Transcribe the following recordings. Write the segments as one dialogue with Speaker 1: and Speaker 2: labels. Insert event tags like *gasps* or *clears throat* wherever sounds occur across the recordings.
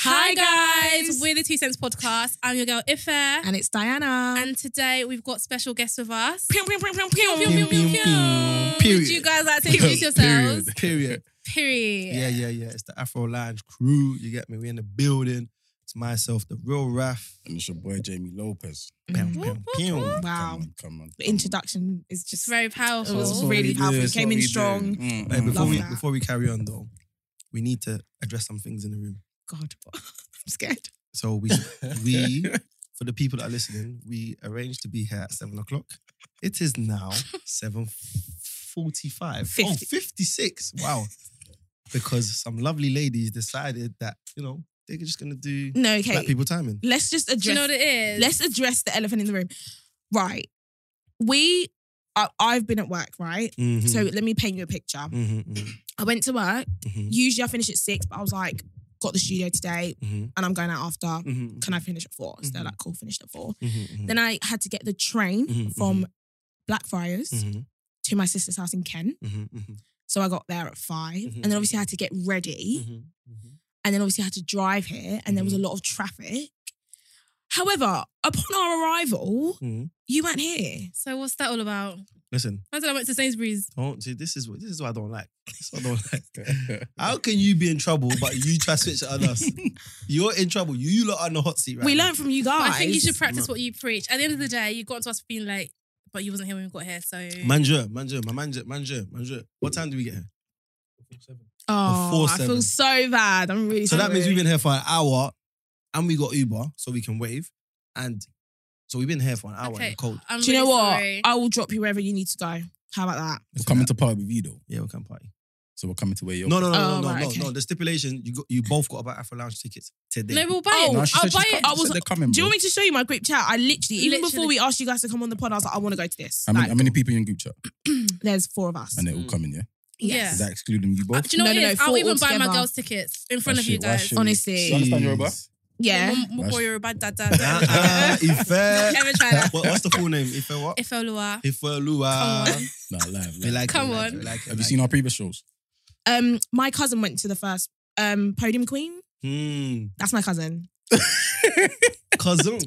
Speaker 1: Hi guys, we're the Two Cents Podcast. I'm your girl Ife, and,
Speaker 2: and it's Diana.
Speaker 1: today we've got special guests with us.
Speaker 2: Pew, pew, pew, pew,
Speaker 1: Pew,
Speaker 2: pew.
Speaker 1: pew, pew, pew,
Speaker 3: Pew, pew,
Speaker 1: pew.
Speaker 3: pew.
Speaker 1: Would you guys like to introduce yourselves?
Speaker 2: *laughs*
Speaker 3: *laughs* Period. Period.
Speaker 1: Period.
Speaker 3: Yeah, yeah, yeah. It's the Afro Lounge crew. You get me? We're in the building. It's myself, the real Raf.
Speaker 4: And it's your boy Jamie Lopez.
Speaker 3: Pew,
Speaker 2: Mm.
Speaker 1: Mm-hmm. Whoop,
Speaker 3: pew,
Speaker 1: whoop,
Speaker 3: pew.
Speaker 1: whoop.
Speaker 2: Wow.
Speaker 4: Come on, come on.
Speaker 2: The introduction is just
Speaker 1: It's very powerful.
Speaker 2: It was
Speaker 3: Oh.
Speaker 2: really
Speaker 3: What we
Speaker 2: powerful.
Speaker 3: do,
Speaker 2: It came in
Speaker 4: What we
Speaker 2: strong.
Speaker 4: do. Mm,
Speaker 3: Hey,
Speaker 4: mm,
Speaker 3: before
Speaker 2: Love
Speaker 3: we
Speaker 4: *laughs*
Speaker 2: that.
Speaker 3: before we carry on though, we need to address some things in the room.
Speaker 2: God, *laughs* I'm scared.
Speaker 1: *laughs*
Speaker 3: So we we for the people that are listening, we arranged to be here at seven o'clock. It
Speaker 1: *laughs*
Speaker 3: is now seven forty-five. Oh,
Speaker 2: Fifty.
Speaker 3: 56. Wow. Because some lovely ladies decided that, you know, they're just gonna do
Speaker 2: No,
Speaker 3: black
Speaker 2: okay.
Speaker 3: people timing.
Speaker 2: Let's just
Speaker 1: Do you
Speaker 2: address.
Speaker 1: know what it is?
Speaker 2: let's address the elephant in the room. Right. We. I, I've been at work. Right.
Speaker 3: Mhm.
Speaker 2: So let me paint you a picture.
Speaker 3: Mhm, mhm,
Speaker 2: I went to work.
Speaker 3: mhm,
Speaker 2: Usually I finish at six, but I was like, got the studio today,
Speaker 3: mhm,
Speaker 2: and I'm going out after.
Speaker 3: mhm,
Speaker 2: Can I finish at four? So they're
Speaker 3: Mhm.
Speaker 2: like, cool, finish at four.
Speaker 3: mhm, mhm,
Speaker 2: Then I had to get the train
Speaker 3: Mhm,
Speaker 2: from Blackfriars
Speaker 3: mhm,
Speaker 2: to my sister's house in Kent.
Speaker 3: mhm, mhm,
Speaker 2: So I got there at 5
Speaker 3: Mhm.
Speaker 2: and then obviously I had to get ready,
Speaker 3: mhm, mhm.
Speaker 2: and then obviously I had to drive here, and there
Speaker 3: Mm-hmm.
Speaker 2: was a lot of traffic. However, upon our arrival,
Speaker 3: Mhm.
Speaker 2: you weren't here.
Speaker 1: So what's that all about?
Speaker 3: Listen,
Speaker 1: I said I went to Sainsbury's.
Speaker 3: don't see this is what this is what I don't like. *laughs* This is what I don't like.
Speaker 1: *laughs*
Speaker 3: How can you be in trouble but you try to switch it on us? You're in trouble. You lot are in the hot seat right
Speaker 2: we
Speaker 3: now.
Speaker 2: learned from you
Speaker 1: But
Speaker 2: guys.
Speaker 1: I think you should practice what you preach. At the end of the day, you got to us being like, but you wasn't here when we got here, so
Speaker 3: Manager, manager, my manager, manager, manager. What time do we get here?
Speaker 2: Oh,
Speaker 3: Before
Speaker 2: I feel
Speaker 3: seven.
Speaker 2: so bad. I'm really
Speaker 3: So
Speaker 2: sorry.
Speaker 3: that means we've been here for an hour, and we got Uber, so we can wave, and so we've been here for an hour in
Speaker 1: Okay.
Speaker 3: the cold.
Speaker 1: I'm
Speaker 2: Do you know
Speaker 1: really
Speaker 2: what?
Speaker 1: sorry.
Speaker 2: I will drop you wherever you need to go. How about that?
Speaker 4: We're coming to party with you though.
Speaker 3: yeah, we can party.
Speaker 4: So we're coming to where you're
Speaker 3: No, no, no, no,
Speaker 2: Oh,
Speaker 3: no,
Speaker 2: right,
Speaker 3: no,
Speaker 2: okay.
Speaker 3: no. The stipulation you got, you both got about Afro Lounge tickets today.
Speaker 1: No, we'll buy it.
Speaker 2: Oh,
Speaker 4: No, she
Speaker 1: I'll
Speaker 4: said she's
Speaker 1: buy it.
Speaker 4: com-
Speaker 2: I
Speaker 4: she
Speaker 2: was-
Speaker 4: said they're coming,
Speaker 2: Do you
Speaker 4: bro.
Speaker 2: want me to show you my group chat? I literally, even before
Speaker 1: Literally.
Speaker 2: we asked you guys to come on the pod, I was like, I want to go to this.
Speaker 4: How many,
Speaker 2: Like,
Speaker 4: how many people in group chat?
Speaker 2: There's four of us.
Speaker 4: And they're all
Speaker 3: Mm.
Speaker 4: coming, yeah?
Speaker 1: Yes.
Speaker 4: Is that excluding you both?
Speaker 1: Uh, Do you know
Speaker 2: No,
Speaker 1: what
Speaker 2: no,
Speaker 1: it is?
Speaker 2: no,
Speaker 1: I'll
Speaker 2: four
Speaker 1: even buy my
Speaker 2: altogether.
Speaker 1: girls tickets in front
Speaker 4: Why
Speaker 1: of you
Speaker 4: should- why
Speaker 1: guys.
Speaker 4: should we-
Speaker 2: Honestly.
Speaker 4: Do you understand Yoruba?
Speaker 3: Jeez.
Speaker 2: Yeah.
Speaker 1: Mo- mo- Yoruba dad dad.
Speaker 3: Uh-uh, *laughs*
Speaker 1: dad. *laughs*
Speaker 3: Ife.
Speaker 1: Don't ever try that.
Speaker 3: What- what's the full name? Ife what?
Speaker 1: Ife Oluwa.
Speaker 3: Ife Lua.
Speaker 1: Come on.
Speaker 4: Nah, live,
Speaker 3: We
Speaker 4: live.
Speaker 3: like it,
Speaker 1: Come
Speaker 3: we like it,
Speaker 1: on.
Speaker 3: we like it, we
Speaker 4: Have you
Speaker 3: like
Speaker 4: seen our previous shows?
Speaker 2: Um, my cousin went to the first um podium queen.
Speaker 3: it?
Speaker 2: That's my cousin.
Speaker 3: Hmm.
Speaker 1: *laughs*
Speaker 3: Cousin.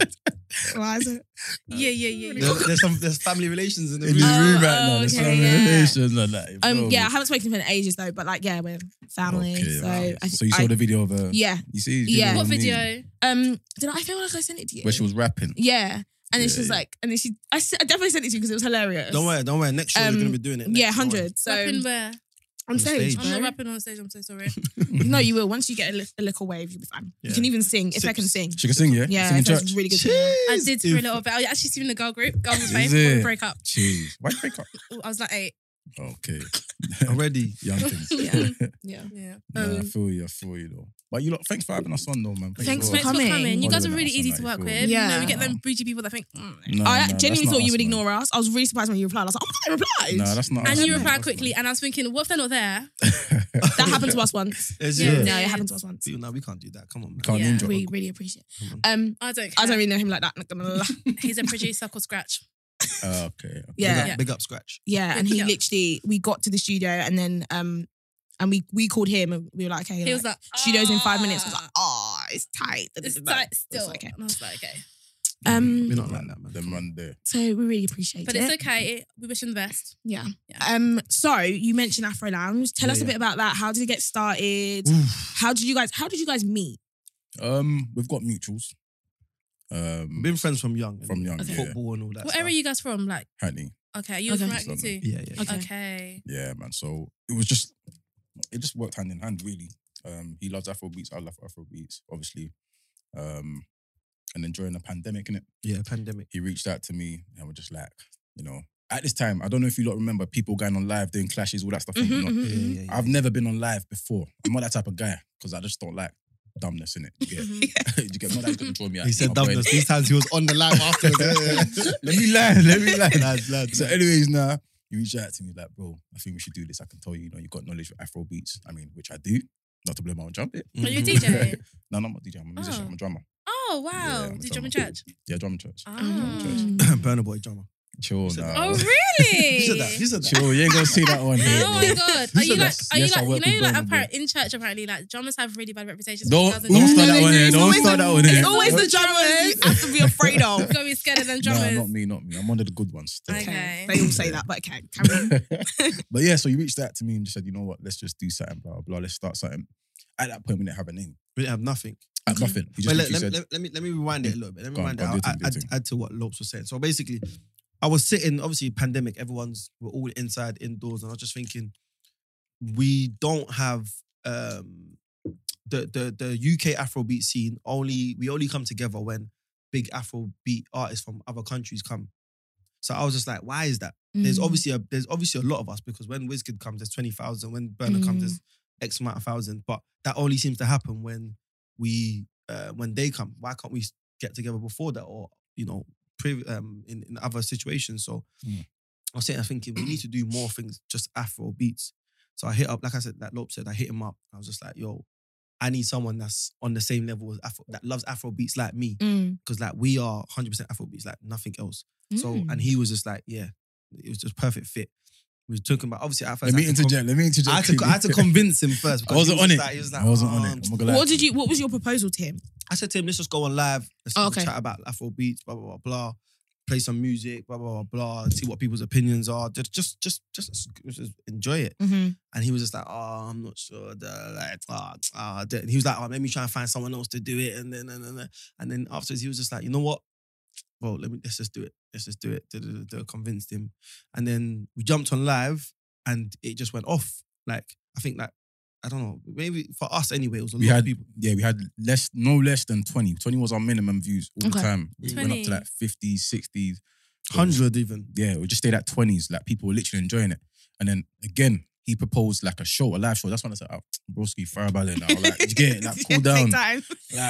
Speaker 2: Why is it?
Speaker 1: Yeah, yeah, yeah. yeah.
Speaker 3: There- there's some there's family relations in the
Speaker 4: In this
Speaker 3: room.
Speaker 1: Oh,
Speaker 4: room right now.
Speaker 1: oh,
Speaker 4: There's
Speaker 1: okay,
Speaker 4: some
Speaker 1: yeah.
Speaker 4: relations like that.
Speaker 2: Um,
Speaker 4: bro.
Speaker 2: yeah, I haven't spoken to him in ages though, but like, yeah, we're family.
Speaker 4: Okay,
Speaker 2: so,
Speaker 4: okay.
Speaker 2: I,
Speaker 4: so you saw
Speaker 2: I-
Speaker 4: the video of her.
Speaker 2: yeah.
Speaker 4: You see?
Speaker 2: Yeah.
Speaker 1: What
Speaker 4: of me
Speaker 1: video?
Speaker 2: Um, did I, I feel like I sent it to you?
Speaker 4: Where she was rapping.
Speaker 2: Yeah, and then
Speaker 4: Yeah,
Speaker 2: she was
Speaker 4: yeah.
Speaker 2: like, and then she, I, s- I definitely sent it to you because it was hilarious.
Speaker 3: Don't worry, don't worry. Next show we're gonna
Speaker 2: Um,
Speaker 3: be doing it. Next,
Speaker 2: Yeah,
Speaker 3: don't worry.
Speaker 2: hundred. So
Speaker 1: Rapping where?
Speaker 2: on
Speaker 3: On
Speaker 2: stage,
Speaker 3: stage.
Speaker 2: bro.
Speaker 1: I'm
Speaker 4: *laughs*
Speaker 1: not rapping on stage. I'm so sorry.
Speaker 2: *laughs* No, you will. Once you get a, li- a little wave, you'll be fine. You
Speaker 3: Yeah.
Speaker 2: can even sing if I
Speaker 3: Six-
Speaker 2: can sing.
Speaker 4: She can sing, yeah?
Speaker 2: Yeah,
Speaker 4: Sing in
Speaker 2: if I was
Speaker 4: church.
Speaker 2: really good. singer.
Speaker 3: Jeez.
Speaker 1: I did for a
Speaker 3: If-
Speaker 1: little bit. I was actually seen the girl group. Girls was
Speaker 4: Is
Speaker 1: five before we
Speaker 4: it?
Speaker 1: broke up.
Speaker 4: Jeez. Why break up?
Speaker 1: I was like
Speaker 4: *laughs*
Speaker 1: eight.
Speaker 4: Okay.
Speaker 3: already.
Speaker 4: Young things.
Speaker 2: Yeah. Yeah. Oh.
Speaker 1: Yeah.
Speaker 4: Nah, I
Speaker 1: Um,
Speaker 4: feel you, I feel you though. But you lot, thanks for having us on though, man.
Speaker 2: Thanks
Speaker 1: Thanks for
Speaker 2: coming.
Speaker 1: coming. You guys are
Speaker 4: Following
Speaker 1: really
Speaker 4: us on
Speaker 1: easy
Speaker 4: that,
Speaker 1: to work
Speaker 4: cool.
Speaker 1: with.
Speaker 2: Yeah.
Speaker 1: You know, we get them bougie people that think. mm.
Speaker 4: No,
Speaker 2: I genuinely
Speaker 4: no, that's
Speaker 2: thought
Speaker 4: not
Speaker 2: you would
Speaker 4: us, man.
Speaker 2: ignore us. I was really surprised when you replied. I was like, oh, my God, they replied.
Speaker 4: No, that's not.
Speaker 1: And
Speaker 4: us,
Speaker 1: you
Speaker 4: man.
Speaker 1: replied
Speaker 4: That's
Speaker 1: quickly, and I was thinking, what if they're not there?
Speaker 4: not-
Speaker 2: that
Speaker 3: *laughs*
Speaker 2: happened to us
Speaker 4: *laughs*
Speaker 2: once.
Speaker 3: It's
Speaker 1: Yeah.
Speaker 3: just-
Speaker 2: No, it happened to us once.
Speaker 3: People, no, we can't do that. Come on, man.
Speaker 4: *laughs* Can't
Speaker 1: Yeah.
Speaker 4: name drop.
Speaker 2: We really appreciate.
Speaker 3: Come on.
Speaker 2: it. Um,
Speaker 1: I don't. Care.
Speaker 2: I don't really know him like that. not gonna
Speaker 4: *laughs*
Speaker 2: lie.
Speaker 1: *laughs* He's a producer called
Speaker 2: *laughs*
Speaker 1: Scratch.
Speaker 4: Ah, okay.
Speaker 3: Big,
Speaker 2: Yeah.
Speaker 3: up,
Speaker 1: Yeah.
Speaker 3: big up scratch.
Speaker 2: Yeah, and he
Speaker 1: Yeah.
Speaker 2: literally we got to the studio and then um and we we called him and we were like, okay,
Speaker 1: He was like,
Speaker 2: studio's in five minutes. I was
Speaker 1: "Ah,
Speaker 2: like, oh, it's tight.
Speaker 1: It's
Speaker 2: Like,
Speaker 1: tight
Speaker 2: it's
Speaker 1: still.
Speaker 2: okay.
Speaker 1: And I was like, okay.
Speaker 4: Mm,
Speaker 2: Um,
Speaker 3: We're not like that, man.
Speaker 4: The man there.
Speaker 2: So we really appreciate
Speaker 1: But
Speaker 2: it.
Speaker 1: it's okay. We wish him the best.
Speaker 2: Yeah.
Speaker 1: Yeah.
Speaker 2: Um. So you mentioned Afro Lounge. Tell
Speaker 3: Yeah,
Speaker 2: us a
Speaker 3: yeah.
Speaker 2: bit about that. How did it get started?
Speaker 4: Mm.
Speaker 3: Oof.
Speaker 2: How did you guys? How did you guys meet?
Speaker 4: Um, we've got mutuals. Um,
Speaker 3: Been friends from young.
Speaker 4: from young,
Speaker 1: Okay.
Speaker 4: yeah.
Speaker 3: Football and all that.
Speaker 1: Whatever
Speaker 3: stuff.
Speaker 1: you guys from, like,
Speaker 4: Hackney.
Speaker 1: okay, you were
Speaker 2: Okay.
Speaker 1: from Acton too.
Speaker 3: Yeah, yeah.
Speaker 2: Okay.
Speaker 1: Okay.
Speaker 4: Yeah, man. So it was just, it just worked hand in hand, really. Um, he loves Afro beats. I love Afro beats, obviously. Um, and then during the pandemic, innit?
Speaker 3: Yeah, pandemic.
Speaker 4: he reached out to me and we're just like, you know, at this time, I don't know if you lot remember people going on live doing clashes, all that stuff.
Speaker 2: Mhm,
Speaker 1: Mm-hmm,
Speaker 4: you know?
Speaker 2: mhm,
Speaker 3: Yeah,
Speaker 2: mhm.
Speaker 3: yeah, yeah.
Speaker 4: I've never been on live before. I'm not that type of guy because I just don't like dumbness
Speaker 1: *laughs*
Speaker 4: in it. Yeah. *laughs*
Speaker 1: Mhm.
Speaker 4: you get not that's gonna draw me out.
Speaker 3: He said
Speaker 4: My boy-
Speaker 3: dumbness. These times he was on the line afterwards.
Speaker 4: *laughs* let me lie, let me lie.
Speaker 3: lads, lads.
Speaker 4: so, anyways, now you reached out to me like, bro, I think we should do this. I can tell you, you know, you got knowledge with Afro beats. I mean, which I do. Not to blow my own trumpet.
Speaker 1: Are you a
Speaker 3: Mhm.
Speaker 1: DJ?
Speaker 4: No, no, I'm not a DJ. I'm a musician.
Speaker 1: Oh.
Speaker 4: I'm a drummer.
Speaker 1: Oh, wow.
Speaker 4: Yeah,
Speaker 1: Did
Speaker 4: I'm
Speaker 1: you drum in
Speaker 4: from-
Speaker 1: church?
Speaker 4: Yeah, drumming church.
Speaker 1: Ah.
Speaker 2: Mm.
Speaker 3: *coughs* Burner boy drummer.
Speaker 4: Chill
Speaker 3: said
Speaker 4: now.
Speaker 3: that.
Speaker 1: Oh
Speaker 3: You said that.
Speaker 1: really?
Speaker 3: You said that.
Speaker 4: Chill. You ain't gonna see
Speaker 1: *laughs*
Speaker 4: that one.
Speaker 1: Oh my god! Are you
Speaker 3: said
Speaker 1: like?
Speaker 3: that.
Speaker 1: Are you
Speaker 4: Yes, I
Speaker 1: like? You know,
Speaker 4: work
Speaker 1: like
Speaker 4: with Birmingham.
Speaker 1: apparent in church. Apparently, like drummers have really bad reputations.
Speaker 4: Don't
Speaker 1: because of
Speaker 4: don't
Speaker 1: drummers.
Speaker 4: start that
Speaker 2: Mm-hmm. no,
Speaker 4: one here.
Speaker 2: it's
Speaker 4: Don't
Speaker 2: always
Speaker 4: start
Speaker 2: the-
Speaker 4: that one here.
Speaker 2: It's always the drummers you have to be afraid of.
Speaker 1: You're gonna be scared of them
Speaker 4: No,
Speaker 1: drummers.
Speaker 4: not me, not me. I'm one of the good ones. still. *laughs*
Speaker 1: I- *laughs* Okay.
Speaker 2: They all say that, but okay, carry on. *laughs*
Speaker 4: but yeah, so you reached out to me and just said, you know what, let's just do something, blah, blah, blah. Let's start something. At that point, we didn't have a name.
Speaker 3: We didn't have nothing.
Speaker 4: At
Speaker 1: Okay.
Speaker 4: nothing. We just
Speaker 3: But let,
Speaker 4: literally
Speaker 3: let,
Speaker 4: said,
Speaker 3: let, let me let me rewind it a little bit. Let me
Speaker 4: Go on,
Speaker 3: rewind
Speaker 4: go
Speaker 3: it.
Speaker 4: on,
Speaker 3: I'll
Speaker 4: do it,
Speaker 3: add,
Speaker 4: do it, do it.
Speaker 3: add to what Lopes was saying. So basically, I was sitting, obviously, pandemic, everyone's we're all inside, indoors, and I was just thinking, we don't have um the the the UK Afrobeat scene only we only come together when big Afrobeat artists from other countries come. So I was just like, why is that? There's
Speaker 2: Mm.
Speaker 3: obviously a there's obviously a lot of us because when Wizkid comes, there's twenty thousand. When Burner
Speaker 2: Mm.
Speaker 3: comes, there's X amount of thousand. But that only seems to happen when we uh, when they come. Why can't we get together before that, or you know, previ- um, in in other situations? So
Speaker 4: Mm.
Speaker 3: I was sitting there thinking we need to do more things, just Afro beats. So I hit up, like I said, like Lope said, I hit him up. I was just like, yo, I need someone that's on the same level as Afro that loves Afro beats like me
Speaker 2: Mm.
Speaker 3: because like we are 100% Afrobeats, like nothing else. So
Speaker 2: Mm.
Speaker 3: and he was just like, yeah, it was just perfect fit. We were talking about obviously at first.
Speaker 4: let
Speaker 3: I
Speaker 4: me
Speaker 3: had to
Speaker 4: interject. Let me interject.
Speaker 3: Con- I, had to, I had to
Speaker 4: *laughs*
Speaker 3: convince him first.
Speaker 4: I
Speaker 3: because
Speaker 4: wasn't
Speaker 3: he
Speaker 4: on
Speaker 3: was
Speaker 4: it.
Speaker 3: just like- he was like,
Speaker 4: I wasn't on it.
Speaker 3: um,
Speaker 4: I'm not gonna lie.
Speaker 2: What did you? What was your proposal to him?
Speaker 3: I said to him, let's just go on live. Let's
Speaker 2: Oh,
Speaker 3: just
Speaker 2: okay.
Speaker 3: chat about Afrobeats, blah blah blah blah. Play some music, blah blah blah blah. See what people's opinions are. Just just just just, just enjoy it.
Speaker 2: Mm-hmm.
Speaker 3: And he was just like, oh, I'm not sure. da, Like, ah, ah, da." And he was like, oh, let me try and find someone else to do it. And then, and then, and then afterwards, he was just like, you know what? Well, let me let's just do it. Let's just do it. Da, da, da, da, convinced him. And then we jumped on live, and it just went off. Like, I think like, I don't know. Maybe for us anyway, it was a
Speaker 4: We
Speaker 3: lot
Speaker 4: had,
Speaker 3: of people.
Speaker 4: yeah, we had less, no less than 20. 20 was our minimum views all
Speaker 2: Okay.
Speaker 4: the time. It went up
Speaker 1: 20.
Speaker 4: to like 50, 60s.
Speaker 3: Hundred even.
Speaker 4: Yeah, we just stayed at 20s. Like people were literally enjoying it. And then again, he proposed like a show, a live show. That's when I said, oh, broski, fireballing now. Like, you
Speaker 1: *laughs*
Speaker 4: get it? Like,
Speaker 2: *laughs*
Speaker 4: cool down. Like,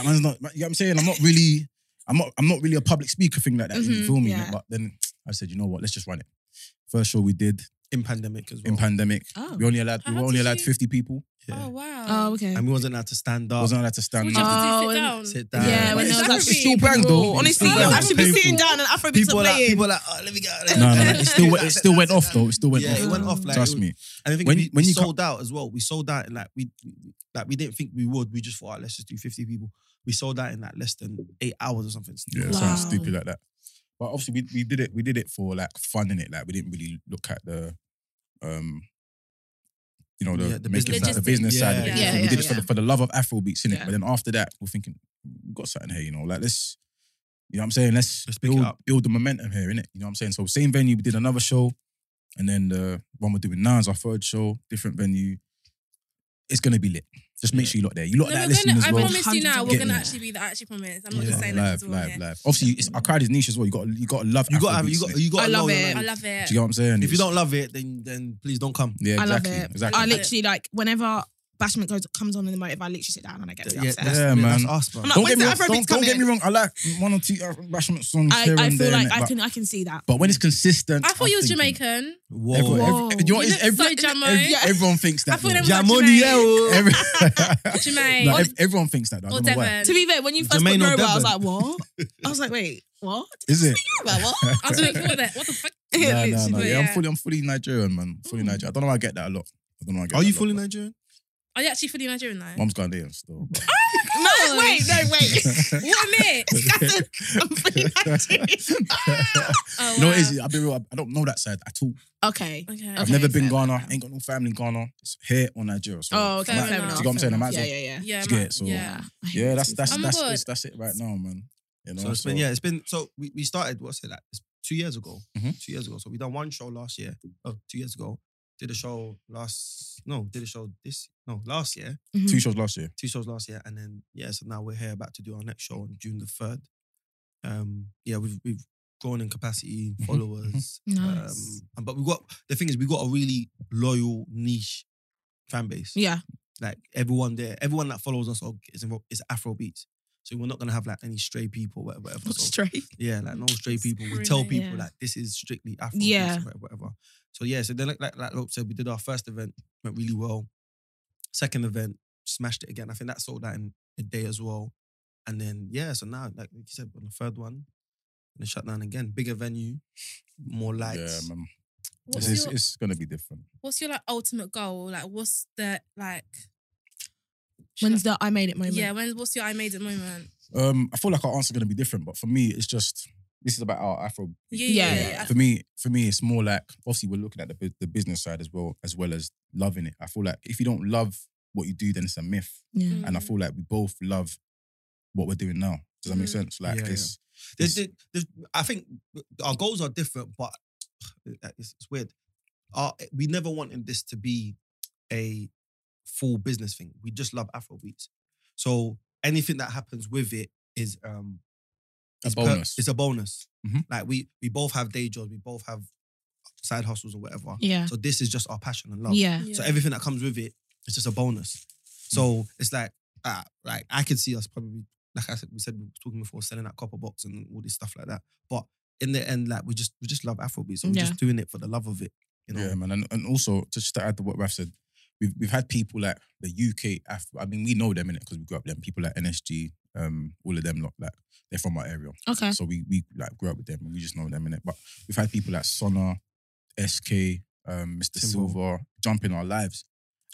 Speaker 4: man's not, you know what I'm saying? I'm not really, I'm not, I'm not really a public speaker thing like that. you
Speaker 1: Mhm,
Speaker 4: feel me?
Speaker 2: yeah.
Speaker 4: But then I said, you know what? Let's just run it. First show we did
Speaker 3: In pandemic as well.
Speaker 4: in pandemic.
Speaker 2: Oh.
Speaker 4: We only allowed, we
Speaker 1: How
Speaker 4: were only
Speaker 1: did
Speaker 4: allowed
Speaker 1: you-
Speaker 4: 50 people.
Speaker 3: yeah.
Speaker 1: Oh wow.
Speaker 2: Oh, okay.
Speaker 3: And we wasn't allowed to stand up.
Speaker 4: Wasn't allowed to stand
Speaker 1: Would you
Speaker 4: up.
Speaker 2: Oh,
Speaker 1: have to sit
Speaker 2: and-
Speaker 1: down?
Speaker 3: sit down.
Speaker 2: yeah,
Speaker 1: But
Speaker 2: when
Speaker 1: it's
Speaker 2: there was
Speaker 1: actually
Speaker 2: like
Speaker 1: still
Speaker 4: bang, though.
Speaker 2: Honestly,
Speaker 4: It's
Speaker 2: you
Speaker 4: still
Speaker 2: I should be
Speaker 4: painful.
Speaker 2: sitting down and Afrobeats
Speaker 3: people
Speaker 2: are
Speaker 3: are like,
Speaker 2: playing.
Speaker 3: people are like, oh, let me go.
Speaker 4: no, no, no. It
Speaker 3: *laughs*
Speaker 4: still, went- it still went off though. It still went
Speaker 3: Yeah,
Speaker 4: off.
Speaker 3: it went off like
Speaker 4: Trust
Speaker 3: it was-
Speaker 4: me.
Speaker 3: And I think
Speaker 4: When-
Speaker 3: we,
Speaker 4: when
Speaker 3: we
Speaker 4: you co-
Speaker 3: sold out as well. We sold out in like we we- like we didn't think we would. We just thought, "Alright, let's just do fifty people. We sold out in like less than eight hours or something.
Speaker 4: Yeah,
Speaker 2: Wow.
Speaker 4: it sounds stupid like that. But obviously, we, we did it. We did it for like fun in it. Like we didn't really look at the, um, you know, the,
Speaker 3: Yeah, the
Speaker 4: making-
Speaker 1: business
Speaker 4: the
Speaker 1: side.
Speaker 4: business side. of it.
Speaker 3: Yeah,
Speaker 4: So
Speaker 2: yeah,
Speaker 4: we did it
Speaker 2: yeah,
Speaker 4: for the, for the love of Afrobeats in it.
Speaker 2: Yeah.
Speaker 4: But then after that, we're thinking we've got something here. You know, like let's, you know, what I'm saying let's,
Speaker 3: Let's pick it
Speaker 4: build
Speaker 3: up.
Speaker 4: build the momentum here in it. You know what I'm saying? So same venue, we did another show, and then the one we're doing now is our third show, different venue. It's gonna be lit. Just make
Speaker 3: Yeah.
Speaker 4: sure you lot there. You lot
Speaker 1: No,
Speaker 4: that
Speaker 1: we're
Speaker 4: listening
Speaker 1: gonna,
Speaker 4: as
Speaker 1: I
Speaker 4: well.
Speaker 1: promise you now, we're
Speaker 2: 100%
Speaker 1: gonna
Speaker 2: yeah.
Speaker 1: actually be there. I actually promise. I'm not
Speaker 3: Yeah.
Speaker 1: just saying that.
Speaker 4: live,
Speaker 1: as well,
Speaker 4: live,
Speaker 1: yeah.
Speaker 4: live. Obviously, it's, our crowd is niche as well. You got, you got to love.
Speaker 3: You gotta have
Speaker 4: Afrobeats,
Speaker 3: you
Speaker 4: innit?
Speaker 3: got you gotta
Speaker 2: I love
Speaker 3: know your
Speaker 2: it.
Speaker 1: I
Speaker 3: language.
Speaker 1: love it.
Speaker 4: Do you get what I'm saying?
Speaker 3: If you
Speaker 4: It's-
Speaker 3: don't love it, then then please don't come.
Speaker 4: yeah, exactly,
Speaker 2: I love it.
Speaker 4: exactly.
Speaker 2: I
Speaker 1: love
Speaker 2: literally like whenever Bashment goes comes on in the motive, I literally sit down and I get really
Speaker 3: Yeah,
Speaker 2: upset.
Speaker 3: that's,
Speaker 4: Yeah,
Speaker 3: that's
Speaker 4: man.
Speaker 3: us, man.
Speaker 2: I'm not- When's
Speaker 4: don't get me
Speaker 2: the
Speaker 4: wrong.
Speaker 2: Afrobeats
Speaker 4: Don't, don't get
Speaker 2: coming?
Speaker 4: me wrong. I like one or two Bashment songs
Speaker 2: I,
Speaker 4: here
Speaker 2: I
Speaker 4: and
Speaker 2: feel
Speaker 4: there,
Speaker 2: like
Speaker 4: innit?
Speaker 2: I
Speaker 4: but,
Speaker 2: can I can see that.
Speaker 4: but when it's consistent,
Speaker 1: I thought you was
Speaker 4: think, innit,
Speaker 1: Jamaican.
Speaker 3: Whoa.
Speaker 4: Everyone,
Speaker 2: Whoa.
Speaker 4: every- you know what?
Speaker 1: You
Speaker 4: it's
Speaker 1: look so
Speaker 4: every-
Speaker 1: Jamo.
Speaker 4: every-
Speaker 2: Yeah.
Speaker 4: everyone thinks that.
Speaker 1: I thought
Speaker 4: though.
Speaker 1: it was
Speaker 4: Yeah,
Speaker 1: like
Speaker 3: Jamoniel.
Speaker 4: every-
Speaker 1: Jermaine.
Speaker 4: Like,
Speaker 1: Or-
Speaker 4: ev- everyone thinks that. though. I
Speaker 1: or
Speaker 4: don't know why.
Speaker 1: Devon.
Speaker 2: To be fair, when you first
Speaker 3: Jermaine
Speaker 2: put
Speaker 3: or
Speaker 2: Yoruba, I was like,
Speaker 3: Devon?
Speaker 2: what? I was like, wait, what?
Speaker 4: Is it?
Speaker 2: Yoruba, what?
Speaker 1: I was
Speaker 3: *laughs*
Speaker 1: like, what the- what the fuck?
Speaker 4: No, no, no.
Speaker 1: Literally,
Speaker 4: Yeah, I'm
Speaker 1: yeah.
Speaker 4: fully, I'm fully Nigerian, man. Fully Nigerian. I don't know. why I get that a lot. I don't know. why I get
Speaker 3: Are
Speaker 4: that
Speaker 3: you
Speaker 4: a lot,
Speaker 3: fully
Speaker 4: but-
Speaker 3: Nigerian?
Speaker 1: Are you actually fully Nigerian though?
Speaker 4: Mom's Ghanaian still. but-
Speaker 2: No, wait, no, wait.
Speaker 1: What a mix.
Speaker 3: *laughs*
Speaker 2: That's a, *laughs* I'm
Speaker 4: *laughs*
Speaker 2: fully Nigerian.
Speaker 1: Oh,
Speaker 4: No,
Speaker 1: wow.
Speaker 4: it is. I'll be real. I- I don't know that side at all.
Speaker 2: *laughs* Okay.
Speaker 1: Okay.
Speaker 4: I've
Speaker 2: Okay,
Speaker 4: never
Speaker 2: fair
Speaker 4: been Ghana.
Speaker 2: enough.
Speaker 4: Ain't got no family in Ghana. It's here or Nigeria. So
Speaker 2: Oh, okay,
Speaker 1: Fair
Speaker 2: fair
Speaker 4: might-
Speaker 1: enough.
Speaker 2: enough.
Speaker 1: Do you
Speaker 4: get what I'm
Speaker 2: fair
Speaker 4: saying? I might
Speaker 2: enough.
Speaker 4: as well-
Speaker 2: Yeah, yeah, yeah.
Speaker 1: Yeah,
Speaker 4: Just
Speaker 1: man.
Speaker 4: get it, so-
Speaker 1: yeah.
Speaker 4: Yeah, that's that's
Speaker 1: Oh
Speaker 2: Um,
Speaker 1: my
Speaker 4: that's,
Speaker 1: God.
Speaker 4: it's, that's it right now, man. You know,
Speaker 3: So it's been yeah, it's been so we, we started what's it like it's two years ago,
Speaker 4: Mhm.
Speaker 3: two years ago. So we done one show last year, oh, two years ago. Did a show last no, did a show this no last year,
Speaker 2: mm-hmm.
Speaker 4: two shows last year.
Speaker 3: two shows last year, and then yeah, so now we're here about to do our next show
Speaker 2: Mm-hmm.
Speaker 3: on June the third. Um, yeah, we've we've grown in capacity,
Speaker 4: Mhm,
Speaker 3: followers,
Speaker 2: Mm-hmm. Nice.
Speaker 3: um, and, but we got the thing is we got a really loyal niche fan base.
Speaker 2: Yeah.
Speaker 4: *laughs*
Speaker 3: Like everyone there, everyone that follows us all is involved, is Afrobeats. So we're not gonna have like any stray people, whatever. whatever. So-
Speaker 2: *laughs* Straight.
Speaker 3: yeah, like no straight
Speaker 1: It's
Speaker 3: people. We tell
Speaker 1: screaming,
Speaker 3: people
Speaker 2: yeah.
Speaker 3: like this is strictly Afro,
Speaker 2: Yeah.
Speaker 3: yeah, whatever, whatever. So yeah, so then like like, like Lope said, we did our first event went really well. Second event smashed it again. I think that sold out in a day as well. And then yeah, so now like you said on the third one, And it shut down again. Bigger venue, more
Speaker 4: Yeah,
Speaker 3: lights.
Speaker 4: man.
Speaker 1: What's
Speaker 4: It's, it's,
Speaker 1: your
Speaker 4: it's gonna be different.
Speaker 1: What's your like ultimate goal? Like, what's the like?
Speaker 2: When's the I made it moment?
Speaker 1: yeah? When's what's your I made it moment?
Speaker 4: Um, I feel like our answer's gonna be different, but for me, it's just this is about our Afro.
Speaker 1: Yeah,
Speaker 2: Yeah.
Speaker 1: yeah.
Speaker 4: thing.
Speaker 1: yeah.
Speaker 4: For me, for me, it's more like obviously we're looking at the bu- the business side as well as well as loving it. I feel like if you don't love what you do, then it's a myth.
Speaker 2: Yeah.
Speaker 4: And I
Speaker 1: Mm.
Speaker 4: feel like we both love what we're doing now. Does that make
Speaker 1: Mm.
Speaker 4: sense? Like
Speaker 3: Yeah,
Speaker 4: it's
Speaker 3: There's, there- there's, I think our goals are different, but *sighs* it's, it's weird. Our, eh, we never wanted this to be a full business thing. We just love Afrobeats. So anything that happens with it is um
Speaker 4: A
Speaker 3: is per-
Speaker 4: bonus.
Speaker 3: it's a bonus.
Speaker 4: Mhm.
Speaker 3: Like we we both have day jobs, we both have side hustles or whatever.
Speaker 2: Yeah.
Speaker 3: So this is just our passion and love.
Speaker 2: Yeah.
Speaker 1: mm.
Speaker 2: Mm.
Speaker 1: Yeah.
Speaker 3: So everything that comes with it is just a bonus. So it's like, ah, like I could see us probably, like I said, we said we were talking before, selling that copper box and all this stuff like that. But in the end, like we just we just love Afrobeat, so we're
Speaker 2: Yeah.
Speaker 3: just doing it for the love of it, you know.
Speaker 4: Yeah, man. And, and also, just to add to what Raf said, we've, we've had people like the UK, Af- I mean, we know them in it because we grew up with them. People like NSG, um, all of them, lot, like, they're from our area.
Speaker 2: Okay.
Speaker 4: So we, we like grew up with them and we just know them in it. But we've had people like Sonna, SK, um, Mr.
Speaker 3: Timbo.
Speaker 4: Silver jump in our lives.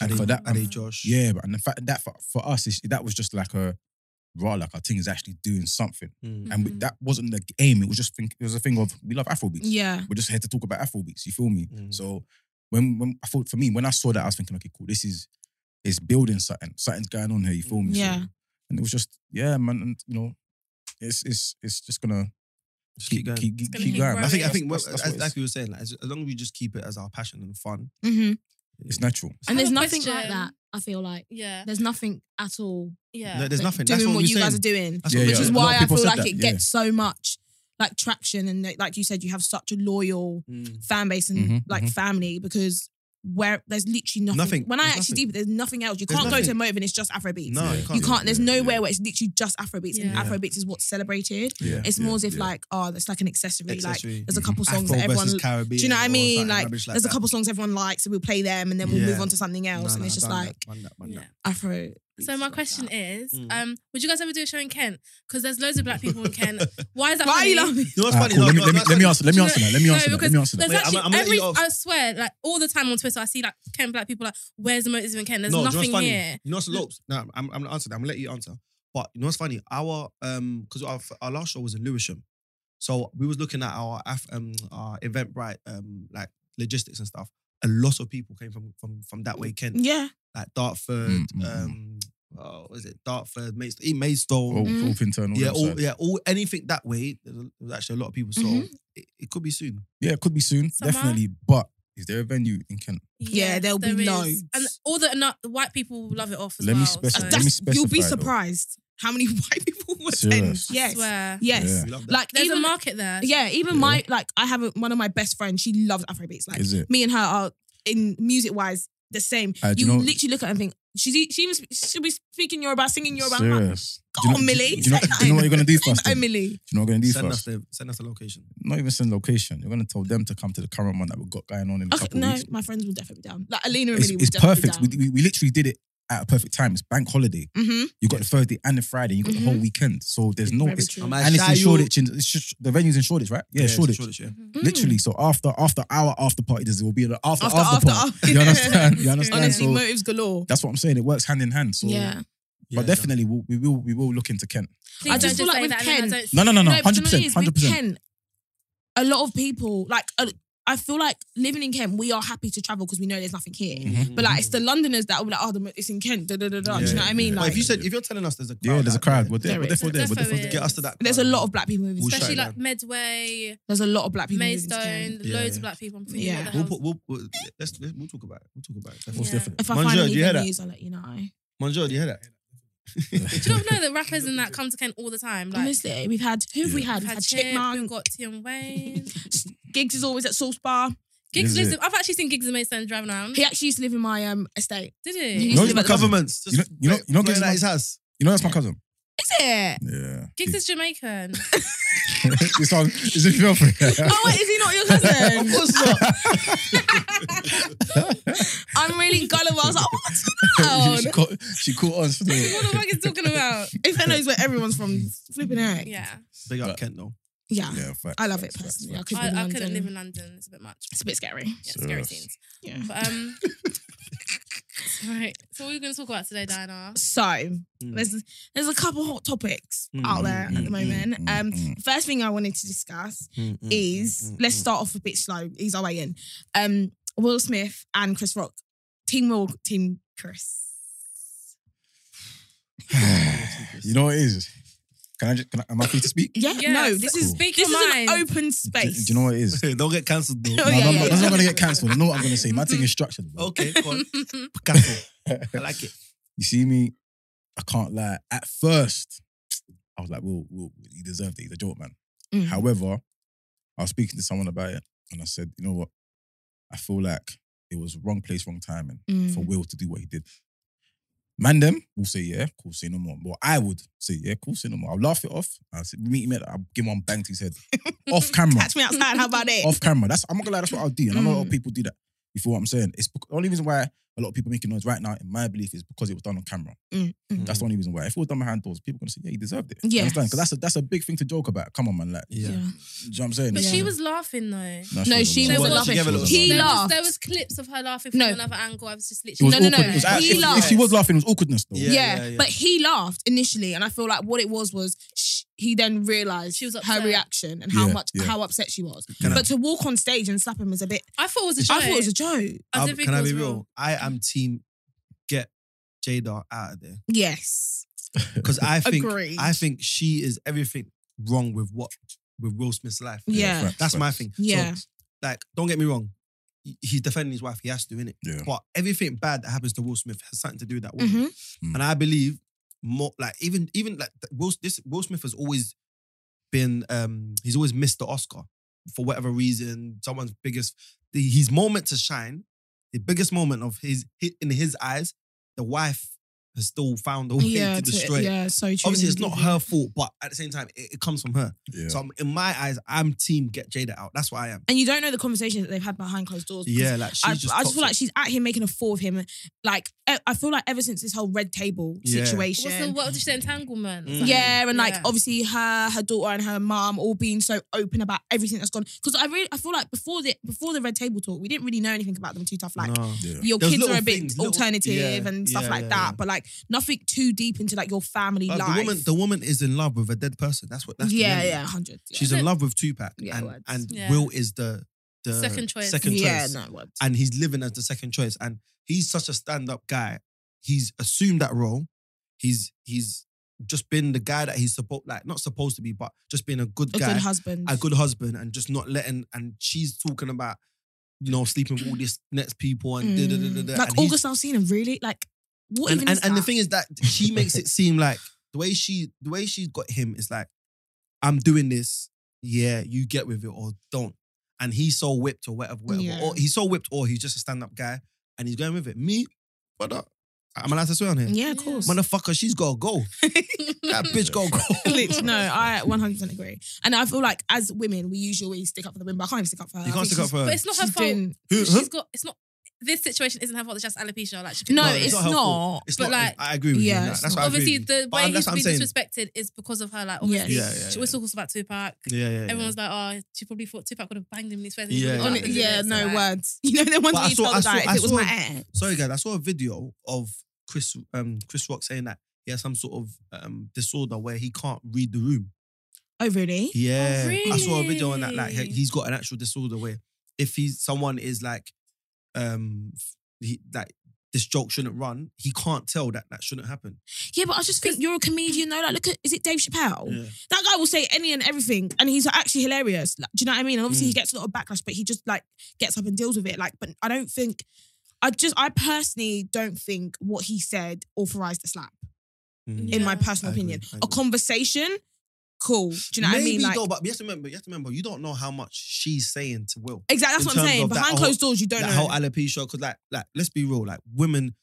Speaker 4: And
Speaker 3: Ade-
Speaker 4: for that,
Speaker 3: Ade
Speaker 2: Mm.
Speaker 1: um,
Speaker 3: Josh,
Speaker 4: yeah, but and the fact that for, for us, it's, that was just like a, raw, like our thing is actually doing something.
Speaker 3: Mm.
Speaker 4: And we,
Speaker 1: Mhm.
Speaker 4: that wasn't the aim. It was just think, it was a thing of we love Afrobeats.
Speaker 2: Yeah.
Speaker 4: We're just here to talk about Afrobeats. You feel me?
Speaker 3: Mm.
Speaker 4: So when when I thought for me, when I saw that, I was thinking, okay, cool. This is it's building something. Something's going on here. You feel me? So-
Speaker 2: Mm, Yeah.
Speaker 4: and it was just yeah, man. And you know, it's it's it's just gonna
Speaker 3: just
Speaker 4: keep
Speaker 3: keep going.
Speaker 4: keep, keep,
Speaker 1: gonna keep
Speaker 4: going.
Speaker 1: growing.
Speaker 3: I think I think
Speaker 4: That's- that's- that's
Speaker 3: as,
Speaker 4: what it
Speaker 3: like
Speaker 4: is.
Speaker 3: we were saying, like, as, as long as we just keep it as our passion and fun,
Speaker 2: Mm-hmm.
Speaker 4: it's natural.
Speaker 2: And there's
Speaker 1: have a
Speaker 2: nothing like
Speaker 1: question.
Speaker 2: that. I feel like
Speaker 3: *laughs*
Speaker 1: yeah,
Speaker 2: there's nothing at all.
Speaker 1: yeah.
Speaker 3: No, there's
Speaker 2: like,
Speaker 3: nothing.
Speaker 2: Doing
Speaker 3: That's what,
Speaker 2: what,
Speaker 3: we're
Speaker 2: you guys are
Speaker 3: saying.
Speaker 2: doing,
Speaker 3: That's
Speaker 4: Yeah,
Speaker 3: what
Speaker 4: yeah.
Speaker 2: which
Speaker 3: we're
Speaker 2: is
Speaker 3: saying.
Speaker 4: lot
Speaker 2: why
Speaker 4: of
Speaker 2: I
Speaker 4: people
Speaker 2: feel
Speaker 4: said
Speaker 2: like
Speaker 4: that,
Speaker 2: it
Speaker 4: yeah.
Speaker 2: gets so much like traction and like you said, you have such a loyal
Speaker 3: Mm.
Speaker 2: fan base and
Speaker 4: Mhm,
Speaker 2: like
Speaker 4: mhm.
Speaker 2: family because where there's literally nothing.
Speaker 3: Nothing.
Speaker 2: When I
Speaker 3: There's
Speaker 2: actually
Speaker 3: nothing.
Speaker 2: deep, there's nothing else. You
Speaker 3: There's
Speaker 2: can't go to a
Speaker 3: nothing.
Speaker 2: Move and it's just Afrobeats.
Speaker 3: No,
Speaker 4: Yeah.
Speaker 3: you
Speaker 2: You
Speaker 3: can't.
Speaker 2: can't. There's
Speaker 4: Yeah,
Speaker 2: nowhere
Speaker 4: yeah.
Speaker 2: where it's literally just Afrobeats, and
Speaker 1: Yeah.
Speaker 2: Afrobeats is what's celebrated.
Speaker 4: Yeah,
Speaker 2: It's more as if
Speaker 4: yeah.
Speaker 2: like, oh, that's like an accessory. Like,
Speaker 3: Accessory.
Speaker 2: there's a
Speaker 4: Mhm.
Speaker 2: couple songs
Speaker 3: Afro
Speaker 2: that everyone.
Speaker 3: versus Caribbean
Speaker 2: Do you know what I
Speaker 3: or
Speaker 2: mean?
Speaker 3: something
Speaker 2: Like,
Speaker 3: rubbish
Speaker 2: there's a
Speaker 3: that.
Speaker 2: couple songs everyone likes, so we'll play them, and then we'll
Speaker 3: Yeah.
Speaker 2: move on to something else,
Speaker 3: Nah,
Speaker 2: and
Speaker 3: nah,
Speaker 2: it's just
Speaker 3: done that,
Speaker 2: like
Speaker 3: done that, done
Speaker 1: yeah.
Speaker 3: that.
Speaker 2: Afro.
Speaker 1: So my question is,
Speaker 3: Mm.
Speaker 1: um, would you guys ever do a show in Kent? Because there's loads of black people in
Speaker 3: *laughs*
Speaker 1: Kent. Why is that?
Speaker 2: Why are
Speaker 1: funny?
Speaker 2: you laughing? *laughs*
Speaker 3: You know what's
Speaker 4: Ah,
Speaker 3: funny?
Speaker 4: cool.
Speaker 3: No,
Speaker 4: Let me
Speaker 3: no,
Speaker 4: let me
Speaker 3: that's
Speaker 4: let me
Speaker 3: not-
Speaker 4: answer let
Speaker 1: Do
Speaker 4: me
Speaker 1: you know-
Speaker 4: answer that. Let me
Speaker 1: No,
Speaker 4: answer that. Let
Speaker 1: because
Speaker 4: me answer that.
Speaker 1: There's
Speaker 3: Wait, I'm-
Speaker 1: actually
Speaker 3: I'm gonna let
Speaker 1: every,
Speaker 3: you off.
Speaker 1: I swear, like all the time on Twitter, I see like Kent black people are like, "Where's the motive in Kent?" There's
Speaker 3: no, do you
Speaker 1: nothing
Speaker 3: know what's funny?
Speaker 1: here.
Speaker 3: You know what's lopes? No, I'm, I'm gonna answer that. I'm gonna let you answer. But you know what's funny? Our um, because our, our last show was in Lewisham, so we was looking at our Af- um our Eventbrite um like logistics and stuff. A lot of people came from from from that way,
Speaker 1: Mm.
Speaker 3: Kent,
Speaker 2: Yeah,
Speaker 3: like Dartford,
Speaker 4: Mm, mm, Oh, mm.
Speaker 3: um, oh, what is it Dartford, Maidstone, even Maidstone,
Speaker 4: All,
Speaker 2: Mm.
Speaker 4: all internal.
Speaker 3: yeah, all,
Speaker 4: outside.
Speaker 3: yeah, all anything that way. There's, a- there's actually a lot of people, so
Speaker 1: Mm-hmm.
Speaker 3: it, it could be soon.
Speaker 4: yeah. It could be soon,
Speaker 1: Summer.
Speaker 4: definitely. But is there a venue in Kent?
Speaker 2: Yeah, there'll be loads.
Speaker 1: and all the no, the white people love it off as
Speaker 4: Let me
Speaker 1: well.
Speaker 4: specify-
Speaker 1: so-
Speaker 4: let me
Speaker 2: that's you'll be
Speaker 4: specify, though.
Speaker 2: surprised how many *laughs* white people were saying
Speaker 4: Serious.
Speaker 1: I
Speaker 2: yes,
Speaker 1: swear.
Speaker 2: yes.
Speaker 4: Yeah.
Speaker 3: We love that.
Speaker 2: Like
Speaker 1: There's
Speaker 2: even
Speaker 1: a market there.
Speaker 2: yeah, even
Speaker 4: Yeah.
Speaker 2: my like I have a, one of my best friends. She loves Afrobeats. Like
Speaker 4: Is it?
Speaker 2: me and her are in music wise the same.
Speaker 4: Uh, do
Speaker 2: you
Speaker 4: you know-
Speaker 2: literally look at her and think she's e- she even sp- she'll be speaking Yoruba, singing Yoruba. I'm like,
Speaker 4: Serious.
Speaker 2: Go
Speaker 4: do
Speaker 2: on,
Speaker 4: you know,
Speaker 2: Millie,
Speaker 4: Do
Speaker 2: *laughs*
Speaker 4: you know,
Speaker 2: say
Speaker 4: do you know what you're gonna do first?
Speaker 2: "Oh,
Speaker 4: then? Do
Speaker 2: Millie,
Speaker 4: you know what you're gonna do
Speaker 3: send us
Speaker 4: first?
Speaker 3: the send us the location.
Speaker 4: not even send location. You're gonna tell them to come to the current one that we've got going on in a
Speaker 2: okay,
Speaker 4: couple of
Speaker 2: no,
Speaker 4: weeks.
Speaker 2: my friends will definitely be down. Like Alina and
Speaker 4: It's,
Speaker 2: Millie will
Speaker 4: it's
Speaker 2: definitely
Speaker 4: perfect. We, we, we literally did it at a perfect time. It's bank holiday.
Speaker 2: be down. hmm
Speaker 4: You got the Thursday and the Friday. You got the whole weekend. So there's no.
Speaker 2: Very
Speaker 4: It's,
Speaker 1: Mm.
Speaker 2: true.
Speaker 3: I'm at
Speaker 4: and it's in
Speaker 3: Shayo-
Speaker 4: Shoreditch. In, it's just, the venue's in Shoreditch, right? Yeah,
Speaker 3: it's in
Speaker 4: Shoreditch.
Speaker 3: yeah.
Speaker 1: Mhm.
Speaker 2: Mm.
Speaker 4: Literally. So after after our after party, there will be an after
Speaker 2: After
Speaker 4: after,
Speaker 2: after,
Speaker 4: party.
Speaker 2: after.
Speaker 4: You understand? You understand?
Speaker 2: Honestly,
Speaker 4: so
Speaker 2: motives galore.
Speaker 4: that's what I'm saying. It works hand in hand. So,
Speaker 2: yeah.
Speaker 3: Yeah,
Speaker 4: but definitely we'll, we will we will look into Kent.
Speaker 1: Please
Speaker 4: I just
Speaker 1: don't
Speaker 2: feel like
Speaker 1: say
Speaker 2: with
Speaker 1: that and then I
Speaker 2: Ken-
Speaker 1: don't
Speaker 4: No, no, no, no.
Speaker 2: but do
Speaker 4: Hundred
Speaker 2: you know what it is?
Speaker 4: percent.
Speaker 2: With
Speaker 4: Hundred percent.
Speaker 2: Kent, a lot of people like uh, I feel like living in Kent, we are happy to travel because we know there's nothing here.
Speaker 4: Mhm.
Speaker 2: Mm-hmm. But like it's the Londoners that will be like, oh, the, it's in Kent. Da, da, da, da. do
Speaker 4: Yeah,
Speaker 2: you know what I mean?
Speaker 4: yeah.
Speaker 3: But
Speaker 2: Like,
Speaker 3: if you said if you're telling us there's a crowd,
Speaker 4: Yeah, there's a
Speaker 3: out
Speaker 4: crowd.
Speaker 3: there,
Speaker 4: We're there.
Speaker 2: There
Speaker 4: We're
Speaker 2: is.
Speaker 4: therefore there. We're
Speaker 1: Defo
Speaker 4: therefore there.
Speaker 1: is.
Speaker 3: get us to that.
Speaker 2: there's a lot of black people moving.
Speaker 3: We'll
Speaker 2: to
Speaker 1: especially
Speaker 3: shout
Speaker 2: Kent.
Speaker 1: like Medway,
Speaker 2: There's a lot of black people moving. to
Speaker 1: Maidstone,
Speaker 2: Kent.
Speaker 3: Yeah,
Speaker 1: loads
Speaker 3: yeah.
Speaker 1: of black people. I'm thinking, what
Speaker 2: Yeah.
Speaker 1: the
Speaker 3: We'll,
Speaker 1: hell's-
Speaker 3: put, we'll, we'll, let's, let's- we'll talk about it. We'll talk about it. Definitely.
Speaker 4: What's
Speaker 1: Yeah.
Speaker 4: different?
Speaker 2: If I
Speaker 3: Manjot,
Speaker 2: find
Speaker 3: do
Speaker 2: any
Speaker 3: you hear that?
Speaker 2: venues, I'll let you know.
Speaker 3: Manjot, you hear that?
Speaker 1: do you not know that rappers and that come to Kent all the time? Like,
Speaker 2: Honestly, we've had who have we
Speaker 4: Yeah.
Speaker 2: had?
Speaker 1: I've
Speaker 2: We've
Speaker 1: had
Speaker 2: had
Speaker 1: Chip, we've
Speaker 2: Chipmunk.
Speaker 1: got T and Wayne.
Speaker 2: Gigs is always at Source Bar.
Speaker 1: Gigs
Speaker 4: Is
Speaker 1: lives.
Speaker 4: it?
Speaker 1: In, I've actually seen Gigs in Maidstone driving around.
Speaker 2: He actually used to live in my um estate.
Speaker 1: Did
Speaker 2: He
Speaker 1: he?
Speaker 2: used
Speaker 4: No,
Speaker 2: to
Speaker 4: he's
Speaker 2: live
Speaker 4: my
Speaker 2: at the-
Speaker 4: cousin.
Speaker 3: Governments.
Speaker 4: You know- you know- you know
Speaker 3: playing
Speaker 4: Gizmo-
Speaker 3: at his house.
Speaker 4: *laughs* You know that's my cousin.
Speaker 2: Is it?
Speaker 4: Yeah.
Speaker 1: Gigs is Jamaican. *laughs*
Speaker 4: *laughs* it's on. It's in Filthy.
Speaker 2: Oh wait, is he not your cousin?
Speaker 4: *laughs*
Speaker 3: course not.
Speaker 2: I'm really gullible. I was like, what?
Speaker 4: *laughs* she, caught, she caught us. For the, *laughs*
Speaker 1: what the fuck is talking about?
Speaker 2: If I knows where everyone's from, flipping out.
Speaker 1: Yeah.
Speaker 3: Big up
Speaker 4: But-
Speaker 3: Kent though.
Speaker 2: Yeah.
Speaker 4: Yeah, facts,
Speaker 2: I love it
Speaker 4: facts, facts,
Speaker 2: personally. I
Speaker 4: facts.
Speaker 2: could
Speaker 1: I,
Speaker 2: live in
Speaker 1: I couldn't live
Speaker 2: London.
Speaker 1: in London. It's a bit much.
Speaker 2: It's a bit scary.
Speaker 1: Yeah, scary
Speaker 4: Serious.
Speaker 1: scenes.
Speaker 2: Yeah.
Speaker 1: But um, *laughs* right. So what are we going to talk about today, Diana?
Speaker 2: So there's there's a couple hot topics
Speaker 3: Mm,
Speaker 2: out there at
Speaker 4: mm,
Speaker 2: the moment.
Speaker 4: mm,
Speaker 2: um,
Speaker 4: mm.
Speaker 2: first thing I wanted to discuss
Speaker 3: mm,
Speaker 2: is let's start off a bit slow. Ease our way in. Um, Will Smith and Chris Rock, Team Will, Team Chris.
Speaker 4: *sighs* you know what it is? Can I just, can I, am I free to speak?
Speaker 2: Yeah, no,
Speaker 1: Yes.
Speaker 2: this is
Speaker 1: Speak
Speaker 2: this is
Speaker 1: your mind.
Speaker 2: an open
Speaker 4: Do,
Speaker 2: space.
Speaker 4: do you know what it is?
Speaker 3: *laughs* Don't get cancelled. though.
Speaker 2: *laughs* Oh,
Speaker 4: No,
Speaker 2: yeah,
Speaker 4: no, I'm
Speaker 2: yeah,
Speaker 4: not- That's
Speaker 2: yeah. Mm-hmm.
Speaker 4: not going to get cancelled. I know what I'm going to say. My thing is structured. bro.
Speaker 3: Okay, go on.
Speaker 2: *laughs*
Speaker 3: Cancel. I like it.
Speaker 4: You see me? I can't lie. At first, I was like, "Will, Will, he deserved it. He's a joke, man."
Speaker 2: Mm.
Speaker 4: However, I was speaking to someone about it, and I said, "You know what? I feel like it was wrong place, wrong timing
Speaker 2: Mm.
Speaker 4: for Will to do what he did." Man, them will say, "Yeah, cool, say no more." Well, I would say, "Yeah, cool, say no more." I'll laugh it off. I'll say, meet him. At, I'll give him one bang to his
Speaker 2: *laughs*
Speaker 4: head off camera.
Speaker 2: Catch me outside. How about it?
Speaker 4: off camera. That's I'm not gonna lie, that's what I'll do. And I know a lot
Speaker 2: Mm.
Speaker 4: of people do that. You feel what I'm saying? It's because, the only reason why a lot of people making noise right now, in my belief, is because it was done on camera.
Speaker 2: Mm,
Speaker 4: That's the only reason why. If it was done behind doors, people gonna say, yeah, he deserved it.
Speaker 2: Yes.
Speaker 4: Because that's a that's a big thing to joke about. Come on, man. Like,
Speaker 3: Yeah.
Speaker 4: do you know what I'm saying?
Speaker 1: But she
Speaker 2: Yeah.
Speaker 1: was laughing though.
Speaker 2: No, she
Speaker 3: She
Speaker 2: was
Speaker 3: was
Speaker 2: laughing.
Speaker 3: together, little
Speaker 2: He
Speaker 1: there
Speaker 3: laugh.
Speaker 2: laughed.
Speaker 1: Was, there was clips of her laughing from
Speaker 2: No.
Speaker 1: another angle. I was just
Speaker 4: It was
Speaker 1: literally.
Speaker 2: No, no,
Speaker 4: awkward.
Speaker 2: no.
Speaker 4: It was actually-
Speaker 2: He
Speaker 4: if- if,
Speaker 2: laughed.
Speaker 4: she was laughing, it was awkwardness though.
Speaker 3: Yeah.
Speaker 2: Yeah,
Speaker 3: yeah.
Speaker 2: but he laughed initially, and I feel like what it was was sh he then realized
Speaker 1: She was
Speaker 2: her
Speaker 1: upset.
Speaker 2: reaction and how
Speaker 4: Yeah,
Speaker 2: much
Speaker 4: yeah.
Speaker 2: how upset she was.
Speaker 3: Can I-
Speaker 2: but to walk on stage and slap him was a bit.
Speaker 1: I thought it was a joke.
Speaker 2: I thought it was a joke.
Speaker 1: I
Speaker 3: Um,
Speaker 1: didn't think
Speaker 3: can
Speaker 1: it
Speaker 3: I
Speaker 1: was
Speaker 3: be real? I am team get Jada out of there
Speaker 2: Yes, *laughs*
Speaker 3: because I think
Speaker 2: Agreed.
Speaker 3: I think she is everything wrong with what with Will Smith's life.
Speaker 2: Yeah.
Speaker 4: facts,
Speaker 3: That's my
Speaker 4: facts.
Speaker 3: thing. So,
Speaker 2: yeah,
Speaker 3: like, don't get me wrong. he- He's defending his wife. He has to, innit?
Speaker 4: Yeah.
Speaker 3: But everything bad that happens to Will Smith has something to do with that woman.
Speaker 2: Mhm.
Speaker 4: Mm.
Speaker 3: And I believe more like even even like th- Will this Will Smith has always been um he's always missed the Oscar for whatever reason. Someone's biggest the, his moment to shine, the biggest moment of his hi- in his eyes, the wife has still found a way
Speaker 2: yeah,
Speaker 3: to
Speaker 2: to-
Speaker 3: destroy. it.
Speaker 2: yeah. So true. Mm-hmm.
Speaker 3: Obviously, it's not her fault, but at the same time, it, it comes from her.
Speaker 4: Yeah.
Speaker 3: So I'm, in my eyes, I'm team get Jada out. That's what I am.
Speaker 2: and you don't know the conversations that they've had behind closed doors. because
Speaker 3: Yeah, like she's
Speaker 2: I,
Speaker 3: just.
Speaker 2: I just feel like
Speaker 3: toxic.
Speaker 2: she's at him making a fool of him. Like e- I feel like ever since this whole red table
Speaker 3: Yeah.
Speaker 2: situation,
Speaker 1: What's the what did she say? Entanglement. or
Speaker 3: Mm.
Speaker 1: something?
Speaker 2: Yeah, and like
Speaker 1: Yeah.
Speaker 2: obviously her, her daughter, and her mom all being so open about everything that's gone. Because I really, I feel like before the before the red table talk, we didn't really know anything about them too tough. Like
Speaker 3: No.
Speaker 4: Yeah.
Speaker 2: your
Speaker 3: There was
Speaker 2: kids are
Speaker 3: little
Speaker 2: a bit
Speaker 3: things, little-
Speaker 2: alternative
Speaker 3: yeah,
Speaker 2: and stuff
Speaker 3: yeah,
Speaker 2: like
Speaker 3: yeah,
Speaker 2: that,
Speaker 3: yeah.
Speaker 2: but like nothing too deep into like your family
Speaker 3: Like,
Speaker 2: life.
Speaker 3: the woman, the woman is in love with a dead person. That's what. That's the
Speaker 2: yeah,
Speaker 3: reality.
Speaker 2: yeah, hundred. Yeah.
Speaker 3: She's in love with Tupac,
Speaker 2: Yeah,
Speaker 3: and
Speaker 2: words.
Speaker 3: and
Speaker 1: Yeah.
Speaker 3: Will is the the
Speaker 1: Second choice.
Speaker 3: second
Speaker 2: yeah,
Speaker 3: choice.
Speaker 2: no, words.
Speaker 3: and he's living as the second choice. And he's such a stand up guy. He's assumed that role. He's he's just been the guy that he's supposed like not supposed to be, but just being a good
Speaker 2: a
Speaker 3: guy,
Speaker 2: good husband.
Speaker 3: a good husband, and just not letting. And she's talking about you know sleeping with all these next people and da, da, da, da, da,
Speaker 2: Mm. Like
Speaker 3: and
Speaker 2: August
Speaker 3: he's-
Speaker 2: Alsina, really? Like what
Speaker 3: and,
Speaker 2: even
Speaker 3: and,
Speaker 2: is
Speaker 3: and the
Speaker 2: that?
Speaker 3: thing is that she makes it seem like the way she the way she's got him is like i'm doing this yeah you get with it or don't and he's so whipped or whatever whatever
Speaker 2: Yeah.
Speaker 3: or he's so whipped or he's just a stand-up guy and he's going with it me what up i'm allowed to swear on here
Speaker 2: yeah,
Speaker 3: *laughs*
Speaker 2: of
Speaker 1: Yeah.
Speaker 2: course.
Speaker 3: motherfucker she's gotta go that bitch gotta
Speaker 2: *laughs*
Speaker 3: go
Speaker 2: Lit- no, I 100% agree. And I feel like as women, we usually always stick up for the women, but I can't even stick up for her.
Speaker 3: you
Speaker 2: I
Speaker 3: can't
Speaker 2: think
Speaker 3: stick up
Speaker 2: she's-
Speaker 3: for
Speaker 1: *laughs*
Speaker 3: her
Speaker 1: but it's not her
Speaker 2: she's
Speaker 1: fault.
Speaker 2: been-
Speaker 3: Who- who?
Speaker 1: She's got. It's not. This situation isn't her fault. It's just alopecia. Like she
Speaker 2: No,
Speaker 3: No,
Speaker 1: can-
Speaker 3: it's
Speaker 2: it's
Speaker 3: not her
Speaker 2: not.
Speaker 3: fault. it's
Speaker 1: but
Speaker 3: not
Speaker 1: like-
Speaker 3: i agree with
Speaker 2: Yeah,
Speaker 3: you on that.
Speaker 2: it's
Speaker 3: that's
Speaker 2: not.
Speaker 3: what I agree
Speaker 1: obviously
Speaker 3: with
Speaker 1: the
Speaker 3: But
Speaker 1: way
Speaker 3: that's
Speaker 1: he's
Speaker 3: what
Speaker 1: been
Speaker 3: I'm saying.
Speaker 1: disrespected is because of her. Like obviously,
Speaker 2: Yes.
Speaker 3: Yeah, yeah,
Speaker 1: she was talking about Tupac.
Speaker 3: you. yeah yeah, yeah.
Speaker 1: Everyone's like, oh, she probably thought Tupac would have banged him in his face.
Speaker 3: Yeah,
Speaker 2: On
Speaker 3: yeah.
Speaker 2: it- yeah, no
Speaker 1: way.
Speaker 2: words. *laughs* You know, they wanted
Speaker 3: But I
Speaker 2: me to
Speaker 3: saw-
Speaker 2: tell
Speaker 3: I
Speaker 2: the
Speaker 3: saw-
Speaker 2: guy if
Speaker 3: I
Speaker 2: it was
Speaker 3: saw-
Speaker 2: my hair.
Speaker 3: Sorry, guys, I saw a video of Chris um Chris Rock saying that he has some sort of um disorder where he can't read the room.
Speaker 2: Oh, really?
Speaker 3: Yeah,
Speaker 1: Oh,
Speaker 3: I saw a video on that. Like he-
Speaker 1: really?
Speaker 3: he's got an actual disorder where if he's someone is like, um, f- he, like this joke shouldn't run, he can't tell that that shouldn't happen.
Speaker 2: Yeah, but I just think you're a comedian though. Like, look at, is it Dave Chappelle? That guy will say any and everything and he's actually hilarious. Like, do you know what I mean? And obviously
Speaker 3: Mm.
Speaker 2: he gets a lot of backlash, but he just like gets up and deals with it. Like, but I don't think, I just, I personally don't think what he said authorized the slap,
Speaker 3: Mm.
Speaker 2: in my
Speaker 1: Yeah.
Speaker 2: personal
Speaker 3: I agree,
Speaker 2: opinion.
Speaker 3: I
Speaker 2: A
Speaker 3: agree.
Speaker 2: conversation, cool. Do you know
Speaker 3: Maybe
Speaker 2: what I mean? Like,
Speaker 3: though, but you have to remember, you have to remember, you don't know how much she's saying to Will.
Speaker 2: exactly, that's
Speaker 3: in
Speaker 2: what I'm
Speaker 3: terms
Speaker 2: saying.
Speaker 3: of that
Speaker 2: Behind
Speaker 3: whole-
Speaker 2: closed doors, you don't
Speaker 3: that
Speaker 2: know.
Speaker 3: whole alopecia, because like, like, let's be real, like women,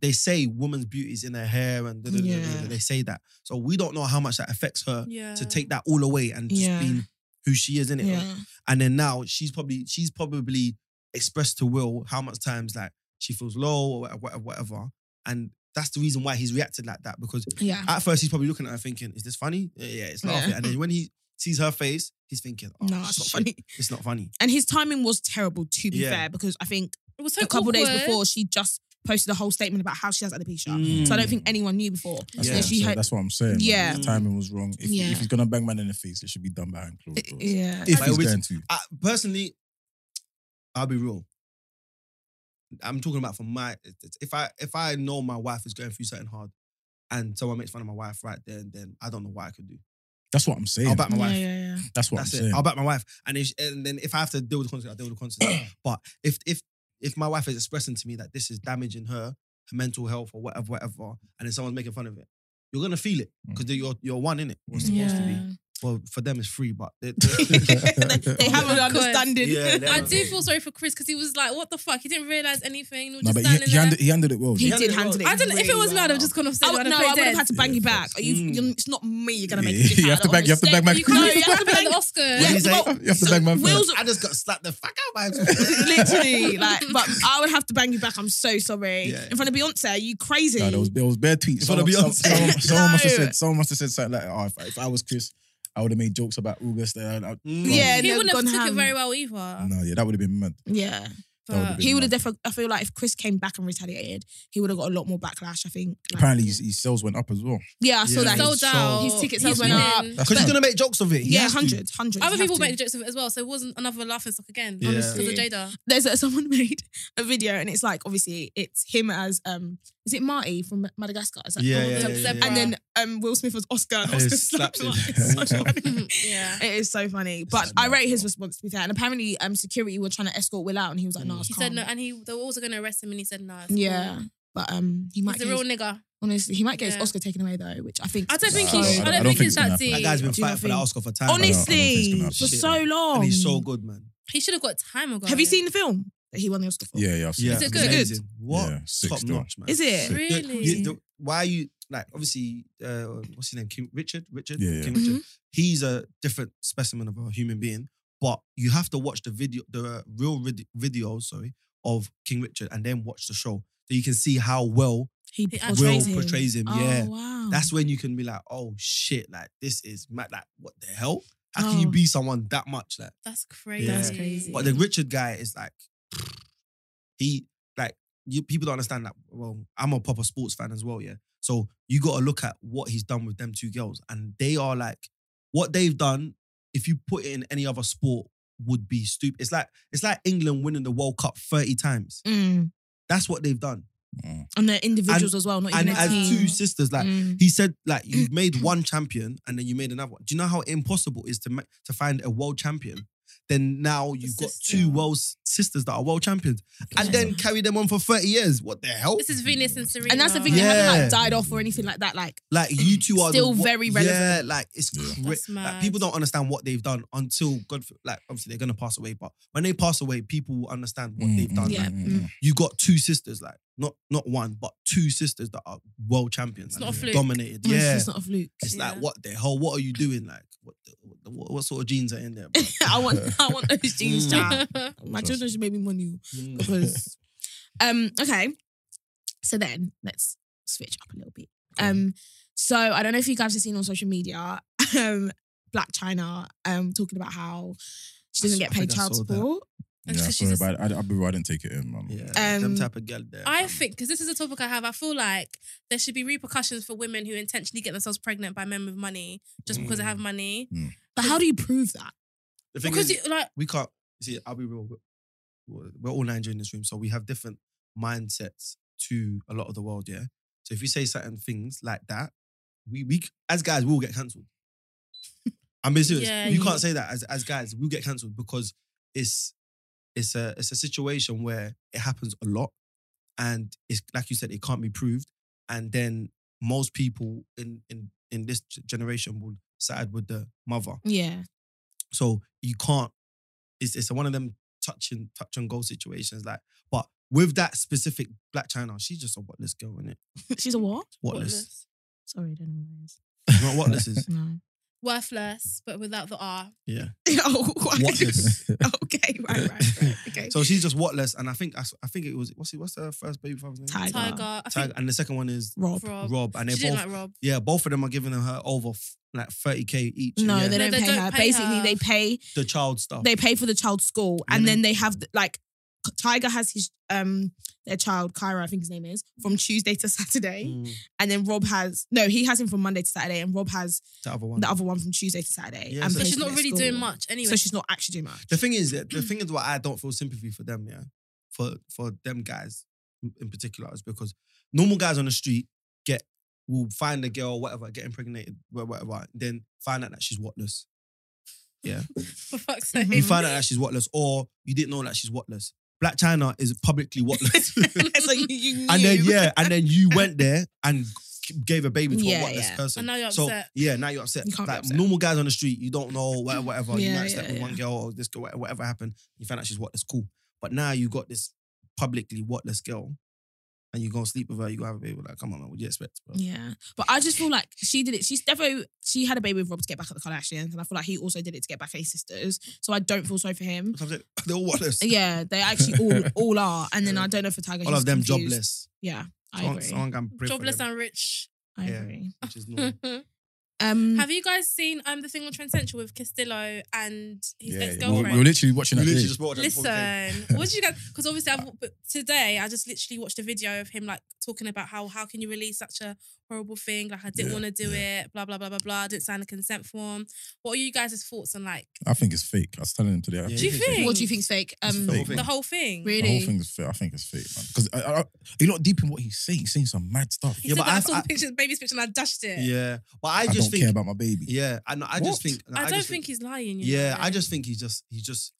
Speaker 3: they say women's beauty is in their hair and da- da- da- da- da-
Speaker 2: Yeah.
Speaker 3: they say that. So we don't know how much that affects her
Speaker 1: Yeah.
Speaker 3: to take that all away and just
Speaker 2: Yeah.
Speaker 3: being who she is in it.
Speaker 2: yeah.
Speaker 3: And then now she's probably she's probably expressed to Will how much times like she feels low or whatever, whatever, whatever. And that's the reason why he's reacted like that because
Speaker 2: Yeah.
Speaker 3: at first he's probably looking at her thinking, "Is this funny?" Yeah, yeah, it's laughing.
Speaker 2: Yeah.
Speaker 3: And then when he sees her face, he's thinking, oh,
Speaker 2: no,
Speaker 3: shit,
Speaker 2: it's not funny.
Speaker 3: It's not funny.
Speaker 2: And his timing was terrible, to be
Speaker 3: Yeah.
Speaker 2: fair, because I think
Speaker 1: It was so
Speaker 2: a couple days
Speaker 1: awkward.
Speaker 2: before she just posted a whole statement about how she has alopecia.
Speaker 3: Mm.
Speaker 2: So I don't think anyone knew before.
Speaker 4: That's,
Speaker 3: Yeah.
Speaker 4: what, I'm
Speaker 2: So she
Speaker 4: saying.
Speaker 2: had,
Speaker 4: That's what I'm saying. man.
Speaker 2: Yeah.
Speaker 4: The timing was wrong. If,
Speaker 2: Yeah.
Speaker 4: if he's gonna bang man in the face, it should be done behind closed doors.
Speaker 2: yeah.
Speaker 4: If
Speaker 3: Like,
Speaker 4: he's
Speaker 3: which-
Speaker 4: going to,
Speaker 3: I, personally, I'll be real. I'm talking about from my if I if I know my wife is going through something hard, and someone makes fun of my wife right there and then, I don't know what I could do.
Speaker 4: that's what I'm saying.
Speaker 3: I'll back my wife.
Speaker 2: yeah,
Speaker 4: That's what
Speaker 3: That's
Speaker 4: I'm
Speaker 3: it.
Speaker 4: saying.
Speaker 3: I'll back my wife, and if, and then if I have to deal with the consequences, I deal with the
Speaker 4: *clears throat*
Speaker 3: consequences. but if if if my wife is expressing to me that this is damaging her, her mental health or whatever, whatever, and then someone's making fun of it, you're gonna feel it
Speaker 4: Mm.
Speaker 3: because you're you're one in it. Or
Speaker 2: Mm.
Speaker 3: supposed to be. Well, for them it's free,
Speaker 4: *laughs*
Speaker 3: but
Speaker 2: *laughs*
Speaker 3: they, *laughs*
Speaker 2: yeah. they, they have an
Speaker 1: Of course.
Speaker 2: understanding.
Speaker 3: Yeah, they
Speaker 1: I
Speaker 3: have-
Speaker 1: do feel sorry for Chris because he was like, "What the fuck?" He didn't realize anything. He was
Speaker 4: no,
Speaker 1: just
Speaker 4: but he,
Speaker 1: standing
Speaker 4: he,
Speaker 1: there.
Speaker 4: handled, he handled it well.
Speaker 2: He
Speaker 4: though.
Speaker 2: did handle it.
Speaker 1: I don't. know. If it was me, I'd have just gone off.
Speaker 2: I would, no, I would have had to bang you
Speaker 4: Yeah,
Speaker 2: back. Are you,
Speaker 3: Mm.
Speaker 2: you, it's not me. You're gonna make
Speaker 4: Yeah. *laughs*
Speaker 2: a dick
Speaker 4: You
Speaker 2: out
Speaker 4: have to
Speaker 2: of
Speaker 4: bag- you have to
Speaker 2: honestly.
Speaker 4: bag my- *laughs*
Speaker 1: You can't
Speaker 2: No,
Speaker 1: even
Speaker 2: you have to
Speaker 1: be at
Speaker 2: bang-
Speaker 1: the Oscar.
Speaker 2: Yeah,
Speaker 3: you say?
Speaker 2: well,
Speaker 4: You have to bang my back.
Speaker 2: Will's
Speaker 3: I just got slapped the fuck out *laughs* by
Speaker 2: literally like, but I would have to bang you back. I'm so sorry.
Speaker 3: Yeah.
Speaker 2: In front of Beyonce, are you crazy?
Speaker 4: No, there was there was bare tweets.
Speaker 3: It's gonna
Speaker 4: Someone,
Speaker 3: be
Speaker 4: some-
Speaker 3: on-
Speaker 4: someone, someone must have
Speaker 2: No.
Speaker 4: said someone must have said something like, "Oh, if, if I was Chris, I would have made jokes about August." And I, I,
Speaker 2: Yeah,
Speaker 1: He
Speaker 2: no,
Speaker 1: wouldn't have
Speaker 2: gone
Speaker 1: took it
Speaker 2: ham.
Speaker 1: very well either.
Speaker 4: no, yeah, that would have been mad.
Speaker 2: Yeah,
Speaker 4: that would've
Speaker 1: But
Speaker 4: been-
Speaker 2: he would have definitely. I feel like if Chris came back and retaliated, he would have got a lot more backlash. I think. Like-
Speaker 4: Apparently, his, his sales went up as well.
Speaker 2: yeah, I saw
Speaker 3: Yeah.
Speaker 2: that.
Speaker 3: So
Speaker 1: sold
Speaker 2: His-
Speaker 1: out.
Speaker 2: his tickets
Speaker 1: He's
Speaker 2: went up.
Speaker 1: winning.
Speaker 4: That's
Speaker 3: Because he's
Speaker 4: mad.
Speaker 3: gonna make jokes of it. He
Speaker 2: yeah,
Speaker 3: has to.
Speaker 2: hundreds, hundreds.
Speaker 1: Other
Speaker 2: you have
Speaker 1: people
Speaker 2: to.
Speaker 1: made jokes of it as well, so it wasn't another laughing stock again.
Speaker 3: Yeah.
Speaker 1: Honestly, because of
Speaker 2: Yeah.
Speaker 1: Jada. *laughs*
Speaker 2: there's a, *laughs* someone made a video and it's like obviously it's him as um is it Marty from Madagascar? It's like,
Speaker 3: Yeah,
Speaker 2: oh,
Speaker 3: yeah,
Speaker 2: the-
Speaker 3: yeah, yeah, yeah.
Speaker 2: And then um Will Smith was Oscar and
Speaker 3: I
Speaker 2: Oscar
Speaker 3: slapped
Speaker 2: slapped him. Like, *laughs* it's
Speaker 3: him.
Speaker 2: so
Speaker 1: *laughs*
Speaker 2: funny.
Speaker 1: yeah.
Speaker 2: It is so funny, but
Speaker 4: It's
Speaker 2: I rate his
Speaker 4: mad.
Speaker 2: response to be fair. And apparently, um, security were trying to escort Will out, and he was like, "No, it's
Speaker 1: He said
Speaker 2: calm.
Speaker 1: no, and he they were also going to arrest him, and he said no. it's
Speaker 2: yeah,
Speaker 1: cool.
Speaker 2: but um, he might
Speaker 1: he's a
Speaker 2: get
Speaker 1: real
Speaker 2: his,
Speaker 1: nigga.
Speaker 2: honestly he might get
Speaker 1: Yeah.
Speaker 2: his Oscar taken away though, which I think
Speaker 1: I don't think he.
Speaker 4: Nah, I
Speaker 1: I
Speaker 4: don't-
Speaker 1: don't,
Speaker 4: I don't
Speaker 1: think,
Speaker 4: think
Speaker 1: it's
Speaker 4: so, no.
Speaker 1: that deep.
Speaker 3: That guy's been
Speaker 2: Do you
Speaker 3: fighting for the
Speaker 2: think-
Speaker 3: Oscar for time.
Speaker 4: don't- I don't think it's
Speaker 2: honestly
Speaker 4: gonna
Speaker 2: for
Speaker 4: happen.
Speaker 2: so long.
Speaker 3: and he's so good, man.
Speaker 1: He should have got time ago.
Speaker 2: Have you seen the film that he won the Oscar for?
Speaker 4: Yeah, yeah. I've seen
Speaker 1: Is it good?
Speaker 3: amazing. What
Speaker 4: Yeah, sick
Speaker 3: top
Speaker 4: still.
Speaker 3: notch, man.
Speaker 2: Is it?
Speaker 4: Sick.
Speaker 3: The-
Speaker 1: Really?
Speaker 3: you- the- why are you like obviously uh, what's his name? King Richard? Richard?
Speaker 4: Yeah, yeah.
Speaker 3: King Richard. He's a different specimen of a human being, but you have to watch the video, the uh, real vid- videos, sorry, of King Richard, and then watch the show so you can see how well
Speaker 2: He
Speaker 1: Will
Speaker 2: portrays him.
Speaker 3: Will portrays him.
Speaker 2: Oh,
Speaker 3: yeah,
Speaker 2: wow.
Speaker 3: that's when you can be like, oh shit, like this is mad. Like what the hell? How can
Speaker 2: Oh.
Speaker 3: you be someone that much? Like,
Speaker 1: That's crazy.
Speaker 3: That's
Speaker 2: crazy.
Speaker 3: but the Richard guy is like, *sniffs* he like you people don't understand that. Well, I'm a proper sports fan as well, yeah. So you got to look at what he's done with them two girls, and they are like what they've done. If you put it in any other sport, would be stupid. It's like it's like England winning the World Cup thirty times.
Speaker 2: Mm.
Speaker 3: That's what they've done,
Speaker 4: Mm.
Speaker 2: And they're individuals as well, not
Speaker 3: and
Speaker 2: even a
Speaker 3: as
Speaker 2: team.
Speaker 3: two sisters, like
Speaker 2: Mm.
Speaker 3: he said like you
Speaker 1: *clears throat*
Speaker 3: made one champion and then you made another one. Do you know how impossible it is to ma- to find a world champion? Then now you've got
Speaker 1: sister.
Speaker 3: two world s- sisters that are world champions, and
Speaker 4: Mm,
Speaker 3: then carry them on for thirty years. What the hell?
Speaker 1: This is Venus and Serena.
Speaker 2: And that's the thing,
Speaker 3: Yeah.
Speaker 2: they haven't like died off or anything like that. Like,
Speaker 3: Like you two are the
Speaker 2: Still
Speaker 3: wo-
Speaker 2: very
Speaker 3: Yeah,
Speaker 2: relevant.
Speaker 3: like it's
Speaker 4: Yeah.
Speaker 3: cra-
Speaker 1: That's
Speaker 3: like,
Speaker 1: mad.
Speaker 3: uh, people don't understand what they've done until God. for- Like obviously they're gonna pass away, but when they pass away, people will understand what they've done.
Speaker 2: Yeah.
Speaker 3: Like,
Speaker 4: mm, mm.
Speaker 3: you got two sisters, like not not one, but two sisters that are world champions.
Speaker 1: It's
Speaker 3: like,
Speaker 1: not a fluke.
Speaker 3: dominated.
Speaker 2: honestly,
Speaker 3: Yeah,
Speaker 2: it's not a fluke.
Speaker 3: It's like,
Speaker 1: Yeah.
Speaker 3: what the hell? What are you doing? Like, what the, what, the, what, what sort of genes are in there? bro?
Speaker 2: *laughs* I want, I want those jeans.
Speaker 3: *laughs* Mm.
Speaker 2: child.
Speaker 1: yeah.
Speaker 2: My
Speaker 4: Trust.
Speaker 2: children should make me money *laughs*
Speaker 3: Mm.
Speaker 2: because, um, okay. So then let's switch up a little bit. Um, so I don't know if you guys have seen on social media, *laughs* um, Black China, um, talking about how she doesn't
Speaker 3: I
Speaker 2: get
Speaker 3: saw- I
Speaker 2: paid
Speaker 3: think I
Speaker 2: child
Speaker 3: saw that.
Speaker 2: support.
Speaker 1: And
Speaker 4: Yeah,
Speaker 1: so she's
Speaker 4: sorry
Speaker 1: just-
Speaker 4: about it. I, I, I didn't take it in, man.
Speaker 3: *laughs*
Speaker 4: *laughs*
Speaker 3: Yeah,
Speaker 2: Um,
Speaker 3: them type of girl there.
Speaker 1: *laughs* I
Speaker 3: fam.
Speaker 1: think because this is a topic I have, I feel like there should be repercussions for women who intentionally get themselves pregnant by men with money just because they have money.
Speaker 2: But how do you prove that?
Speaker 3: the Mm. thing
Speaker 1: Because
Speaker 3: is,
Speaker 1: you like
Speaker 3: we can't see. I'll be real. We're, we're all Nigerian in this room, so we have different mindsets to a lot of the world. Yeah. So if you say certain things like that, we we c- as guys we'll get cancelled. I'm being serious.
Speaker 1: Yeah,
Speaker 3: you
Speaker 1: you-
Speaker 3: can't say that as as guys we'll get cancelled because it's it's a it's a situation where it happens a lot, and it's like you said, it can't be proved, and then most people in in in this g- generation will side with the mother.
Speaker 2: Yeah.
Speaker 3: So you can't. It's it's one of them touch and touch and go situations. Like, but with that specific Black China, she's just a whatless girl, isn't it?
Speaker 2: *laughs* She's a what?
Speaker 3: Whatless.
Speaker 2: Sorry, I don't know what that is. *laughs*
Speaker 3: You know what whatless is?
Speaker 2: No.
Speaker 1: worthless, but without the R.
Speaker 3: Yeah.
Speaker 2: *laughs* oh,
Speaker 3: Whatless.
Speaker 2: *laughs* okay, right, right, *laughs* right. Okay.
Speaker 3: so she's just whatless, and I think I, I think it was what's it, what's her first baby father's name?
Speaker 2: Tiger.
Speaker 1: Tiger. I
Speaker 3: uh, Tiger,
Speaker 1: think
Speaker 3: and the second one is
Speaker 2: Rob.
Speaker 1: Rob.
Speaker 3: Rob, and they
Speaker 1: She
Speaker 3: both
Speaker 1: didn't like
Speaker 3: *laughs*
Speaker 1: Rob.
Speaker 3: yeah, both of them are giving her over f- like thirty k each.
Speaker 2: No,
Speaker 3: yeah,
Speaker 2: they don't
Speaker 1: No, they
Speaker 2: pay
Speaker 1: don't
Speaker 2: her.
Speaker 1: pay
Speaker 2: Basically,
Speaker 1: her.
Speaker 2: they pay
Speaker 3: the child stuff.
Speaker 2: they pay for the child's school,
Speaker 3: Yeah,
Speaker 2: and
Speaker 3: they-
Speaker 2: then they have like Tiger has his um their child Kyra, I think his name is, from Tuesday to *laughs* Saturday,
Speaker 3: Mm,
Speaker 2: and then Rob has no, he has him from Monday to Saturday, and Rob has
Speaker 3: the other one.
Speaker 2: the other one from Tuesday to Saturday.
Speaker 3: Yeah,
Speaker 2: and
Speaker 3: so-
Speaker 1: But
Speaker 2: pays
Speaker 1: she's
Speaker 2: for
Speaker 1: not
Speaker 2: their
Speaker 1: really
Speaker 2: school.
Speaker 1: doing much anyway.
Speaker 2: So she's not actually doing
Speaker 3: *laughs*
Speaker 2: much.
Speaker 3: The thing is, the thing is, what I don't feel sympathy for them, yeah, for for them guys in particular, is because normal guys on the street get will find a girl, whatever, get impregnated, wha- whatever, then find out that she's whatless.
Speaker 1: For fuck's
Speaker 3: *laughs*
Speaker 1: sake. *laughs*
Speaker 3: You find out that she's whatless, or you didn't know that she's whatless. Black China is publicly
Speaker 1: *laughs*
Speaker 2: *laughs*
Speaker 3: whatless,
Speaker 2: so you, you knew.
Speaker 3: and then yeah, and then you went there and g- gave a baby to
Speaker 2: Yeah,
Speaker 3: a whatless
Speaker 2: yeah.
Speaker 3: person.
Speaker 1: And now you're
Speaker 3: so
Speaker 1: upset.
Speaker 3: yeah, now you're upset.
Speaker 2: You can't be
Speaker 3: like
Speaker 2: upset. Mm.
Speaker 3: normal guys on the street, you don't know whatever, whatever. you
Speaker 2: Yeah,
Speaker 3: might step
Speaker 2: yeah,
Speaker 3: with
Speaker 2: yeah.
Speaker 3: one girl or this girl, wha- whatever happened. You found out she's what. That's cool. But now you got this publicly whatless girl, and you go and sleep with her. You go have a baby. Like, come on, man, what do you expect? *laughs* Bro?
Speaker 2: Yeah, but I just feel like she did it. She's definitely she had a baby with Rob to get back at the Kardashians, and I feel like he also did it to get back at his sisters. So I don't feel sorry for
Speaker 3: *laughs*
Speaker 2: him.
Speaker 3: That's what I'm saying. They're all whatless.
Speaker 2: Yeah, they actually all all are, and then I don't know for Tiger.
Speaker 3: *laughs* all
Speaker 2: she's
Speaker 3: of them
Speaker 2: confused.
Speaker 3: jobless.
Speaker 2: Yeah, I
Speaker 3: Someone,
Speaker 2: agree.
Speaker 3: someone can pray *laughs*
Speaker 1: Jobless
Speaker 3: for them,
Speaker 1: and rich.
Speaker 2: I
Speaker 3: yeah.
Speaker 2: agree. *laughs*
Speaker 3: which is normal.
Speaker 1: *laughs*
Speaker 2: Um,
Speaker 1: Have you guys seen um the thing on Trend Central with Castillo and his
Speaker 4: yeah,
Speaker 1: ex
Speaker 4: yeah. We,
Speaker 1: girlfriend?
Speaker 4: we were literally watching
Speaker 3: You
Speaker 4: that.
Speaker 3: literally
Speaker 4: today.
Speaker 3: just brought her before we came.
Speaker 1: Listen,
Speaker 2: *laughs*
Speaker 1: what did you guys? Because obviously, I've, but today I just literally watched a video of him like talking about how how can you release such a horrible thing? Like I didn't
Speaker 4: Yeah,
Speaker 1: want to do it. Blah blah blah blah blah. I didn't sign a consent form. What are you guys' thoughts on like
Speaker 4: I think it's fake. I was telling him today. I
Speaker 3: Yeah,
Speaker 4: think
Speaker 1: Do you
Speaker 4: it's
Speaker 1: think?
Speaker 4: fake.
Speaker 2: what do you think's fake?
Speaker 4: It's
Speaker 2: Um,
Speaker 4: fake, man.
Speaker 1: the whole thing?
Speaker 2: Really?
Speaker 4: The whole thing is fake. I think it's fake, man. Because I, I, you're not deep in what he's saying. He's saying some mad stuff.
Speaker 1: He
Speaker 3: Yeah,
Speaker 1: said
Speaker 3: but
Speaker 1: that I,
Speaker 3: I-
Speaker 1: saw
Speaker 3: I-
Speaker 1: the picture, the baby's picture, and I dashed it.
Speaker 3: Yeah, but I
Speaker 4: I,
Speaker 3: just
Speaker 4: don't
Speaker 3: think.
Speaker 4: care about my baby.
Speaker 3: yeah, I know. I just
Speaker 4: What?
Speaker 3: think. no,
Speaker 1: I, don't
Speaker 3: just
Speaker 1: think he's lying. You
Speaker 3: Yeah,
Speaker 1: know?
Speaker 3: I just think he's just. He's just.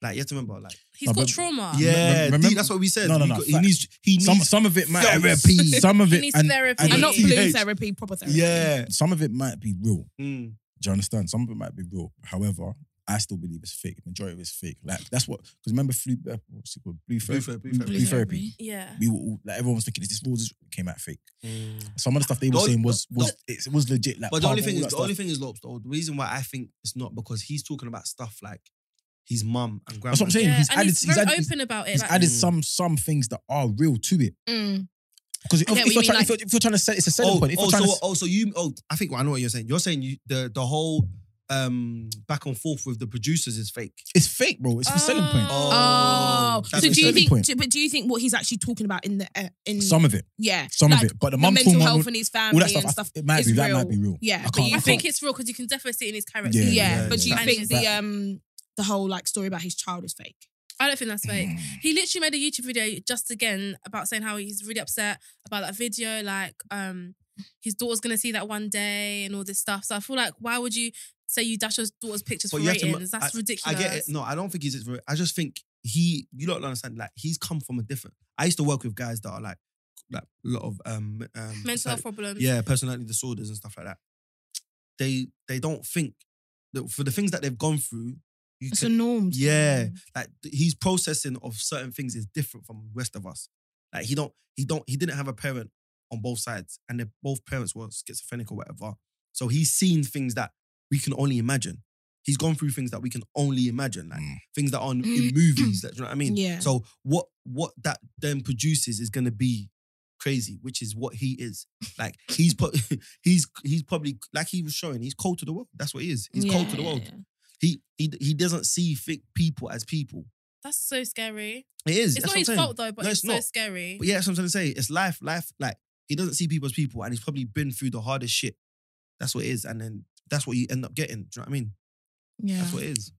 Speaker 3: Like you have to remember, like
Speaker 1: he's
Speaker 4: No,
Speaker 1: got
Speaker 4: but-
Speaker 1: trauma.
Speaker 3: yeah,
Speaker 4: Uh, remember-
Speaker 3: D, that's what we said.
Speaker 4: No, no,
Speaker 3: We
Speaker 4: no,
Speaker 3: got- He
Speaker 4: fact.
Speaker 3: needs. He needs.
Speaker 4: Some some of it might
Speaker 3: Therapy.
Speaker 4: Some of
Speaker 1: He
Speaker 4: it
Speaker 1: needs
Speaker 4: and,
Speaker 1: therapy.
Speaker 4: and
Speaker 2: and not blue
Speaker 3: TH.
Speaker 2: therapy, proper therapy.
Speaker 3: yeah.
Speaker 4: some of it might be real.
Speaker 3: Mm.
Speaker 4: Do you understand? Some of it might be real. However, I still believe it's fake. Majority of it's fake. Like that's what because remember flu, uh, what's it called? Blue, therapy,
Speaker 3: therapy,
Speaker 4: Blue-
Speaker 3: blue
Speaker 4: blue therapy.
Speaker 1: yeah.
Speaker 4: We were all, like everyone was thinking, is this real? Is this real? It came out fake.
Speaker 3: Mm.
Speaker 4: Some of the stuff they were
Speaker 3: The-
Speaker 4: saying was was
Speaker 3: the-
Speaker 4: it was legit. Like,
Speaker 3: But the only
Speaker 4: palm,
Speaker 3: thing
Speaker 4: all
Speaker 3: is,
Speaker 4: that
Speaker 3: the
Speaker 4: stuff.
Speaker 3: only thing is, Lopes. The reason why I think it's not because he's talking about stuff like his mum and grandma.
Speaker 4: That's what I'm saying.
Speaker 1: Yeah,
Speaker 4: He's
Speaker 1: and
Speaker 4: added-
Speaker 1: he's
Speaker 4: he's
Speaker 1: very
Speaker 4: added-
Speaker 1: open about it.
Speaker 4: He's
Speaker 1: Like,
Speaker 4: added
Speaker 3: Mm.
Speaker 4: some some things that are real to it.
Speaker 2: Mm.
Speaker 4: Because if,
Speaker 2: I get
Speaker 4: if
Speaker 2: what
Speaker 4: you're
Speaker 2: you
Speaker 4: trying,
Speaker 2: mean,
Speaker 4: if, you're, if you're trying to set, it's a selling
Speaker 3: Oh,
Speaker 4: point. If
Speaker 3: oh,
Speaker 4: you're trying
Speaker 3: so,
Speaker 4: to,
Speaker 3: oh, so you. Oh, I think I know what you're saying. You're saying you the the whole um back and forth with the producers is fake.
Speaker 4: it's fake, bro. It's for selling point.
Speaker 1: Oh.
Speaker 2: Oh,
Speaker 3: That's
Speaker 2: so
Speaker 3: a
Speaker 2: do you
Speaker 3: selling
Speaker 2: think?
Speaker 4: point.
Speaker 2: do- but do you think what he's actually talking about in the uh, in
Speaker 4: Some of it,
Speaker 2: yeah
Speaker 4: some
Speaker 2: like,
Speaker 4: of it. But the
Speaker 2: the
Speaker 4: mum
Speaker 2: mental
Speaker 4: trauma,
Speaker 2: health and his family
Speaker 4: all that stuff,
Speaker 2: and
Speaker 4: I-
Speaker 2: stuff
Speaker 4: it might
Speaker 2: is
Speaker 4: be that
Speaker 2: real.
Speaker 4: might be real.
Speaker 2: Yeah,
Speaker 4: I
Speaker 2: but
Speaker 4: can't.
Speaker 2: you
Speaker 1: I
Speaker 4: I
Speaker 1: think
Speaker 4: can't-
Speaker 1: it's real because you can definitely see it in his character.
Speaker 4: Yeah,
Speaker 2: yeah,
Speaker 4: yeah,
Speaker 2: but do you
Speaker 1: yeah.
Speaker 2: think the
Speaker 4: That-
Speaker 2: um the whole like story about his child is fake?
Speaker 1: I don't think that's fake. He literally made a YouTube video just again about saying how he's really upset about that video, like um his daughter's gonna see that one day and all this stuff. So I feel like why would you say you dash your daughter's pictures
Speaker 3: But
Speaker 1: for
Speaker 3: you have to
Speaker 1: ratings?
Speaker 3: mu-
Speaker 1: That's
Speaker 3: I
Speaker 1: ridiculous.
Speaker 3: get it. No, I don't think he's. it's very- I just think he. You don't understand. Like he's come from a different. I used to work with guys that are like like a lot of um, um
Speaker 1: Mental
Speaker 3: personality-
Speaker 1: health problems.
Speaker 3: yeah, personality disorders and stuff like that. They they don't think that for the things that they've gone through. You
Speaker 2: It's
Speaker 3: can,
Speaker 2: a norm. to
Speaker 3: Yeah.
Speaker 2: them.
Speaker 3: like th- his processing of certain things is different from the rest of us. Like he don't, he don't, he didn't have a parent on both sides, and their both parents were schizophrenic or whatever. So he's seen things that we can only imagine. He's gone through things that we can only imagine, like
Speaker 4: Mm.
Speaker 3: things that are on in
Speaker 2: *clears throat*
Speaker 3: movies. That do you know what I mean?
Speaker 2: Yeah.
Speaker 3: So what what that then produces is going to be crazy, which is what he is. Like he's put, *laughs* he's he's probably like he was showing. He's cold to the world. That's what he is. He's cold to the
Speaker 2: Yeah,
Speaker 3: world.
Speaker 2: yeah,
Speaker 3: He he he doesn't see thick people as people.
Speaker 1: That's so scary.
Speaker 3: It is.
Speaker 1: It's
Speaker 3: that's
Speaker 1: not
Speaker 3: what I'm
Speaker 1: his
Speaker 3: saying.
Speaker 1: fault though, but
Speaker 3: No,
Speaker 1: it's,
Speaker 3: it's
Speaker 1: so
Speaker 3: not.
Speaker 1: scary.
Speaker 3: But yeah, that's what I'm trying to say. It's life, life. Like he doesn't see people as people, and he's probably been through the hardest shit. That's what it is, and then that's what you end up getting. Do you know what I mean?
Speaker 2: yeah. *laughs*
Speaker 3: That's what it is.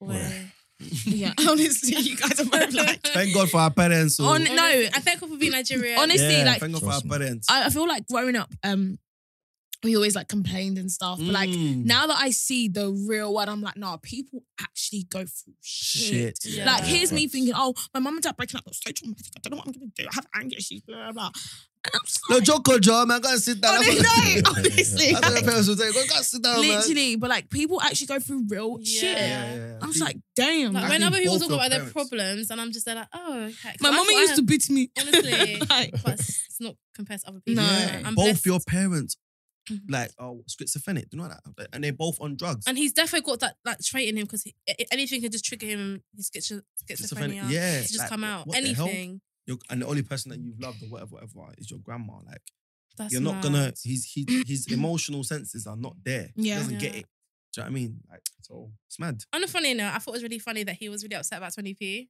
Speaker 1: Boy.
Speaker 3: *laughs*
Speaker 4: Yeah.
Speaker 1: *laughs*
Speaker 2: Yeah, honestly, you guys are both like.
Speaker 4: *laughs*
Speaker 3: Thank God for our parents. so-
Speaker 2: On-
Speaker 1: Honestly,
Speaker 2: No,
Speaker 1: I thank God for
Speaker 3: *laughs*
Speaker 1: being Nigerian.
Speaker 2: Honestly,
Speaker 3: yeah,
Speaker 2: like-
Speaker 3: thank God for our
Speaker 4: Trust me.
Speaker 3: parents.
Speaker 2: I, I feel like growing up, um, we always like complained and stuff. But like
Speaker 3: Mm.
Speaker 2: now that I see the real one, I'm like, nah, people actually go through shit.
Speaker 3: shit.
Speaker 1: Yeah.
Speaker 2: Like here's
Speaker 4: Yeah.
Speaker 2: me thinking, oh, my mum and dad breaking up was so traumatic. I don't know what I'm gonna do. I have anger issues, blah blah. blah. And I'm just
Speaker 3: No,
Speaker 2: like,
Speaker 3: Joko, Joe, man, go and sit down. *laughs* That's
Speaker 2: honestly,
Speaker 3: what-
Speaker 2: no, *laughs* honestly,
Speaker 3: That's what
Speaker 2: like,
Speaker 3: your parents would say. Go, go and sit down, man.
Speaker 2: literally. But like people actually go through real
Speaker 1: Yeah.
Speaker 2: shit.
Speaker 3: Yeah, yeah, yeah.
Speaker 2: I was like, damn.
Speaker 1: Like,
Speaker 3: I
Speaker 2: like,
Speaker 3: think
Speaker 1: when other people
Speaker 3: both
Speaker 1: talk
Speaker 3: your
Speaker 1: about their
Speaker 3: parents-
Speaker 1: problems, and I'm just there like, oh, okay. 'Cause
Speaker 2: my
Speaker 1: I
Speaker 2: mama
Speaker 1: thought
Speaker 2: used
Speaker 1: I-
Speaker 2: to beat me.
Speaker 1: honestly,
Speaker 2: *laughs* Like,
Speaker 1: but it's it's not compared to other people.
Speaker 2: No.
Speaker 1: I'm
Speaker 3: Both
Speaker 1: blessed. Mm-hmm.
Speaker 3: your parents like oh schizophrenic, do you know that? And they're both on drugs.
Speaker 1: And he's definitely got that like trait in him because anything can just trigger him. His schizo- schizophrenia. To
Speaker 3: yeah,
Speaker 1: just
Speaker 3: like,
Speaker 1: come
Speaker 3: what-
Speaker 1: out.
Speaker 3: what the hell?
Speaker 1: anything.
Speaker 3: You're- and the only person that you've loved or whatever, whatever, is your grandma. Like
Speaker 1: That's
Speaker 3: you're not
Speaker 1: mad.
Speaker 3: gonna. His his his
Speaker 1: *clears throat*
Speaker 3: emotional senses are not there.
Speaker 2: Yeah.
Speaker 3: he doesn't get
Speaker 1: Yeah.
Speaker 3: it. Do you know what I mean? Like so,
Speaker 1: *laughs*
Speaker 3: it's mad.
Speaker 1: On a funny note, I thought it was really funny that he was really upset about 20p.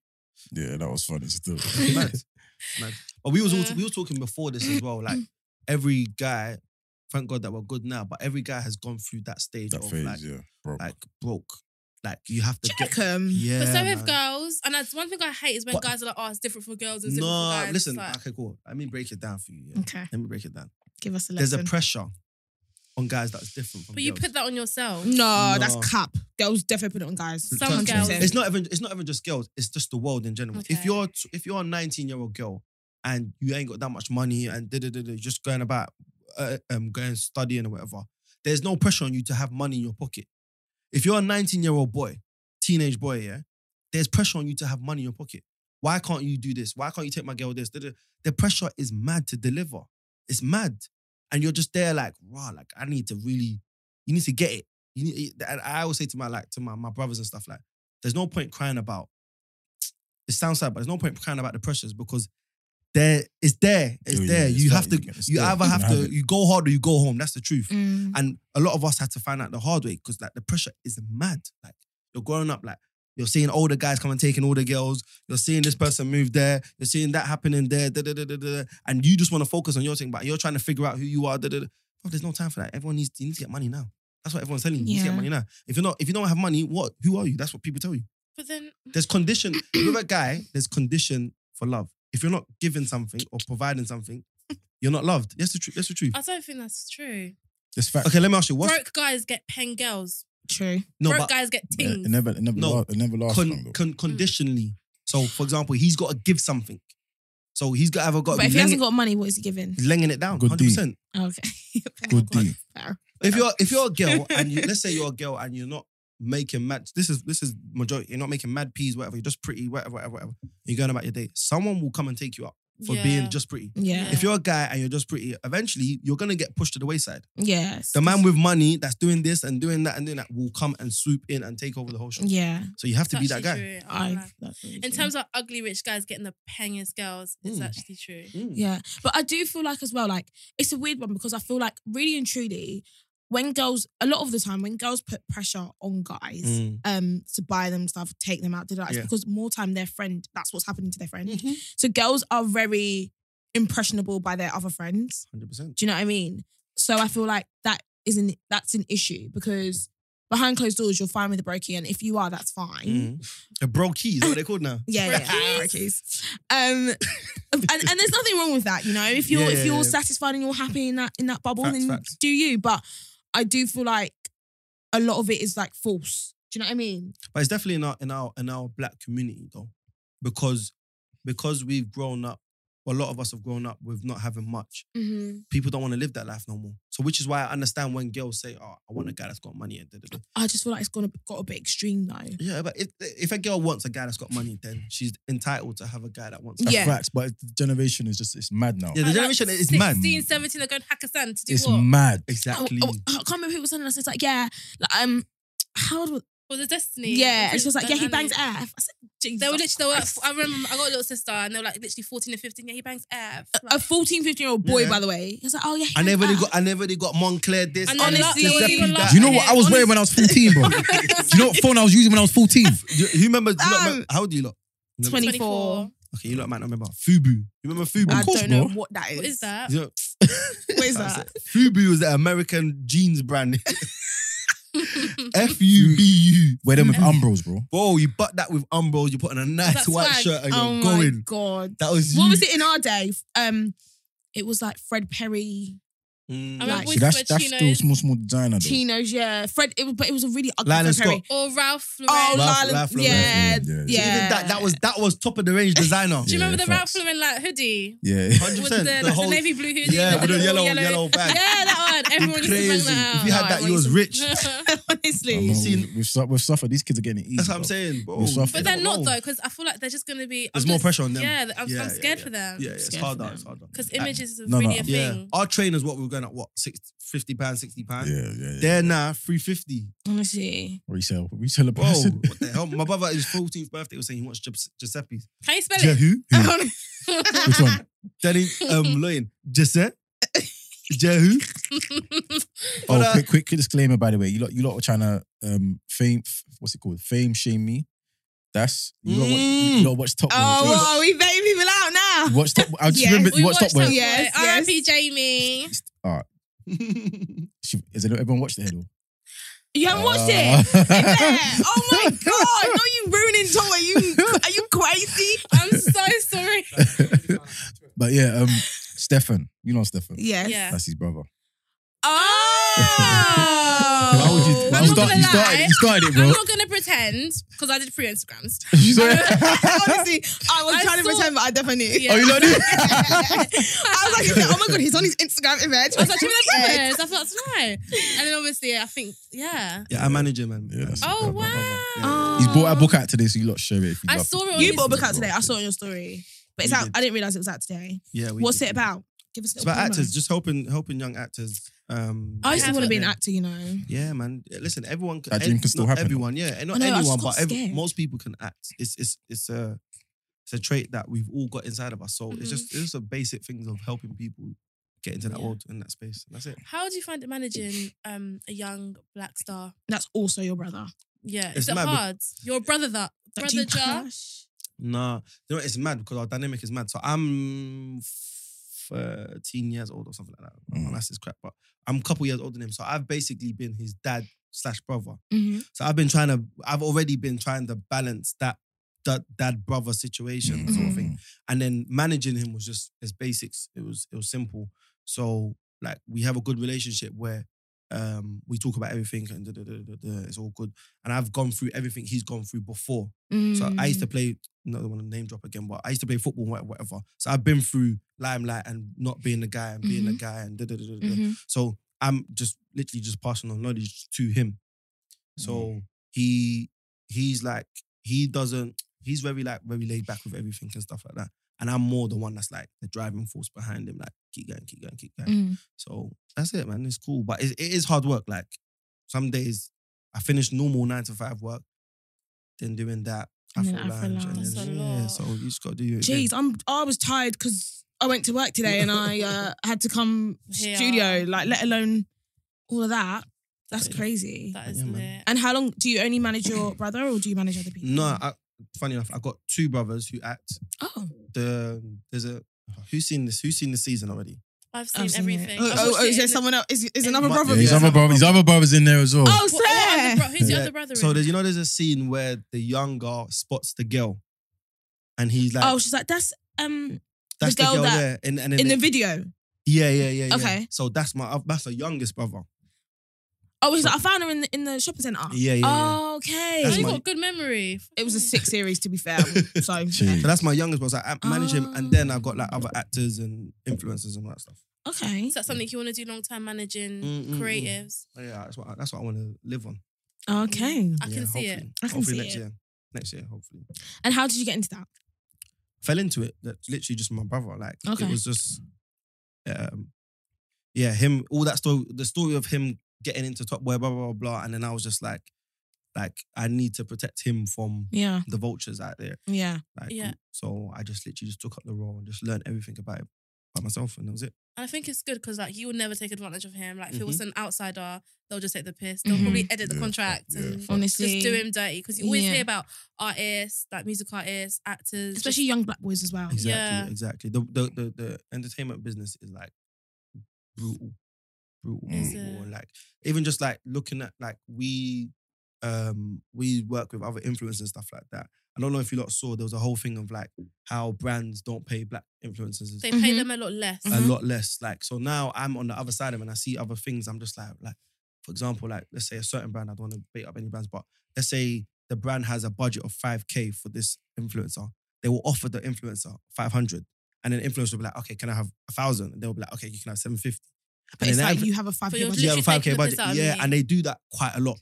Speaker 4: Yeah, that was funny still.
Speaker 3: It's mad. It's mad. But we was all
Speaker 1: Yeah.
Speaker 3: we were talking before this as well.
Speaker 1: *clears throat*
Speaker 3: Like every guy, thank God that we're good now. But every guy has gone through that stage
Speaker 4: that
Speaker 3: of
Speaker 4: phase,
Speaker 3: like
Speaker 4: yeah, bro.
Speaker 3: like broke. Like you have to get.
Speaker 2: Beckham.
Speaker 3: Yeah,
Speaker 1: but so
Speaker 3: man.
Speaker 1: have girls. And that's one thing I hate is when
Speaker 3: But-
Speaker 1: guys are like, oh, it's different for girls and it's different for
Speaker 3: No,
Speaker 1: guys. It's
Speaker 3: listen.
Speaker 1: like,
Speaker 3: okay, cool. Let me break it down for you. Yeah.
Speaker 2: Okay,
Speaker 3: Let me break it down.
Speaker 2: give us a
Speaker 3: There's
Speaker 2: lesson.
Speaker 3: a pressure on guys that's different. From
Speaker 1: but you
Speaker 3: girls.
Speaker 1: put that on yourself.
Speaker 2: no,
Speaker 3: No.
Speaker 2: that's cap. Girls definitely put it on guys.
Speaker 1: Some
Speaker 3: Trust me.
Speaker 1: girls-
Speaker 3: It's not even. It's not even just girls. It's just the world in general.
Speaker 1: Okay.
Speaker 3: If you're t- if you're a 19 year old girl and you ain't got that much money and da da da da, just going about uh, um going studying or whatever, there's no pressure on you to have money in your pocket. If you're a 19 year old boy, teenage boy, yeah, there's pressure on you to have money in your pocket. Why can't you do this? Why can't you take my girl this? Da, da. The pressure is mad to deliver. It's mad, and you're just there like, wow, like I need to really, you need to get it. You need, and I always say to my like to my, my brothers and stuff like there's no point crying about. It sounds sad, but there's no point crying about the pressures because there, it's there, it's
Speaker 4: Oh, Yeah, yeah,
Speaker 3: there.
Speaker 4: it's
Speaker 3: you
Speaker 4: there,
Speaker 3: have to,
Speaker 4: you get- it's
Speaker 3: you
Speaker 4: there,
Speaker 3: either
Speaker 4: you
Speaker 3: have
Speaker 4: have
Speaker 3: to,
Speaker 4: it.
Speaker 3: you go hard or you go home. That's the truth.
Speaker 2: Mm.
Speaker 3: And a lot of us had to find out the hard way because like the pressure is mad. Like you're growing up, like you're seeing older guys come and taking older girls. You're seeing this person move there. You're seeing that happening there. Da, da, da, da, da, da. and you just want to focus on your thing, but you're trying to figure out who you are. Da, da, da. Bro, there's no time for that. Everyone needs you need to get money now. That's what everyone's telling you. You need to
Speaker 2: Yeah.
Speaker 3: get money now. If you're not, if you don't have money, what? Who are you? That's what people tell you.
Speaker 1: But then
Speaker 3: There's condition. With a guy, there's condition for love. If you're not giving something or providing something, you're not loved. That's the truth. That's the truth.
Speaker 1: I don't think that's true.
Speaker 4: It's fact.
Speaker 3: Okay, let me ask you. What's
Speaker 1: Broke guys get pen girls.
Speaker 2: True.
Speaker 3: no?
Speaker 1: Broke
Speaker 3: But
Speaker 1: guys get
Speaker 4: Yeah,
Speaker 1: tings.
Speaker 4: It never, it never,
Speaker 3: No.
Speaker 4: la- it never lasts long
Speaker 3: con,
Speaker 4: though.
Speaker 3: con, conditionally. So, for example, he's got to give something. So he's got either got
Speaker 2: But
Speaker 3: to
Speaker 2: if
Speaker 3: be
Speaker 2: he hasn't
Speaker 3: lenging,
Speaker 2: got money, what is he giving?
Speaker 3: lenging it down,
Speaker 4: Good
Speaker 3: hundred percent.
Speaker 2: Okay. *laughs*
Speaker 4: Good deed.
Speaker 3: If you're if you're a girl and you let's say you're a girl and you're not making mad this is this is majority you're not making mad peas whatever you're just pretty whatever whatever whatever you're going about your day someone will come and take you up for
Speaker 1: Yeah.
Speaker 3: being just pretty
Speaker 2: Yeah.
Speaker 3: If you're a guy and you're just pretty, eventually you're gonna get pushed to the wayside.
Speaker 2: Yes.
Speaker 3: The man with money that's doing this and doing that and doing that will come and swoop in and take over the whole show.
Speaker 2: Yeah.
Speaker 3: So you have to be
Speaker 1: It's
Speaker 3: that
Speaker 1: actually
Speaker 3: guy.
Speaker 1: true. I'm
Speaker 2: I.
Speaker 1: like- In terms of ugly rich guys getting the pengest girls, it's
Speaker 3: Mm.
Speaker 1: actually true.
Speaker 3: Mm.
Speaker 2: Yeah. But I do feel like as well, like it's a weird one because I feel like really and truly, when girls a lot of the time when girls put pressure on guys
Speaker 3: Mm.
Speaker 2: um to buy them stuff, take them out, do that, it's
Speaker 3: Yeah.
Speaker 2: because more time their friend, that's what's happening to their friend.
Speaker 1: Mm-hmm.
Speaker 2: So girls are very impressionable by their other friends. Do
Speaker 3: 100%.
Speaker 2: you know what I mean? So I feel like that isn't that's an issue because behind closed doors you're fine with the brokey, and if you are, that's fine.
Speaker 3: Mm. The bro keys, what are they called now?
Speaker 2: Yeah, yeah, yeah, brokey's. Um, and, and there's nothing wrong with that, you know. If you're
Speaker 3: Yeah,
Speaker 2: if
Speaker 3: yeah,
Speaker 2: you're
Speaker 3: yeah.
Speaker 2: satisfied and you're happy in that in that bubble,
Speaker 3: Facts,
Speaker 2: then
Speaker 3: facts.
Speaker 2: do you. But I do feel like a lot of it is like false. Do you know what I mean?
Speaker 3: But it's definitely in our in our in our black community though. Because because we've grown up, a lot of us have grown up with not having much.
Speaker 2: Mm-hmm.
Speaker 3: People don't want to live that life no more. So which is why I understand when girls say, Oh, I want a guy that's got money and da, da, da.
Speaker 2: I just feel like it's gonna got a bit extreme though.
Speaker 3: Yeah, but if, if a girl wants a guy that's got money, then she's entitled to have a guy that wants.
Speaker 4: That's
Speaker 2: Yeah.
Speaker 4: facts. But the generation is just, it's mad now.
Speaker 3: Yeah, the
Speaker 1: At, like,
Speaker 3: generation is mad.
Speaker 1: 16, 17, they're going Hakkasan to do
Speaker 4: it's
Speaker 1: what?
Speaker 4: mad.
Speaker 2: Oh,
Speaker 3: Exactly.
Speaker 2: oh, I can't remember who was telling us. It's like yeah, like, um, how old? were-
Speaker 1: For the destiny.
Speaker 2: Yeah, and she was like,
Speaker 1: Don't
Speaker 2: yeah, he
Speaker 1: know.
Speaker 2: bangs F. I said, Jesus.
Speaker 1: They were literally, they were, um,
Speaker 2: Christ.
Speaker 1: I remember I got a little sister and they were like literally 14 and 15. Yeah, he bangs F. Like,
Speaker 2: a 14, 15 year old boy,
Speaker 3: Yeah.
Speaker 2: by the way. He was like, oh yeah, he
Speaker 3: I never
Speaker 2: bangs
Speaker 3: really got. I never really got Moncler this.
Speaker 1: ah. And
Speaker 3: And
Speaker 1: then
Speaker 3: this,
Speaker 1: last
Speaker 3: this,
Speaker 1: year
Speaker 3: definitely
Speaker 1: you were
Speaker 3: that.
Speaker 1: laugh-
Speaker 4: Do you know what
Speaker 1: Yeah,
Speaker 4: I was
Speaker 1: honestly.
Speaker 4: wearing when I was 14, bro? Do *laughs* you know what phone I was using when I was 14?
Speaker 3: Do you- you remember? Do you not
Speaker 2: Um,
Speaker 3: remember- how old do you look?
Speaker 2: 20.
Speaker 1: 24.
Speaker 3: Okay, you lot might not remember. Fubu. You remember Fubu?
Speaker 2: F." *laughs* I
Speaker 4: Of course,
Speaker 2: don't know
Speaker 4: bro.
Speaker 2: what that is.
Speaker 1: What is *laughs* that?
Speaker 3: You know-
Speaker 2: What is
Speaker 3: That's
Speaker 2: that?
Speaker 3: it. Fubu was the American jeans brand. F U B U.
Speaker 4: Wear them with Umbros, bro.
Speaker 3: Bro, you butt that with Umbros. You put on a nice
Speaker 1: That's
Speaker 3: white
Speaker 1: swag.
Speaker 3: shirt and you're
Speaker 2: Oh my
Speaker 3: going.
Speaker 2: god.
Speaker 3: That was you.
Speaker 2: What was it in our day? Um, it was like Fred Perry,
Speaker 3: Mm.
Speaker 1: I
Speaker 2: Like-
Speaker 1: remember we
Speaker 4: See, that's,
Speaker 1: were
Speaker 4: that's still
Speaker 1: chinos
Speaker 4: small, small designer, though.
Speaker 2: Chinos, yeah. Fred, it was, but it was a really ugly
Speaker 3: Lionel
Speaker 2: Fred Perry.
Speaker 1: or Ralph Lauren.
Speaker 2: Oh,
Speaker 3: Ralph-
Speaker 2: Lionel-
Speaker 3: Ralph Lauren.
Speaker 2: yeah,
Speaker 4: Ralph
Speaker 2: yeah.
Speaker 4: Lauren, yeah.
Speaker 3: Even that that was that was top of
Speaker 1: *laughs*
Speaker 3: the range designer.
Speaker 1: do you
Speaker 4: Yeah,
Speaker 1: remember the Ralph
Speaker 4: facts.
Speaker 1: Lauren like hoodie?
Speaker 4: Yeah.
Speaker 3: Hundred
Speaker 1: With the,
Speaker 3: percent.
Speaker 1: like, the navy blue hoodie.
Speaker 3: yeah,
Speaker 1: with
Speaker 3: with
Speaker 1: the
Speaker 3: a
Speaker 1: little *laughs*
Speaker 3: yellow yellow bag.
Speaker 2: Yeah, that
Speaker 1: Everyone needs to bang
Speaker 3: crazy.
Speaker 1: that out.
Speaker 3: If you had
Speaker 1: Like,
Speaker 3: that,
Speaker 1: when
Speaker 3: you was
Speaker 1: *laughs*
Speaker 3: rich. *laughs*
Speaker 4: I
Speaker 2: *laughs* Honestly.
Speaker 4: know,
Speaker 3: seen-
Speaker 4: we've, su- we've suffered. These kids are getting it easy.
Speaker 3: That's what I'm
Speaker 4: bro.
Speaker 3: saying, bro.
Speaker 4: We're soft.
Speaker 1: But
Speaker 4: They
Speaker 1: they're
Speaker 3: don't
Speaker 1: not
Speaker 3: know.
Speaker 1: though, because I feel like they're just gonna be.
Speaker 3: oh. There's
Speaker 1: I'm
Speaker 3: more
Speaker 1: just-
Speaker 3: pressure on them.
Speaker 1: Yeah, I'm,
Speaker 3: Yeah,
Speaker 1: I'm
Speaker 3: yeah,
Speaker 1: scared
Speaker 3: yeah.
Speaker 1: for them.
Speaker 3: Yeah, yeah, it's
Speaker 2: Scared
Speaker 3: hard
Speaker 2: for
Speaker 3: out.
Speaker 2: them.
Speaker 3: It's hard out.
Speaker 1: Because
Speaker 3: Like,
Speaker 1: images is
Speaker 4: no,
Speaker 1: really
Speaker 4: no.
Speaker 1: a
Speaker 3: Yeah,
Speaker 1: thing.
Speaker 3: our trainers, what we were going at, what, six, 50 pounds, 60 pounds?
Speaker 4: Yeah, yeah, yeah.
Speaker 3: They're now 350.
Speaker 2: Honestly.
Speaker 4: resell, resell a
Speaker 3: Bro,
Speaker 4: person.
Speaker 2: *laughs*
Speaker 3: what the hell? My brother, at his 14th birthday, was saying he wants Gius- Giuseppe's.
Speaker 1: Can you spell
Speaker 4: Yeah,
Speaker 1: it? *laughs* Um,
Speaker 4: who? Who? Which one?
Speaker 3: Then he, um, Loyan,
Speaker 1: *laughs*
Speaker 3: Giuseppe? Jehu? *laughs* But,
Speaker 4: Oh,
Speaker 3: uh,
Speaker 4: quick, quick disclaimer, by the way. You lot, you lot were trying to um, fame, f- what's it called? Fame shame me. That's you lot. Watch,
Speaker 3: Mm.
Speaker 4: you lot watch Top Boy. You lot
Speaker 2: Oh, well, we baiting people out now.
Speaker 4: watch, watch Top. I just
Speaker 2: Yes.
Speaker 4: remember
Speaker 1: We
Speaker 4: watch Top
Speaker 1: watched
Speaker 4: Boy.
Speaker 1: that
Speaker 2: Yes,
Speaker 1: one.
Speaker 2: yes.
Speaker 1: R.I.P.
Speaker 3: *laughs*
Speaker 1: Jamie.
Speaker 4: She- Has everyone watched the head?
Speaker 2: You haven't
Speaker 4: Uh,
Speaker 2: watched
Speaker 4: *laughs*
Speaker 3: Uh.
Speaker 2: it? Is
Speaker 3: *laughs*
Speaker 2: there? Oh my god! No, you ruining Tom. Are you are you crazy?
Speaker 1: I'm so
Speaker 3: *laughs*
Speaker 1: sorry.
Speaker 4: But yeah, um, Stefan. You know Stefan.
Speaker 2: Yes.
Speaker 1: Yeah.
Speaker 4: That's his brother.
Speaker 2: Oh.
Speaker 4: Why would you?
Speaker 1: I'm
Speaker 4: why
Speaker 1: not
Speaker 4: would you, start,
Speaker 1: gonna
Speaker 4: you started.
Speaker 1: lie.
Speaker 4: You started, it,
Speaker 1: I'm
Speaker 4: bro.
Speaker 1: not gonna pretend because I did pre Instagrams.
Speaker 4: *laughs* You
Speaker 2: *laughs*
Speaker 4: started-
Speaker 2: Honestly, I was
Speaker 1: I
Speaker 2: trying to
Speaker 1: saw-
Speaker 2: pretend, but I definitely knew.
Speaker 1: Yeah.
Speaker 4: *laughs* oh, you know
Speaker 2: I
Speaker 4: this?
Speaker 2: was like, oh my god, he's on his Instagram image.
Speaker 1: I was
Speaker 2: *laughs*
Speaker 1: like, "Should we have brothers?" I thought no, and then obviously I think yeah.
Speaker 3: Yeah, I manage him, man.
Speaker 4: Yeah, that's-
Speaker 1: Oh
Speaker 4: Brother, brother.
Speaker 1: wow.
Speaker 4: He's brought a book out today, so you lot share it. If you
Speaker 1: I
Speaker 4: love
Speaker 1: saw it
Speaker 3: *laughs*
Speaker 4: it.
Speaker 1: on
Speaker 2: You
Speaker 1: Instagram.
Speaker 2: bought a book out today. I saw it on your story, but it's
Speaker 3: We
Speaker 2: out.
Speaker 3: did.
Speaker 2: I didn't realize it was out today.
Speaker 3: Yeah, we
Speaker 2: What's
Speaker 3: did.
Speaker 2: it about? Give us. A
Speaker 3: It's
Speaker 2: little
Speaker 3: about
Speaker 2: promo.
Speaker 3: actors, just helping helping young actors. Um,
Speaker 2: I used Oh, to
Speaker 1: I
Speaker 2: want to
Speaker 1: haven't.
Speaker 2: be an actor, you know.
Speaker 3: Yeah, man. Listen, everyone
Speaker 4: That dream
Speaker 3: ev-
Speaker 4: can still
Speaker 3: not
Speaker 4: happen.
Speaker 3: Everyone, yeah, and not
Speaker 2: I know, I just
Speaker 3: anyone,
Speaker 2: got
Speaker 3: but ev-
Speaker 2: scared.
Speaker 3: most people can act. It's it's it's a it's a trait that we've all got inside of us. So
Speaker 1: Mhm.
Speaker 3: it's
Speaker 2: Mm-hmm.
Speaker 3: just it's just a basic things of helping people get into that
Speaker 1: Yeah.
Speaker 3: world and that space. And that's it.
Speaker 1: How do you find it managing um, a young black star?
Speaker 2: That's also your brother.
Speaker 1: Yeah, is
Speaker 3: It's
Speaker 1: it
Speaker 3: mad, but-
Speaker 1: hard? Your brother that
Speaker 2: Like, do you
Speaker 1: brother Jar.
Speaker 2: crush?
Speaker 3: Nah, you know what, it's mad because our dynamic is mad. So I'm thirteen years old or something like that.
Speaker 4: Mm.
Speaker 3: My maths is crap, but I'm a couple years older than him. So I've basically been his dad slash brother.
Speaker 2: Mhm.
Speaker 3: So I've been trying to, I've already been trying to balance that that dad brother situation
Speaker 4: Mm-hmm.
Speaker 3: sort of thing, and then managing him was just as basics. It was it was simple. So like we have a good relationship where um we talk about everything and da, da, da, da, da, it's all good. And I've gone through everything he's gone through before. So I used to play. Not want to name drop again, but I used to play football, wha- whatever. So I've been through limelight and not being the guy and being the guy and da da da da. da.
Speaker 2: Mhm.
Speaker 3: So I'm just literally just passing on knowledge to him. So
Speaker 2: Mm-hmm.
Speaker 3: he he's like he doesn't he's very like very laid back with everything and stuff like that. And I'm more the one that's like the driving force behind him, like keep going, keep going, keep going.
Speaker 2: Mm.
Speaker 3: So that's it, man. It's cool, but it, it is hard work. Like some days I finish normal nine to five work, then doing that.
Speaker 2: And then
Speaker 3: Afro
Speaker 2: Afro
Speaker 3: lounge,
Speaker 2: lounge.
Speaker 3: and then-
Speaker 1: That's a
Speaker 3: yeah,
Speaker 1: lot.
Speaker 3: so you just gotta do your thing.
Speaker 2: Jeez, I'm. I was tired because I went to work today and I
Speaker 3: *laughs*
Speaker 2: uh, had to come
Speaker 1: Here.
Speaker 2: studio. Like, let alone all of that. That's
Speaker 3: Yeah.
Speaker 2: crazy.
Speaker 1: That is
Speaker 3: Yeah, man.
Speaker 1: lit.
Speaker 2: And how long do you only manage your brother, or do you manage other people?
Speaker 3: No, I, funny enough, I got two brothers who act.
Speaker 2: oh,
Speaker 3: The there's a who's seen this? Who's seen the season already?
Speaker 1: I've seen
Speaker 2: I've seen it.
Speaker 1: everything.
Speaker 2: Oh,
Speaker 1: I've
Speaker 2: oh,
Speaker 1: watched
Speaker 2: oh,
Speaker 1: it
Speaker 2: is
Speaker 1: in
Speaker 2: there
Speaker 1: the-
Speaker 2: someone else? Is, is
Speaker 1: in-
Speaker 2: another
Speaker 3: My-
Speaker 2: brother?
Speaker 4: Yeah, his
Speaker 3: Yeah.
Speaker 4: other brother. His other brother's in there as well.
Speaker 2: Oh,
Speaker 1: What- what other
Speaker 2: Sarah.
Speaker 1: bro- Who's the
Speaker 3: Yeah.
Speaker 1: other brother?
Speaker 3: So
Speaker 1: in?
Speaker 3: there's you know there's a scene where the younger spots the girl, and he's like,
Speaker 2: Oh, she's like that's um
Speaker 3: that's
Speaker 2: the
Speaker 3: the
Speaker 2: girl
Speaker 3: girl,
Speaker 2: that-
Speaker 3: there," and and then
Speaker 2: in the
Speaker 3: they-
Speaker 2: video.
Speaker 3: yeah yeah yeah yeah.
Speaker 2: Okay.
Speaker 3: So that's my oth- that's the youngest brother.
Speaker 2: Oh, she's like I found her in the in the shopping center.
Speaker 3: Yeah yeah. yeah.
Speaker 2: Oh, okay.
Speaker 1: Oh,
Speaker 3: That's
Speaker 1: you
Speaker 3: my-
Speaker 1: got good memory.
Speaker 2: It was a sick series, to be
Speaker 3: *laughs*
Speaker 2: fair. So
Speaker 4: Jeez.
Speaker 3: So that's my youngest brother. So I manage him, and then I've got like
Speaker 2: Oh.
Speaker 3: other actors and influencers and all that stuff.
Speaker 2: okay.
Speaker 1: Is that something you want to do long time managing
Speaker 3: Mm, mm, mm.
Speaker 1: creatives?
Speaker 3: But yeah, that's what I, that's what I want to live on.
Speaker 2: Okay.
Speaker 1: I can
Speaker 3: Yeah,
Speaker 1: see it.
Speaker 3: hopefully.
Speaker 2: I can
Speaker 3: hopefully
Speaker 2: see
Speaker 3: next
Speaker 2: it.
Speaker 3: year. Next year, hopefully.
Speaker 2: And how did you get into that?
Speaker 3: fell into it. That literally just my brother. Like
Speaker 2: Okay.
Speaker 3: it was just, um, yeah, him. All that story, the story of him getting into Top Boy, blah blah blah, blah. And then I was just like, like I need to protect him from
Speaker 2: Yeah.
Speaker 3: the vultures out there.
Speaker 2: Yeah.
Speaker 3: Like,
Speaker 1: Yeah.
Speaker 3: So I just literally just took up the role and just learned everything about it by myself, and that was it.
Speaker 1: And I think it's good because like you will never take advantage of him. Like if it was
Speaker 2: Mm-hmm.
Speaker 1: an outsider, they'll just take the piss. They'll
Speaker 2: Mhm.
Speaker 1: probably edit the
Speaker 4: Yeah,
Speaker 1: contract
Speaker 4: fuck, yeah,
Speaker 1: and
Speaker 4: fuck.
Speaker 2: Honestly.
Speaker 1: just do him dirty. Because you always
Speaker 2: Yeah.
Speaker 1: hear about artists, like music artists, actors,
Speaker 2: Especially young black boys as well.
Speaker 3: Exactly.
Speaker 1: Yeah.
Speaker 3: Exactly. The, the the the entertainment business is like brutal, brutal,
Speaker 4: Is
Speaker 3: brutal.
Speaker 1: it?
Speaker 3: And like even just like looking at like we um we work with other influencers and stuff like that. I don't know if you lot saw there was a whole thing of like how brands don't pay black influencers
Speaker 1: they
Speaker 2: Mhm.
Speaker 1: pay them a lot less.
Speaker 3: a
Speaker 2: Mhm.
Speaker 3: lot less. Like so now I'm on the other side of it and I see other things. I'm just like like for example like let's say a certain brand. I don't want to bait up any brands, but let's say the brand has a budget of five k for this influencer. They will offer the influencer five hundred, and then the influencer will be like, okay, can I have a thousand? And they'll be like, okay, you can have seven fifty.
Speaker 2: But
Speaker 3: And
Speaker 2: it's
Speaker 3: then
Speaker 2: like
Speaker 3: every-
Speaker 2: you have a five
Speaker 1: your
Speaker 2: k
Speaker 3: yeah,
Speaker 1: literally
Speaker 3: a
Speaker 1: taking
Speaker 3: five k
Speaker 1: the
Speaker 3: budget.
Speaker 1: piss out of
Speaker 3: Yeah,
Speaker 1: me.
Speaker 3: and they do that quite a lot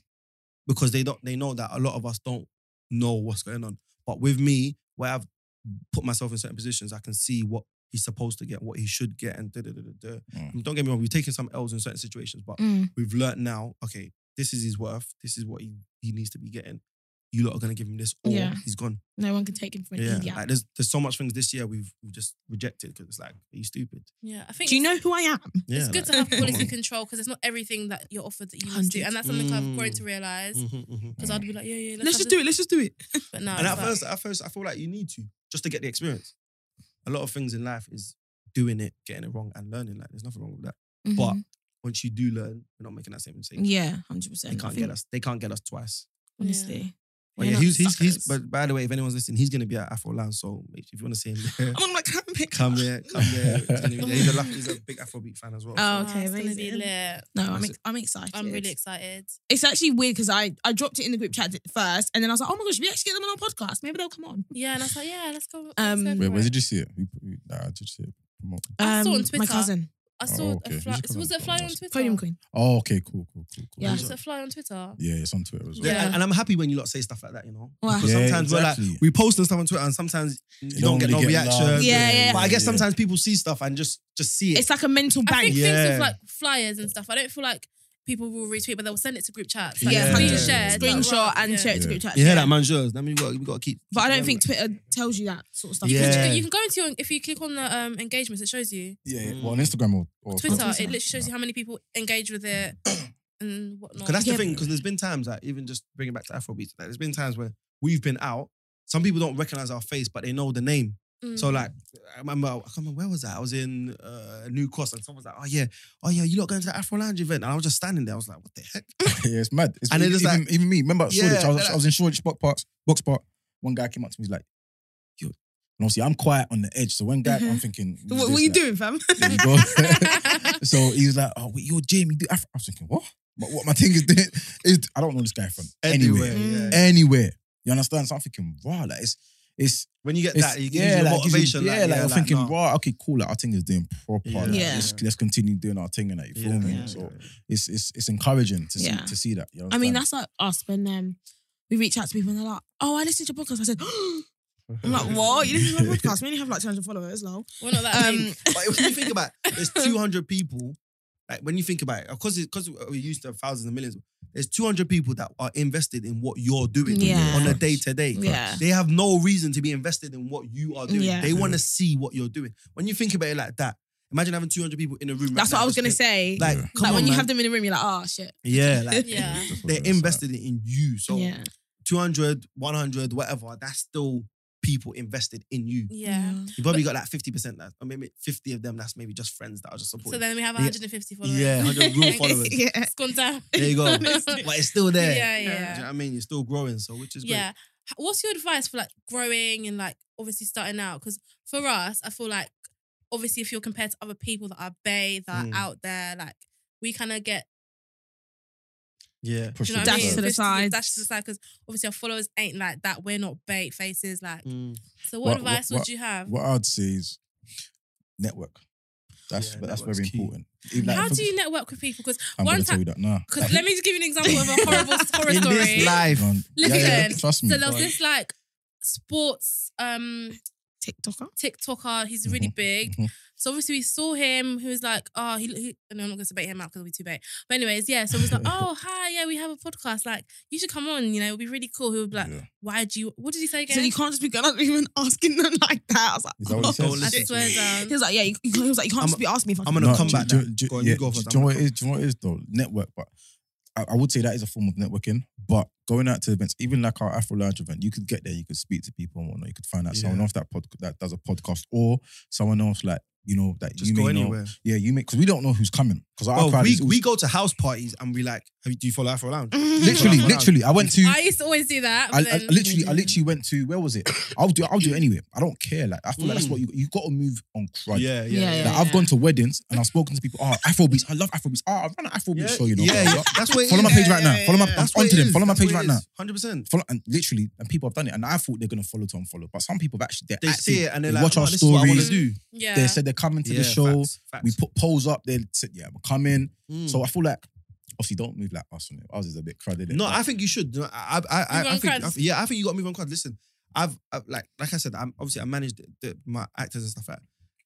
Speaker 3: because they don't. They know that a lot of us don't know what's going on. But with me, where I've put myself in certain positions, I can see what he's supposed to get, what he should get, and da da da da. da.
Speaker 4: Mm.
Speaker 3: And Don't get me wrong, we've taken some L's in certain situations, but
Speaker 2: Mm.
Speaker 3: we've learned now. Okay, this is his worth. This is what he, he needs to be getting. You lot are gonna give him this, or
Speaker 2: Yeah.
Speaker 3: he's gone.
Speaker 2: No one can take him for an
Speaker 3: Yeah,
Speaker 2: idiot.
Speaker 3: like there's there's so much things this year we've we've just rejected because it's like are you stupid?
Speaker 1: Yeah, I think
Speaker 2: Do you
Speaker 1: it's-
Speaker 2: know who I am?
Speaker 3: Yeah,
Speaker 1: Mm, It's good to
Speaker 2: *laughs*
Speaker 3: like-
Speaker 1: have
Speaker 2: come
Speaker 1: quality
Speaker 3: on.
Speaker 1: control because it's not everything that you're offered that you must do,
Speaker 2: Hundred.
Speaker 1: and that's something I've grown
Speaker 3: Mm.
Speaker 1: to realize.
Speaker 3: Mhm, mhm.
Speaker 1: Because I'd be like, yeah, yeah, let's,
Speaker 2: Let's just do it. Let's just do it.
Speaker 1: But no,
Speaker 3: And
Speaker 1: it's
Speaker 3: at
Speaker 1: like-
Speaker 3: first, at first, I feel like you need to just to get the experience. A lot of things in life is doing it, getting it wrong, and learning. Like there's nothing wrong with that.
Speaker 1: Mm-hmm.
Speaker 3: But
Speaker 2: Mhm.
Speaker 3: once you do learn, you're not making that same mistake.
Speaker 2: yeah, hundred
Speaker 3: They
Speaker 2: percent.
Speaker 3: can't get us. They can't get us twice.
Speaker 2: Honestly,
Speaker 3: But
Speaker 2: You're
Speaker 3: yeah,
Speaker 2: not
Speaker 3: he's, he's, he's
Speaker 2: suckers.
Speaker 3: but by the way, if anyone's listening, he's gonna be at Afro Lounge. So if you want to see
Speaker 2: *laughs*
Speaker 3: him, there,
Speaker 2: I'm on my camping.
Speaker 3: come here, come here. It's gonna be there. He's a lucky, he's a big Afrobeat fan as well.
Speaker 2: Oh,
Speaker 1: Oh,
Speaker 2: okay,
Speaker 1: it's gonna be
Speaker 2: amazing.
Speaker 1: lit.
Speaker 2: No, I'm
Speaker 3: That's
Speaker 2: ex- I'm excited.
Speaker 1: I'm really excited.
Speaker 2: It's actually weird because I I dropped it in the group chat first, and then I was like, oh my gosh, we actually get them on our podcast. Maybe they'll come on.
Speaker 1: Yeah, and I was like, yeah, let's go. let's
Speaker 2: Um,
Speaker 1: go
Speaker 2: Wait,
Speaker 1: for
Speaker 4: Wait, where
Speaker 1: it.
Speaker 4: did you see it? You- you- Nah, I just see it. Promote.
Speaker 1: I saw on
Speaker 2: Um, My
Speaker 1: Twitter.
Speaker 2: cousin,
Speaker 1: I saw
Speaker 4: Oh, okay.
Speaker 1: a
Speaker 4: You
Speaker 1: fly.
Speaker 4: should come
Speaker 1: Was
Speaker 4: on
Speaker 1: it a fly
Speaker 4: the
Speaker 1: on
Speaker 4: podcast.
Speaker 1: Twitter?
Speaker 2: podium queen.
Speaker 4: Oh, okay, cool, cool, cool, cool.
Speaker 2: Yeah.
Speaker 1: Was it a fly on Twitter?
Speaker 4: yeah, it's on Twitter as well.
Speaker 3: Yeah,
Speaker 1: Yeah.
Speaker 3: And, and I'm happy when you lot say stuff like that, you know.
Speaker 2: Wow.
Speaker 3: Because
Speaker 4: Yeah,
Speaker 3: sometimes we're
Speaker 4: exactly.
Speaker 3: like we post and stuff on Twitter, and sometimes you,
Speaker 4: You
Speaker 3: don't get no
Speaker 4: really
Speaker 3: reaction.
Speaker 4: love.
Speaker 2: Yeah, yeah.
Speaker 3: But I guess sometimes people see stuff and just just see it.
Speaker 2: It's like a mental
Speaker 1: I think
Speaker 2: bank.
Speaker 1: things
Speaker 3: Yeah.
Speaker 1: with like flyers and stuff. I don't feel like people will retweet, but they'll send it to group chats. Like, yeah,
Speaker 2: Yeah. Yeah.
Speaker 1: shared, like,
Speaker 2: Screenshot
Speaker 1: right,
Speaker 2: and
Speaker 1: yeah.
Speaker 2: share it to
Speaker 4: Yeah.
Speaker 2: group chat.
Speaker 3: You hear that, man? Jurs. I mean, we got we got to keep.
Speaker 2: But I don't think Twitter tells you that sort of stuff.
Speaker 3: Yeah.
Speaker 1: But You can go into your, if you click on the um, engagements, it shows you.
Speaker 4: Yeah, yeah.
Speaker 3: Mm.
Speaker 4: Well, on Instagram or, or
Speaker 1: Twitter,
Speaker 2: course
Speaker 1: it
Speaker 2: not.
Speaker 1: literally shows you how many people engage with it and whatnot.
Speaker 3: Because that's
Speaker 2: Yeah.
Speaker 3: the thing. Because there's been times that even just bringing back to Afrobeat, like, there's been times where we've been out. Some people don't recognize our face, but they know the name.
Speaker 1: Mm. *laughs*
Speaker 3: So like, I remember I can't remember where was that? I was in uh, New Cross, and someone was like, "Oh yeah, oh yeah, you lot going to the Afro Lounge event?" And I was just standing there. I was like, "What the heck?"
Speaker 4: *laughs* yeah, it's mad. It's
Speaker 3: And
Speaker 4: even,
Speaker 3: then it's
Speaker 4: even, even me. Remember at Shoreditch,
Speaker 3: Yeah,
Speaker 4: I, was,
Speaker 3: they're
Speaker 4: I was in Shoreditch box park, box park. One guy came up to me, he's like, "Yo," and obviously I'm quiet on the edge. So one guy, I'm thinking, who's
Speaker 2: What,
Speaker 4: this
Speaker 2: what you
Speaker 4: guy?
Speaker 2: doing, fam?
Speaker 4: There you
Speaker 1: *laughs*
Speaker 4: go. *laughs* so he was like, "Oh, wait, you're Jamie." Do Afro. I was thinking, what? But what my *laughs* thing is, doing is I don't know this guy from anywhere,
Speaker 2: Mm.
Speaker 3: yeah.
Speaker 4: anywhere. You understand? So I'm thinking, raw. Like it's, it's,
Speaker 3: When you get
Speaker 4: it's-
Speaker 3: that, you get
Speaker 4: yeah,
Speaker 3: your
Speaker 4: like, gives you-
Speaker 3: motivation.
Speaker 4: yeah, like, I'm thinking,
Speaker 3: nah.
Speaker 4: raw. Okay, cool. Like our thing is doing proper.
Speaker 3: Yeah.
Speaker 4: Like,
Speaker 2: Yeah.
Speaker 4: Let's, let's continue doing our thing and that. You feel me?
Speaker 2: Yeah.
Speaker 4: So it's it's it's encouraging to see
Speaker 2: Yeah.
Speaker 4: to see that. You
Speaker 2: I mean,
Speaker 4: understand?
Speaker 2: that's like us when um, we reach out to people and they're like, oh, I listen to your podcast. I said, *gasps* I'm like, what? You listen to
Speaker 3: *laughs*
Speaker 2: my podcast? We only have like 200 followers, lol.
Speaker 1: We're not that big.
Speaker 2: Um,
Speaker 3: But when you think about
Speaker 2: *laughs*
Speaker 3: it, there's 200 people. Like when you think about it, because because we're used to thousands and millions, there's 200 people that are invested in what you're doing
Speaker 2: Yeah.
Speaker 3: on a day to day.
Speaker 2: Yeah.
Speaker 3: They have no reason to be invested in what you are doing.
Speaker 2: Yeah.
Speaker 3: They
Speaker 1: Mm-hmm.
Speaker 3: want to see what you're doing. When you think about it like that, imagine having 200 people in a room.
Speaker 2: That's
Speaker 3: right
Speaker 2: what
Speaker 3: now
Speaker 2: I was
Speaker 3: just
Speaker 2: going to say.
Speaker 3: going,
Speaker 2: Like,
Speaker 3: Like, come on,
Speaker 2: when you
Speaker 3: man.
Speaker 2: have them in a room, you're like, oh, shit.
Speaker 3: *laughs* yeah,
Speaker 2: *laughs*
Speaker 3: like
Speaker 1: Yeah.
Speaker 4: That's what
Speaker 3: they're
Speaker 4: it is, like.
Speaker 3: invested in you. So
Speaker 2: yeah.
Speaker 3: 200, 100, whatever. That's still people invested in you.
Speaker 1: Yeah.
Speaker 3: You probably got like 50% that, or maybe 50 of them. That's maybe just friends that are just
Speaker 1: So
Speaker 3: supporting.
Speaker 1: then we have
Speaker 3: Yeah.
Speaker 1: 150 followers.
Speaker 3: mm. yeah, 100
Speaker 2: *laughs*
Speaker 3: real followers.
Speaker 2: yeah.
Speaker 1: It's gone down.
Speaker 3: There you go.
Speaker 1: Honestly.
Speaker 3: but it's still there.
Speaker 1: Eh, *laughs* Yeah,
Speaker 3: Do you know what
Speaker 1: yeah.
Speaker 3: I mean? You're still growing, so which is great.
Speaker 1: Yeah. H- What's your advice for like growing and like obviously starting out? Because for us, I feel like obviously if you're compared to other people that are bay, that
Speaker 3: Mm.
Speaker 1: are out there, like we kind of get
Speaker 3: Yeah.
Speaker 1: do
Speaker 4: Push
Speaker 1: you know
Speaker 4: it
Speaker 1: what I
Speaker 2: Dash
Speaker 1: mean?
Speaker 2: to the
Speaker 1: This is-
Speaker 2: side.
Speaker 1: Dash to the side because obviously our followers ain't like that. We're not bait faces. Like,
Speaker 3: Mm.
Speaker 1: so what,
Speaker 4: What-
Speaker 1: advice
Speaker 4: what-
Speaker 1: would you have?
Speaker 4: What I'd say is network. That's
Speaker 3: Yeah,
Speaker 4: that's
Speaker 3: network's
Speaker 4: very
Speaker 3: key.
Speaker 4: important. If, like,
Speaker 1: How
Speaker 4: for-
Speaker 1: do you network with people? Because
Speaker 4: I'm
Speaker 1: one
Speaker 4: gonna
Speaker 1: time-
Speaker 4: tell you that now. *laughs*
Speaker 1: because let me just give you an example of a horrible horror
Speaker 3: In
Speaker 1: story.
Speaker 3: this life.
Speaker 1: Listen,
Speaker 4: trust me.
Speaker 1: So there was this like sports um
Speaker 2: TikToker.
Speaker 1: TikToker. He's really big.
Speaker 4: mhm.
Speaker 1: So obviously we saw him. He was like, oh, he. he no, I'm not going to bait him out because we too bait. But anyways, yeah. So he was
Speaker 4: *laughs*
Speaker 1: like, oh, hi, yeah, we have a podcast. Like, you should come on. You know, it'd be really cool. He would be like,
Speaker 4: Yeah.
Speaker 1: why do you? What did he say again?
Speaker 2: So you can't just *laughs* be going up to him and asking them like that. I was like,
Speaker 4: Is that
Speaker 2: *laughs*
Speaker 4: what he said?
Speaker 2: oh,
Speaker 3: I
Speaker 2: shit.
Speaker 1: swear down.
Speaker 2: He was like, yeah, you, you can't- he was like, you can't
Speaker 3: I'm-
Speaker 2: just be asking me if I
Speaker 3: I'm
Speaker 2: can-
Speaker 3: gonna come back.
Speaker 4: Do,
Speaker 3: now.
Speaker 4: do,
Speaker 3: Go on,
Speaker 4: yeah,
Speaker 3: you go
Speaker 4: do,
Speaker 3: first.
Speaker 4: you know what it is? Do you know what it is though? Network, but I, I would say that is a form of networking. But going out to events, even like our Afro Lounge event, you could get there, you could speak to people and whatnot. You could find out someone
Speaker 3: Yeah.
Speaker 4: else that pod, that does a podcast or someone else like you know that
Speaker 3: Just
Speaker 4: you
Speaker 3: go
Speaker 4: may know.
Speaker 3: anywhere.
Speaker 4: Yeah, you make because we don't know who's coming because our
Speaker 3: Well,
Speaker 4: crowd
Speaker 3: we,
Speaker 4: is
Speaker 3: we go to house parties and we like, "Have you- do you follow Afro Lounge?
Speaker 2: *laughs* Mm.
Speaker 4: literally,
Speaker 3: Afro Lounge.
Speaker 4: literally. I went to
Speaker 1: I used to always do that.
Speaker 4: I, I
Speaker 1: but then-
Speaker 4: literally, I literally went to where was it? I'll do, I'll do it anyway. I don't care. Like I feel like that's
Speaker 3: Mm.
Speaker 4: what you you got to move on crud.
Speaker 3: Yeah, yeah.
Speaker 2: Yeah,
Speaker 4: Like,
Speaker 2: yeah.
Speaker 4: I've gone to weddings and I've spoken to people. Oh, Afrobeats, I love Afrobeats. Oh, I run an Afrobeat
Speaker 3: Yeah,
Speaker 4: show, you know.
Speaker 3: yeah,
Speaker 4: bro.
Speaker 3: yeah. That's what it
Speaker 4: Follow
Speaker 3: is.
Speaker 4: my page right now. Follow my,
Speaker 3: That's
Speaker 4: I'm
Speaker 3: what
Speaker 4: onto
Speaker 3: it
Speaker 4: them.
Speaker 3: is.
Speaker 4: Follow my
Speaker 3: That's
Speaker 4: page
Speaker 3: what
Speaker 4: right
Speaker 3: it
Speaker 4: now.
Speaker 3: is. 100%.
Speaker 4: Follow and literally, and people have done it, and I thought they're gonna follow to unfollow, but some people have actually they're
Speaker 3: They
Speaker 4: active.
Speaker 3: see it and they're
Speaker 4: they
Speaker 3: like,
Speaker 4: watch
Speaker 3: "Oh,
Speaker 4: our
Speaker 3: this is what I wanna
Speaker 4: stories.
Speaker 3: do.
Speaker 1: yeah.
Speaker 4: They said they're coming to
Speaker 3: yeah,
Speaker 4: the show.
Speaker 3: facts, facts.
Speaker 4: We put polls up. They said, "Yeah, we're coming."
Speaker 3: Mm.
Speaker 4: So I feel like, obviously, don't move like us on it. Ours is a bit crowded.
Speaker 3: No, I think you should. No, I, I, I,
Speaker 1: Move
Speaker 3: I
Speaker 1: on
Speaker 3: think,
Speaker 1: crowds.
Speaker 3: I- yeah, I think you got to move on crowd. Listen, I've, I've like, like I said, I'm obviously I managed the, the, my actors and stuff like. that.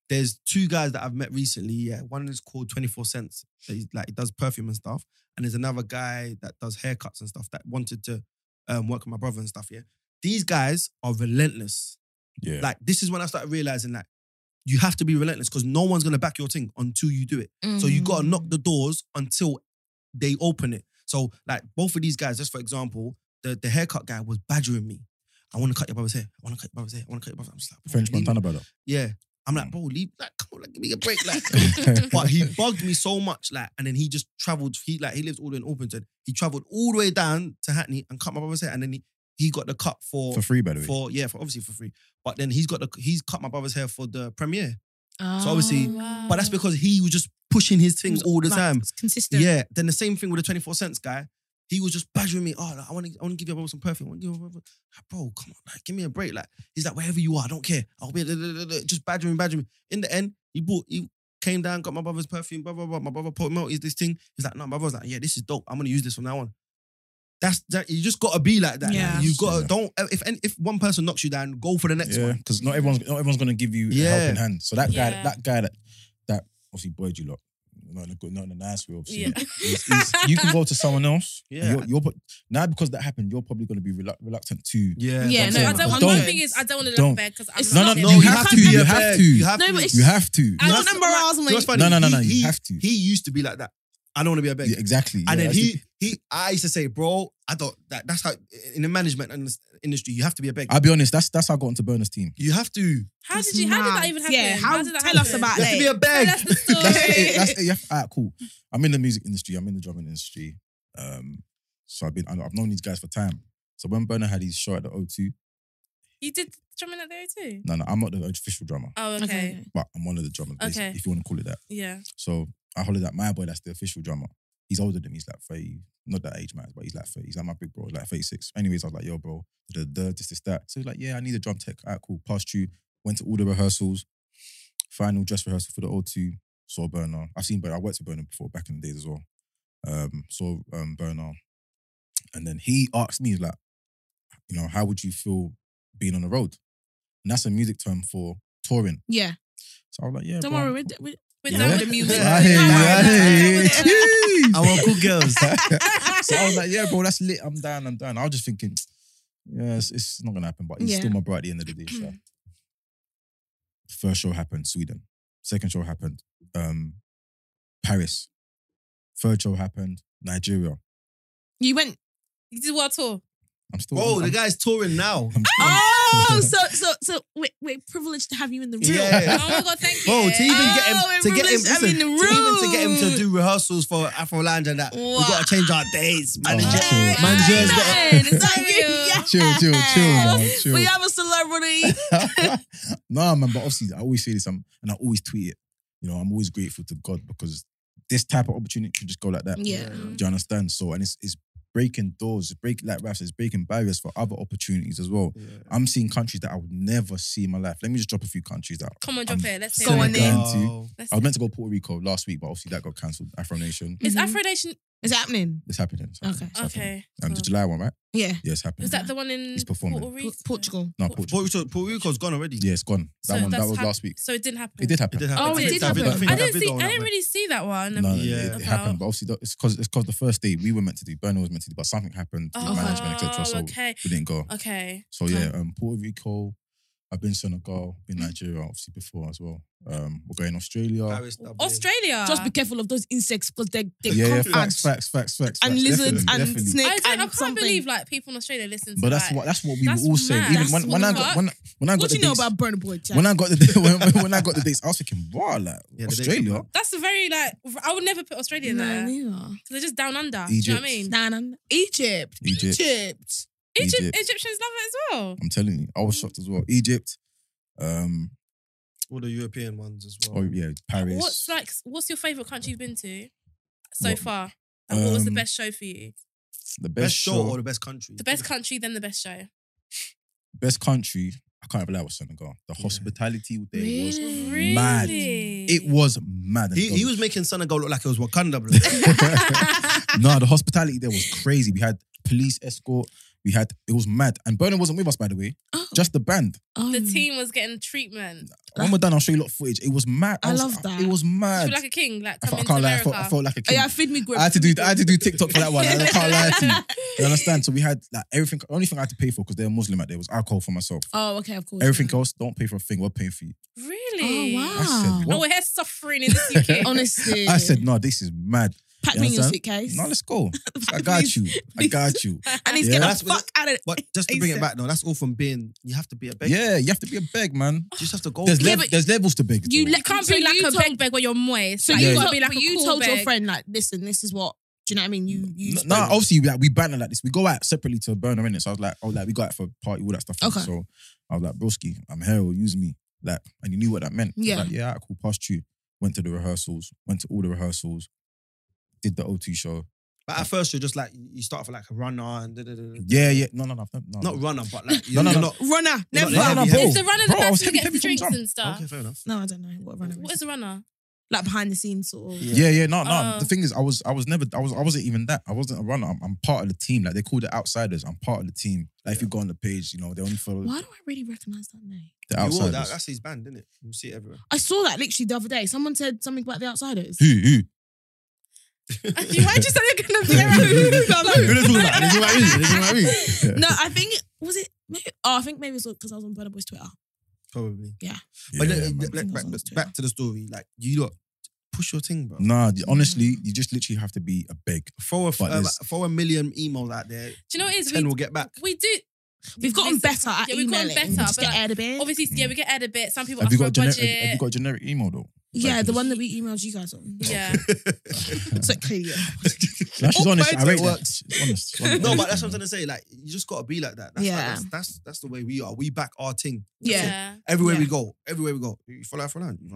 Speaker 3: There's two guys that I've met recently. Yeah, one is called Twenty Four Cents. So he's like he does perfume and stuff, and there's another guy that does haircuts and stuff that wanted to um, work with my brother and stuff. Yeah, these guys are relentless.
Speaker 4: yeah,
Speaker 3: Like this is when I started realizing that you have to be relentless because no one's gonna back your thing until you do it.
Speaker 2: Mm.
Speaker 3: So you gotta knock the doors until they open it. So like both of these guys, just for example, the, the haircut guy was badgering me. I want to cut your brother's hair. I want to cut your brother's hair. I want to cut your brother's hair. I'm just like, bro,
Speaker 4: French
Speaker 3: leave-
Speaker 4: Montana Mm. brother.
Speaker 3: Yeah. I'm like, bro, leave. Like, come on, like, give me a break.
Speaker 4: *laughs*
Speaker 3: Like,
Speaker 1: But
Speaker 3: *laughs* but he bugged me so much, like, and then he just traveled. He like he lives all the way in Orpington. He traveled all the way down to Hackney and cut my brother's hair, and then he, he got the cut for
Speaker 4: for free, by the way.
Speaker 3: for yeah for obviously for free. But then he's got the he's cut my brother's hair for the premiere.
Speaker 2: Oh,
Speaker 3: So obviously- But that's because he was just pushing his thing all the time.
Speaker 2: It's consistent.
Speaker 3: Yeah. Then the same thing with the 24 cents guy. He was just badgering me. Oh, like, I want to I wanna give your brother some perfume. I wanna give your brother. Like, bro, come on. Like, give me a break. Like, he's like, wherever you are, I don't care. I'll be just badgering, badgering. In the end, he bought, he came down, got my brother's perfume, blah, blah, blah. My brother poured him out, is this thing. He's like, no, my brother's like, yeah, this is dope. I'm going to use this from now on. That's that. You just gotta be like that.
Speaker 2: Yeah.
Speaker 3: Like, you gotta
Speaker 4: Yeah.
Speaker 3: don't. If any- if one person knocks you down, go for the next
Speaker 4: yeah,
Speaker 3: one.
Speaker 4: because not everyone's not everyone's gonna give you
Speaker 3: Yeah.
Speaker 4: a helping hand. So that
Speaker 1: Yeah.
Speaker 4: guy, that guy that that obviously boyed you lot, not in a good, not in a nice way, obviously.
Speaker 1: Yeah.
Speaker 4: He's- he's- you can go to someone else. and
Speaker 3: Yeah.
Speaker 4: you're, you're pro- now because that happened, you're probably gonna be relu- reluctant to.
Speaker 3: Yeah,
Speaker 2: Yeah,
Speaker 1: no,
Speaker 4: no,
Speaker 1: I don't.
Speaker 4: but
Speaker 1: want-
Speaker 4: don't.
Speaker 1: One thing is, I don't want to live
Speaker 4: Don't.
Speaker 1: there because
Speaker 2: It's
Speaker 1: I'm
Speaker 4: No,
Speaker 1: not.
Speaker 4: no,
Speaker 1: in
Speaker 4: no.
Speaker 1: it.
Speaker 4: You
Speaker 3: you
Speaker 4: have
Speaker 3: can't
Speaker 4: to.
Speaker 3: be
Speaker 4: You
Speaker 3: a
Speaker 4: have
Speaker 3: bag.
Speaker 4: to.
Speaker 3: You have
Speaker 2: No,
Speaker 3: to.
Speaker 2: but it's
Speaker 4: You have to.
Speaker 1: I
Speaker 2: I
Speaker 1: don't
Speaker 2: want
Speaker 1: want to
Speaker 2: to
Speaker 1: morale
Speaker 2: morale's
Speaker 3: You know what's
Speaker 2: mate.
Speaker 3: funny?
Speaker 4: No, no, no,
Speaker 3: He-
Speaker 4: no, you
Speaker 3: he-
Speaker 4: have to.
Speaker 3: He used to be like that. I don't want to be a beggar.
Speaker 4: Yeah, exactly.
Speaker 3: And
Speaker 4: Yeah,
Speaker 3: then
Speaker 4: that's
Speaker 3: he,
Speaker 4: the-
Speaker 3: he, I used to say, bro, I don't. That, that's how in the management and this industry, you have to be a beggar.
Speaker 4: I'll be honest. That's that's how I got into Burner's team.
Speaker 3: you have to. You
Speaker 1: How did you? How did that even happen?
Speaker 2: Yeah, how,
Speaker 1: did that
Speaker 2: tell us
Speaker 1: happen?
Speaker 2: about
Speaker 3: have to be
Speaker 2: that.
Speaker 3: a beg.
Speaker 1: That's the story.
Speaker 4: That's it. *laughs* That's it. Yeah. All right, cool. I'm in the music industry. I'm in the drumming industry. Um, so I've been I- I've known these guys for time. So when Burner had his show at the O2,
Speaker 1: *laughs* You did drumming at there too.
Speaker 4: no, no, I'm not the official drummer,
Speaker 1: Oh, okay.
Speaker 4: but I'm one of the drummers, basically,
Speaker 1: Okay.
Speaker 4: if you want to call it that.
Speaker 1: Yeah.
Speaker 4: So I hollered at my boy that's the official drummer. He's older than me. He's like 30, not that age matters, but he's like 30. He's like my big bro, he's like 36. Anyways, I was like, yo, bro, the, the, this, this, that. So he's like, yeah, I need a drum tech. All right, cool. Passed you. Went to all the rehearsals. Final dress rehearsal for the O2. Saw Burner. I've seen Burner. I worked with Burner before back in the days as well. Um, saw um, Burner. And then he asked me, he's like, you know, how would you feel being on the road? And that's a music term for touring.
Speaker 2: Yeah.
Speaker 4: So I was like, yeah,
Speaker 2: Don't
Speaker 4: bro.
Speaker 2: worry. We're, we're,
Speaker 1: We're
Speaker 4: Yeah.
Speaker 1: done with the music.
Speaker 3: Yeah.
Speaker 4: *laughs* I hear you, I hear you.
Speaker 3: I want
Speaker 4: *laughs*
Speaker 3: cool girls.
Speaker 2: *laughs*
Speaker 4: So I was like, yeah, bro, that's lit. I'm down, I'm down. I was just thinking, yeah, it's, it's not gonna happen, but he's
Speaker 2: Yeah.
Speaker 4: still my bro at the end of the day. So. First show happened, Sweden. Second show happened, um, Paris. Third show happened, Nigeria.
Speaker 2: you went.
Speaker 1: You did world tour.
Speaker 4: I'm still.
Speaker 3: Bro,
Speaker 4: I'm,
Speaker 3: the guy's touring
Speaker 4: *laughs*
Speaker 3: now.
Speaker 4: I'm- I'm-
Speaker 2: *laughs* Oh,
Speaker 4: *laughs*
Speaker 2: so so so we're, we're privileged to have you in the room.
Speaker 3: Yeah.
Speaker 1: *laughs* *laughs* Oh my god, thank you.
Speaker 3: Bro, to even get him
Speaker 2: Oh,
Speaker 3: to get him,
Speaker 2: everyone's
Speaker 3: listen,
Speaker 2: having the
Speaker 3: to even to get him
Speaker 2: room.
Speaker 3: to do rehearsals for Afro Lounge and that, we
Speaker 2: Wow.
Speaker 3: gotta change our days.
Speaker 4: Oh.
Speaker 1: Oh,
Speaker 3: Manager,
Speaker 4: shit.
Speaker 3: manager's got.
Speaker 2: Man, it's like,
Speaker 1: *laughs* Chill,
Speaker 4: chill, chill, chill, man, chill.
Speaker 2: We have a
Speaker 4: *laughs*
Speaker 2: celebrity.
Speaker 4: nah, man, but obviously, I always say this, I'm, and I always tweet it. You know, I'm always grateful to God because this type of opportunity can just go like that.
Speaker 2: Yeah.
Speaker 4: Do you understand? So, and it's it's breaking doors, it's break like Raph says, it's breaking barriers for other opportunities as well. I'm seeing countries that I would never see in my life. Let me just drop a few countries that
Speaker 1: Come on, drop
Speaker 4: I'm
Speaker 1: it. Let's
Speaker 4: so
Speaker 1: hear
Speaker 2: Go on
Speaker 1: it.
Speaker 2: in.
Speaker 4: going to.
Speaker 1: Let's
Speaker 4: I was meant to go to Puerto Rico last week, but obviously that got cancelled. Afro Nation,
Speaker 1: Is
Speaker 2: Mhm.
Speaker 1: Afro Nation
Speaker 2: It's happening.
Speaker 4: it's happening. It's happening.
Speaker 2: Okay.
Speaker 4: It's happening.
Speaker 1: okay?
Speaker 4: Um,
Speaker 1: cool.
Speaker 4: the July one, right?
Speaker 2: Yeah.
Speaker 4: Yeah, it's happening.
Speaker 1: Was that the one in
Speaker 4: He's performing.
Speaker 1: Puerto
Speaker 2: P-
Speaker 1: Rico?
Speaker 2: Portugal.
Speaker 4: no,
Speaker 1: Puerto-
Speaker 4: Portugal.
Speaker 3: Puerto, Rico- Puerto Rico's gone already.
Speaker 4: Yeah, it's gone. That
Speaker 1: So
Speaker 4: one, that
Speaker 1: that's
Speaker 4: was
Speaker 1: hap-
Speaker 4: last week.
Speaker 1: So it didn't happen.
Speaker 4: It did happen.
Speaker 3: It did happen.
Speaker 2: Oh, it
Speaker 3: I think
Speaker 2: did
Speaker 3: David-
Speaker 2: happen.
Speaker 3: think
Speaker 1: I didn't
Speaker 3: David
Speaker 1: see.
Speaker 3: or
Speaker 1: I
Speaker 3: whatever.
Speaker 1: didn't really see that one.
Speaker 4: No,
Speaker 1: Um,
Speaker 4: yeah,
Speaker 3: Yeah.
Speaker 4: it, it happened. But obviously, it's because it's because the first day we were meant to do, Burner was meant to do, but something happened with
Speaker 1: Oh,
Speaker 4: management, etc. So
Speaker 1: okay,
Speaker 4: we didn't go.
Speaker 1: okay.
Speaker 4: So yeah, um, Puerto Rico. I've been Senegal, been Nigeria, obviously before as well. Um, we're going Australia.
Speaker 3: Paris, Dublin.
Speaker 1: Australia.
Speaker 2: Just be careful of those insects because they they
Speaker 4: yeah, yeah,
Speaker 2: come
Speaker 4: facts,
Speaker 2: out.
Speaker 4: facts, facts, facts,
Speaker 2: and
Speaker 4: facts,
Speaker 2: lizards
Speaker 4: definitely,
Speaker 2: and
Speaker 4: definitely.
Speaker 1: I,
Speaker 2: snakes.
Speaker 1: don't, I
Speaker 2: and
Speaker 1: can't
Speaker 2: something.
Speaker 1: believe like people in Australia listen. to
Speaker 4: But that's
Speaker 1: like,
Speaker 4: what that's what we were
Speaker 1: That's
Speaker 4: all saying.
Speaker 1: mad.
Speaker 4: Even when,
Speaker 2: That's
Speaker 4: when I
Speaker 2: mad.
Speaker 4: got when, I- when I got
Speaker 2: What do
Speaker 4: the
Speaker 2: you know
Speaker 4: dates,
Speaker 2: about Burner Boy? Jack?
Speaker 4: when I got the *laughs* when, when I got the dates, I was thinking, wow, like
Speaker 3: Yeah, the dates are
Speaker 4: Australia,
Speaker 3: bad.
Speaker 1: That's a very like I would never put Australia in there
Speaker 2: Nah,
Speaker 1: because
Speaker 2: neither.
Speaker 1: they're just down under. Do you know what I mean?
Speaker 2: Nah, nah, nah. Egypt.
Speaker 4: Egypt.
Speaker 2: Egypt.
Speaker 1: Egypt,
Speaker 4: Egypt.
Speaker 1: Egyptians love it as well.
Speaker 4: I'm telling you, I was shocked as well. Egypt, um,
Speaker 3: all the European ones as well.
Speaker 4: oh yeah, Paris.
Speaker 1: What's like? What's your favorite country you've been to so
Speaker 4: What-
Speaker 1: far? Like, what was the
Speaker 4: Um,
Speaker 1: best show for you?
Speaker 4: the best,
Speaker 3: best show or
Speaker 4: show,
Speaker 3: the best country?
Speaker 1: The best country, then the best show.
Speaker 4: best country. I can't even lie with Senegal. The hospitality there was
Speaker 1: Really?
Speaker 4: mad. it *laughs* was mad.
Speaker 3: He,
Speaker 4: *laughs*
Speaker 3: he was making Senegal look like it was Wakanda, *laughs* bro.
Speaker 4: no, the hospitality there was crazy. We had police escort. We had it was mad. And Burner wasn't with us, by the way.
Speaker 2: Oh.
Speaker 4: Just the band.
Speaker 2: Oh.
Speaker 1: The team was getting treatment.
Speaker 4: When we're done, I'll show you lot of footage. It was mad.
Speaker 2: I
Speaker 4: was-
Speaker 2: love that.
Speaker 4: It was
Speaker 1: You
Speaker 4: mad.
Speaker 1: feel like a king, like
Speaker 4: I, felt,
Speaker 1: coming
Speaker 4: I
Speaker 1: to
Speaker 4: can't lie. I
Speaker 1: America.
Speaker 4: felt, I felt like a
Speaker 2: Oh,
Speaker 4: king.
Speaker 2: yeah, feed me grip.
Speaker 4: I had to do I had to do TikTok for that one. and I can't lie to you.
Speaker 2: *laughs*
Speaker 4: You understand? So we had like everything. The only thing I had to pay for because they're Muslim out there was alcohol for myself.
Speaker 2: Oh, okay, of course.
Speaker 4: Everything else, don't pay for a thing. We're paying for you.
Speaker 1: Really?
Speaker 2: Oh, wow. Oh,
Speaker 4: I said,
Speaker 1: And
Speaker 4: what?
Speaker 1: we're here suffering
Speaker 4: *laughs*
Speaker 1: in this UK.
Speaker 2: Honestly.
Speaker 4: I said, no, this is mad.
Speaker 2: pack
Speaker 4: you
Speaker 2: me in your
Speaker 4: understand?
Speaker 2: suitcase.
Speaker 4: No, let's go.
Speaker 2: *laughs*
Speaker 4: I got you. I got you.
Speaker 2: And he's
Speaker 4: Yeah.
Speaker 2: getting
Speaker 3: That's-
Speaker 2: the fuck out of
Speaker 3: But just to bring it back, though, that's all from being. You have to be a beggar.
Speaker 4: Yeah, you have to be a beg, man.
Speaker 3: You just have to go.
Speaker 4: There's,
Speaker 2: Oh, Yeah,
Speaker 4: lev-
Speaker 2: but-
Speaker 4: there's levels to beg.
Speaker 2: You
Speaker 4: though.
Speaker 1: It
Speaker 2: let
Speaker 1: can't
Speaker 2: so
Speaker 1: be like
Speaker 2: you
Speaker 1: a
Speaker 2: told-
Speaker 1: beg beg where you're moist.
Speaker 2: So
Speaker 1: Like,
Speaker 2: you
Speaker 1: you
Speaker 4: Yeah.
Speaker 1: gotta
Speaker 2: told,
Speaker 1: be like
Speaker 2: but
Speaker 1: a
Speaker 2: you
Speaker 1: cool
Speaker 2: told your
Speaker 1: beg.
Speaker 2: friend like, listen, this is what. Do you know what I mean? You you.
Speaker 4: No, nah, obviously we like, we banned it like this. We go out separately to a burner in it. So I was like, oh, like we go out for a party, all that stuff.
Speaker 2: Okay.
Speaker 4: So I was like, broski, I'm here, or use me. Like, and you knew what that meant. He was
Speaker 2: Yeah.
Speaker 4: Like, yeah, all right, cool, past you. Went to the rehearsals, went to all the rehearsals, did the O2 show.
Speaker 3: But at first, you're just like you start off like a runner and da, da, da, da.
Speaker 4: Yeah, yeah. No, no, no, no. no.
Speaker 3: not runner, but like
Speaker 4: No,
Speaker 3: you're,
Speaker 4: no,
Speaker 3: you're
Speaker 4: no.
Speaker 3: not.
Speaker 2: runner.
Speaker 3: You're
Speaker 2: Never.
Speaker 3: not
Speaker 4: no, no, no,
Speaker 3: heavy,
Speaker 4: bro.
Speaker 3: heavy.
Speaker 1: It's the runner the
Speaker 4: Bro, I
Speaker 1: best
Speaker 4: was
Speaker 1: who
Speaker 4: heavy,
Speaker 1: gets
Speaker 4: heavy
Speaker 1: the
Speaker 4: from
Speaker 1: drinks
Speaker 4: jump.
Speaker 1: and stuff.
Speaker 3: Okay, fair enough.
Speaker 2: No, I don't know what a runner
Speaker 1: What is
Speaker 2: is.
Speaker 1: the runner?
Speaker 2: Like behind the scenes sort of.
Speaker 3: Yeah. Um,
Speaker 4: Yeah, yeah, no, no.
Speaker 1: Oh.
Speaker 4: the thing is, I was, I was never, I was, I wasn't even that. I wasn't a runner. I'm, I'm part of the team. Like they called it outsiders. I'm part of the team. Like if you go on the page, you know they only follow
Speaker 2: Why do I really recognize that name?
Speaker 4: the
Speaker 3: You will,
Speaker 4: outsiders.
Speaker 3: that, that's his band, isn't it? You see it everywhere.
Speaker 2: I saw that literally the other day. Someone said something about the outsiders.
Speaker 4: who, who?
Speaker 1: Why just say you're gonna be
Speaker 2: *laughs*
Speaker 4: Who they talking about?
Speaker 1: around?
Speaker 4: They talking about me? They talking about me? Yeah.
Speaker 2: No, I think it was it. Maybe, oh, I think maybe it's because I was on Burner Boy's Twitter.
Speaker 3: Probably.
Speaker 4: Yeah,
Speaker 3: But
Speaker 4: man.
Speaker 3: let- let-
Speaker 2: Think
Speaker 3: back,
Speaker 2: that's what
Speaker 3: back to the story. Like you lot, push your thing, bro.
Speaker 4: Nah, you- honestly,
Speaker 3: Mm.
Speaker 4: you just literally have to be a beg.
Speaker 3: Throw a
Speaker 4: But
Speaker 3: uh,
Speaker 4: there's-
Speaker 3: throw a million emails out there.
Speaker 1: Do you know what it is?
Speaker 3: Ten
Speaker 1: We,
Speaker 3: will get back.
Speaker 1: we do.
Speaker 2: We've gotten better at
Speaker 1: Yeah, we've gotten
Speaker 2: emailing.
Speaker 1: better,
Speaker 2: Just
Speaker 1: but
Speaker 2: get
Speaker 1: like,
Speaker 2: aired a bit.
Speaker 1: Obviously, yeah, we get aired a bit. Some people
Speaker 4: Have
Speaker 1: ask
Speaker 4: you,
Speaker 1: for
Speaker 4: got
Speaker 1: a
Speaker 4: a generic,
Speaker 1: budget.
Speaker 4: have you got a generic email
Speaker 3: *laughs*
Speaker 4: though? *laughs*
Speaker 2: yeah,
Speaker 4: Like,
Speaker 2: the one that we emailed you guys on.
Speaker 1: yeah.
Speaker 2: So clearly,
Speaker 4: Nah, she's
Speaker 2: Oh,
Speaker 4: honest. I
Speaker 2: but
Speaker 4: rate
Speaker 2: it
Speaker 4: that. She's honest. She's honest.
Speaker 3: *laughs* No,
Speaker 2: *laughs*
Speaker 3: but that's what I'm trying to say. Like you just gotta be like that. That's,
Speaker 2: Yeah.
Speaker 3: that's, that's that's the way we are. We back our thing. That's it.
Speaker 1: yeah.
Speaker 3: Everywhere we
Speaker 2: Yeah.
Speaker 3: go, everywhere we go, you follow for land.
Speaker 4: *laughs*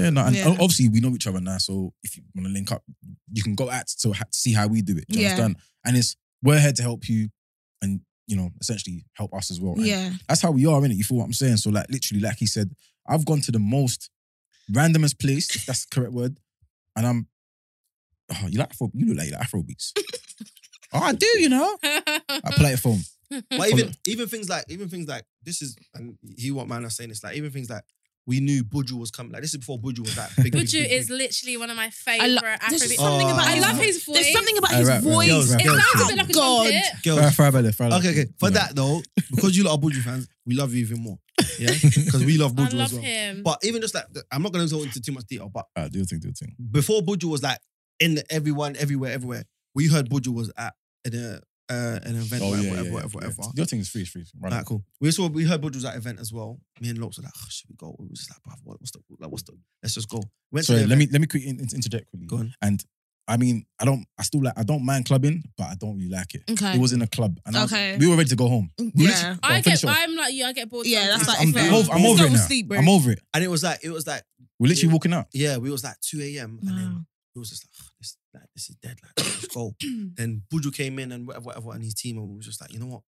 Speaker 4: Yeah, no, and
Speaker 2: Yeah.
Speaker 4: obviously we know each other now, so if you want to link up, you can go at to ha- see how we do it. Do you
Speaker 2: Yeah.
Speaker 4: understand? And it's we're here to help you, and you know, essentially help us as well. And
Speaker 2: yeah,
Speaker 4: that's how we are, innit? You feel what I'm saying? So, like, literally, like he said, I've gone to the most randomest place, if that's the correct word, and I'm, oh, you like Afro, you look like you like Afro
Speaker 3: *laughs*
Speaker 4: beats. oh, I do, you know.
Speaker 1: *laughs*
Speaker 4: I play it for him.
Speaker 2: *laughs*
Speaker 3: But even even things like even things like this is and he won't mind us saying this. Like even things like we knew Budju was coming. Like this is before Budju was like big. big,
Speaker 1: Buju
Speaker 3: big,
Speaker 1: is
Speaker 3: big.
Speaker 1: literally one of my
Speaker 2: I
Speaker 1: favorite
Speaker 2: lo- there's
Speaker 1: Afrobeat.
Speaker 2: just something
Speaker 3: Oh.
Speaker 2: about.
Speaker 1: I
Speaker 2: his
Speaker 1: love his voice.
Speaker 2: There's something about
Speaker 4: Alright,
Speaker 2: his
Speaker 4: right, right.
Speaker 2: voice.
Speaker 3: Girls, right,
Speaker 1: It
Speaker 4: girls.
Speaker 1: sounds a bit like a
Speaker 2: God.
Speaker 1: trumpet.
Speaker 4: Fry-
Speaker 3: Girls.
Speaker 4: fry belly, fry
Speaker 3: *laughs*
Speaker 4: belly.
Speaker 3: Okay, okay. For
Speaker 4: Yeah.
Speaker 3: that though, because you lot are Budju fans, we love you even more. Yeah, because we love
Speaker 1: *laughs* I
Speaker 3: Budju
Speaker 1: love
Speaker 3: as well.
Speaker 1: him.
Speaker 3: But even just like I'm not going to go into too much detail, but
Speaker 4: *laughs* Alright, do your thing, do your thing.
Speaker 3: before Budju was like in the everyone, everywhere, everywhere. We heard Budju was at in a uh, an event, *laughs* whatever, whatever, whatever, whatever.
Speaker 4: Oh, yeah. Your thing is free, it's free. Right.
Speaker 3: Alright, cool. We saw we heard Budju was at event as well. Me and Lopes were like, oh, should we go? We were just like, bruv, what, what's the like, what's the? Let's just go. Went
Speaker 4: Sorry,
Speaker 3: to the
Speaker 4: let
Speaker 3: event.
Speaker 4: me let me quick in, in- interject quickly.
Speaker 3: Go on.
Speaker 4: And I mean, I don't, I still like, I don't mind clubbing, but I don't really like it.
Speaker 3: Mm,
Speaker 2: Okay.
Speaker 4: It was in a club, and I was-
Speaker 2: Okay.
Speaker 4: we were ready to go home. We
Speaker 2: Yeah.
Speaker 4: literally-
Speaker 1: I
Speaker 4: Well,
Speaker 1: get.
Speaker 4: finish off.
Speaker 1: I'm like you. I get bored.
Speaker 2: Yeah, that's
Speaker 1: sometimes.
Speaker 2: like-
Speaker 4: I'm,
Speaker 2: fair.
Speaker 4: I'm over, I'm
Speaker 2: It's
Speaker 4: over
Speaker 2: not
Speaker 4: it
Speaker 2: all
Speaker 4: now.
Speaker 2: sleep, bro.
Speaker 4: I'm over it.
Speaker 3: and it was like it was like
Speaker 4: We're literally
Speaker 3: Yeah.
Speaker 4: walking out.
Speaker 3: yeah, we was like two a.m. and
Speaker 2: Wow.
Speaker 3: then we was just like, "Ugh, this like this is dead. Like let's *clears throat* go. then Budju came in and whatever, whatever, and his team, and we was just like, you know what?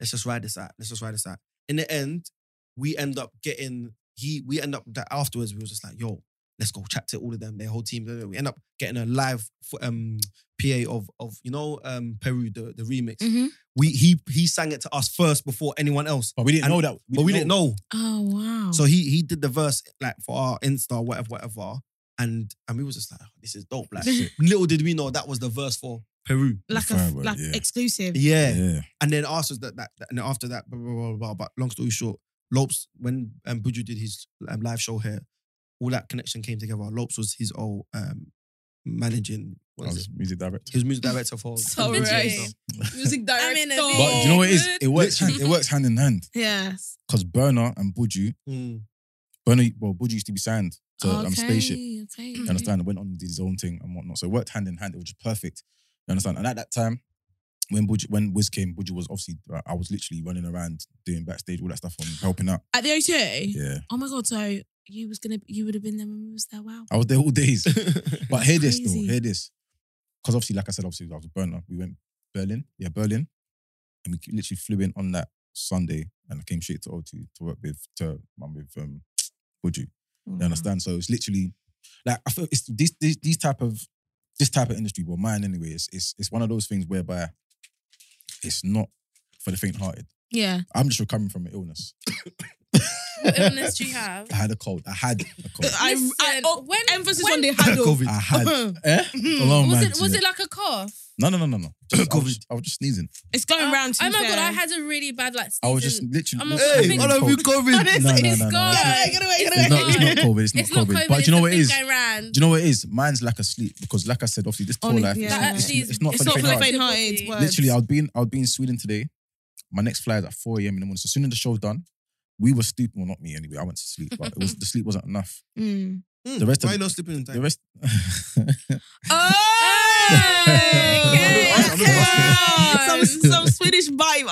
Speaker 3: Let's just ride this out. Let's just ride this out. In the end, we end up getting he. We end up that afterwards. We was just like, yo, let's go chat to all of them, their whole team. We end up getting a live fo- um PA of of you know um Peru the the remix.
Speaker 1: Mm-hmm.
Speaker 2: Mhm.
Speaker 3: We he he sang it to us first before anyone else,
Speaker 4: But we didn't
Speaker 3: And-
Speaker 4: know that.
Speaker 3: but we didn't know.
Speaker 2: Oh wow.
Speaker 4: Mm.
Speaker 3: So he he did the verse like for our Insta, whatever, whatever. And and we was just like, "Oh, this is dope. Like little did we know that was the verse for Peru.
Speaker 2: like a
Speaker 4: Fire, bro,
Speaker 2: like
Speaker 4: yeah. *laughs*
Speaker 2: exclusive.
Speaker 3: *laughs* Yeah.
Speaker 4: Yeah.
Speaker 3: And then after that, that, that- and then after that, blah, blah, blah, blah, But long story short, Lopes, when um, Buju did his um, live show here, all that connection came together. Lopes was his old um, managing,
Speaker 4: I
Speaker 3: what is
Speaker 4: was
Speaker 3: it?
Speaker 4: music director.
Speaker 3: He was music director
Speaker 4: *laughs*
Speaker 3: for.
Speaker 2: So
Speaker 3: for-
Speaker 1: right.
Speaker 2: Music
Speaker 1: I'm in a director.
Speaker 4: But do you know what it is?
Speaker 1: Good.
Speaker 4: It works.
Speaker 2: *laughs*
Speaker 4: Hand, it
Speaker 1: Literally.
Speaker 4: works hand in hand
Speaker 2: Yes.
Speaker 4: because Burner and Budju, *laughs*
Speaker 3: Mm.
Speaker 4: Burner, well, Budju used to be signed to um, Spaceship.
Speaker 2: Okay. okay.
Speaker 4: You understand? And went on and did his own thing and whatnot. So it worked hand in hand. It was just perfect. You understand? And at that time, when Budju, when Wiz came, Budju was obviously uh, I was literally running around doing backstage, all that stuff, and helping out.
Speaker 2: At the O2.
Speaker 4: Yeah,
Speaker 2: Oh my god. So you was gonna you would have been there when we was there. Wow.
Speaker 4: I was there all
Speaker 2: *laughs*
Speaker 4: days. But hear this though,
Speaker 2: Crazy.
Speaker 4: hear this. Because obviously, like I said, obviously I was a burner. We went Berlin, yeah, Berlin, and we literally flew in on that Sunday and I came straight to O2 to work with to man with um Buju.
Speaker 1: Mm-hmm.
Speaker 4: You understand? So it's literally like I feel it's these these, these type of this type of industry, well, mine anyway, is it's it's one of those things whereby it's not for the faint-hearted.
Speaker 2: Yeah.
Speaker 4: I'm just recovering from an illness.
Speaker 1: What illness do you
Speaker 4: *laughs*
Speaker 1: have?
Speaker 4: I had a cold. I had a
Speaker 1: *laughs*
Speaker 4: cold.
Speaker 2: I- I-
Speaker 1: Listen,
Speaker 2: oh,
Speaker 1: when
Speaker 2: Emphasis
Speaker 1: when- *laughs*
Speaker 2: on the handle.
Speaker 4: I had eh? a long
Speaker 1: was
Speaker 4: man
Speaker 1: it was
Speaker 4: to
Speaker 1: it like a cough?
Speaker 4: No, no, no, no, no. Just, I, was,
Speaker 3: COVID.
Speaker 4: I was just sneezing.
Speaker 2: *laughs* It's going
Speaker 1: Oh,
Speaker 2: round. to
Speaker 1: Oh
Speaker 2: be
Speaker 1: my god,
Speaker 2: fair.
Speaker 1: I had a really bad like. Season.
Speaker 4: I was just literally.
Speaker 1: I'm a-
Speaker 4: literally
Speaker 1: Hey,
Speaker 4: sneezing
Speaker 1: all
Speaker 4: with
Speaker 3: of you
Speaker 4: cold.
Speaker 3: COVID.
Speaker 4: *laughs* No, no, no, no,
Speaker 1: It's
Speaker 4: no.
Speaker 1: gone.
Speaker 4: It's-
Speaker 1: Yeah, *laughs* get away, get
Speaker 4: It's
Speaker 1: away.
Speaker 4: not, it's not
Speaker 1: *laughs*
Speaker 4: COVID. It's not,
Speaker 1: It's not
Speaker 4: COVID.
Speaker 1: COVID.
Speaker 4: But do you know what it is?
Speaker 1: Going round.
Speaker 4: Do you know what it is? Mine's lack of sleep because, like I said, obviously this tour
Speaker 2: Only-
Speaker 4: life,
Speaker 2: yeah.
Speaker 1: That
Speaker 4: it's,
Speaker 1: actually is-
Speaker 4: it's, it's not
Speaker 2: It's
Speaker 4: for
Speaker 2: not
Speaker 4: the
Speaker 2: for the
Speaker 4: faint heart.
Speaker 2: faint-hearted.
Speaker 1: Literally,
Speaker 2: words.
Speaker 4: Literally, I was being I was being Sweden today. My next flight is at four a.m. in the morning. So as soon as the show's done, we were sleeping. Well, not me anyway. I went to sleep, but it was the sleep wasn't enough.
Speaker 2: *laughs* Mm.
Speaker 3: Mm,
Speaker 4: The rest of-
Speaker 3: why you not sleeping in time?
Speaker 4: The rest. *laughs*
Speaker 2: Oh, *laughs*
Speaker 4: *laughs*
Speaker 2: okay.
Speaker 1: *laughs* Mm.
Speaker 3: I'm just
Speaker 2: Some,
Speaker 1: asking.
Speaker 2: some Swedish vibe.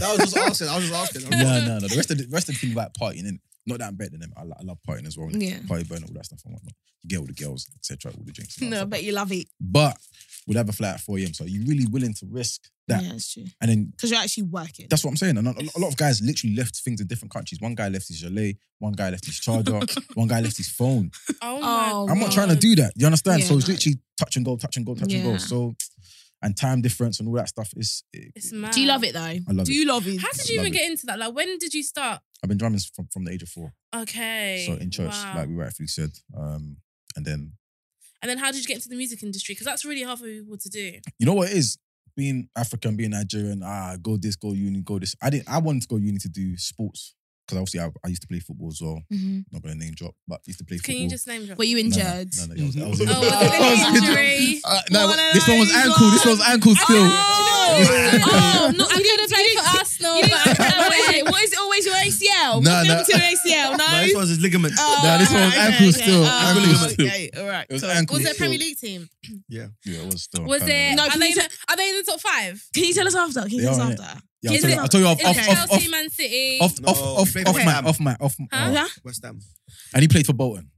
Speaker 3: That was just asking. I was just asking.
Speaker 4: *laughs*
Speaker 3: I was just-
Speaker 4: no, no, no. The rest of the rest of the people like partying and not that I'm better than them. I, li- I love partying as well. innit?
Speaker 2: Yeah.
Speaker 4: Party burn all that stuff and whatnot. You get all the girls, etc. All the drinks. and all
Speaker 2: no, I
Speaker 4: that
Speaker 2: bet you love it.
Speaker 4: stuff. but we'd have a flight at four a.m. So are you really willing to risk that?
Speaker 2: Yeah, it's true.
Speaker 4: And then
Speaker 2: Because you're actually working.
Speaker 4: That's what I'm saying. And a a lot of guys literally left things in different countries. One guy left his gilet, one guy left his
Speaker 2: *laughs*
Speaker 4: charger, one guy left his phone.
Speaker 1: Oh
Speaker 2: Oh,
Speaker 1: my.
Speaker 4: I'm not
Speaker 1: God.
Speaker 4: trying to do that. You understand?
Speaker 2: Yeah,
Speaker 4: so it's
Speaker 2: no.
Speaker 4: literally touch and go, touch and go, touch and
Speaker 2: Yeah.
Speaker 4: go. So, and time difference and all that stuff is.
Speaker 1: It's mad.
Speaker 2: Do you love it though? I
Speaker 4: love
Speaker 2: Do
Speaker 4: it.
Speaker 2: you love it?
Speaker 1: How did you
Speaker 4: Love
Speaker 1: even
Speaker 4: it.
Speaker 1: get into that? Like, when did you start?
Speaker 4: I've been drumming from, from the age of four.
Speaker 1: Okay.
Speaker 4: So in church,
Speaker 1: wow.
Speaker 4: like we rightfully said. Um, and then
Speaker 1: and then how did you get into the music industry? Because that's really hard for people to do.
Speaker 4: you know what it is? Being African, being Nigerian, ah, go this, go uni, go this. I didn't. I wanted to go uni to do sports because obviously I, I used to play football as well.
Speaker 2: Mhm.
Speaker 4: Not gonna name drop, but used to play
Speaker 1: Can
Speaker 4: football.
Speaker 1: you just name drop?
Speaker 2: Were you
Speaker 4: No, no,
Speaker 2: injured?
Speaker 4: No, no, yeah, I was- I was
Speaker 3: Oh,
Speaker 4: injured.
Speaker 1: Oh, was
Speaker 4: *laughs* I was
Speaker 1: it an
Speaker 4: injured.
Speaker 1: injury?
Speaker 4: Uh, no,
Speaker 2: One and
Speaker 4: this one was
Speaker 2: only
Speaker 4: ankle. This
Speaker 2: one.
Speaker 4: one was ankle
Speaker 1: Oh,
Speaker 4: still.
Speaker 2: Oh,
Speaker 4: Yeah.
Speaker 2: no,
Speaker 1: I'm gonna
Speaker 2: you didn't-
Speaker 1: play
Speaker 2: you didn't-
Speaker 1: for Arsenal.
Speaker 2: *laughs* You didn't-
Speaker 1: but *laughs* I'm gonna
Speaker 2: what is
Speaker 1: win.
Speaker 2: it? What is it always your ACL?
Speaker 4: Nah,
Speaker 2: What's
Speaker 4: nah.
Speaker 2: happened to your
Speaker 1: *laughs*
Speaker 2: ACL? No.
Speaker 3: No, this one's his ligament.
Speaker 2: Oh,
Speaker 4: Nah, this one's ankle still.
Speaker 2: Oh,
Speaker 3: Ankle
Speaker 4: still.
Speaker 2: Okay, all right.
Speaker 4: It was
Speaker 2: cool.
Speaker 4: ankle.
Speaker 1: Was it a
Speaker 4: So-
Speaker 1: Premier League team?
Speaker 4: Yeah, it was still.
Speaker 1: Was it?
Speaker 2: No,
Speaker 1: are,
Speaker 2: can
Speaker 1: they
Speaker 2: you
Speaker 1: in the, are they in the top five?
Speaker 2: Can you tell us after? Can you tell us
Speaker 4: Yeah,
Speaker 2: after?
Speaker 4: Yeah, I'll
Speaker 1: Is
Speaker 4: tell
Speaker 1: it-
Speaker 4: you. I'll tell you off,
Speaker 1: Is
Speaker 4: off,
Speaker 1: it
Speaker 4: off,
Speaker 1: Chelsea,
Speaker 4: off,
Speaker 1: Man City?
Speaker 4: off,
Speaker 3: No,
Speaker 4: off, off,
Speaker 3: play
Speaker 4: off,
Speaker 3: for
Speaker 4: my,
Speaker 3: Ham.
Speaker 4: off my, off. my-
Speaker 1: Huh?
Speaker 4: oh.
Speaker 2: Yeah.
Speaker 3: West Ham.
Speaker 4: And he played for Bolton.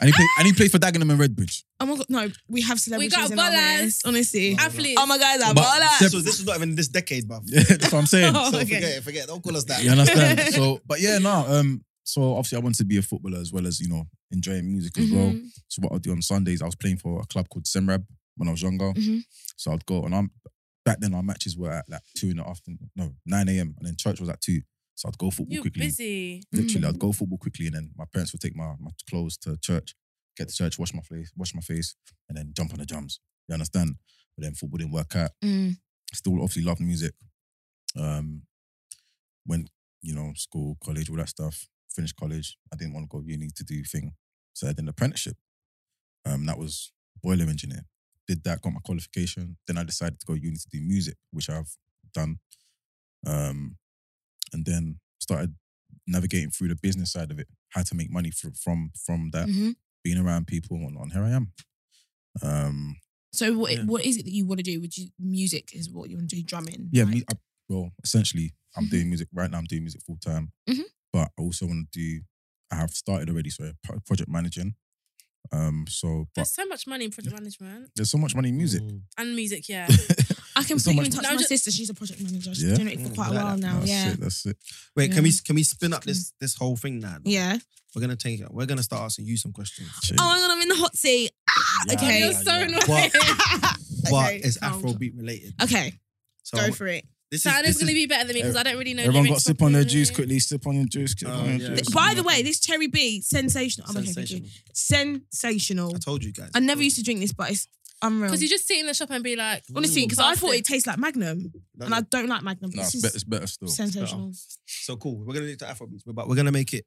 Speaker 4: And he played. and he played for Dagenham and Redbridge. *laughs*
Speaker 2: Oh my god, no, we have celebrities.
Speaker 1: got
Speaker 2: in our
Speaker 1: ballers.
Speaker 2: list, honestly.
Speaker 1: Athletes.
Speaker 2: Oh my god, I'm
Speaker 4: But-
Speaker 2: baller.
Speaker 4: Sep-
Speaker 3: So this is not even this decade, bruv.
Speaker 4: Yeah, that's what
Speaker 1: *laughs*
Speaker 4: I'm saying.
Speaker 2: Oh,
Speaker 3: So
Speaker 2: okay.
Speaker 3: *laughs* forget it, forget it. Don't call us that.
Speaker 4: You understand? So, but yeah, no. Um, so obviously I wanted to be a footballer as well as you know enjoying music as well.
Speaker 2: Mhm.
Speaker 4: So what I'd do on Sundays, I was playing for a club called Semrab when I was younger.
Speaker 2: Mhm.
Speaker 4: So I'd go and I'm back then our matches were at like two in the afternoon, no, nine a.m. and then church was at two. So I'd go football
Speaker 1: You're
Speaker 4: quickly.
Speaker 1: busy.
Speaker 4: Literally, I'd go football quickly and then my parents would take my, my clothes to church, get to church, wash my face, wash my face, and then jump on the drums. You understand? But then football didn't work out.
Speaker 2: Mm.
Speaker 4: Still obviously loved music. Um went, you know, school, college, all that stuff. Finished college. I didn't want to go uni to do thing. So I did an apprenticeship. Um, that was boiler engineer. Did that, got my qualification. Then I decided to go uni to do music, which I've done. Um, and then started navigating through the business side of it. How to make money fr- from from that,
Speaker 2: Mhm.
Speaker 4: being around people and whatnot. And here I am. Um,
Speaker 2: So what,
Speaker 3: Yeah.
Speaker 2: what is it that you want to do? Would you music is what you want to do? Drumming.
Speaker 4: Yeah,
Speaker 2: like-
Speaker 4: mu- I, well, essentially, I'm
Speaker 2: Mhm.
Speaker 4: doing music right now. I'm doing music full time,
Speaker 2: Mhm.
Speaker 4: but I also want to do. I have started already, so pro- project managing. Um, so but
Speaker 1: There's so much money in project management
Speaker 4: there's so much money in music.
Speaker 2: Mm.
Speaker 1: and music. Yeah.
Speaker 2: I can
Speaker 4: There's so
Speaker 2: put you
Speaker 4: much-
Speaker 2: in touch
Speaker 1: No,
Speaker 2: with my
Speaker 1: just-
Speaker 2: sister. She's a project manager. She's
Speaker 4: Yeah?
Speaker 2: doing it for
Speaker 3: Mm,
Speaker 2: quite a
Speaker 3: like
Speaker 2: while
Speaker 3: that.
Speaker 2: now.
Speaker 4: that's
Speaker 2: yeah.
Speaker 4: it. That's it.
Speaker 3: Wait,
Speaker 2: Yeah.
Speaker 3: can we can we spin up this this whole thing now?
Speaker 2: Yeah.
Speaker 3: We're gonna take it. We're gonna start asking you some
Speaker 2: *laughs*
Speaker 3: questions.
Speaker 2: Oh my god, I'm in the hot
Speaker 4: *laughs*
Speaker 2: seat.
Speaker 4: Yeah,
Speaker 2: okay.
Speaker 1: You're
Speaker 4: yeah,
Speaker 1: so
Speaker 4: yeah.
Speaker 1: annoying.
Speaker 3: But,
Speaker 4: Oh.
Speaker 3: but
Speaker 2: Okay,
Speaker 3: it's
Speaker 2: calm
Speaker 3: Afrobeat related.
Speaker 2: Okay,
Speaker 3: So
Speaker 2: go
Speaker 3: I'm-
Speaker 2: for it.
Speaker 3: this is,
Speaker 1: Santa's
Speaker 3: this
Speaker 1: gonna
Speaker 3: is
Speaker 1: be better than me because I don't really know.
Speaker 4: Everyone got
Speaker 1: lyrics
Speaker 4: sip on their juice
Speaker 1: properly.
Speaker 4: quickly. Sip on your juice. sip
Speaker 3: Oh,
Speaker 4: on your
Speaker 3: yeah.
Speaker 4: juice.
Speaker 3: It's
Speaker 2: By
Speaker 3: not
Speaker 2: the way,
Speaker 3: good.
Speaker 2: this cherry B
Speaker 3: *laughs*
Speaker 2: sensational. I'm okay, thank you.
Speaker 3: sensational.
Speaker 2: Sensational.
Speaker 3: I told you guys.
Speaker 2: I never used to drink this, but it's unreal.
Speaker 1: Because you just sit in the shop and be like,
Speaker 2: Honestly, because I thought
Speaker 1: Bastard.
Speaker 2: it tastes like Magnum, and I don't like Magnum.
Speaker 4: No,
Speaker 2: this
Speaker 4: it's,
Speaker 2: is
Speaker 4: be- it's better still.
Speaker 2: sensational.
Speaker 3: So cool. We're gonna do it to Afrobeats, but we're gonna make it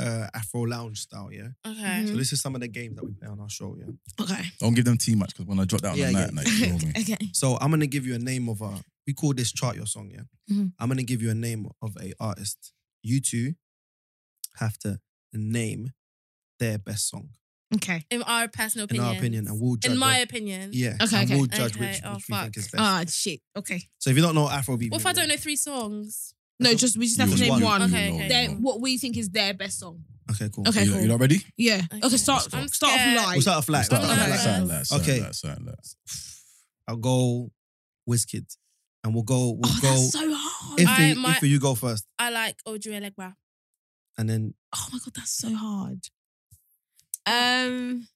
Speaker 3: uh, Afro lounge style. Yeah.
Speaker 1: okay.
Speaker 2: Mm-hmm. Mm.
Speaker 3: So this is some of the games that we play on our show. Yeah.
Speaker 2: Okay.
Speaker 4: Don't give them too much because when I drop that on
Speaker 3: Yeah,
Speaker 4: the
Speaker 3: yeah.
Speaker 4: night, night, you
Speaker 2: *laughs*
Speaker 4: know me.
Speaker 2: Okay.
Speaker 3: So I'm gonna give you a name of a. We call this chart your song. Yeah.
Speaker 2: Mhm.
Speaker 3: I'm gonna give you a name of a artist. You two have to name their best song
Speaker 2: Okay.
Speaker 1: In our personal
Speaker 3: in
Speaker 1: opinion.
Speaker 3: our opinion, and we'll judge.
Speaker 1: In my
Speaker 3: whe-
Speaker 1: opinion.
Speaker 3: yeah.
Speaker 2: Okay,
Speaker 3: And
Speaker 2: okay.
Speaker 3: we'll judge
Speaker 1: Okay,
Speaker 3: which,
Speaker 1: oh,
Speaker 3: which we think
Speaker 1: fuck.
Speaker 3: is best.
Speaker 2: Ah, shit. Okay.
Speaker 3: so if you don't know Afrobeat,
Speaker 1: What if I don't know three songs?
Speaker 2: No, just we just
Speaker 4: You
Speaker 2: have to
Speaker 4: know
Speaker 2: name
Speaker 4: me.
Speaker 3: one.
Speaker 2: one.
Speaker 1: Okay,
Speaker 4: You know
Speaker 1: okay.
Speaker 4: me.
Speaker 2: Their- what we think is their best song.
Speaker 3: Okay. Cool.
Speaker 2: Okay,
Speaker 4: You,
Speaker 2: cool.
Speaker 4: you not ready?
Speaker 2: Yeah. Okay.
Speaker 1: Okay.
Speaker 2: start.
Speaker 1: I'm
Speaker 2: start off
Speaker 1: scared.
Speaker 2: light.
Speaker 3: We'll start off flat.
Speaker 4: Start
Speaker 1: I'm
Speaker 4: like
Speaker 1: not
Speaker 4: that,
Speaker 1: ready.
Speaker 4: start like that, start
Speaker 3: Okay.
Speaker 4: like that, start like that.
Speaker 3: I'll go WizKid. And we'll go, we'll
Speaker 2: oh,
Speaker 3: go,
Speaker 2: that's so hard. hard.
Speaker 3: If,
Speaker 1: I-
Speaker 3: you-
Speaker 1: my-
Speaker 3: if you go first,
Speaker 1: I like Audrey Elegba.
Speaker 3: and then
Speaker 2: oh my god, that's so hard. Um.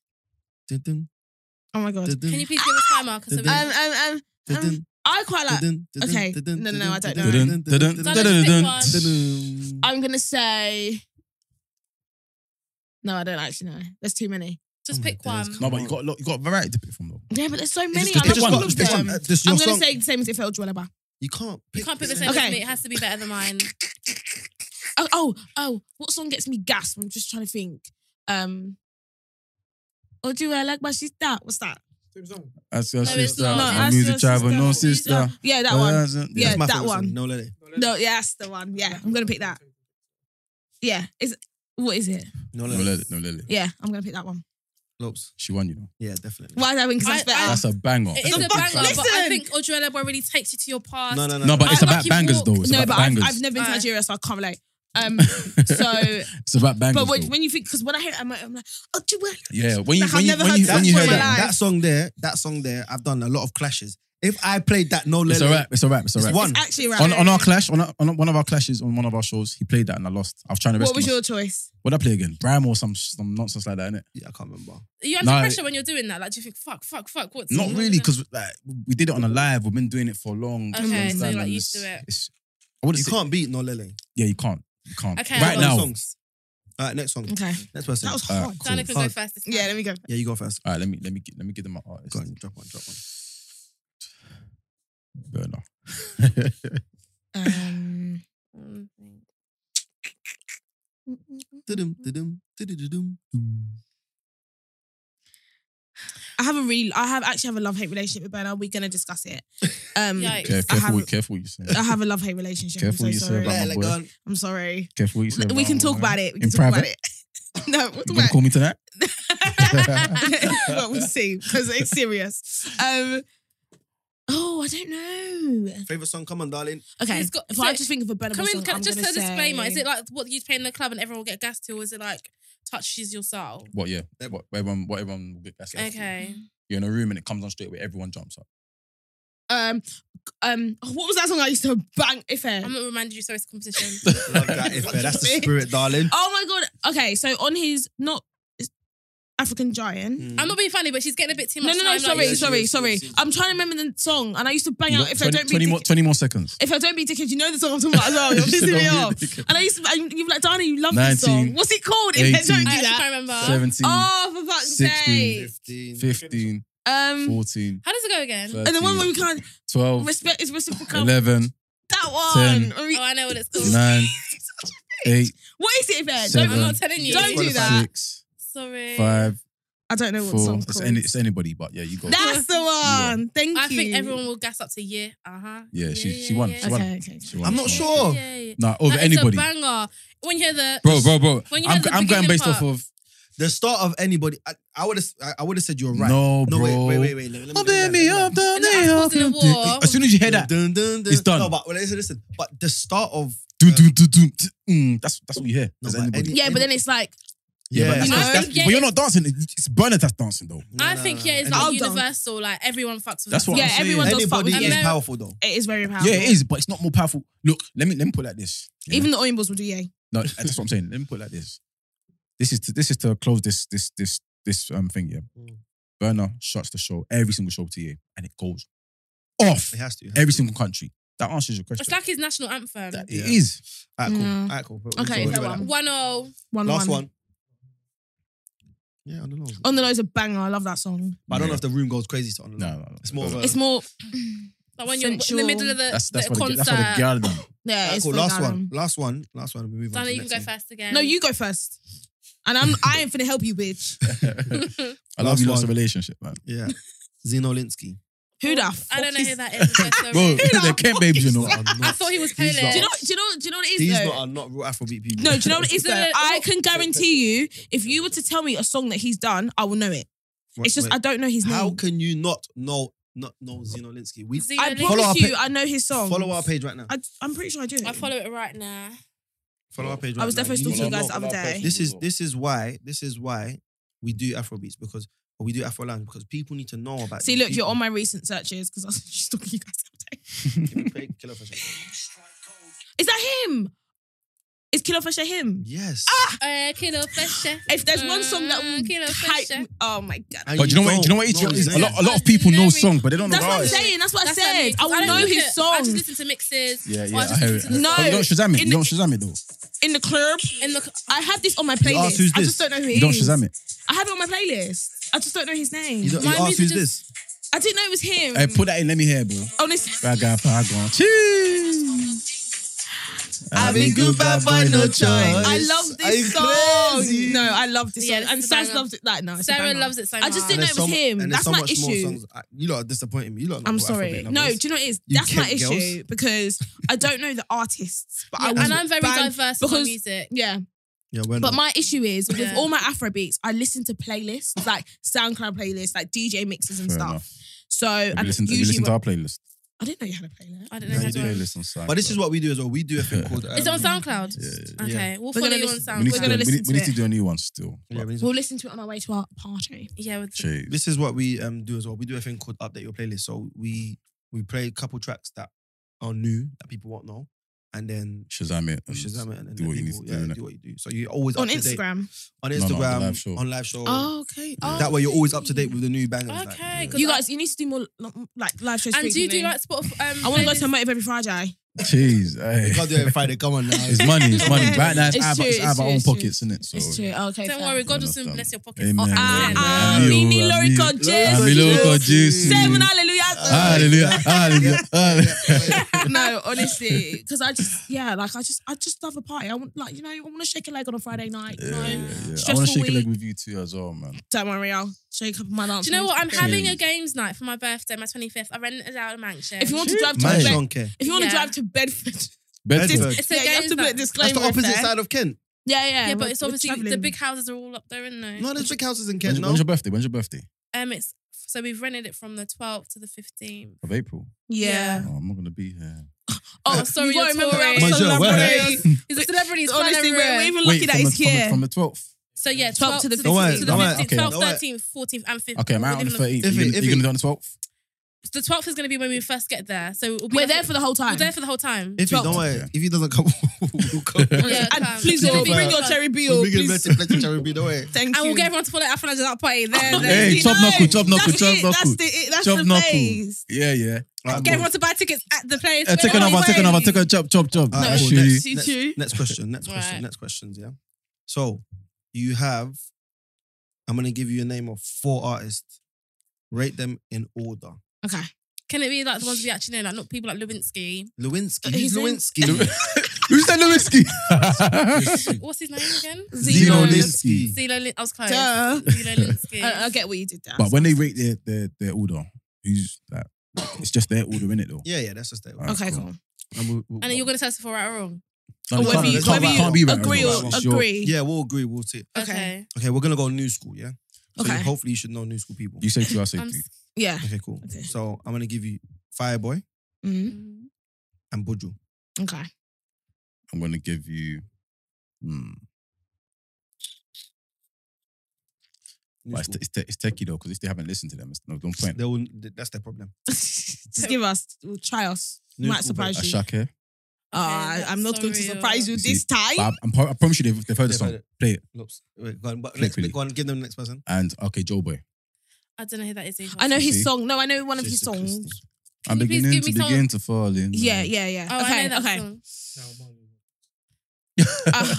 Speaker 3: dun, dun,
Speaker 2: Oh my god.
Speaker 3: dun,
Speaker 2: Um.
Speaker 3: dun,
Speaker 1: Can you please give us timer? Because
Speaker 2: Um.
Speaker 3: Um,
Speaker 2: Um.
Speaker 3: dun,
Speaker 2: um,
Speaker 3: dun,
Speaker 2: I quite like.
Speaker 3: dun, dun,
Speaker 2: okay.
Speaker 3: dun, dun,
Speaker 2: No, no,
Speaker 3: dun,
Speaker 2: no, I don't
Speaker 3: dun,
Speaker 2: know.
Speaker 3: dun, dun, dun,
Speaker 1: So
Speaker 3: dun,
Speaker 1: let's
Speaker 3: dun,
Speaker 1: pick
Speaker 4: dun,
Speaker 1: one.
Speaker 3: dun, dun.
Speaker 2: I'm gonna say. No, I don't actually know. There's too many.
Speaker 1: Just
Speaker 3: Oh my
Speaker 1: pick
Speaker 3: days,
Speaker 1: one.
Speaker 3: come
Speaker 4: No, but you got a lot, you got a variety to pick from though.
Speaker 2: Yeah, but there's so
Speaker 3: It's
Speaker 2: many.
Speaker 3: just-
Speaker 2: I
Speaker 3: it's
Speaker 2: love
Speaker 3: just
Speaker 2: all
Speaker 3: one.
Speaker 2: of
Speaker 3: It's one.
Speaker 2: them.
Speaker 3: Uh, this-
Speaker 2: I'm
Speaker 3: your
Speaker 2: gonna
Speaker 3: song-
Speaker 2: say the same as if it was Dwellaba.
Speaker 3: You can't pick
Speaker 1: You can't pick the
Speaker 3: the
Speaker 1: same
Speaker 2: Okay.
Speaker 1: as me. It has to be better than mine.
Speaker 2: Oh, oh, oh, what song gets me gassed? I'm just trying to think. Um, or do I like my sister? What's that?
Speaker 4: As your
Speaker 1: No, it's
Speaker 4: sister,
Speaker 1: not.
Speaker 4: no,
Speaker 1: No,
Speaker 4: I'm
Speaker 2: Ask
Speaker 4: music
Speaker 2: Your
Speaker 4: driver, no
Speaker 2: Sister.
Speaker 4: sister.
Speaker 2: Yeah, that one. Yeah,
Speaker 3: That's my
Speaker 2: that
Speaker 3: favourite song,
Speaker 2: one.
Speaker 3: No let it.
Speaker 2: No, yeah, that's the one. Yeah, I'm gonna pick that. Yeah, is what is it?
Speaker 3: No
Speaker 4: No,
Speaker 3: let
Speaker 4: let
Speaker 3: it.
Speaker 4: it, no, let it.
Speaker 2: Yeah, I'm gonna pick that one.
Speaker 3: Lopes.
Speaker 4: She won, you know.
Speaker 3: Yeah, definitely.
Speaker 2: Why is that one? Because
Speaker 1: I-
Speaker 2: that's better.
Speaker 1: I-
Speaker 4: That's a banger.
Speaker 1: It is
Speaker 4: That's
Speaker 1: a
Speaker 4: big
Speaker 1: banger, but I
Speaker 2: Listen.
Speaker 1: think Audrey Elegba really takes you to your past.
Speaker 3: No, no, no.
Speaker 4: No, but
Speaker 1: I
Speaker 4: it's
Speaker 1: like
Speaker 4: about
Speaker 1: you
Speaker 4: bangers
Speaker 1: walk-
Speaker 4: though. It's
Speaker 2: no,
Speaker 4: about
Speaker 2: but I've,
Speaker 4: bangers.
Speaker 2: I've never been to
Speaker 1: Alright.
Speaker 2: Nigeria, so I can't relate.
Speaker 4: *laughs*
Speaker 2: Um, so,
Speaker 4: it's about bangers.
Speaker 2: but when,
Speaker 4: though.
Speaker 2: when you think, because when I hear, it, I'm like, I'm like, oh, do you
Speaker 4: yeah, when you
Speaker 2: Like, I've
Speaker 4: when you
Speaker 2: never
Speaker 4: when
Speaker 2: heard
Speaker 4: you,
Speaker 2: that
Speaker 4: when you
Speaker 2: before
Speaker 4: hear
Speaker 2: in my
Speaker 4: that,
Speaker 2: life.
Speaker 3: that song there, that song there, I've done a lot of clashes. If I played that No let
Speaker 4: it's
Speaker 3: it,
Speaker 4: alright. It's alright. It's
Speaker 3: It's
Speaker 4: alright.
Speaker 3: one.
Speaker 2: actually right?
Speaker 4: On, on our clash, on, our, on one of our clashes, on one of our shows, he played that and I lost. I was trying to rescue.
Speaker 2: what was
Speaker 4: myself.
Speaker 2: your choice?
Speaker 4: What'd I play again? Bram or some some nonsense like that, innit?
Speaker 3: Yeah, I can't remember.
Speaker 1: Are you under
Speaker 4: No.
Speaker 1: pressure when you're doing that? Like, do you think, fuck, fuck, fuck, what's
Speaker 4: Not
Speaker 1: what's
Speaker 4: really,
Speaker 1: gonna-
Speaker 4: because like we did it on a live. We've been doing it for long.
Speaker 1: Okay,
Speaker 4: you
Speaker 1: so you're,
Speaker 4: understand?
Speaker 1: like,
Speaker 4: And
Speaker 1: used
Speaker 4: it's-
Speaker 1: to it.
Speaker 4: it's- I wouldn't
Speaker 3: You
Speaker 4: say-
Speaker 3: can't beat No Lele.
Speaker 4: Yeah, you can't. You can't.
Speaker 1: Okay,
Speaker 4: right
Speaker 1: I've got
Speaker 4: now. All
Speaker 3: Songs. All right, next song.
Speaker 2: Okay,
Speaker 3: Next person.
Speaker 2: Mm. that was
Speaker 4: Alright,
Speaker 2: hard.
Speaker 4: cool.
Speaker 1: Diana can go
Speaker 3: Hard.
Speaker 1: first. this time.
Speaker 2: Yeah, let me go.
Speaker 3: Yeah, you go first.
Speaker 4: right, let me let me get, let me give them my artist.
Speaker 3: Go on, drop one, drop one.
Speaker 4: Burner.
Speaker 2: Um,
Speaker 1: Mm.
Speaker 3: Dudum, dudum, dudududum.
Speaker 2: I have a real. I have actually have a love hate relationship with Bernard. We're gonna
Speaker 1: *laughs*
Speaker 2: discuss it. Um,
Speaker 3: Mm,
Speaker 1: Yikes.
Speaker 4: Okay,
Speaker 2: I
Speaker 4: careful,
Speaker 2: haven't-
Speaker 4: careful what you say.
Speaker 2: I have a love hate relationship.
Speaker 4: Careful
Speaker 2: I'm
Speaker 4: you
Speaker 2: so
Speaker 4: say
Speaker 2: sorry.
Speaker 4: about my
Speaker 3: Yeah, like,
Speaker 4: boy.
Speaker 3: go on.
Speaker 2: I'm sorry.
Speaker 4: Careful what you say.
Speaker 2: we
Speaker 4: about
Speaker 2: can
Speaker 4: my
Speaker 2: talk
Speaker 4: boy.
Speaker 2: about it. We can
Speaker 4: In
Speaker 2: talk about
Speaker 4: private?
Speaker 2: it. *laughs* no, we'll
Speaker 4: You
Speaker 2: talk
Speaker 4: gonna
Speaker 2: about
Speaker 4: call me tonight? *laughs*
Speaker 2: it. *laughs* but we'll see because it's serious. Um, oh, I don't know.
Speaker 3: Favorite song, come on, darling.
Speaker 2: Okay,
Speaker 1: It's got-
Speaker 2: if
Speaker 1: is
Speaker 2: I
Speaker 1: it-
Speaker 2: just think of a Bernard
Speaker 1: Come in,
Speaker 2: song,
Speaker 1: can,
Speaker 2: I'm
Speaker 1: just a
Speaker 2: gonna say,
Speaker 1: disclaimer. Is it like what you play in the club and everyone will get gassed to? Or is it like touches your soul?
Speaker 4: What? Yeah. What? Everyone. What? Everyone will get. That's it.
Speaker 1: Okay.
Speaker 2: Mm.
Speaker 4: You're in a room and it comes on straight away. Everyone jumps up.
Speaker 2: um, um, oh, what was that song I used to bang? If
Speaker 1: I'm not reminded you, so it's a
Speaker 3: *laughs*
Speaker 1: competition.
Speaker 3: Love that, if uh, that's the spirit, darling.
Speaker 2: Oh my god. Okay, so on his not it's African Giant.
Speaker 3: Mm.
Speaker 1: I'm not being funny, but she's getting a bit too
Speaker 2: No,
Speaker 1: much
Speaker 2: no, no.
Speaker 1: time, like,
Speaker 2: Sorry,
Speaker 3: yeah,
Speaker 2: sorry,
Speaker 3: she-
Speaker 2: sorry.
Speaker 3: she-
Speaker 2: I'm trying to remember the song, and I used to bang
Speaker 4: You
Speaker 2: out
Speaker 4: got
Speaker 2: if
Speaker 4: 20
Speaker 2: I don't
Speaker 4: 20
Speaker 2: be
Speaker 4: more,
Speaker 2: dick-
Speaker 4: 20
Speaker 2: *laughs*
Speaker 4: more seconds.
Speaker 2: if I don't be dickhead. You know the song I'm talking about as well.
Speaker 4: *laughs*
Speaker 2: You're
Speaker 4: Just
Speaker 2: pissing me
Speaker 4: don't
Speaker 2: off.
Speaker 4: be dickhead.
Speaker 2: And I used to, and you were like, Dani, you love this
Speaker 4: 19,
Speaker 2: song. What's it called? if I don't
Speaker 4: 18,
Speaker 2: do
Speaker 1: I actually
Speaker 2: that.
Speaker 1: can't remember.
Speaker 4: 17,
Speaker 2: Oh, for fuck's
Speaker 4: 16,
Speaker 2: sake.
Speaker 3: 15.
Speaker 4: 15,
Speaker 2: Um,
Speaker 4: 14,
Speaker 1: How does it go again?
Speaker 4: 13,
Speaker 2: and the one where we can't
Speaker 4: 12,
Speaker 2: respect is reciprocal. *laughs*
Speaker 4: 11,
Speaker 2: That one.
Speaker 4: 10,
Speaker 2: Where we-
Speaker 1: Oh, I know what it's called.
Speaker 4: 9, 8,
Speaker 2: What is it, Ben?
Speaker 4: Seven.
Speaker 1: I'm not telling you.
Speaker 2: Don't do that.
Speaker 4: 6,
Speaker 1: Sorry.
Speaker 4: 5,
Speaker 2: I don't know what the
Speaker 4: 4.
Speaker 2: song's
Speaker 4: It's,
Speaker 2: called.
Speaker 4: any, it's anybody, but yeah, you go.
Speaker 2: That's the one. Thank
Speaker 1: I
Speaker 2: you.
Speaker 1: think everyone will gas up to yeah. Uh huh.
Speaker 4: Yeah, she- she won, she won.
Speaker 2: Okay, okay.
Speaker 4: She won,
Speaker 3: I'm
Speaker 4: she
Speaker 3: not
Speaker 4: won.
Speaker 3: sure.
Speaker 1: Yeah, yeah.
Speaker 4: Nah, over
Speaker 1: That is
Speaker 4: anybody.
Speaker 1: a banger. When you hear the
Speaker 4: Bro, bro, bro.
Speaker 1: When you
Speaker 4: I'm,
Speaker 1: had the
Speaker 4: I'm going
Speaker 1: beginning
Speaker 4: based
Speaker 1: part.
Speaker 4: off of.
Speaker 3: The start of anybody, I, I would have, I would have said you're right.
Speaker 4: No,
Speaker 3: no
Speaker 4: bro.
Speaker 3: wait, wait, wait, wait. Let me, let me,
Speaker 4: Oh,
Speaker 3: let me,
Speaker 4: baby,
Speaker 3: let me-
Speaker 4: I'm done.
Speaker 1: And the Afros in the war.
Speaker 4: As soon as you hear that,
Speaker 3: Dun, dun, dun.
Speaker 4: It's done.
Speaker 3: No, but well, listen, listen. But the start of
Speaker 4: do, do, do, do, t- mm, that's that's what you hear.
Speaker 3: No,
Speaker 4: As
Speaker 3: but
Speaker 4: anybody.
Speaker 3: any-
Speaker 2: Yeah, but then it's like,
Speaker 4: yeah, but,
Speaker 3: yeah,
Speaker 4: that's,
Speaker 2: You know?
Speaker 4: that's-
Speaker 1: Yeah,
Speaker 4: but you're
Speaker 1: yeah.
Speaker 4: not dancing. It's Bernard that's dancing though.
Speaker 3: No,
Speaker 1: I
Speaker 3: no,
Speaker 1: think
Speaker 3: no,
Speaker 1: yeah, it's
Speaker 3: no.
Speaker 1: like
Speaker 2: I'll dance.
Speaker 1: universal. Like everyone fucks with.
Speaker 4: That's
Speaker 1: it.
Speaker 4: what
Speaker 2: yeah,
Speaker 4: I'm saying.
Speaker 2: everyone does fuck
Speaker 3: anybody
Speaker 2: with
Speaker 1: America.
Speaker 3: is
Speaker 2: Ye.
Speaker 1: Ameri-
Speaker 3: powerful though.
Speaker 2: It is very powerful.
Speaker 4: Yeah, it is, but it's not more powerful. Look, let me let me put it like this. yeah?
Speaker 2: Even the Oyinbos will do yay.
Speaker 4: No, that's what I'm saying. Let me put it like this. This is to, this is to close this this this this um thing. Yeah,
Speaker 3: Mm.
Speaker 4: Burner shuts the show every single show to you, and it goes off
Speaker 3: It has to.
Speaker 4: every single country. That answers your question.
Speaker 1: It's like his national anthem.
Speaker 4: That-
Speaker 3: Yeah.
Speaker 4: It is.
Speaker 3: Alright, cool.
Speaker 2: Mm.
Speaker 3: Alright, cool. We'll
Speaker 2: Okay,
Speaker 3: talk
Speaker 2: that
Speaker 3: about
Speaker 2: one.
Speaker 1: One oh.
Speaker 2: One
Speaker 3: Last one. Yeah, I don't know.
Speaker 2: On the nose a banger. I love that song.
Speaker 3: But I don't know
Speaker 4: Yeah.
Speaker 3: if the room goes crazy to on the
Speaker 4: No,
Speaker 3: no.
Speaker 4: no, no.
Speaker 3: It's more of a-
Speaker 2: It's more. *clears throat*
Speaker 1: Like when you're in the
Speaker 2: Sensual.
Speaker 1: middle of the,
Speaker 4: that's that's
Speaker 1: the
Speaker 4: what
Speaker 1: concert.
Speaker 4: the, that's what the gathering.
Speaker 2: Yeah, it's
Speaker 3: Uh, cool.
Speaker 2: for
Speaker 3: Last
Speaker 2: Ghana.
Speaker 3: one. Last one. Last one. We move on.
Speaker 1: Donna,
Speaker 3: to
Speaker 1: you
Speaker 3: the
Speaker 1: can go
Speaker 3: next
Speaker 1: first again.
Speaker 2: No, you go first. And I'm. I ain't finna help you, bitch.
Speaker 4: *laughs* I love
Speaker 3: Last
Speaker 4: you. Lost a
Speaker 3: one.
Speaker 4: relationship, man.
Speaker 3: one. Yeah.
Speaker 2: *laughs*
Speaker 3: Zeno
Speaker 2: Who the fuck
Speaker 1: *laughs* I don't know
Speaker 2: is-
Speaker 1: who that is. I'm so sorry.
Speaker 4: Bro,
Speaker 2: Who the
Speaker 4: *laughs* they're Kent babes, you
Speaker 2: *laughs*
Speaker 4: know.
Speaker 1: I thought he was
Speaker 3: These
Speaker 1: Polish.
Speaker 3: are-
Speaker 2: Do you know? Do you know? Do you know what it
Speaker 3: These
Speaker 2: is?
Speaker 3: not
Speaker 2: Though?
Speaker 3: are not real Afrobeat people.
Speaker 2: No, do you
Speaker 1: *laughs*
Speaker 2: know what it is?
Speaker 1: Is it-
Speaker 2: Though? I can guarantee you, if you were to tell me a song that he's done, I will know it.
Speaker 3: Wait,
Speaker 2: It's just
Speaker 3: wait.
Speaker 2: I don't know his
Speaker 3: How
Speaker 2: name.
Speaker 3: can you not know not know Zeno Linsky? We
Speaker 1: Zeno
Speaker 2: I
Speaker 1: Lin-
Speaker 3: Follow our
Speaker 2: promise you,
Speaker 3: pa-
Speaker 2: I know his song.
Speaker 3: follow our page right now.
Speaker 2: I, I'm pretty sure I do.
Speaker 1: I follow it right now.
Speaker 3: Follow our page.
Speaker 2: I was
Speaker 3: right now.
Speaker 2: definitely
Speaker 3: You
Speaker 2: talking to you
Speaker 3: know-
Speaker 2: guys the other day.
Speaker 3: This is *laughs* this is why this is why we do Afrobeats because or we do Afro lounge because people need to know about.
Speaker 2: See,
Speaker 3: these
Speaker 2: look, you're *laughs*
Speaker 3: people.
Speaker 2: on my recent searches because I was just talking to you guys all day.
Speaker 3: Give me a break, kill her for a second.
Speaker 2: Is that him? Is Killer Fisher him?
Speaker 3: Yes.
Speaker 1: Uh, killer pressure.
Speaker 2: If there's one song that
Speaker 1: Uh, Killer
Speaker 2: will
Speaker 1: Fisher.
Speaker 2: hype me, oh my god.
Speaker 3: And
Speaker 4: But you know what? You know what? It's,
Speaker 3: know his
Speaker 4: a lot. A
Speaker 3: name.
Speaker 4: lot of people know
Speaker 1: Legendary.
Speaker 4: songs, but they don't know
Speaker 2: That's what I'm
Speaker 4: artists.
Speaker 2: saying. That's what
Speaker 1: That's
Speaker 2: I
Speaker 1: what
Speaker 2: said.
Speaker 1: mean, 'cause
Speaker 2: I will
Speaker 1: don't
Speaker 2: know
Speaker 1: look
Speaker 2: his
Speaker 1: at- I
Speaker 2: songs
Speaker 1: just listen to mixes.
Speaker 4: Yeah,
Speaker 1: or
Speaker 4: yeah, I
Speaker 1: just
Speaker 4: hear it.
Speaker 1: listen to the
Speaker 2: No.
Speaker 1: song.
Speaker 4: But you don't Shazam it.
Speaker 2: In
Speaker 4: You
Speaker 2: the-
Speaker 4: don't Shazam it though.
Speaker 2: in the club.
Speaker 1: And look,
Speaker 2: I have this on my
Speaker 3: You asked
Speaker 2: playlist.
Speaker 3: who's
Speaker 2: I
Speaker 3: this?
Speaker 2: just don't know who he
Speaker 4: You don't
Speaker 2: is.
Speaker 4: Shazam it.
Speaker 2: I have it on my playlist. I just don't know his name.
Speaker 3: You, don't, you
Speaker 1: My
Speaker 3: asked who's
Speaker 1: music
Speaker 3: this?
Speaker 2: I didn't know it was him.
Speaker 4: Hey, put that in. Let me hear, bro.
Speaker 2: Honestly,
Speaker 4: Bad guy, bad guy. Cheese.
Speaker 2: I've been
Speaker 3: good bad boy, no choice.
Speaker 2: I
Speaker 3: Nice.
Speaker 2: love
Speaker 3: Are you
Speaker 2: this song.
Speaker 3: crazy?
Speaker 2: No, I love this
Speaker 1: Yeah,
Speaker 2: song.
Speaker 1: it's
Speaker 2: and
Speaker 1: a
Speaker 2: Saz
Speaker 1: banger.
Speaker 2: loves it. Like, no, it's a
Speaker 1: Sarah
Speaker 2: banger.
Speaker 1: loves it so
Speaker 2: I just
Speaker 1: much.
Speaker 2: didn't
Speaker 3: And
Speaker 2: know
Speaker 3: there's
Speaker 2: it was him.
Speaker 3: and there's
Speaker 2: That's
Speaker 3: so
Speaker 2: my
Speaker 3: much
Speaker 2: issue.
Speaker 3: More songs. I- You lot are disappointing me. You lot. know
Speaker 2: I'm
Speaker 3: what I feel
Speaker 2: sorry.
Speaker 3: about
Speaker 2: No,
Speaker 3: this.
Speaker 2: do you know what it is?
Speaker 3: You
Speaker 2: That's my
Speaker 3: kept
Speaker 2: issue
Speaker 3: girls?
Speaker 2: because I don't know the artists, but I
Speaker 1: Yeah,
Speaker 2: was
Speaker 1: and I'm very
Speaker 2: banned-
Speaker 1: diverse in my
Speaker 2: because-
Speaker 1: music.
Speaker 2: Yeah,
Speaker 3: Yeah, we're
Speaker 2: but
Speaker 3: not.
Speaker 2: my issue is with
Speaker 1: Yeah.
Speaker 2: all my Afro beats, I listen to playlists like SoundCloud playlists, like DJ mixes and
Speaker 4: Fair
Speaker 2: stuff.
Speaker 4: enough.
Speaker 2: So
Speaker 4: Have
Speaker 2: I
Speaker 4: you listened, have you
Speaker 2: usually
Speaker 4: listened to our playlist?
Speaker 2: I didn't know you had a playlist.
Speaker 1: I don't know
Speaker 3: Yeah,
Speaker 1: how
Speaker 4: you
Speaker 3: you
Speaker 1: to.
Speaker 4: do
Speaker 3: do.
Speaker 4: listen to
Speaker 3: But this is what we do as well. We do
Speaker 2: *laughs*
Speaker 3: a thing called. Um,
Speaker 1: Is it on SoundCloud?
Speaker 4: Yeah, yeah,
Speaker 3: yeah.
Speaker 1: Okay, we'll
Speaker 2: We're
Speaker 1: follow
Speaker 2: gonna
Speaker 1: you on
Speaker 2: listen-
Speaker 4: we need,
Speaker 1: SoundCloud.
Speaker 4: to,
Speaker 2: gonna
Speaker 4: do, we
Speaker 2: listen
Speaker 4: need, we
Speaker 2: to
Speaker 4: need to do a new one still.
Speaker 3: Yeah,
Speaker 4: But
Speaker 3: we need to-
Speaker 2: We'll listen to it on our way to our party.
Speaker 1: Yeah, with the,
Speaker 4: Cheese.
Speaker 3: this is what we um do as well. We do a thing called update your playlist. So we we play a couple tracks that are new that people won't know, and then
Speaker 4: Shazam it.
Speaker 3: we
Speaker 4: and
Speaker 3: Shazam it and then
Speaker 4: Do what you
Speaker 3: people,
Speaker 4: need to do.
Speaker 3: yeah,
Speaker 4: innit?
Speaker 3: do what you do. So you always
Speaker 2: On
Speaker 3: up to date.
Speaker 2: Instagram.
Speaker 3: on
Speaker 4: No, no, on the
Speaker 3: Instagram
Speaker 4: live show.
Speaker 3: on live show.
Speaker 2: Oh, okay. Oh,
Speaker 3: That way you're always up to date with the new bangers. like,
Speaker 1: Okay,
Speaker 3: you know.
Speaker 1: good.
Speaker 2: You guys, you need to do more like live shows.
Speaker 1: and do you do
Speaker 2: frequently.
Speaker 1: like Spotify? Um,
Speaker 2: I want to go
Speaker 1: playlists?
Speaker 2: to a motive every Friday.
Speaker 4: Cheese.
Speaker 3: You
Speaker 4: Hey.
Speaker 3: can't do it on Friday. Come on now.
Speaker 4: It's
Speaker 2: *laughs*
Speaker 4: money. It's money. Right now, it's,
Speaker 2: It's
Speaker 4: our,
Speaker 2: true,
Speaker 4: it's out of
Speaker 2: it's true,
Speaker 4: our own
Speaker 2: it's true.
Speaker 4: pockets, isn't it? So,
Speaker 2: It's true. Okay.
Speaker 1: Don't
Speaker 2: fair.
Speaker 1: worry, God will
Speaker 4: Enough
Speaker 1: soon
Speaker 4: done.
Speaker 1: bless your pockets.
Speaker 4: Amen.
Speaker 1: Oh,
Speaker 2: Ah,
Speaker 1: amen.
Speaker 2: ah,
Speaker 4: Amilo,
Speaker 2: Mimi Lori
Speaker 4: amilo.
Speaker 2: God Jesus.
Speaker 4: Amilo God Jesus.
Speaker 3: *laughs*
Speaker 2: Seven hallelujah. *laughs*
Speaker 4: Hallelujah. Hallelujah. Hallelujah.
Speaker 2: no, honestly, because I just yeah, like I just I just love a party. I want like you know I want to shake a leg on a Friday night. You
Speaker 4: Yeah,
Speaker 2: know,
Speaker 4: yeah, yeah. I
Speaker 2: stressful
Speaker 4: want to shake a leg
Speaker 2: week.
Speaker 4: with you too as well, man.
Speaker 2: Don't worry, I'll shake up my dance.
Speaker 1: Do you know what? I'm
Speaker 2: moves.
Speaker 1: having a games night for my birthday, my 25th. I rented out a mansion.
Speaker 2: If you want to drive to
Speaker 3: Man,
Speaker 2: Bedford,
Speaker 3: Sean Kerr.
Speaker 2: if you want
Speaker 1: Yeah.
Speaker 2: to drive to Bedford, *laughs*
Speaker 4: Bedford.
Speaker 3: Bedford.
Speaker 1: it's a
Speaker 2: yeah, you have
Speaker 1: games
Speaker 2: to put a
Speaker 1: night.
Speaker 2: disclaimer.
Speaker 3: That's the opposite
Speaker 2: up there.
Speaker 3: side of Kent.
Speaker 2: Yeah, yeah,
Speaker 1: yeah, but
Speaker 2: we're-
Speaker 1: it's
Speaker 2: we're
Speaker 1: obviously the
Speaker 2: travelling.
Speaker 1: big houses are all up there, isn't they?
Speaker 3: No, there's big houses in
Speaker 4: When's,
Speaker 3: Kent. No,
Speaker 4: when's your birthday? When's your birthday?
Speaker 1: um, it's so we've rented it from the 12th to the 15th.
Speaker 4: Of April.
Speaker 2: Yeah.
Speaker 4: Oh, I'm not gonna be here.
Speaker 1: Oh, sorry,
Speaker 2: you
Speaker 1: you're
Speaker 2: gotta remember
Speaker 1: Tory.
Speaker 2: I'm a
Speaker 3: Man's your
Speaker 2: celebrity.
Speaker 1: *laughs* He's a celebrity. He's
Speaker 2: Honestly,
Speaker 1: flying
Speaker 2: we're, we're
Speaker 1: everywhere.
Speaker 2: even lucky that
Speaker 4: from,
Speaker 2: it's
Speaker 4: the, from, the,
Speaker 2: here.
Speaker 4: from the 12th.
Speaker 1: So yeah,
Speaker 2: 12th
Speaker 1: 12th
Speaker 2: to
Speaker 1: to
Speaker 2: the
Speaker 1: the
Speaker 3: Don't worry,
Speaker 1: 15th,
Speaker 3: don't worry.
Speaker 1: 12th,
Speaker 4: Okay.
Speaker 1: 13th, 14th, and 15th.
Speaker 4: Okay, I'm out on the
Speaker 1: We're living
Speaker 4: 13th.
Speaker 3: If
Speaker 4: You're
Speaker 3: it-
Speaker 4: gonna,
Speaker 3: if
Speaker 4: you're gonna
Speaker 3: it-
Speaker 4: do it on the 12th?
Speaker 1: The 12th is going to be when we first get there. So we'll be
Speaker 2: We're there for the whole
Speaker 1: we're
Speaker 2: time.
Speaker 1: there for the whole time.
Speaker 3: if he don't worry,
Speaker 4: Yeah.
Speaker 3: if he doesn't come,
Speaker 2: *laughs*
Speaker 3: we'll come.
Speaker 1: Yeah,
Speaker 2: and
Speaker 1: come.
Speaker 2: please
Speaker 3: Please
Speaker 2: oh,
Speaker 3: do
Speaker 2: bring
Speaker 3: that.
Speaker 2: your cherry bill,
Speaker 3: We'll bring a
Speaker 2: please.
Speaker 3: blessing, blessing, Jeremy, don't worry.
Speaker 2: Thank
Speaker 1: and
Speaker 2: you.
Speaker 1: we'll get everyone to follow it after that
Speaker 2: *laughs*
Speaker 1: party. There, there.
Speaker 4: Hey,
Speaker 2: Hey,
Speaker 1: you know.
Speaker 4: chop
Speaker 2: top
Speaker 4: knuckle, chop knuckle,
Speaker 2: that's
Speaker 4: chop
Speaker 2: it.
Speaker 4: knuckle.
Speaker 2: That's the it. That's
Speaker 4: Chop
Speaker 2: the
Speaker 4: knuckle.
Speaker 2: phase.
Speaker 4: Yeah, yeah.
Speaker 3: Right,
Speaker 1: Get
Speaker 3: cool.
Speaker 1: everyone to buy tickets at the place.
Speaker 4: Uh, take
Speaker 1: We're
Speaker 4: another,
Speaker 1: on
Speaker 4: take
Speaker 1: the
Speaker 4: another,
Speaker 1: way.
Speaker 4: take a chop, chop, chop.
Speaker 3: All right,
Speaker 2: No,
Speaker 3: cool.
Speaker 2: she-
Speaker 4: *laughs*
Speaker 2: she-
Speaker 4: Shitty.
Speaker 3: next,
Speaker 2: too.
Speaker 3: next question. Next question.
Speaker 1: Right.
Speaker 3: Next questions. Yeah. So you have. I'm gonna give you a name of four artists. Rate them in order.
Speaker 2: Okay.
Speaker 1: Can it be like the ones we actually know, like not people like
Speaker 2: *laughs*
Speaker 1: Lubinsky?
Speaker 3: Lewinsky.
Speaker 2: Uh,
Speaker 3: Who's
Speaker 2: his name- *laughs*
Speaker 3: Lewinsky?
Speaker 4: Who's that *laughs* whiskey?
Speaker 1: What's his name again?
Speaker 2: *laughs* Zeno
Speaker 3: Linsky.
Speaker 1: Zeno Lin- I was close.
Speaker 2: Duh. Uh,
Speaker 1: Zeno
Speaker 2: *laughs*
Speaker 1: Linsky.
Speaker 2: I, I get what you did there.
Speaker 4: But when they rate their their, their order, who's that? It's just their order, innit, though?
Speaker 3: Yeah, yeah. That's just it.
Speaker 4: All right,
Speaker 2: okay, cool.
Speaker 3: And, we'll, we'll,
Speaker 1: and then you're gonna tell us if we're right or wrong.
Speaker 4: No,
Speaker 2: Or
Speaker 4: they
Speaker 2: whether
Speaker 4: can't-
Speaker 2: you,
Speaker 4: they can't-
Speaker 2: whether
Speaker 4: they
Speaker 2: you
Speaker 4: can't be right
Speaker 2: agree
Speaker 4: now.
Speaker 2: or
Speaker 4: It's your-
Speaker 2: agree.
Speaker 3: Yeah, we'll agree. We'll see.
Speaker 2: Okay.
Speaker 1: Okay.
Speaker 3: Okay, we're gonna go new school. Yeah. So
Speaker 2: Okay.
Speaker 3: you, hopefully you should know new school people.
Speaker 4: You say two, I say
Speaker 1: I'm
Speaker 4: two.
Speaker 2: Yeah.
Speaker 3: Okay, cool.
Speaker 2: Okay.
Speaker 3: So I'm gonna give you Fireboy
Speaker 2: Mm.
Speaker 3: and Buju.
Speaker 2: Okay.
Speaker 4: I'm gonna give you. Hmm.
Speaker 3: New
Speaker 4: But it's,
Speaker 3: school.
Speaker 4: it's, te- it's techie though, because if they haven't listened to them, it's no, don't point.
Speaker 3: They will, that's their problem.
Speaker 2: Just give us. We'll try us.
Speaker 3: New
Speaker 2: Might
Speaker 3: school, bro.
Speaker 2: surprise you.
Speaker 4: Ashake.
Speaker 2: Uh, I-
Speaker 1: that's
Speaker 2: I'm not
Speaker 1: so
Speaker 2: going to
Speaker 1: real.
Speaker 2: surprise you
Speaker 4: You
Speaker 2: this
Speaker 4: see,
Speaker 2: time.
Speaker 4: But I'm, I'm, pro- I promise you, they've, they've heard
Speaker 3: They've
Speaker 4: the song.
Speaker 3: heard it.
Speaker 4: Play it.
Speaker 3: Oops. Wait, go on. But
Speaker 4: Click
Speaker 3: next,
Speaker 4: really.
Speaker 3: go on. Give them the next person.
Speaker 4: And okay, Joe Boy.
Speaker 1: I don't know who that is. either.
Speaker 2: I know
Speaker 4: See?
Speaker 2: his song. No, I know one of his
Speaker 3: Jesus
Speaker 2: songs.
Speaker 3: Christ.
Speaker 4: I'm
Speaker 1: you please
Speaker 4: beginning
Speaker 1: give
Speaker 4: to
Speaker 1: me some-
Speaker 4: begin to fall in. love.
Speaker 2: Yeah, yeah, yeah.
Speaker 1: Oh,
Speaker 2: okay,
Speaker 1: I know that
Speaker 2: okay.
Speaker 1: song. *laughs*
Speaker 2: Uh,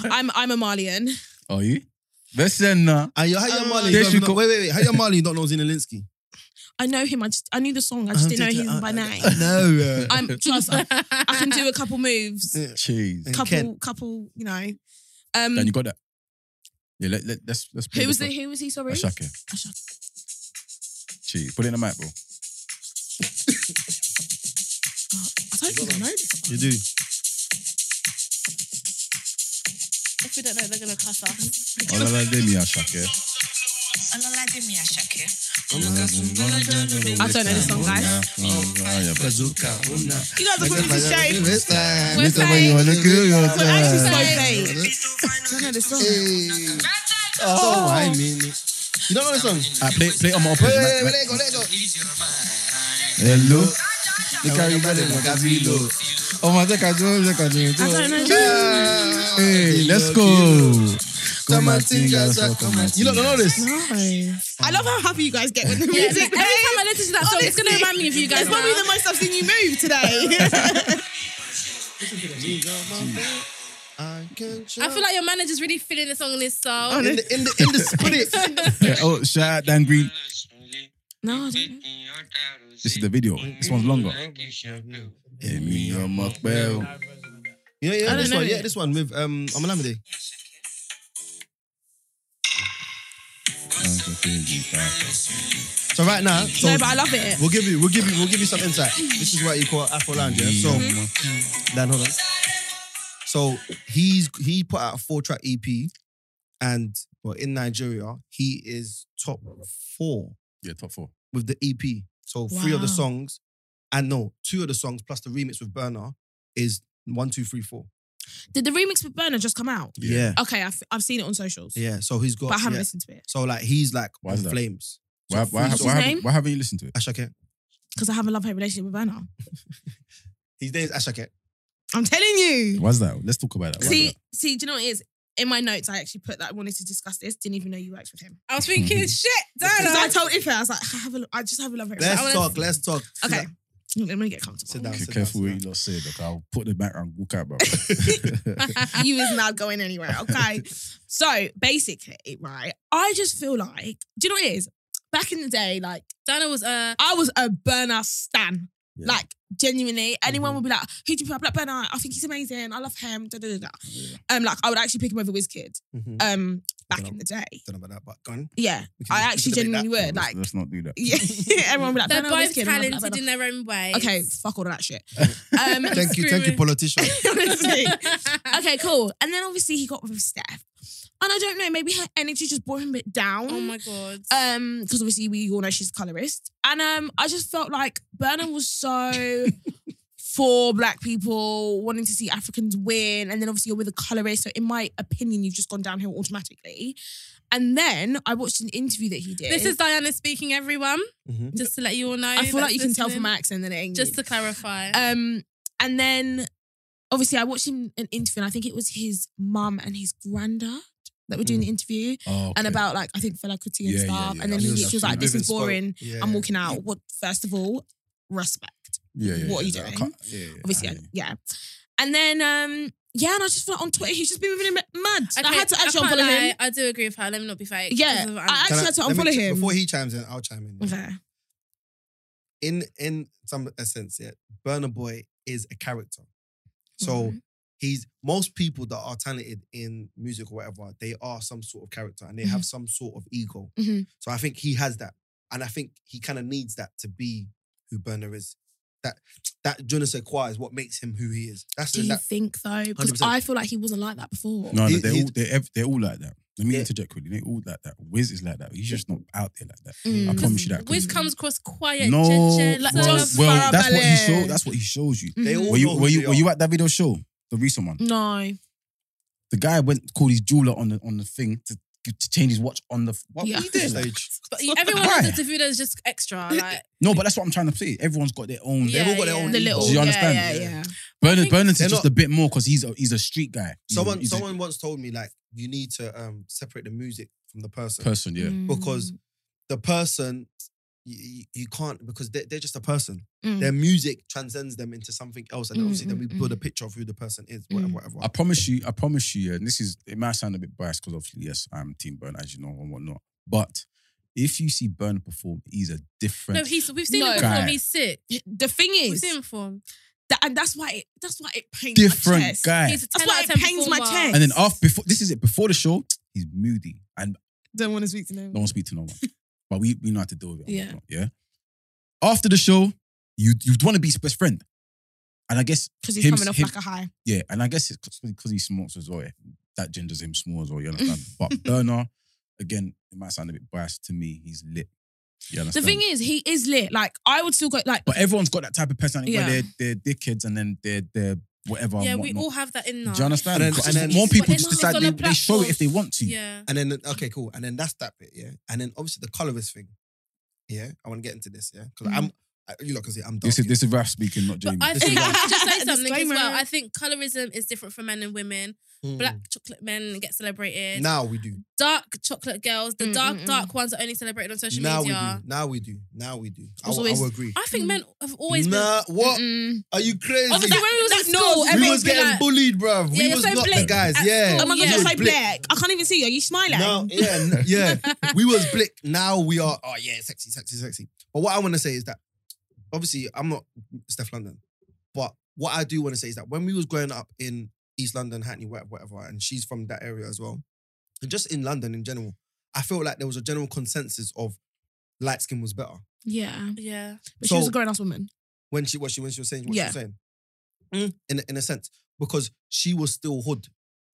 Speaker 2: I'm I'm a Malian.
Speaker 4: Are you? Listen now.
Speaker 3: And you, how your
Speaker 2: Um,
Speaker 3: Marley?
Speaker 4: There
Speaker 3: don't
Speaker 4: she
Speaker 3: know-
Speaker 4: go.
Speaker 3: Wait, wait, wait. How your Marley not know Zinalinsky?
Speaker 2: I know him. I just I knew the song. I
Speaker 4: Uh-huh,
Speaker 2: just
Speaker 4: Uh,
Speaker 2: didn't know him by name.
Speaker 3: No. uh,
Speaker 2: I'm trust.
Speaker 4: *laughs*
Speaker 2: I can do a couple moves.
Speaker 3: Yeah.
Speaker 4: Cheese.
Speaker 3: And
Speaker 2: Couple,
Speaker 3: Ken.
Speaker 2: couple. You know. Um.
Speaker 4: Then you got that. Yeah, let, let, let's let's. play
Speaker 2: Who was the
Speaker 4: this
Speaker 2: Who was he? Sorry.
Speaker 4: one. Ashake.
Speaker 2: Ashake.
Speaker 4: Cheese. Put it in the mic, bro.
Speaker 2: I don't think I know this. One.
Speaker 3: You do.
Speaker 1: If we don't know, they're gonna cuss us.
Speaker 4: Olala Demi Ashake.
Speaker 2: I don't know this song, guys.
Speaker 4: guys.
Speaker 2: You guys are putting me to shame.
Speaker 1: We're saying-
Speaker 2: So actually, so late.
Speaker 3: don't
Speaker 2: know the song.
Speaker 3: Oh, I mean it. You don't know the song?
Speaker 4: Play, play Ah, on my
Speaker 3: Wait, wait, wait, let it go, let it go.
Speaker 4: Hello. They carry
Speaker 3: about
Speaker 4: better
Speaker 3: it,
Speaker 4: than
Speaker 3: like, I
Speaker 4: Gavillo. Oh my, they can do, they can do.
Speaker 2: I don't know.
Speaker 4: Hey, let's go. Come and sing, guys, come and
Speaker 3: You don't know this?
Speaker 2: No. I love how happy you guys get with the
Speaker 1: Yeah, every
Speaker 2: music. *laughs*
Speaker 1: time I listen to that song, it's gonna
Speaker 2: Honestly.
Speaker 1: remind me of you guys.
Speaker 2: It's probably
Speaker 1: now.
Speaker 2: the most I've seen you move today.
Speaker 3: I can
Speaker 1: I feel like your manager's really feeling the song in his soul.
Speaker 3: in
Speaker 1: *laughs*
Speaker 3: the in the in
Speaker 2: *laughs*
Speaker 3: the spirit.
Speaker 4: Yeah, oh, shout out Dan Green.
Speaker 2: no, I don't know.
Speaker 4: This is the video. This one's longer. Hit me on my bell.
Speaker 3: Yeah,
Speaker 1: I
Speaker 3: yeah,
Speaker 1: don't
Speaker 3: this
Speaker 1: know
Speaker 3: one, yeah,
Speaker 1: it.
Speaker 3: this one with um Amalamide. So right now, so
Speaker 2: *laughs* no, but I love *laughs* it.
Speaker 3: we'll give you, we'll give you, we'll give you some insight. This is what you call Afro Lounge, yeah. So
Speaker 2: Mm-hmm.
Speaker 3: Dan, hold on. So he's he put out a four track EP, and well in Nigeria he is top four
Speaker 4: Yeah, top four.
Speaker 3: with the EP. So three of the
Speaker 2: Wow.
Speaker 3: songs, and no, two of the songs plus the remix with Burner is one, two, three, four.
Speaker 2: Did the remix with Burner just come out?
Speaker 4: Yeah.
Speaker 2: Okay, I've, I've seen it on socials,
Speaker 3: yeah. So he's got
Speaker 2: but I haven't
Speaker 3: yeah.
Speaker 2: listened to it
Speaker 3: So like he's like
Speaker 4: Why
Speaker 3: on
Speaker 4: is that?
Speaker 3: flames.
Speaker 4: Why,
Speaker 3: So
Speaker 4: why,
Speaker 3: Freeze
Speaker 4: why,
Speaker 2: his
Speaker 4: haven't-
Speaker 2: name?
Speaker 4: why haven't you listened to it?
Speaker 3: Ashake.
Speaker 2: because I have a love hate relationship with Burner.
Speaker 3: His name is Ashake.
Speaker 2: I'm telling you.
Speaker 4: Why's that? Let's talk about that. Why's
Speaker 2: See,
Speaker 4: that?
Speaker 2: see, do you know what it is? In my notes, I actually put that I wanted to discuss this. Didn't even know you worked with him.
Speaker 1: I was thinking, shit, don't
Speaker 2: Because I
Speaker 1: know.
Speaker 2: told Ife, I was like, I, have a, I just have a love hate
Speaker 3: Let's
Speaker 2: relationship. I wanna-
Speaker 3: talk. Let's talk. Sit
Speaker 2: Okay,
Speaker 3: down.
Speaker 2: I'm gonna get comfortable.
Speaker 3: Sit down.
Speaker 4: Okay,
Speaker 3: sit down, sit
Speaker 4: careful what
Speaker 3: down.
Speaker 4: you lot say. Look, I'll put the back and walk out, bro.
Speaker 2: *laughs*
Speaker 4: *laughs*
Speaker 2: you is not going anywhere.
Speaker 3: *laughs*
Speaker 2: Okay. so basically, right, I just feel like, do you know what it is? Back in the day, like
Speaker 1: Dana was uh
Speaker 2: I was a burner stan.
Speaker 4: Yeah.
Speaker 2: Like genuinely,
Speaker 3: Mm-hmm.
Speaker 2: anyone would be like, "Who do you pick?" I'd be like, "Burner. I think he's amazing. I love him." Da, da, da, da.
Speaker 4: Yeah.
Speaker 2: Um, like I would actually pick him over Wizkid.
Speaker 3: Mhm.
Speaker 2: Um, back
Speaker 3: Don't
Speaker 2: in the day,
Speaker 3: Don't know about that, but go on.
Speaker 2: yeah,
Speaker 3: We can- we
Speaker 2: I
Speaker 3: can
Speaker 2: actually
Speaker 3: debate that.
Speaker 2: genuinely would.
Speaker 4: Let's-
Speaker 2: Like, *laughs*
Speaker 4: Let's not do that.
Speaker 2: yeah, everyone would be like,
Speaker 1: they're
Speaker 2: "Burner,
Speaker 1: both
Speaker 2: Wizkid." and I'd be like,
Speaker 1: talented in their own way.
Speaker 2: "Burner." Okay, fuck all of that
Speaker 3: *laughs*
Speaker 2: shit. Um,
Speaker 3: Thank you, thank you,
Speaker 1: Screaming.
Speaker 3: *laughs* politician.
Speaker 2: honestly. *laughs* okay, cool. And then obviously he got with Steph, and I don't know, maybe her energy just brought him a bit down.
Speaker 1: *laughs* Oh my
Speaker 2: *laughs*
Speaker 1: god.
Speaker 2: Um, because obviously we all know she's a colorist, and um, I just felt like Burnham
Speaker 1: *laughs*
Speaker 2: was so for black people wanting to see Africans win, and then obviously you're with a colorist. So in my opinion, you've just gone downhill automatically. And then I watched an interview that he did.
Speaker 1: this is Diana speaking, everyone.
Speaker 3: Mhm.
Speaker 1: Just to let you all know.
Speaker 2: I feel like
Speaker 1: that's
Speaker 2: you can tell
Speaker 1: listening.
Speaker 2: from my accent that it ain't
Speaker 1: Just
Speaker 2: you.
Speaker 1: to clarify.
Speaker 2: Um, and then obviously I watched him an interview, and I think it was his mum and his granddad that were doing the interview,
Speaker 4: Oh,
Speaker 2: and
Speaker 4: okay.
Speaker 2: about like I think Fela Kuti and
Speaker 4: Yeah, yeah,
Speaker 2: stuff.
Speaker 4: yeah.
Speaker 2: And then
Speaker 4: And
Speaker 2: he
Speaker 4: he was
Speaker 2: literally was like,
Speaker 4: actually
Speaker 2: "This is
Speaker 3: spoke.
Speaker 2: boring.
Speaker 3: Yeah.
Speaker 2: I'm walking out." What? First of all, respect.
Speaker 4: yeah, yeah,
Speaker 2: what are you
Speaker 4: yeah, I
Speaker 2: doing?
Speaker 4: can't- Yeah, yeah,
Speaker 2: Obviously,
Speaker 4: I
Speaker 2: yeah.
Speaker 4: hear you.
Speaker 2: And then um, yeah, and I just feel like on Twitter he's just been moving him mad. And I
Speaker 1: Okay,
Speaker 2: had to actually
Speaker 1: can't
Speaker 2: unfollow
Speaker 1: lie,
Speaker 2: him.
Speaker 1: I do agree with her. Let me not be fake.
Speaker 2: Yeah,
Speaker 1: Because of- um,
Speaker 2: I
Speaker 3: Can
Speaker 2: actually had to
Speaker 3: let me
Speaker 2: unfollow
Speaker 3: ch-
Speaker 2: him.
Speaker 3: Before he chimes in, I'll chime in.
Speaker 2: Okay.
Speaker 3: In in some essence, yeah, Burner Boy is a character. So
Speaker 2: Mhm.
Speaker 3: he's most people that are talented in music or whatever, they are some sort of character and they have
Speaker 2: Mm-hmm.
Speaker 3: some sort of ego.
Speaker 2: Mhm.
Speaker 3: So I think he has that. And I think he kind of needs that to be who Burner is. That that je ne sais quoi is what makes him who he is. That's
Speaker 2: Do
Speaker 3: the,
Speaker 2: you
Speaker 3: that,
Speaker 2: think though? Because
Speaker 3: 100%.
Speaker 2: I feel like he wasn't like that before.
Speaker 4: No, no,
Speaker 3: He-
Speaker 4: they're
Speaker 3: he-
Speaker 4: all they're, ev- they're all like that. Let me
Speaker 3: Yeah.
Speaker 4: interject quickly. They're all like that. Wiz is like that. He's just not out there like that.
Speaker 2: Mm.
Speaker 4: I promise you that. 'cause-
Speaker 1: Wiz comes across quiet,
Speaker 4: no,
Speaker 1: gentle, like
Speaker 4: well,
Speaker 1: just
Speaker 4: well, that's what he
Speaker 2: Farabelle.
Speaker 4: shows. That's what he shows
Speaker 2: Mm.
Speaker 4: you.
Speaker 3: they all
Speaker 4: Were
Speaker 3: know
Speaker 4: you
Speaker 3: who
Speaker 4: were
Speaker 3: they
Speaker 4: you were
Speaker 3: are.
Speaker 4: you at Davido's show, the recent one?
Speaker 2: Mm-hmm. No.
Speaker 4: The guy went called his jeweler on the on the thing to, to change his watch on the. What
Speaker 2: Yeah.
Speaker 4: were you doing?
Speaker 2: *laughs*
Speaker 4: Like,
Speaker 3: stage.
Speaker 1: But everyone
Speaker 4: Why?
Speaker 1: else at Davido is just extra. Like
Speaker 4: no, but that's what I'm trying to say. Everyone's got their own.
Speaker 1: Yeah,
Speaker 4: they've all got their
Speaker 1: yeah.
Speaker 4: own.
Speaker 2: The
Speaker 4: ego.
Speaker 2: little.
Speaker 4: Do you understand?
Speaker 2: Yeah, yeah, yeah.
Speaker 4: Bernard, Bernard's
Speaker 3: They're
Speaker 4: is just
Speaker 3: not-
Speaker 4: a bit more because he's a he's a street guy. He's a-
Speaker 3: Someone
Speaker 4: he's a
Speaker 3: someone once told me like you need to um separate the music from the person.
Speaker 4: person, yeah.
Speaker 1: Mm.
Speaker 2: Mm.
Speaker 3: Because the person you, you can't because they, they're just a person.
Speaker 2: Mm.
Speaker 3: Their music transcends them into something else, and
Speaker 2: Mm,
Speaker 3: obviously
Speaker 1: Mm-hmm,
Speaker 3: then
Speaker 2: mm,
Speaker 3: we build a picture of who the person is. Whatever,
Speaker 2: Mm.
Speaker 3: whatever.
Speaker 4: I promise you, I promise you, and this is it might sound a bit biased because obviously, yes, I'm Team Burn, as you know, and whatnot. But if you see Burn perform, he's a different
Speaker 1: no, he's we've seen
Speaker 2: No.
Speaker 1: him perform.
Speaker 4: Guy.
Speaker 1: He's sick.
Speaker 2: the thing
Speaker 1: We've
Speaker 2: is,
Speaker 1: seen him perform.
Speaker 2: that, and that's why it, that's why it pains my
Speaker 4: different
Speaker 2: chest.
Speaker 4: guy.
Speaker 1: He's a
Speaker 2: That's
Speaker 1: 10
Speaker 2: why
Speaker 1: out of
Speaker 2: it
Speaker 1: 10
Speaker 2: pains my
Speaker 1: performer.
Speaker 2: chest.
Speaker 4: and then off before this is it before the show, he's moody and
Speaker 2: Don't want to speak to them.
Speaker 4: don't speak to no one.
Speaker 1: *laughs*
Speaker 4: but we we know how to deal with it. and
Speaker 2: Yeah.
Speaker 4: whatnot, yeah. After the show, you you'd want to be his best friend, and I guess
Speaker 2: Because he's
Speaker 4: him-
Speaker 2: coming off
Speaker 4: him-
Speaker 2: like a high.
Speaker 4: Yeah, and I guess it's because he smokes as well. Yeah. That gingers him small as
Speaker 1: *laughs*
Speaker 4: well. You understand? but Burner, again, it might sound a bit biased to me. He's lit. You
Speaker 2: The
Speaker 4: understand?
Speaker 2: thing is, he is lit. Like I would still go like
Speaker 4: but everyone's got that type of personality
Speaker 2: Yeah.
Speaker 4: where they're they're dickheads and then they're they're whatever.
Speaker 1: Yeah,
Speaker 4: and
Speaker 1: we
Speaker 4: whatnot.
Speaker 1: all have that in
Speaker 4: Do
Speaker 1: us.
Speaker 4: you
Speaker 3: And
Speaker 4: understand?
Speaker 3: then- and
Speaker 4: It's just
Speaker 3: then-
Speaker 4: more
Speaker 1: But
Speaker 4: people
Speaker 1: it's
Speaker 4: just
Speaker 1: not-
Speaker 4: decide
Speaker 1: it's
Speaker 4: they,
Speaker 1: on a
Speaker 4: they show it if they want to.
Speaker 1: Yeah.
Speaker 3: and then okay, cool.
Speaker 1: Mm.
Speaker 3: And then that's that bit, yeah. And then obviously the colorist thing, yeah. I want to get into this, yeah, because I'm I- You lot can say I'm dark.
Speaker 4: This is this is Raf speaking, not Jamie.
Speaker 1: But I
Speaker 3: This is
Speaker 1: think
Speaker 3: why-
Speaker 1: I should just say something as
Speaker 2: Disclaimer.
Speaker 1: well. I think colorism is different for men and women.
Speaker 3: Mm.
Speaker 1: Black chocolate men get celebrated.
Speaker 3: Now we do.
Speaker 1: Dark chocolate girls, the
Speaker 2: Mm,
Speaker 1: dark
Speaker 2: mm, mm.
Speaker 1: dark ones are only celebrated on social
Speaker 3: now
Speaker 1: media.
Speaker 3: we do. Now we do. Now we do. I
Speaker 2: Was
Speaker 3: will, I
Speaker 2: always-
Speaker 3: will agree.
Speaker 1: I think
Speaker 2: Mm.
Speaker 1: men have always
Speaker 3: nah,
Speaker 1: been.
Speaker 3: what?
Speaker 2: Mm-mm.
Speaker 3: Are you crazy?
Speaker 1: Obviously, when we was
Speaker 2: That-
Speaker 1: at
Speaker 2: no,
Speaker 1: school,
Speaker 2: we
Speaker 3: we
Speaker 1: everyone
Speaker 3: was
Speaker 1: would be
Speaker 3: getting
Speaker 1: like,
Speaker 3: bullied, bruv.
Speaker 1: Yeah,
Speaker 3: we
Speaker 1: you're
Speaker 3: was
Speaker 1: so
Speaker 3: not the
Speaker 1: blick
Speaker 3: guys.
Speaker 1: at
Speaker 3: Yeah.
Speaker 1: school.
Speaker 2: Oh my god,
Speaker 1: Yeah.
Speaker 2: you're so
Speaker 3: Blick.
Speaker 2: black. I can't even see you. Are you smiling?
Speaker 3: No, yeah, n- yeah. We was blick. Now we are. Oh yeah, sexy, sexy, sexy. But what I want to say is that obviously I'm not Steph London, but what I do want to say is that when we was growing up in East London, Hackney, whatever, whatever, and she's from that area as well, and just in London in general, I felt like there was a general consensus of light skin was better
Speaker 2: Yeah,
Speaker 1: yeah,
Speaker 2: but
Speaker 3: So-
Speaker 2: she was a grown ass woman.
Speaker 3: when she what she when she was saying what
Speaker 2: Yeah. Mm.
Speaker 3: she was saying. In a- in a sense, because she was still hood,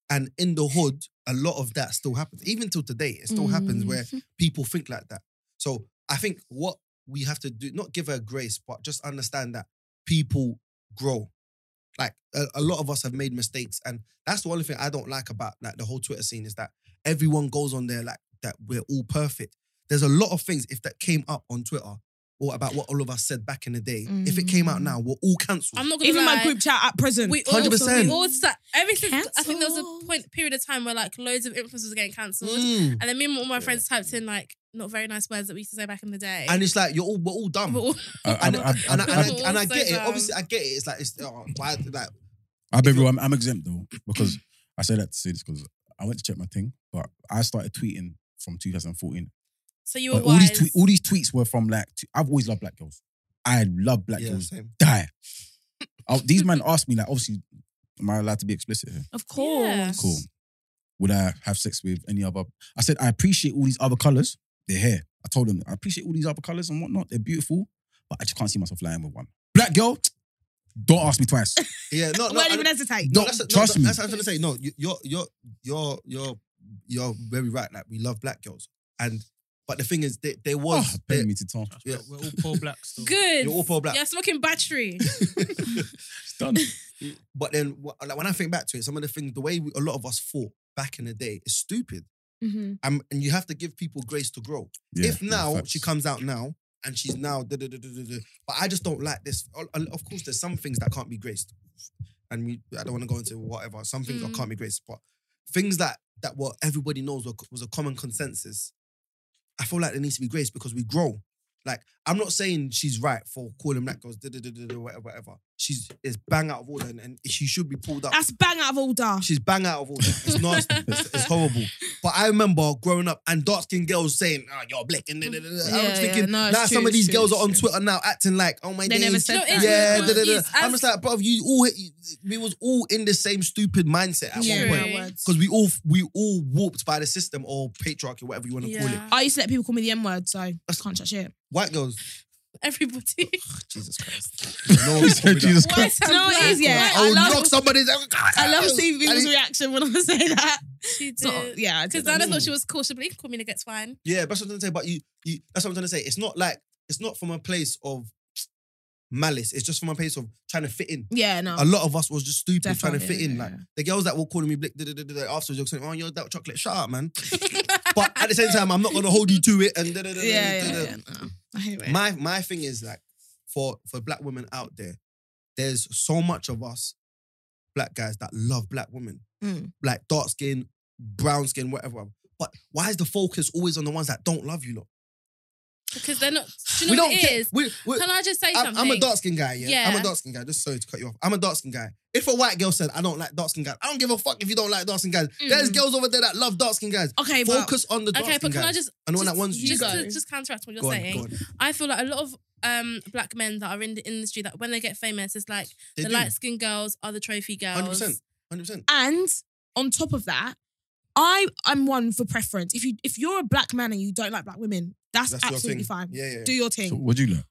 Speaker 3: and in the hood, a lot of that still happens. Even till today, it still happens
Speaker 2: Mm.
Speaker 3: where people think like that. So I think what we have to do, not give her grace, but just understand that people grow. Like a, a lot of us have made mistakes, and that's the only thing I don't like about like the whole Twitter scene is that everyone goes on there like that we're all perfect. There's a lot of things if that came up on Twitter or about what all of us said back in the day. If it came out now, we're all
Speaker 1: Mm-hmm.
Speaker 3: cancelled.
Speaker 1: I'm not gonna
Speaker 2: Even
Speaker 1: lie.
Speaker 2: my group chat at present.
Speaker 1: We all,
Speaker 3: 100%.
Speaker 1: we all sat, ever since I think there was a
Speaker 2: Cancelled.
Speaker 1: point period of time where like loads of influencers were getting cancelled,
Speaker 3: Mm.
Speaker 1: and then me and all my friends typed in like not very nice words that we used to say back in the day.
Speaker 3: And it's like you're all we're all dumb.
Speaker 1: But all-
Speaker 4: I,
Speaker 3: and,
Speaker 4: I, I,
Speaker 1: *laughs*
Speaker 3: and I, and I,
Speaker 1: We're all
Speaker 3: and I
Speaker 1: so
Speaker 3: get it.
Speaker 1: dumb.
Speaker 3: Obviously, I get it. It's like it's oh, why like
Speaker 4: I, I bet you I'm, I'm exempt though because I say that to say this because I went to check my thing, but I started tweeting from 2014.
Speaker 1: so you were
Speaker 4: But all these
Speaker 1: wise.
Speaker 4: tweet, all these tweets were from like t- I've always loved black girls. I love black
Speaker 3: yeah,
Speaker 4: girls.
Speaker 3: same.
Speaker 4: Die. Oh, these men asked me like, obviously, am I allowed to be explicit here?
Speaker 2: of course.
Speaker 1: Yeah.
Speaker 4: Cool. Would I have sex with any other? I said, I appreciate all these other colors. They're here. I told them, I appreciate all these other colors and whatnot. They're beautiful, but I just can't see myself lying with one. Black girl, don't ask me twice.
Speaker 3: Yeah, no,
Speaker 2: I
Speaker 3: no,
Speaker 2: won't
Speaker 3: and-
Speaker 2: even hesitate.
Speaker 3: No,
Speaker 4: No,
Speaker 3: that's,
Speaker 4: trust
Speaker 3: no,
Speaker 4: me.
Speaker 3: That's what I'm trying to say. No, you- you're you're you're you're you're very right. Like we love black girls, and but the thing is, there, there was
Speaker 4: oh,
Speaker 3: there-
Speaker 4: pay me to talk.
Speaker 3: Yeah.
Speaker 5: We're all poor blacks. though.
Speaker 1: Good.
Speaker 3: You're all poor black.
Speaker 1: You're smoking battery.
Speaker 4: It's done.
Speaker 3: but then wh- like when I think back to it, some of the things, the way we, a lot of us thought back in the day is stupid,
Speaker 2: Mhm.
Speaker 3: um, and you have to give people grace to grow.
Speaker 4: Yeah,
Speaker 3: if now
Speaker 4: yeah,
Speaker 3: she
Speaker 4: facts.
Speaker 3: comes out now and she's now, da, da, da, da, da, da, but I just don't like this. O- o- Of course, there's some things that can't be graced, and we, I don't want to go into whatever. Some things
Speaker 1: Mm.
Speaker 3: that can't be graced, but things that that what everybody knows were, was a common consensus. I feel like there needs to be grace because we grow. Like I'm not saying she's right for calling black girls da da da da da whatever whatever. She's is bang out of order and, and she should be pulled up.
Speaker 2: That's bang out of order.
Speaker 3: She's bang out of order. It's
Speaker 4: *laughs*
Speaker 3: nasty. it's, it's horrible. But I remember growing up and dark skinned girls saying, oh, you're black. And da- da- da- da. I
Speaker 2: Yeah,
Speaker 3: was
Speaker 2: yeah.
Speaker 3: thinking,
Speaker 2: No, it's
Speaker 3: now some
Speaker 2: true,
Speaker 3: of these
Speaker 2: it's
Speaker 3: girls
Speaker 2: true,
Speaker 3: are on
Speaker 2: it's true.
Speaker 3: Twitter now acting like, oh my
Speaker 2: They never
Speaker 3: days.
Speaker 2: said
Speaker 1: No,
Speaker 2: that.
Speaker 1: it's-
Speaker 3: yeah,
Speaker 1: no,
Speaker 3: da, da, da.
Speaker 1: it's-
Speaker 3: I'm just like, bro, you all we was all in the same stupid mindset at
Speaker 1: Yeah.
Speaker 3: one point because we all we all warped by the system or patriarchy, whatever you want to call it.
Speaker 1: yeah.
Speaker 2: I used to let people call me the N word, so I can't chat shit.
Speaker 3: White girls, *laughs*
Speaker 1: Everybody.
Speaker 3: Jesus Christ, no,
Speaker 4: *laughs* He said, Jesus
Speaker 1: Why
Speaker 4: Christ.
Speaker 1: sound
Speaker 2: No, it
Speaker 1: black?
Speaker 2: is, yeah.
Speaker 3: I will
Speaker 2: I love-
Speaker 3: oh, knock somebody's.
Speaker 2: I love seeing people's
Speaker 3: And he-
Speaker 2: reaction when I *laughs* say that.
Speaker 1: She
Speaker 2: It's not,
Speaker 1: did.
Speaker 2: yeah, I
Speaker 1: Because
Speaker 2: did.
Speaker 1: Dana thought she was cool. She believed call me to get twine.
Speaker 3: Yeah, that's what I'm trying to say. But you, you, that's what I'm trying to say. It's not like it's not from a place of malice. It's just from a place of trying to fit in.
Speaker 2: Yeah, no.
Speaker 3: A lot of us was just stupid trying to
Speaker 2: Oh. Definitely,
Speaker 3: fit in.
Speaker 2: yeah,
Speaker 3: Like
Speaker 2: yeah.
Speaker 3: the girls that were calling me blick da, da, da, da, da, afterwards, you're saying, "Oh, you're that chocolate." Shut
Speaker 2: *laughs*
Speaker 3: up, man. but at the same time, I'm not gonna hold you to it. And da, da, da, da,
Speaker 2: yeah,
Speaker 3: da,
Speaker 2: yeah,
Speaker 3: da.
Speaker 2: yeah, no. I hate it.
Speaker 3: my my thing is like for for black women out there, there's so much of us black guys that love black women,
Speaker 2: Mm.
Speaker 3: like dark skin, brown skin, whatever. But why is the focus always on the ones that don't love you? Lot?
Speaker 1: Because they're not. Do you know
Speaker 3: we
Speaker 1: what
Speaker 3: don't
Speaker 1: it
Speaker 3: care.
Speaker 1: is?
Speaker 3: We, we,
Speaker 1: Can I just say
Speaker 3: I'm,
Speaker 1: something?
Speaker 3: I'm a dark skin guy, yeah? I'm
Speaker 1: Yeah.
Speaker 3: a dark skin guy. Just sorry to cut you off. I'm a dark skin guy. If a white girl said, I don't like dark skin guys, I don't give a fuck if you don't like dark skin guys. There's
Speaker 2: Mm.
Speaker 3: girls over there that love dark skin guys.
Speaker 2: Okay, but
Speaker 3: Focus on the dark
Speaker 1: Okay,
Speaker 3: skin
Speaker 1: but can
Speaker 3: guys.
Speaker 1: I just
Speaker 3: and the one
Speaker 1: just,
Speaker 3: that wants you.
Speaker 1: just
Speaker 3: guys.
Speaker 1: to just counteract what you're
Speaker 3: go on,
Speaker 1: saying?
Speaker 3: go on.
Speaker 1: I feel like a lot of um black men that are in the industry that when they get famous, it's like
Speaker 3: They
Speaker 1: the
Speaker 3: do.
Speaker 1: light skinned girls are the trophy girls.
Speaker 3: 100%. 100%.
Speaker 2: and on top of that, I am one for preference. If you if you're a black man and you don't like black women, that's,
Speaker 3: That's your
Speaker 2: absolutely
Speaker 3: thing.
Speaker 2: fine.
Speaker 3: Yeah, yeah. yeah.
Speaker 2: Do
Speaker 3: *sighs*
Speaker 2: your thing.
Speaker 4: So what'd you learn?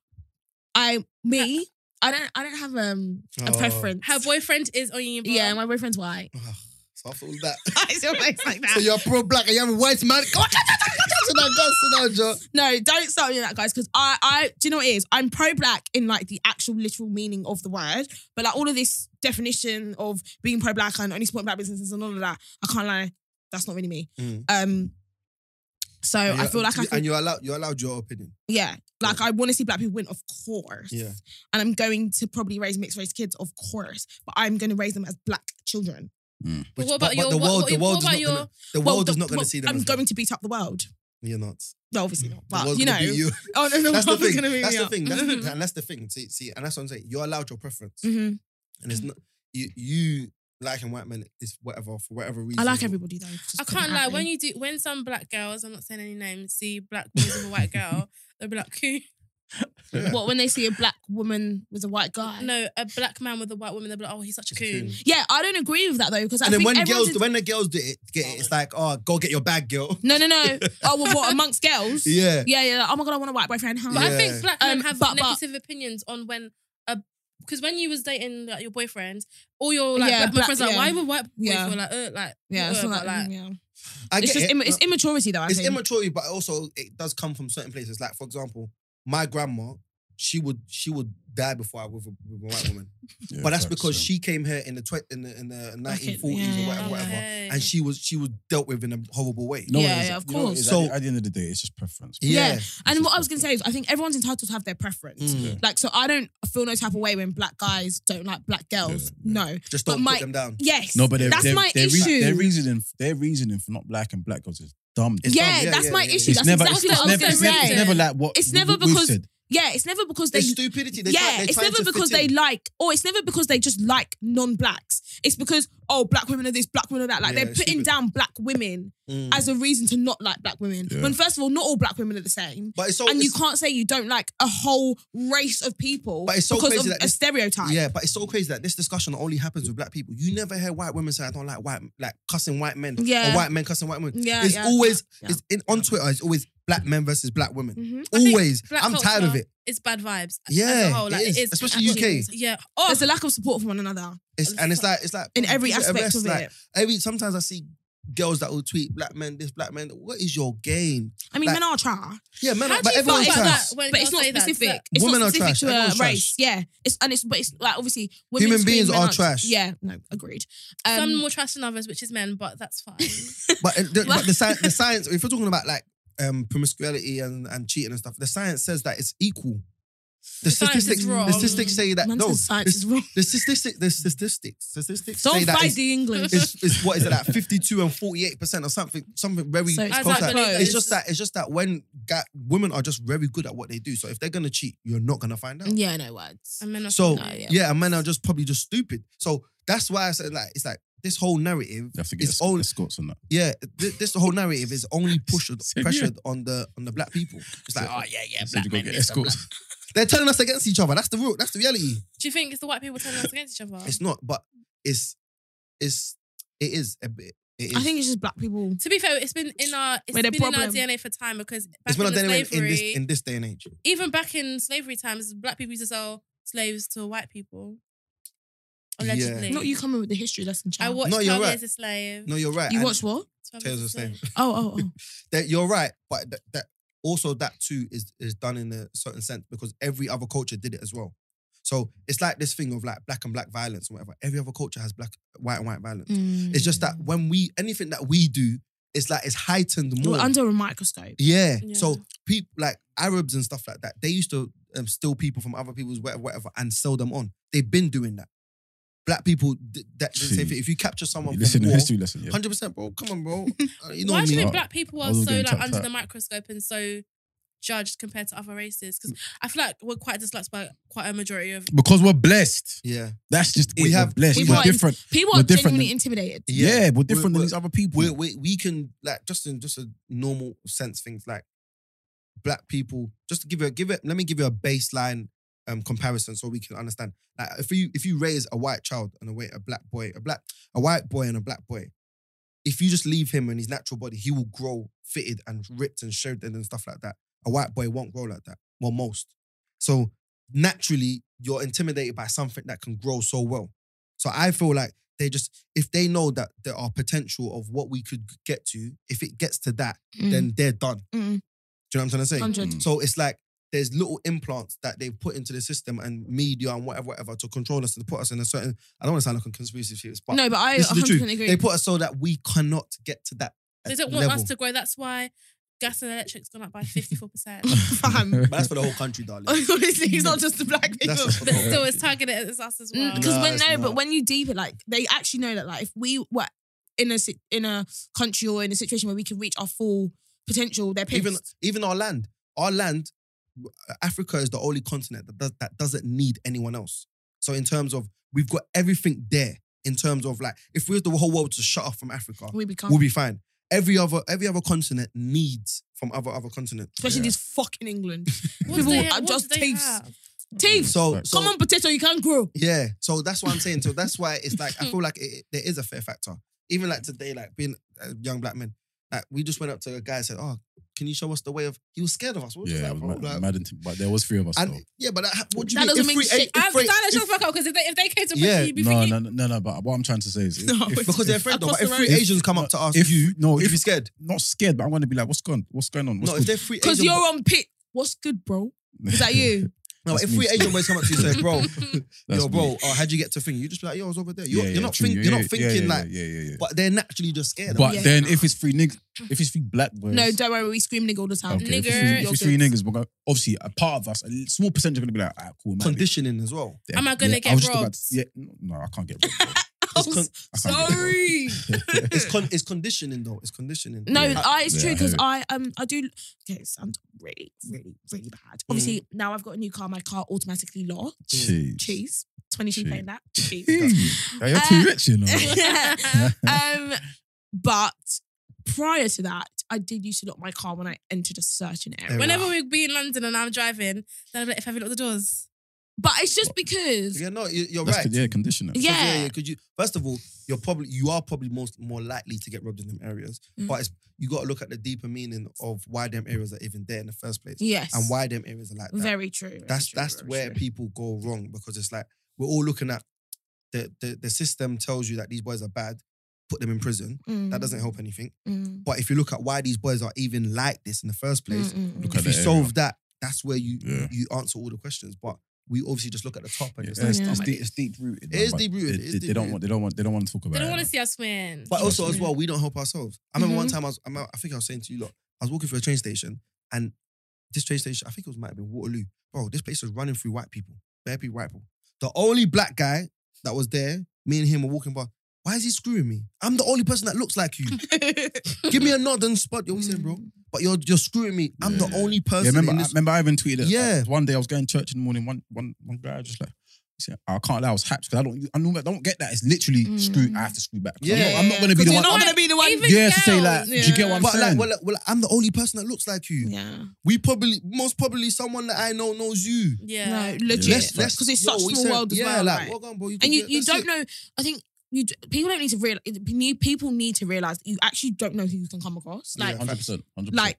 Speaker 2: I me, I don't I don't have um a
Speaker 3: Oh.
Speaker 2: preference.
Speaker 1: Her boyfriend is Onion Brown.
Speaker 2: yeah, my boyfriend's *laughs* white.
Speaker 3: Ugh, Ah, so after all
Speaker 1: *laughs*
Speaker 3: that. *laughs*
Speaker 2: it's always like
Speaker 3: so
Speaker 2: that.
Speaker 3: you're pro black and you're a white man. *laughs* Come on, come on, come on, come on, come on, come on, Joe.
Speaker 2: No, don't start me on that, guys, because I I do you know what it is? I'm pro black in like the actual literal meaning of the word, but like all of this definition of being pro black and only supporting black businesses and all of that, I can't lie, that's not really me.
Speaker 3: Mm.
Speaker 2: Um So
Speaker 3: And
Speaker 2: I
Speaker 3: you're-
Speaker 2: feel like I
Speaker 3: and
Speaker 2: could,
Speaker 3: you're allowed you're allowed your opinion.
Speaker 2: yeah, like I want to see black people win, of course.
Speaker 3: Yeah.
Speaker 2: And I'm going to probably raise mixed race kids, of course, but I'm going to raise them as black children.
Speaker 1: But what about your-
Speaker 3: the
Speaker 1: what-
Speaker 3: world?
Speaker 1: what-
Speaker 3: the
Speaker 1: what
Speaker 3: world is
Speaker 1: about
Speaker 3: not gonna,
Speaker 1: your-
Speaker 3: the world
Speaker 2: Well,
Speaker 3: is
Speaker 2: the-
Speaker 3: not going
Speaker 2: well,
Speaker 3: to see them.
Speaker 2: I'm
Speaker 3: as
Speaker 2: going to beat up the world.
Speaker 3: You're not.
Speaker 2: No, obviously not.
Speaker 3: The
Speaker 2: But
Speaker 3: world's
Speaker 2: you know,
Speaker 3: gonna
Speaker 2: *laughs*
Speaker 3: beat you.
Speaker 2: oh no, no,
Speaker 3: That's the
Speaker 2: world's
Speaker 3: thing.
Speaker 2: gonna Mm-hmm. beat
Speaker 3: That's
Speaker 2: me
Speaker 3: the
Speaker 2: up.
Speaker 3: thing. That's
Speaker 1: Mhm.
Speaker 3: the, and that's the thing. See, see, and that's what I'm saying. You're allowed your preference,
Speaker 2: Mhm.
Speaker 3: and it's not you. You liking white men is whatever for whatever reason.
Speaker 2: I like everybody though. just
Speaker 1: I
Speaker 2: put it
Speaker 1: can't
Speaker 2: out
Speaker 1: lie.
Speaker 2: there.
Speaker 1: When you do, when some black girls, I'm not saying any names, see black boys with a white girl, they'll be like, "Cool."
Speaker 3: Yeah.
Speaker 2: what when they see a black woman with a white guy?
Speaker 1: No, a black man with a white woman, they'll be like, "Oh, he's such a
Speaker 3: It's a
Speaker 1: coon."
Speaker 3: coon.
Speaker 2: Yeah, I don't agree with that though because I
Speaker 3: And then
Speaker 2: think
Speaker 3: when
Speaker 2: everyone's
Speaker 3: girls,
Speaker 2: in-
Speaker 3: when the girls do it, get it, it's like, oh, go get your
Speaker 2: *laughs*
Speaker 3: bag, girl.
Speaker 2: no, no,
Speaker 3: *laughs*
Speaker 2: no. oh, well, what amongst girls?
Speaker 3: Yeah.
Speaker 2: yeah, yeah. Oh my god, I want a white boyfriend. Huh?
Speaker 1: But I
Speaker 3: Yeah.
Speaker 1: think black men
Speaker 2: Um,
Speaker 1: have
Speaker 2: but- but-
Speaker 1: negative opinions on when a because when you was dating like, your boyfriend, all your like
Speaker 2: Yeah,
Speaker 1: black,
Speaker 2: black-
Speaker 1: men friends are like,
Speaker 2: yeah.
Speaker 1: why would white boys
Speaker 2: Yeah.
Speaker 1: feel like, uh, like,
Speaker 2: yeah,
Speaker 1: uh,
Speaker 2: it's,
Speaker 1: but,
Speaker 2: not like,
Speaker 1: like,
Speaker 2: yeah.
Speaker 3: I
Speaker 2: it's
Speaker 3: get
Speaker 2: just
Speaker 3: it.
Speaker 2: im- it's immaturity though. I
Speaker 3: it's
Speaker 2: think.
Speaker 3: immaturity, but also it does come from certain places. Like for example, my grandma, she would she would die before I was with a white woman, but that's because she came here in the tw- in the in the nineteen forties
Speaker 2: yeah,
Speaker 3: or whatever,
Speaker 1: oh,
Speaker 2: yeah.
Speaker 3: whatever,
Speaker 1: okay.
Speaker 3: and she was she was dealt with in a horrible way.
Speaker 2: No, Yeah, yeah, of course.
Speaker 4: so
Speaker 3: So-
Speaker 4: at the, at the end of the day, it's just preference.
Speaker 3: Yeah,
Speaker 2: And what I was gonna say is, I think everyone's entitled to have their preference.
Speaker 3: Mm.
Speaker 4: Yeah.
Speaker 2: Like, so I don't feel no type of way when black guys don't like black girls.
Speaker 4: Yeah, yeah.
Speaker 2: No.
Speaker 3: just
Speaker 2: But
Speaker 3: don't
Speaker 2: my-
Speaker 3: put them down.
Speaker 2: Yes.
Speaker 4: No, but they're,
Speaker 2: that's
Speaker 4: they're,
Speaker 2: my
Speaker 4: they're
Speaker 2: issue.
Speaker 4: their reasoning, their reasoning for not black and black girls is dumb.
Speaker 3: It's
Speaker 2: yeah,
Speaker 3: dumb. Yeah,
Speaker 2: that's
Speaker 3: yeah,
Speaker 2: my
Speaker 3: yeah,
Speaker 2: issue.
Speaker 3: yeah.
Speaker 2: That's
Speaker 4: never,
Speaker 2: exactly
Speaker 4: it's
Speaker 2: what I was
Speaker 4: never,
Speaker 2: gonna
Speaker 4: it's never,
Speaker 2: say.
Speaker 4: it's never like what
Speaker 2: It's
Speaker 4: we-
Speaker 2: never
Speaker 4: we've
Speaker 2: because-
Speaker 4: said.
Speaker 2: yeah, it's never because they
Speaker 3: It's stupidity. They
Speaker 2: yeah,
Speaker 3: try, they're
Speaker 2: it's
Speaker 3: trying
Speaker 2: never
Speaker 3: to
Speaker 2: because
Speaker 3: fit
Speaker 2: they
Speaker 3: in.
Speaker 2: like, or it's never because they just like non-blacks. It's because oh, black women are this, black women are that. Like
Speaker 3: Yeah,
Speaker 2: they're
Speaker 3: it's
Speaker 2: putting
Speaker 3: stupid.
Speaker 2: down black women
Speaker 3: Mm.
Speaker 2: as a reason to not like black women.
Speaker 4: Yeah.
Speaker 2: When first of all, not all black women are the same,
Speaker 3: But it's so
Speaker 2: and you
Speaker 3: Oh, it's-
Speaker 2: can't say you don't like a whole race of people
Speaker 3: But it's so
Speaker 2: because
Speaker 3: crazy
Speaker 2: of
Speaker 3: that
Speaker 2: a
Speaker 3: this-
Speaker 2: stereotype.
Speaker 3: Yeah, but it's so crazy that this discussion only happens with black people. You never hear white women say I don't like white like cussing white men
Speaker 2: Yeah.
Speaker 3: or white men cussing white women.
Speaker 2: Yeah,
Speaker 3: it's
Speaker 2: yeah,
Speaker 3: always
Speaker 2: yeah, yeah.
Speaker 3: it's in on Twitter. It's always black men versus black women.
Speaker 2: Mhm.
Speaker 1: I think
Speaker 3: Always,
Speaker 1: black
Speaker 3: I'm tired of
Speaker 1: culture
Speaker 3: it.
Speaker 1: It's bad vibes. as
Speaker 3: Yeah,
Speaker 1: a whole. Like,
Speaker 3: it is, especially UK.
Speaker 1: Yeah. Oh,
Speaker 2: There's a lack of support for one another
Speaker 3: It's, and it's like it's like oh,
Speaker 2: in every
Speaker 3: give it a
Speaker 2: aspect
Speaker 3: rest,
Speaker 2: of it.
Speaker 3: Like, every sometimes I see girls that will tweet black men this black men. What is your game?
Speaker 2: I mean,
Speaker 3: like-
Speaker 2: men are trash,
Speaker 3: Yeah, men.
Speaker 1: How
Speaker 3: Are,
Speaker 1: do
Speaker 3: but
Speaker 1: you
Speaker 3: everyone
Speaker 1: feel about
Speaker 3: tries.
Speaker 1: that? When
Speaker 2: but it's
Speaker 1: girls
Speaker 2: not
Speaker 1: say that,
Speaker 2: specific.
Speaker 1: that-
Speaker 2: it's
Speaker 3: Women
Speaker 2: not
Speaker 3: are
Speaker 2: specific
Speaker 3: trash.
Speaker 2: to a
Speaker 3: Everyone's
Speaker 2: race.
Speaker 3: trash.
Speaker 2: Yeah, it's and it's but it's like obviously women
Speaker 3: Human
Speaker 2: scream,
Speaker 3: beings
Speaker 2: men
Speaker 3: are trash.
Speaker 2: Yeah, no, agreed. Um,
Speaker 1: some more trash than others, which is men, but that's fine.
Speaker 3: But, uh, the, but the, science,
Speaker 1: *laughs*
Speaker 3: the science, if you're talking about like um, promiscuity and, and cheating and stuff, the science says that it's equal. The,
Speaker 1: science is
Speaker 3: statistics,
Speaker 1: wrong.
Speaker 3: the statistics say that
Speaker 2: Man
Speaker 3: no,
Speaker 2: said science
Speaker 3: the,
Speaker 2: is wrong.
Speaker 3: the statistics, the statistics, statistics
Speaker 2: Don't
Speaker 3: say that
Speaker 2: fight
Speaker 3: it's,
Speaker 2: the English.
Speaker 3: it's, it's what is
Speaker 1: *laughs*
Speaker 3: it like 52 and 48 percent or something, something very
Speaker 2: So it's
Speaker 1: I
Speaker 3: close.
Speaker 1: don't
Speaker 2: that-
Speaker 3: Like,
Speaker 1: believe that.
Speaker 3: it's just that it's just that when ga- women are just very good at what they do, so if they're gonna cheat, you're not gonna find out.
Speaker 2: *laughs* yeah, no words.
Speaker 1: And men are
Speaker 3: So
Speaker 2: No,
Speaker 3: yeah.
Speaker 2: yeah.
Speaker 3: and men are just probably just stupid. So that's why I said like it's like this whole narrative
Speaker 4: You have to get
Speaker 3: is
Speaker 4: it's
Speaker 3: only
Speaker 4: escorts on that.
Speaker 3: yeah, th- this whole narrative is only pushed
Speaker 4: So, yeah.
Speaker 3: pressured on the on the black people. It's like, oh yeah, yeah,
Speaker 4: You said
Speaker 3: black
Speaker 4: you go
Speaker 3: men.
Speaker 4: get
Speaker 3: this, black-
Speaker 4: escorts.
Speaker 3: They're turning us against each other. That's the real. That's the reality.
Speaker 1: Do you think it's the white people turning us against each other?
Speaker 3: It's not, but it's it's it is a bit. It is.
Speaker 2: I think it's just black people.
Speaker 1: To be fair, it's been in our it's
Speaker 2: With a
Speaker 1: been in our
Speaker 2: problem.
Speaker 1: DNA for time because back
Speaker 3: it's been
Speaker 1: in
Speaker 3: done
Speaker 1: the
Speaker 3: anyway in
Speaker 1: slavery,
Speaker 3: this in this day and age.
Speaker 1: even back in slavery times, black people used to sell slaves to white people. Allegedly,
Speaker 2: Not you coming with the history lesson,
Speaker 1: I
Speaker 2: child.
Speaker 1: watched
Speaker 3: No,
Speaker 1: no,
Speaker 3: you're
Speaker 1: 12
Speaker 3: right.
Speaker 1: Years a Slave.
Speaker 3: No, you're right.
Speaker 2: you
Speaker 3: and
Speaker 2: watch
Speaker 3: *laughs*
Speaker 2: what?
Speaker 1: Twelve
Speaker 3: Tales of
Speaker 1: Years a
Speaker 3: Slave.
Speaker 2: Oh, oh, oh.
Speaker 3: That you're right, but that, that also that too is is done in a certain sense because every other culture did it as well. So it's like this thing of like black and black violence and whatever. Every other culture has black, white and white violence. *laughs*
Speaker 1: Mm.
Speaker 3: It's just
Speaker 2: Mm.
Speaker 3: that when we anything that we do, it's like it's heightened more.
Speaker 2: we're under a microscope.
Speaker 3: Yeah.
Speaker 1: Yeah.
Speaker 3: So people like Arabs and stuff like that, they used to um, steal people from other people's whatever, whatever, and sell them on. They've been doing that. Black people, th- that
Speaker 4: Gee.
Speaker 3: if, if you capture someone
Speaker 4: Listen
Speaker 3: from
Speaker 4: to
Speaker 3: war,
Speaker 4: history lesson. Yeah.
Speaker 3: hundred percent, bro. Come
Speaker 1: *laughs*
Speaker 3: on, bro. Uh, you know
Speaker 1: Why do you
Speaker 3: what I mean?
Speaker 1: think
Speaker 4: mean?
Speaker 1: black people
Speaker 4: I
Speaker 1: are so
Speaker 4: was getting
Speaker 1: like
Speaker 4: chucked
Speaker 1: under
Speaker 4: out.
Speaker 1: the microscope and so judged compared to other races?
Speaker 3: Mm.
Speaker 1: Because I feel like we're quite disliked by quite a majority of.
Speaker 4: Because we're blessed.
Speaker 3: Yeah,
Speaker 4: That's just it.
Speaker 3: We
Speaker 4: We
Speaker 3: have-
Speaker 4: have blessed.
Speaker 2: we
Speaker 4: We are
Speaker 2: want-
Speaker 4: different.
Speaker 2: People
Speaker 4: We're
Speaker 2: are
Speaker 4: different
Speaker 2: genuinely
Speaker 4: than-
Speaker 2: intimidated.
Speaker 4: Yeah, we're different
Speaker 3: We're-
Speaker 4: than these other people.
Speaker 3: we we we can like just in just a normal sense things like black people. Just to give you a, give it. Let me give you a baseline um comparison so we can understand. Like if you if you raise a white child and a white a black boy a black a white boy and a black boy, if you just leave him in his natural body, he will grow fitted and ripped and shredded and stuff like that. A white boy won't grow like that. Well, most. So naturally, you're intimidated by something that can grow so well. So I feel like they just, if they know that there are potential of what we could get to, if it gets to that, then they're done.
Speaker 2: Mm.
Speaker 3: Do you know what I'm trying to say?
Speaker 2: hundred.
Speaker 3: So it's like there's little implants that they've put into the system and media and whatever, whatever to control us and put us in a certain. I don't want to sound like a conspiracy theorist, but
Speaker 2: No, but I
Speaker 3: this is the
Speaker 2: 100
Speaker 3: truth.
Speaker 2: agree.
Speaker 3: They put us so that we cannot get to that.
Speaker 1: They don't want
Speaker 3: level.
Speaker 1: us to grow. That's why gas and electric's gone
Speaker 3: *laughs*
Speaker 1: up by 54%.
Speaker 2: Fam.
Speaker 3: But that's for the whole country,
Speaker 2: *laughs* *laughs*
Speaker 3: darling.
Speaker 2: Honestly, it's not just the black people. *laughs*
Speaker 3: That's
Speaker 1: but still, it's targeted as us as well.
Speaker 2: Mm. Because
Speaker 3: Nah,
Speaker 2: when
Speaker 3: it's
Speaker 2: no, but
Speaker 3: not.
Speaker 2: when you deep it, like they actually know that like if we were in a si- in a country or in a situation where we can reach our full potential, they're pissed.
Speaker 3: even even our land, our land, Africa is the only continent that does, that doesn't need anyone else. So in terms of we've got everything there. In terms of like, if we was the whole world to shut off from Africa,
Speaker 2: we become
Speaker 3: we'll be fine. Every other every other continent needs from other other continents.
Speaker 2: especially this fucking
Speaker 3: *laughs*
Speaker 2: England.
Speaker 1: What do they,
Speaker 2: People are
Speaker 1: what
Speaker 2: just
Speaker 1: do they
Speaker 2: thieves.
Speaker 1: have?
Speaker 2: Thieves,
Speaker 3: So,
Speaker 4: Right.
Speaker 3: so
Speaker 2: come on, potato, you can't grow.
Speaker 3: Yeah, so that's what I'm saying. So that's why it's
Speaker 2: *laughs*
Speaker 3: like I feel like it, it- there is a fair factor. Even like today, like being uh, young black men, like we just went up to a guy and said, "Oh, can you show us the way of?" He was scared of us. We were just
Speaker 4: Yeah, it
Speaker 3: like, bro,
Speaker 4: was mad,
Speaker 3: like-
Speaker 4: mad and t- but there was three of us.
Speaker 3: and
Speaker 4: though.
Speaker 3: yeah, but that, what do
Speaker 2: That
Speaker 3: you mean?
Speaker 2: doesn't
Speaker 3: if
Speaker 2: mean
Speaker 3: free-
Speaker 2: shit.
Speaker 3: if
Speaker 1: I'm
Speaker 3: free-
Speaker 1: that
Speaker 3: if-
Speaker 1: shut the fuck out because if they, if they came to
Speaker 3: Yeah,
Speaker 1: yeah, you'd be
Speaker 4: No,
Speaker 1: thinking,
Speaker 4: no, no, no, no. But what I'm trying to say
Speaker 2: *laughs*
Speaker 4: is,
Speaker 2: No,
Speaker 4: if,
Speaker 3: because they're afraid. Though.
Speaker 2: Across
Speaker 3: But if
Speaker 2: the
Speaker 3: three
Speaker 2: road.
Speaker 3: Asians come up to us,
Speaker 4: if
Speaker 3: you,
Speaker 4: you no,
Speaker 3: would you
Speaker 4: if
Speaker 3: be scared?
Speaker 4: not scared, but I'm going to be like, what's going, what's going on? What's
Speaker 3: No, if they're free
Speaker 2: Because
Speaker 3: Asian,
Speaker 2: you're on pit. What's good, bro?
Speaker 4: *laughs* good?
Speaker 2: Is that you?
Speaker 3: no, if
Speaker 4: That's
Speaker 3: three
Speaker 4: me.
Speaker 3: Asian boys come up to you and say, "Bro,
Speaker 4: That's
Speaker 3: yo,
Speaker 4: me.
Speaker 3: bro, oh, how'd you get to thing?" You just be like, "Yo, I was over there." You're,
Speaker 4: Yeah,
Speaker 3: you're
Speaker 4: yeah,
Speaker 3: not
Speaker 4: true.
Speaker 3: think,
Speaker 4: Yeah,
Speaker 3: you're
Speaker 4: yeah,
Speaker 3: not thinking
Speaker 4: yeah,
Speaker 3: like,
Speaker 4: yeah, yeah, yeah.
Speaker 3: but they're naturally just scared.
Speaker 4: But
Speaker 2: Yeah.
Speaker 4: then if it's three niggas, if it's three black boys,
Speaker 2: No, don't worry, we scream nigga all the time.
Speaker 4: Okay, if it's
Speaker 1: Nigger.
Speaker 4: three- If it's three
Speaker 2: *laughs*
Speaker 4: niggas, we're gonna, obviously a part of us, a small percentage are gonna be like, ah, cool, man.
Speaker 3: conditioning as well.
Speaker 4: Yeah,
Speaker 1: Am I gonna
Speaker 4: yeah,
Speaker 1: get
Speaker 4: was just
Speaker 1: robbed?
Speaker 4: about to- yeah, no, I can't get robbed. bro.
Speaker 2: I'm
Speaker 3: *laughs* It's con-
Speaker 1: *laughs*
Speaker 4: I can't get robbed.
Speaker 2: sorry.
Speaker 3: it's con- it's conditioning though. It's conditioning.
Speaker 2: No,
Speaker 4: Yeah.
Speaker 2: I, it's
Speaker 4: Yeah,
Speaker 2: true
Speaker 4: I
Speaker 2: because
Speaker 4: hear it.
Speaker 2: I um I do. Okay, it sounds really, really, really bad. Obviously, now I've got a new car. My car automatically locked.
Speaker 4: Jeez.
Speaker 2: Cheese. Twenty two
Speaker 4: Cheese.
Speaker 2: paying that. Cheese.
Speaker 4: Jeez. Now You're too
Speaker 2: Uh,
Speaker 1: *laughs*
Speaker 4: rich, you know.
Speaker 2: *laughs*
Speaker 3: *laughs*
Speaker 4: *laughs*
Speaker 2: um, but prior to that, I did used to lock my car when I entered a certain area.
Speaker 3: Area.
Speaker 1: Whenever we'd be in London and I'm driving, then I'd be like, if I look at the doors.
Speaker 2: But it's just because
Speaker 3: Yeah, no, you- you're
Speaker 4: That's
Speaker 3: right.
Speaker 4: good, yeah, conditioner.
Speaker 2: Yeah.
Speaker 3: Because, yeah, Because you, first of all, you're probably you are probably most more likely to get robbed in them areas.
Speaker 2: Mm.
Speaker 3: But it's, you got to look at the deeper meaning of why them areas are even there in the first place,
Speaker 2: yes,
Speaker 3: and why them areas are like that.
Speaker 2: Very true. very
Speaker 3: that's
Speaker 2: true,
Speaker 3: that's
Speaker 2: very
Speaker 3: where
Speaker 2: true.
Speaker 3: people go wrong because it's like we're all looking at the the, the system tells you that these boys are bad, put them in prison.
Speaker 2: Mm,
Speaker 3: That doesn't help anything.
Speaker 2: mm,
Speaker 3: But if you look at why these boys are even like this in the first place,
Speaker 2: mm, mm, *laughs*
Speaker 4: Look
Speaker 2: mm.
Speaker 4: at
Speaker 3: if you
Speaker 4: the area.
Speaker 3: solve that, that's where you
Speaker 4: Yeah.
Speaker 3: you answer all the questions. But we obviously just look at the top and
Speaker 4: Yeah,
Speaker 3: it's
Speaker 4: it's,
Speaker 3: like,
Speaker 4: it's,
Speaker 2: Yeah.
Speaker 4: deep, it's deep rooted.
Speaker 3: It
Speaker 4: man,
Speaker 3: is
Speaker 4: but
Speaker 3: deep-rooted,
Speaker 4: They,
Speaker 3: it is
Speaker 4: they, they don't
Speaker 3: deep-rooted.
Speaker 4: want. They don't want. They don't want to talk about.
Speaker 1: They don't
Speaker 4: it.
Speaker 1: want to see us win.
Speaker 3: But also as
Speaker 2: Yeah.
Speaker 3: well, we don't help ourselves. I remember one
Speaker 2: Mhm.
Speaker 3: time I was, I remember- I think I was saying to you, look, I was walking through a train station and this train station, I think it was might have been Waterloo. Bro, this place was running through white people, bare people, white people. The only black guy that was there, me and him were walking by. Why is he screwing me? I'm the only person that looks like you. Give me a nod and spot. You're saying,
Speaker 2: Mm.
Speaker 3: bro, but you're you're screwing me. I'm the
Speaker 4: Yeah.
Speaker 3: only person.
Speaker 4: Yeah, remember,
Speaker 3: in
Speaker 4: I,
Speaker 3: this-
Speaker 4: remember, I even tweeted. it.
Speaker 3: Yeah.
Speaker 4: Like, one day I was going to church in the morning. One, one, one guy was just like, he said, "Oh, "I can't lie, I was happy because I don't, I don't, I don't get that. It's literally
Speaker 2: Mm.
Speaker 4: screw. I have to screw back. 'Cause
Speaker 3: Yeah,
Speaker 4: I'm not, I'm not going to be the
Speaker 2: You're
Speaker 4: one.
Speaker 2: not
Speaker 4: I'm-
Speaker 2: gonna be the one.
Speaker 1: Even
Speaker 4: yeah, to say
Speaker 1: girls.
Speaker 4: like, do you get what I'm
Speaker 3: but like,
Speaker 4: saying?
Speaker 3: well, like, well, I'm the only person that looks like you.
Speaker 2: yeah.
Speaker 3: We probably, most probably, someone that I know knows you.
Speaker 1: Yeah.
Speaker 2: No, legit.
Speaker 4: Yeah.
Speaker 3: Let's-
Speaker 2: Because
Speaker 3: let's-
Speaker 2: it's
Speaker 3: yo,
Speaker 2: such
Speaker 3: we
Speaker 2: a small
Speaker 3: said-
Speaker 2: world as
Speaker 3: yeah,
Speaker 2: well.
Speaker 3: like,
Speaker 2: right?
Speaker 3: well done, bro, you
Speaker 2: And
Speaker 3: did
Speaker 2: you,
Speaker 3: it,
Speaker 2: you
Speaker 3: that's
Speaker 2: don't
Speaker 3: it.
Speaker 2: know. I think you d- people don't need to realize. People need to realize that you actually don't know who you can come across. Like,
Speaker 3: Yeah.
Speaker 4: hundred percent, hundred percent.
Speaker 2: like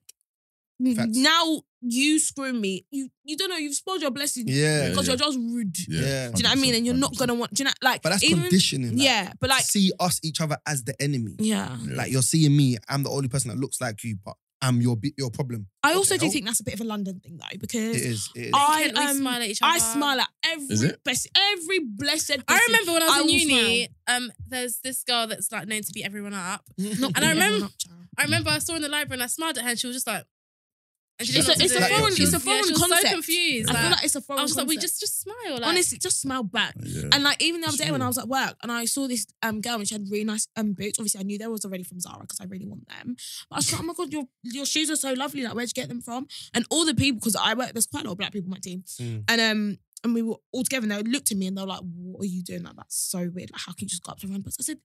Speaker 2: n-
Speaker 3: Facts.
Speaker 2: now you screw me. You you don't know. You've spoiled your blessing because
Speaker 3: Yeah.
Speaker 4: Yeah.
Speaker 2: you're just rude.
Speaker 3: Yeah.
Speaker 2: Do you know what I mean? And you're not gonna want. Do you know like?
Speaker 3: But that's
Speaker 2: even,
Speaker 3: conditioning. like,
Speaker 2: Yeah, but like
Speaker 3: see us each other as the enemy.
Speaker 2: yeah.
Speaker 3: Like you're seeing me, I'm the only person that looks like you, but I'm your bi- your problem.
Speaker 2: I
Speaker 3: What
Speaker 2: also
Speaker 3: the
Speaker 2: do
Speaker 3: hell?
Speaker 2: think that's a bit of a London thing though
Speaker 3: It
Speaker 2: because.
Speaker 3: is. It is.
Speaker 2: I-
Speaker 1: Can we
Speaker 2: um,
Speaker 1: smile at each other?
Speaker 2: I smile at
Speaker 4: Is
Speaker 2: every
Speaker 4: it?
Speaker 2: best, every blessed.
Speaker 1: I
Speaker 2: person.
Speaker 1: remember when I was
Speaker 2: I
Speaker 1: in
Speaker 2: will
Speaker 1: uni, um, there's this girl that's like known to beat everyone up.
Speaker 2: Not
Speaker 3: *laughs*
Speaker 1: And I
Speaker 2: me,
Speaker 1: remember-
Speaker 2: not child.
Speaker 1: I remember I saw her in the library and I smiled at her and she was just like, and she
Speaker 4: It's
Speaker 1: didn't
Speaker 4: a-
Speaker 1: know what
Speaker 4: it's a
Speaker 1: to do.
Speaker 4: foreign-
Speaker 1: She was-
Speaker 2: it's a
Speaker 1: yeah,
Speaker 2: foreign
Speaker 1: she was
Speaker 2: concept.
Speaker 1: So confused.
Speaker 2: I feel
Speaker 1: like,
Speaker 2: like it's a foreign.
Speaker 1: I was just like, we
Speaker 2: concept.
Speaker 1: just just smile. Like,
Speaker 2: honestly just smile back.
Speaker 4: Yeah.
Speaker 2: And like even the other day when
Speaker 3: Sure.
Speaker 2: I was at work and I saw this um girl and she had really nice um boots. Obviously, I knew they was already from Zara because I really want them. But I was like, oh my god, your your shoes are so lovely. Like, where'd you get them from? And all the people, because I work, there's quite a lot of black people on my team,
Speaker 3: Mm.
Speaker 2: and um. And we were all together and they looked at me and they were like, What are you doing? Like, that's so weird. Like, how can you just go up to random person? I said,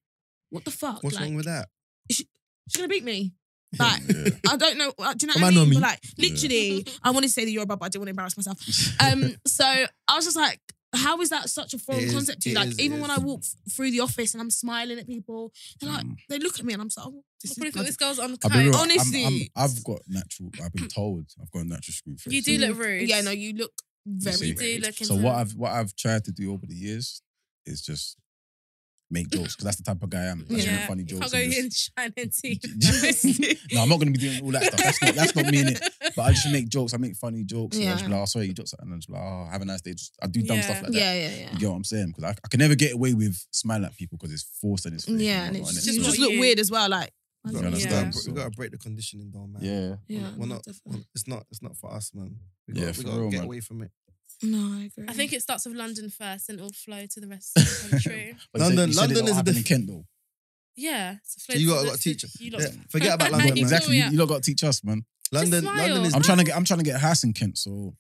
Speaker 2: What the fuck?
Speaker 3: What's
Speaker 2: like,
Speaker 3: wrong with that?
Speaker 2: she's gonna beat me. Like,
Speaker 4: Yeah.
Speaker 2: I don't know. like, Do you know
Speaker 3: Come
Speaker 2: what I
Speaker 3: on,
Speaker 2: mean?
Speaker 3: Nomi.
Speaker 2: But like, literally, I wanted to say the Yoruba, but I didn't want to embarrass myself. *laughs*
Speaker 3: *laughs*
Speaker 4: *laughs*
Speaker 2: Um, so I was just like, how is that such a foreign
Speaker 3: It is-
Speaker 2: concept to you?
Speaker 3: it
Speaker 2: Like,
Speaker 3: is, it
Speaker 2: even when I
Speaker 3: is.
Speaker 2: walk f- through the office and I'm smiling at people, they're like,
Speaker 4: Mm.
Speaker 2: they look at me and I'm just like, oh,
Speaker 1: I
Speaker 2: this is
Speaker 1: probably think
Speaker 2: bloody-
Speaker 1: this girl's on
Speaker 4: I'll be real. I'm-
Speaker 2: Honestly.
Speaker 4: I'm, have got natural. I've been told I've got a natural screw face.
Speaker 1: You do look rude.
Speaker 2: Yeah, no, you look very
Speaker 4: see.
Speaker 1: do
Speaker 2: rude.
Speaker 1: look
Speaker 4: So
Speaker 1: into
Speaker 4: what
Speaker 1: them.
Speaker 4: I've what I've tried to do over the years is just make jokes because that's the type of guy I am. That's
Speaker 1: yeah,
Speaker 4: funny
Speaker 1: you
Speaker 4: jokes.
Speaker 1: can't go
Speaker 4: and just-
Speaker 1: in *laughs* shining teeth.
Speaker 4: *laughs* no, I'm not going to be doing all that stuff. That's not, that's not
Speaker 2: *laughs*
Speaker 4: me in it. But I just make jokes. I make funny jokes. Yeah. I just be
Speaker 2: Yeah.
Speaker 4: like, oh, sorry, you jokes. And I'm just be like, oh, have a nice day. Just, I do dumb
Speaker 1: Yeah.
Speaker 4: stuff like that.
Speaker 2: Yeah, yeah, yeah.
Speaker 4: You get what I'm saying? Because I, I can never get away with smiling at people because it's forced and it's fake
Speaker 2: Yeah, and
Speaker 4: whatnot,
Speaker 2: it's
Speaker 4: innit?
Speaker 2: just, you
Speaker 1: not
Speaker 2: just look
Speaker 1: you.
Speaker 2: weird as well. Like,
Speaker 3: You
Speaker 4: You
Speaker 3: gotta,
Speaker 1: Yeah.
Speaker 3: gotta,
Speaker 4: understand?
Speaker 3: bre-
Speaker 4: So-
Speaker 3: we gotta break the conditioning down, man.
Speaker 4: Yeah.
Speaker 2: Yeah,
Speaker 3: We're
Speaker 2: no,
Speaker 3: not,
Speaker 2: definitely.
Speaker 3: it's not it's not for us, man. We
Speaker 4: Yeah,
Speaker 3: gotta,
Speaker 4: for
Speaker 3: we gotta
Speaker 4: real,
Speaker 3: get
Speaker 4: man.
Speaker 3: away from it.
Speaker 2: No, I agree.
Speaker 1: I think it starts with London first and it'll flow to the rest of
Speaker 4: *laughs*
Speaker 1: the country.
Speaker 4: But you said-
Speaker 3: London-
Speaker 4: you said it
Speaker 3: London is
Speaker 4: not
Speaker 3: a
Speaker 4: happening in
Speaker 3: diff-
Speaker 4: Kent though.
Speaker 1: yeah. it's a flow
Speaker 3: So you
Speaker 1: to
Speaker 3: gotta-
Speaker 1: the
Speaker 3: gotta
Speaker 1: rest
Speaker 3: teach
Speaker 1: of-
Speaker 3: it.
Speaker 1: You lot.
Speaker 3: Yeah,
Speaker 1: *laughs*
Speaker 3: forget about London.
Speaker 1: You
Speaker 4: exactly.
Speaker 1: know,
Speaker 4: You,
Speaker 1: yeah.
Speaker 4: you lot got to teach us, man.
Speaker 3: London,
Speaker 1: smile.
Speaker 3: London is
Speaker 4: I'm trying to get. I'm trying to get a house in Kent. So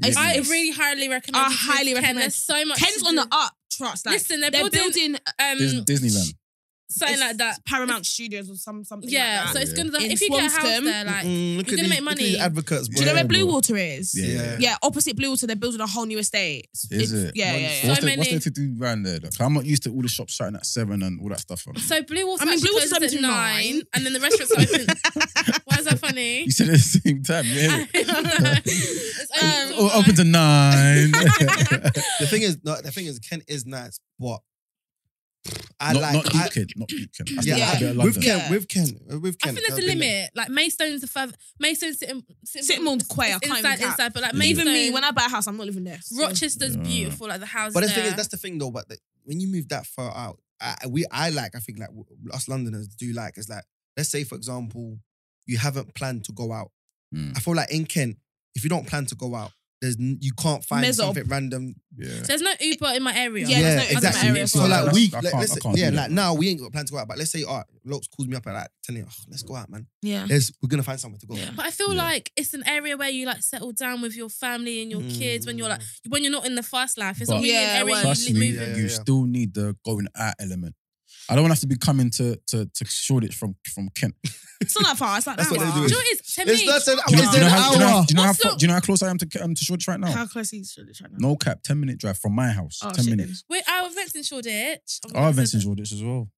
Speaker 2: It's-
Speaker 1: I
Speaker 2: Yes.
Speaker 1: really highly recommend.
Speaker 2: I
Speaker 1: you to
Speaker 2: highly
Speaker 1: Ken.
Speaker 2: recommend.
Speaker 1: There's so much.
Speaker 2: Ken's
Speaker 1: to
Speaker 2: on
Speaker 1: do.
Speaker 2: the up. Trust. Like,
Speaker 1: Listen, they're,
Speaker 2: they're
Speaker 1: building,
Speaker 2: building
Speaker 1: um,
Speaker 4: Dis- Disneyland.
Speaker 1: something like that.
Speaker 2: Paramount Studios or some something.
Speaker 1: Yeah,
Speaker 2: like
Speaker 1: so
Speaker 2: that.
Speaker 1: it's
Speaker 4: Yeah.
Speaker 1: good. that
Speaker 2: In
Speaker 1: If you get a house
Speaker 2: Swanscombe.
Speaker 1: there, like
Speaker 3: Mm, look
Speaker 1: you're
Speaker 3: at
Speaker 1: gonna make
Speaker 3: these- look at
Speaker 1: money.
Speaker 3: these adverts,
Speaker 2: do you know
Speaker 3: bro.
Speaker 2: where Blue Water is?
Speaker 4: Yeah.
Speaker 3: Yeah.
Speaker 2: Yeah, opposite Blue Water, they're building a whole new estate.
Speaker 4: Is
Speaker 2: It's-
Speaker 4: it?
Speaker 2: Yeah,
Speaker 3: Well,
Speaker 2: yeah,
Speaker 4: So
Speaker 2: yeah.
Speaker 4: what's, there,
Speaker 1: many-
Speaker 4: what's there to do around there? Like, I'm not used to all the shops shutting at seven and all that stuff. fam.
Speaker 1: So Blue Water
Speaker 2: Mm. I mean,
Speaker 1: actually
Speaker 2: Blue Water's
Speaker 1: closes at
Speaker 2: open till
Speaker 1: nine,
Speaker 2: nine.
Speaker 1: and then the restaurants
Speaker 2: *laughs*
Speaker 1: open. Why is that funny?
Speaker 4: You said it at the same time. Yeah.
Speaker 1: *laughs*
Speaker 2: *laughs*
Speaker 1: it's open, till
Speaker 4: Oh,
Speaker 1: nine.
Speaker 4: open to nine.
Speaker 2: *laughs*
Speaker 4: *laughs*
Speaker 3: The thing is, no, the thing is, Kent is nice, but I
Speaker 4: not,
Speaker 3: like.
Speaker 4: not
Speaker 3: I,
Speaker 4: Deep Kent. Not Deep Kent. That's
Speaker 3: yeah,
Speaker 4: the
Speaker 2: like
Speaker 3: I-
Speaker 4: outskirts of
Speaker 3: with
Speaker 4: London.
Speaker 3: Kent,
Speaker 2: Yeah.
Speaker 3: with Kent, with
Speaker 1: I
Speaker 3: Kent.
Speaker 1: think there's a
Speaker 3: I've been there.
Speaker 1: limit. Like Maystone's the further Maystone's sitting
Speaker 2: Sitmund Quay, I can't even
Speaker 1: inside,
Speaker 2: cap.
Speaker 1: inside, but like
Speaker 4: Yeah.
Speaker 1: Maidstone,
Speaker 2: Even me, when I buy a house, I'm not living there. So-
Speaker 1: Rochester's
Speaker 4: Yeah.
Speaker 1: beautiful, like the houses.
Speaker 3: But the
Speaker 1: there.
Speaker 3: thing is, that's the thing though. But the, when you move that far out, I, I- we I like. I think like w- us Londoners do like is like. Let's say for example, you haven't planned to go out.
Speaker 4: Mm.
Speaker 3: I feel like in Kent, if you don't plan to go out, there's n- you can't find
Speaker 2: Mezzo.
Speaker 3: something random.
Speaker 4: Yeah.
Speaker 1: there's no Uber in my area.
Speaker 2: Yeah, there's no Uber in my
Speaker 3: exactly.
Speaker 2: area as
Speaker 3: so
Speaker 2: well.
Speaker 3: like we,
Speaker 4: I
Speaker 3: let,
Speaker 4: can't-
Speaker 3: let's
Speaker 4: I
Speaker 3: say-
Speaker 4: can't do
Speaker 3: yeah,
Speaker 4: that.
Speaker 3: like now we ain't got plans to go out. But let's say, all right, Lopes calls me up at like telling me, oh, let's go out, man.
Speaker 2: Yeah.
Speaker 3: There's, we're gonna find somewhere to go.
Speaker 2: Yeah.
Speaker 1: But I feel
Speaker 4: Yeah.
Speaker 1: like it's an area where you like settle down with your family and your kids when you're like when you're not in the fast life. It's
Speaker 4: Mm. But-
Speaker 1: not really
Speaker 2: Yeah,
Speaker 1: an area
Speaker 2: well-
Speaker 4: Trust
Speaker 1: you
Speaker 4: me,
Speaker 1: live
Speaker 3: Yeah,
Speaker 1: in.
Speaker 3: yeah,
Speaker 4: you
Speaker 3: yeah.
Speaker 4: still need the going out element. I don't want to have to be coming to to, to Shoreditch from from Kent.
Speaker 2: It's not that far. It's like
Speaker 3: That's
Speaker 2: that
Speaker 3: what they
Speaker 2: far.
Speaker 1: Do
Speaker 3: do.
Speaker 1: you know what it is? To
Speaker 3: It's
Speaker 1: me,
Speaker 3: not an
Speaker 4: Do you know,
Speaker 3: It's
Speaker 4: do you
Speaker 3: an
Speaker 4: know how, do you know,
Speaker 3: hour.
Speaker 4: how- do you know how
Speaker 1: What's
Speaker 4: far-
Speaker 1: up?
Speaker 4: do you know how close I am to um, to Shoreditch right now?
Speaker 2: How close is Shoreditch right now?
Speaker 4: No cap, ten minute drive from my house.
Speaker 2: Oh,
Speaker 4: Ten
Speaker 2: shit,
Speaker 4: minutes.
Speaker 1: we're our events in Shoreditch. Oh,
Speaker 4: Our events in Shoreditch as well.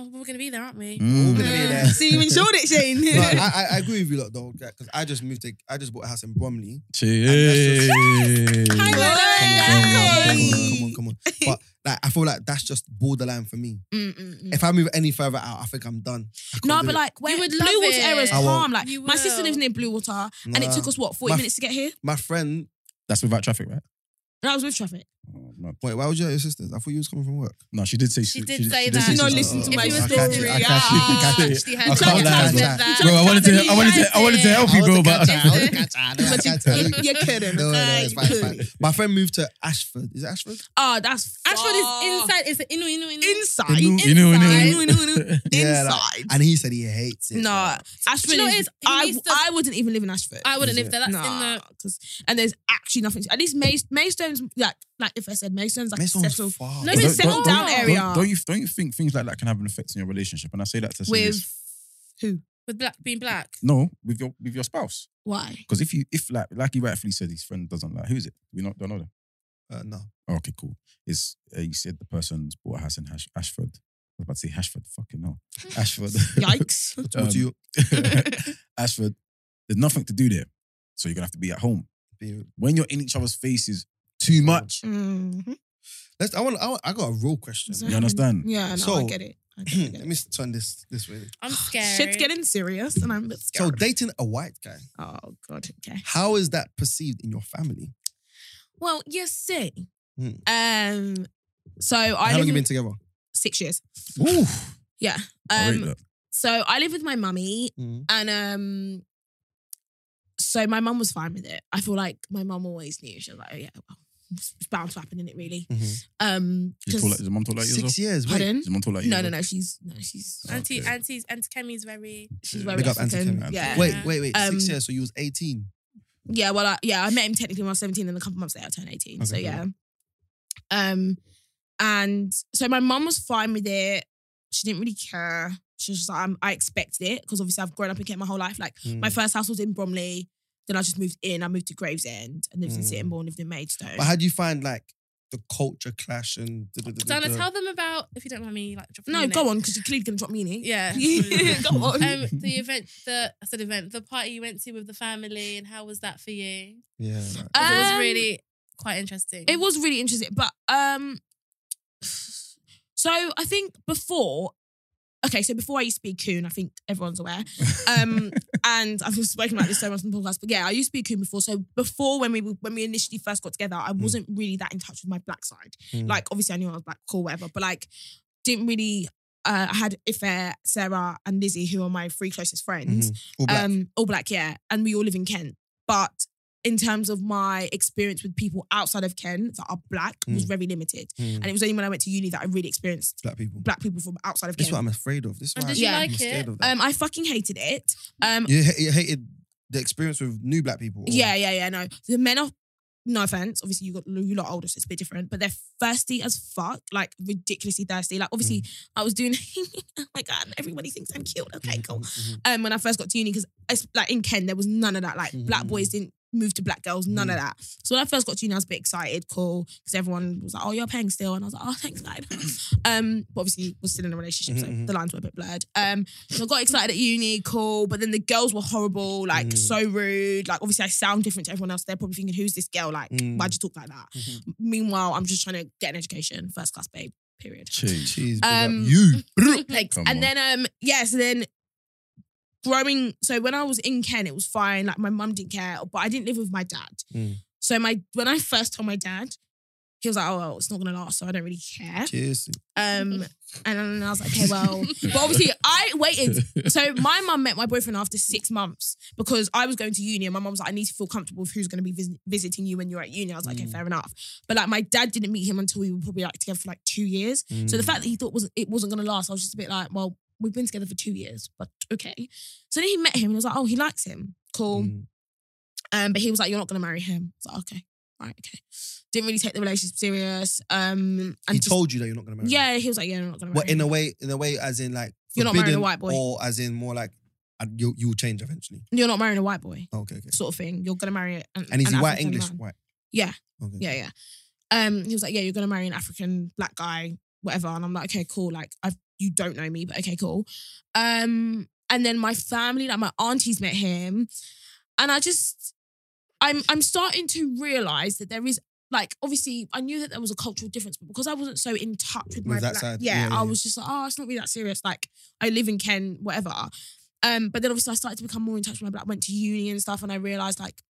Speaker 1: Oh, we're gonna be there, aren't we?
Speaker 4: Mm.
Speaker 3: gonna be
Speaker 2: *laughs*
Speaker 3: there.
Speaker 2: See you in Shoreditch, Shane.
Speaker 3: No, I,
Speaker 2: *laughs*
Speaker 3: I, I agree with you lot though, because I just moved to, I just bought a house in Bromley.
Speaker 4: Cheers.
Speaker 1: Hi, Lola.
Speaker 2: Come on,
Speaker 3: Come on,
Speaker 2: Hey.
Speaker 3: come on, come on. But like, I feel like that's just borderline for me.
Speaker 2: Mm, mm, mm.
Speaker 3: If I move any further out, I think I'm done. I
Speaker 2: No,
Speaker 3: can't do
Speaker 2: but
Speaker 3: it.
Speaker 2: like where
Speaker 1: would
Speaker 2: Blue
Speaker 1: love
Speaker 2: Water
Speaker 1: it.
Speaker 2: area is
Speaker 3: I won't.
Speaker 2: calm. Like
Speaker 1: You
Speaker 2: my sister
Speaker 1: will.
Speaker 2: lives near Blue Water, and it
Speaker 3: Nah.
Speaker 2: took us what forty
Speaker 3: My-
Speaker 2: minutes to get here.
Speaker 3: my friend.
Speaker 4: That's without traffic, right?
Speaker 2: And I was with traffic.
Speaker 4: Oh, no.
Speaker 3: Wait, why would you at your sisters? I thought you was coming from work.
Speaker 4: No, she did say
Speaker 1: She did say
Speaker 4: she
Speaker 1: that.
Speaker 4: say
Speaker 1: Do not
Speaker 4: she-
Speaker 2: listen to
Speaker 4: Oh,
Speaker 2: my
Speaker 4: I
Speaker 2: story.
Speaker 4: catch it, I catch it, I
Speaker 2: Ah.
Speaker 1: *laughs*
Speaker 4: catch it.
Speaker 1: Actually,
Speaker 4: I
Speaker 1: her
Speaker 4: can't
Speaker 1: jacket
Speaker 4: lie,
Speaker 1: has
Speaker 4: bro.
Speaker 1: said that.
Speaker 4: Bro, I wanted to, I wanted to, I wanted to help you, bro, but
Speaker 2: *laughs* You're kidding.
Speaker 3: No, no, no,
Speaker 2: Hey,
Speaker 3: it's fine, it's
Speaker 2: you
Speaker 3: fine.
Speaker 2: could.
Speaker 3: My friend moved to Ashford. Is it Ashford?
Speaker 2: Oh, that's
Speaker 1: Ashford is
Speaker 2: far.
Speaker 1: inside. It's the inu inu inu.
Speaker 2: Inside.
Speaker 4: You knew- you knew- you
Speaker 1: knew-
Speaker 2: you knew- you knew.
Speaker 3: *laughs* Yeah, like-
Speaker 2: Inside.
Speaker 3: And he said he hates it.
Speaker 2: No, Ashford.
Speaker 1: Do you know
Speaker 2: is-
Speaker 1: what it is? He
Speaker 2: I,
Speaker 1: needs to-
Speaker 2: I wouldn't even live in Ashford.
Speaker 1: I wouldn't
Speaker 3: Is
Speaker 1: live there. That's in
Speaker 2: nah,
Speaker 1: the.
Speaker 2: because and there's actually nothing. To, at least May, Maystone's like like if I said Maystone's like
Speaker 3: Mason's
Speaker 2: settled
Speaker 3: far.
Speaker 1: No,
Speaker 4: But
Speaker 1: it's
Speaker 4: don't-
Speaker 1: settled
Speaker 4: don't-
Speaker 1: down
Speaker 4: don't-
Speaker 2: area.
Speaker 4: Don't you don't you think things like that can have an effect on your relationship? And I say that to say
Speaker 2: with
Speaker 4: this.
Speaker 2: who?
Speaker 1: with black being black.
Speaker 4: no with your with your spouse
Speaker 2: Why?
Speaker 4: because if you if like like you rightfully said his friend doesn't like who is it we not don't know them
Speaker 3: Uh, no.
Speaker 4: oh, okay cool is uh, you said the person's bought a house in Hash- Ashford I was about to say Hashford fucking
Speaker 2: *laughs*
Speaker 4: no Ashford
Speaker 3: *laughs*
Speaker 2: Yikes!
Speaker 3: What
Speaker 4: *laughs* Um,
Speaker 3: do you
Speaker 4: Ashford there's nothing to do there so you're gonna have to be at home when you're in each other's faces too much
Speaker 2: Mhm.
Speaker 3: Let's. I want. I, want, I got a real question.
Speaker 2: So-
Speaker 4: you understand
Speaker 2: Yeah, no, I
Speaker 3: So-
Speaker 2: get it. I get it, I
Speaker 3: *clears throat* Let
Speaker 2: get
Speaker 3: me
Speaker 2: it.
Speaker 3: turn this this way.
Speaker 2: *gasps*
Speaker 1: I'm scared.
Speaker 2: *sighs* Shit's getting serious, and I'm a bit
Speaker 3: So
Speaker 2: scared.
Speaker 3: dating a white guy,
Speaker 2: oh god. Okay.
Speaker 3: how is that perceived in your family?
Speaker 2: Well, you see.
Speaker 3: Hmm.
Speaker 2: Um. So I
Speaker 3: How
Speaker 2: live
Speaker 3: long you
Speaker 2: in-
Speaker 3: been together?
Speaker 2: six years.
Speaker 3: Ooh.
Speaker 2: Yeah.
Speaker 3: Oh,
Speaker 4: I rate
Speaker 2: Um.
Speaker 4: that.
Speaker 2: So I live with my mummy,
Speaker 3: Mm.
Speaker 2: and um. So my mum was fine with it. I feel like my mum always knew. She was like, "Oh yeah, well, it's bound to happen, is it really?"
Speaker 3: Mhm.
Speaker 2: Um,
Speaker 4: She's
Speaker 2: 'cause-
Speaker 4: tall like- is your mum tall like you as well
Speaker 3: Six years. Wait.
Speaker 2: pardon?
Speaker 4: is your mum tall like you
Speaker 2: No,
Speaker 4: as
Speaker 2: no,
Speaker 4: well?
Speaker 2: no. She's no, she's
Speaker 1: Auntie,
Speaker 4: Okay.
Speaker 1: auntie, auntie Kemi's very.
Speaker 2: she's
Speaker 4: Yeah.
Speaker 2: very
Speaker 3: Oh, Big up Auntie
Speaker 2: African.
Speaker 3: Kemi.
Speaker 2: Yeah,
Speaker 3: Wait, wait, wait. Six
Speaker 2: Um,
Speaker 3: years. So you was eighteen.
Speaker 2: yeah. Well, I, yeah, I met him technically when I was seventeen, and a couple months later I turned eighteen. so
Speaker 3: Okay,
Speaker 2: yeah, um, and so my mum was fine with it. She didn't really care. She was just like, I'm, I expected it because obviously I've grown up in Kent my whole life. Like
Speaker 3: Mm.
Speaker 2: my first house was in Bromley. Then I just moved in. I moved to Gravesend and lived in
Speaker 3: Mm.
Speaker 2: Sittingbourne, lived in Maidstone.
Speaker 3: But how do you find like the culture clash and da, da, da, da,
Speaker 1: Donna,
Speaker 3: da?
Speaker 1: tell them about if you don't mind me like. dropping
Speaker 2: no,
Speaker 1: in
Speaker 2: go
Speaker 1: it.
Speaker 2: on because you're clearly gonna drop me in *laughs* it.
Speaker 1: Yeah.
Speaker 2: go
Speaker 1: *laughs*
Speaker 2: on.
Speaker 1: Um, the event, the I said event, the party you went to with the family, and how was that for you?
Speaker 3: Yeah.
Speaker 2: Uh,
Speaker 1: 'Cause it was
Speaker 2: Um,
Speaker 1: really quite interesting.
Speaker 2: It was really interesting, but um, so I think before, okay, so before I used to be coon, I think everyone's aware,
Speaker 1: *laughs*
Speaker 2: um, and I've spoken about this so much on the podcast, but yeah, I used to be coon before. So before when we were- when we initially first got together,
Speaker 1: Mm.
Speaker 2: I wasn't really that in touch with my black side.
Speaker 3: Mm.
Speaker 2: Like obviously I knew I was black, cool, whatever, but like didn't really uh, I had Ife, Sarah, and Lizzie, who are my three closest friends.
Speaker 3: Mhm. All black.
Speaker 2: Um, all black, yeah, and we all live in Kent. But in terms of my experience with people outside of Kent that are black, was very limited.
Speaker 3: Mm.
Speaker 2: And it was only when I went to uni that I really experienced
Speaker 3: black people.
Speaker 2: black people from outside of
Speaker 3: This is what
Speaker 2: Kent.
Speaker 3: I'm afraid of. This is
Speaker 1: And
Speaker 3: why
Speaker 1: did you
Speaker 3: I'm Mm.
Speaker 1: like
Speaker 3: scared
Speaker 1: it?
Speaker 3: of that.
Speaker 2: Um, I fucking hated it. Um,
Speaker 3: you, ha- you hated the experience with new black people. or-
Speaker 2: Yeah, yeah, yeah. No, the men are. No offense, obviously you got you lot older, so it's a bit different. But they're thirsty as fuck, like ridiculously thirsty. Like obviously, I was doing. *laughs* oh my god, everybody thinks I'm cute. Okay, cool.
Speaker 3: Mhm.
Speaker 2: Um, when I first got to uni, because like in Ken, there was none of that. Like black
Speaker 3: Mhm.
Speaker 2: boys didn't move to black girls, none of that. So when I first got to uni, I was a bit excited, cool, because everyone was like, "Oh, you're paying still," and I was like, "Oh, thanks, guys." *laughs* um, but obviously was still in a relationship, so
Speaker 3: Mhm, mhm.
Speaker 2: the lines were a bit blurred. Um, so I got excited at uni, cool, but then the girls were horrible, like
Speaker 3: Mhm.
Speaker 2: so rude. Like obviously, I sound different to everyone else. They're probably thinking, "Who's this girl? Like,
Speaker 3: Mm.
Speaker 2: why'd you talk like that?"
Speaker 3: Mhm.
Speaker 2: Meanwhile, I'm just trying to get an education, first class, babe. Period.
Speaker 4: Jeez.
Speaker 3: Jeez,
Speaker 2: Um, *laughs*
Speaker 4: You.
Speaker 2: Like,
Speaker 4: Come
Speaker 2: and
Speaker 4: on.
Speaker 2: then um yeah, so then growing so when I was in Ken, it was fine. Like my mum didn't care, but I didn't live with my dad.
Speaker 3: Mm.
Speaker 2: So my when I first told my dad, he was like, Oh well, it's not gonna last, so I don't really care. *laughs*
Speaker 3: Cheers. *laughs*
Speaker 2: Um and then I was like, okay, well, but obviously I waited. So my mum met my boyfriend after six months because I was going to uni and my mum was like, I need to feel comfortable with who's going to be vis- visiting you when you're at uni. I was like, okay,
Speaker 3: Mm.
Speaker 2: fair enough. But like my dad didn't meet him until we were probably like together for like two years. So
Speaker 3: Mm.
Speaker 2: the fact that he thought wasn't it wasn't gonna last, I was just a bit like, well, we've been together for two years, but okay. So then he met him and he was like, oh, he likes him, cool.
Speaker 3: Mm.
Speaker 2: Um, but he was like, you're not gonna marry him. I was like, okay, right, okay. Didn't really take the relationship serious. Um, and
Speaker 3: he
Speaker 2: just-
Speaker 3: told you that you're not gonna marry.
Speaker 2: yeah, he was like, yeah, I'm not gonna marry.
Speaker 3: Well, in
Speaker 2: him.
Speaker 3: a way, in a way, as in like
Speaker 2: You're not marrying a
Speaker 3: forbidden
Speaker 2: white boy.
Speaker 3: or as in more like uh, you you'll change eventually. Oh,
Speaker 2: you're not marrying a white boy,
Speaker 3: Okay, okay.
Speaker 2: sort of thing. You're gonna marry an,
Speaker 3: And is
Speaker 2: an
Speaker 3: he white
Speaker 2: African
Speaker 3: English?
Speaker 2: man.
Speaker 3: White.
Speaker 2: Yeah.
Speaker 3: Okay.
Speaker 2: Yeah, yeah. Um, he was like, yeah, you're gonna marry an African black guy, whatever. And I'm like, okay, cool. Like, I you don't know me, but okay, cool. Um, and then my family, like my aunties, met him, and I just, I'm I'm starting to realize that there is like obviously I knew that there was a cultural difference, but because I wasn't so in touch with my
Speaker 3: With that
Speaker 2: black,
Speaker 3: side,
Speaker 2: Yeah,
Speaker 3: yeah,
Speaker 2: I
Speaker 3: yeah.
Speaker 2: was just like, oh, it's not really that serious. Like, I live in Ken, whatever. Um, but then obviously I started to become more in touch with my black. Went to uni and stuff, and I realized like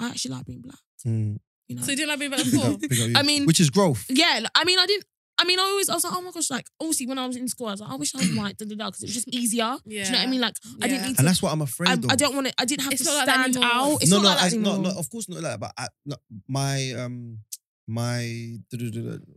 Speaker 2: I actually like being black. *laughs*
Speaker 3: Mm.
Speaker 2: You know,
Speaker 1: So you didn't like
Speaker 2: *laughs*
Speaker 1: being
Speaker 3: Big
Speaker 1: before?
Speaker 3: up, big up you.
Speaker 2: I mean-
Speaker 3: which is growth.
Speaker 2: yeah, like, I mean, I didn't. I mean, I always I was like, oh my gosh, like obviously when I was in school, I was like, I wish I was white, da da da, because it was just easier.
Speaker 1: yeah.
Speaker 2: Do you know what I mean? Like I didn't
Speaker 1: Yeah.
Speaker 2: need
Speaker 3: And
Speaker 2: to.
Speaker 3: that's what I'm afraid
Speaker 2: I,
Speaker 3: of.
Speaker 2: I don't want to. I didn't have
Speaker 1: It's
Speaker 2: to
Speaker 1: not like that
Speaker 2: stand
Speaker 1: anymore.
Speaker 2: out. It's
Speaker 3: no,
Speaker 2: not
Speaker 3: no,
Speaker 2: like that
Speaker 3: I, no,
Speaker 2: anymore.
Speaker 3: no, of course not like that. But I, no, my um my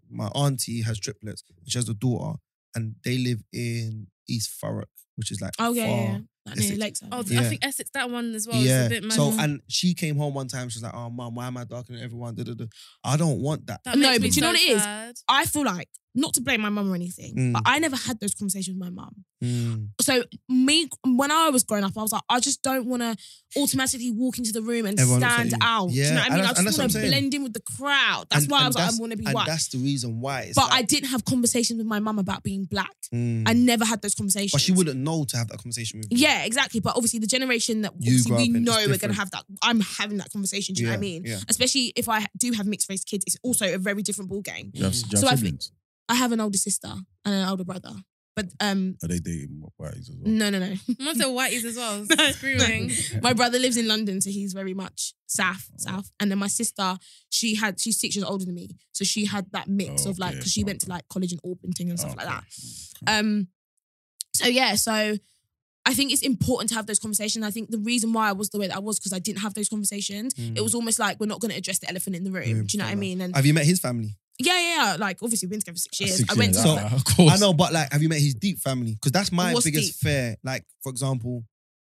Speaker 3: my auntie has triplets. She has a daughter, and they live in East Thurrock, which is like
Speaker 2: oh yeah, yeah, yeah.
Speaker 3: far.
Speaker 2: Like, near
Speaker 3: Essex.
Speaker 2: Lakeside.
Speaker 1: Oh,
Speaker 3: Yeah.
Speaker 1: I think Essex, that one as well is a bit mad.
Speaker 3: so and she came home one time. She's like, "Oh, mom, why am I darkening everyone?" Da, da, da. I don't want that.
Speaker 1: that
Speaker 2: No,
Speaker 1: makes
Speaker 2: but
Speaker 1: me
Speaker 2: do you know
Speaker 1: so
Speaker 2: what it is?
Speaker 1: sad.
Speaker 2: I feel like not to blame my mum or anything,
Speaker 3: Mm.
Speaker 2: but I never had those conversations with my mum.
Speaker 3: Mm.
Speaker 2: so me when I was growing up, I was like, I just don't want to automatically walk into the room and
Speaker 3: Everyone looks at
Speaker 2: stand
Speaker 3: you.
Speaker 2: out. Do you
Speaker 3: Yeah,
Speaker 2: know what I
Speaker 3: and
Speaker 2: mean? I
Speaker 3: that's- and
Speaker 2: just
Speaker 3: that's
Speaker 2: want
Speaker 3: what I'm
Speaker 2: to
Speaker 3: saying.
Speaker 2: blend in with the crowd. That's
Speaker 3: And-
Speaker 2: why I
Speaker 3: and
Speaker 2: was like, I
Speaker 3: that's-
Speaker 2: want to be
Speaker 3: and
Speaker 2: white.
Speaker 3: that's the reason why. It's
Speaker 2: But I
Speaker 3: like,
Speaker 2: didn't have conversations with my mum about being black.
Speaker 3: Mm.
Speaker 2: I never had those conversations.
Speaker 3: But she wouldn't know to have that conversation with you.
Speaker 2: Yeah, exactly. But obviously, the generation that
Speaker 3: You
Speaker 2: obviously
Speaker 3: grew up
Speaker 2: we
Speaker 3: in is
Speaker 2: know we're going to
Speaker 3: different.
Speaker 2: have that. I'm having that conversation. Do you know what I mean?
Speaker 3: Yeah.
Speaker 2: Especially if I do have mixed race kids, it's also a very different ball game.
Speaker 4: Do you have, do you have
Speaker 2: So I think-
Speaker 4: siblings?
Speaker 2: I have an older sister and an older brother, but um,
Speaker 4: Are they dating white as well?
Speaker 2: no, no, no.
Speaker 1: Mum said whiteies as
Speaker 2: *laughs*
Speaker 1: well. Screaming.
Speaker 2: My brother lives in London, so he's very much south,
Speaker 3: Oh.
Speaker 2: south. And then my sister, she had she's six years older than me, so she had that mix
Speaker 3: Oh,
Speaker 2: of like
Speaker 4: Okay,
Speaker 2: because she went to
Speaker 4: okay.
Speaker 2: like college in Orpington and stuff like that.
Speaker 4: Okay. Oh,
Speaker 2: Um, so yeah, so I think it's important to have those conversations. I think the reason why I was the way that I was because I didn't have those conversations. It was almost like we're not going to address the elephant in the room.
Speaker 3: Yeah,
Speaker 2: do you know what Mm, I
Speaker 3: fair
Speaker 2: mean? And
Speaker 3: Mm. Have you met his family?
Speaker 2: yeah, yeah, yeah. Like obviously we've been together for six years.
Speaker 4: Six
Speaker 2: I went to
Speaker 4: years,
Speaker 3: So-
Speaker 4: ah, of course.
Speaker 3: I know, but like, have you met his deep family? Because that's my
Speaker 2: What's
Speaker 3: biggest
Speaker 2: deep?
Speaker 3: fear. Like, for example,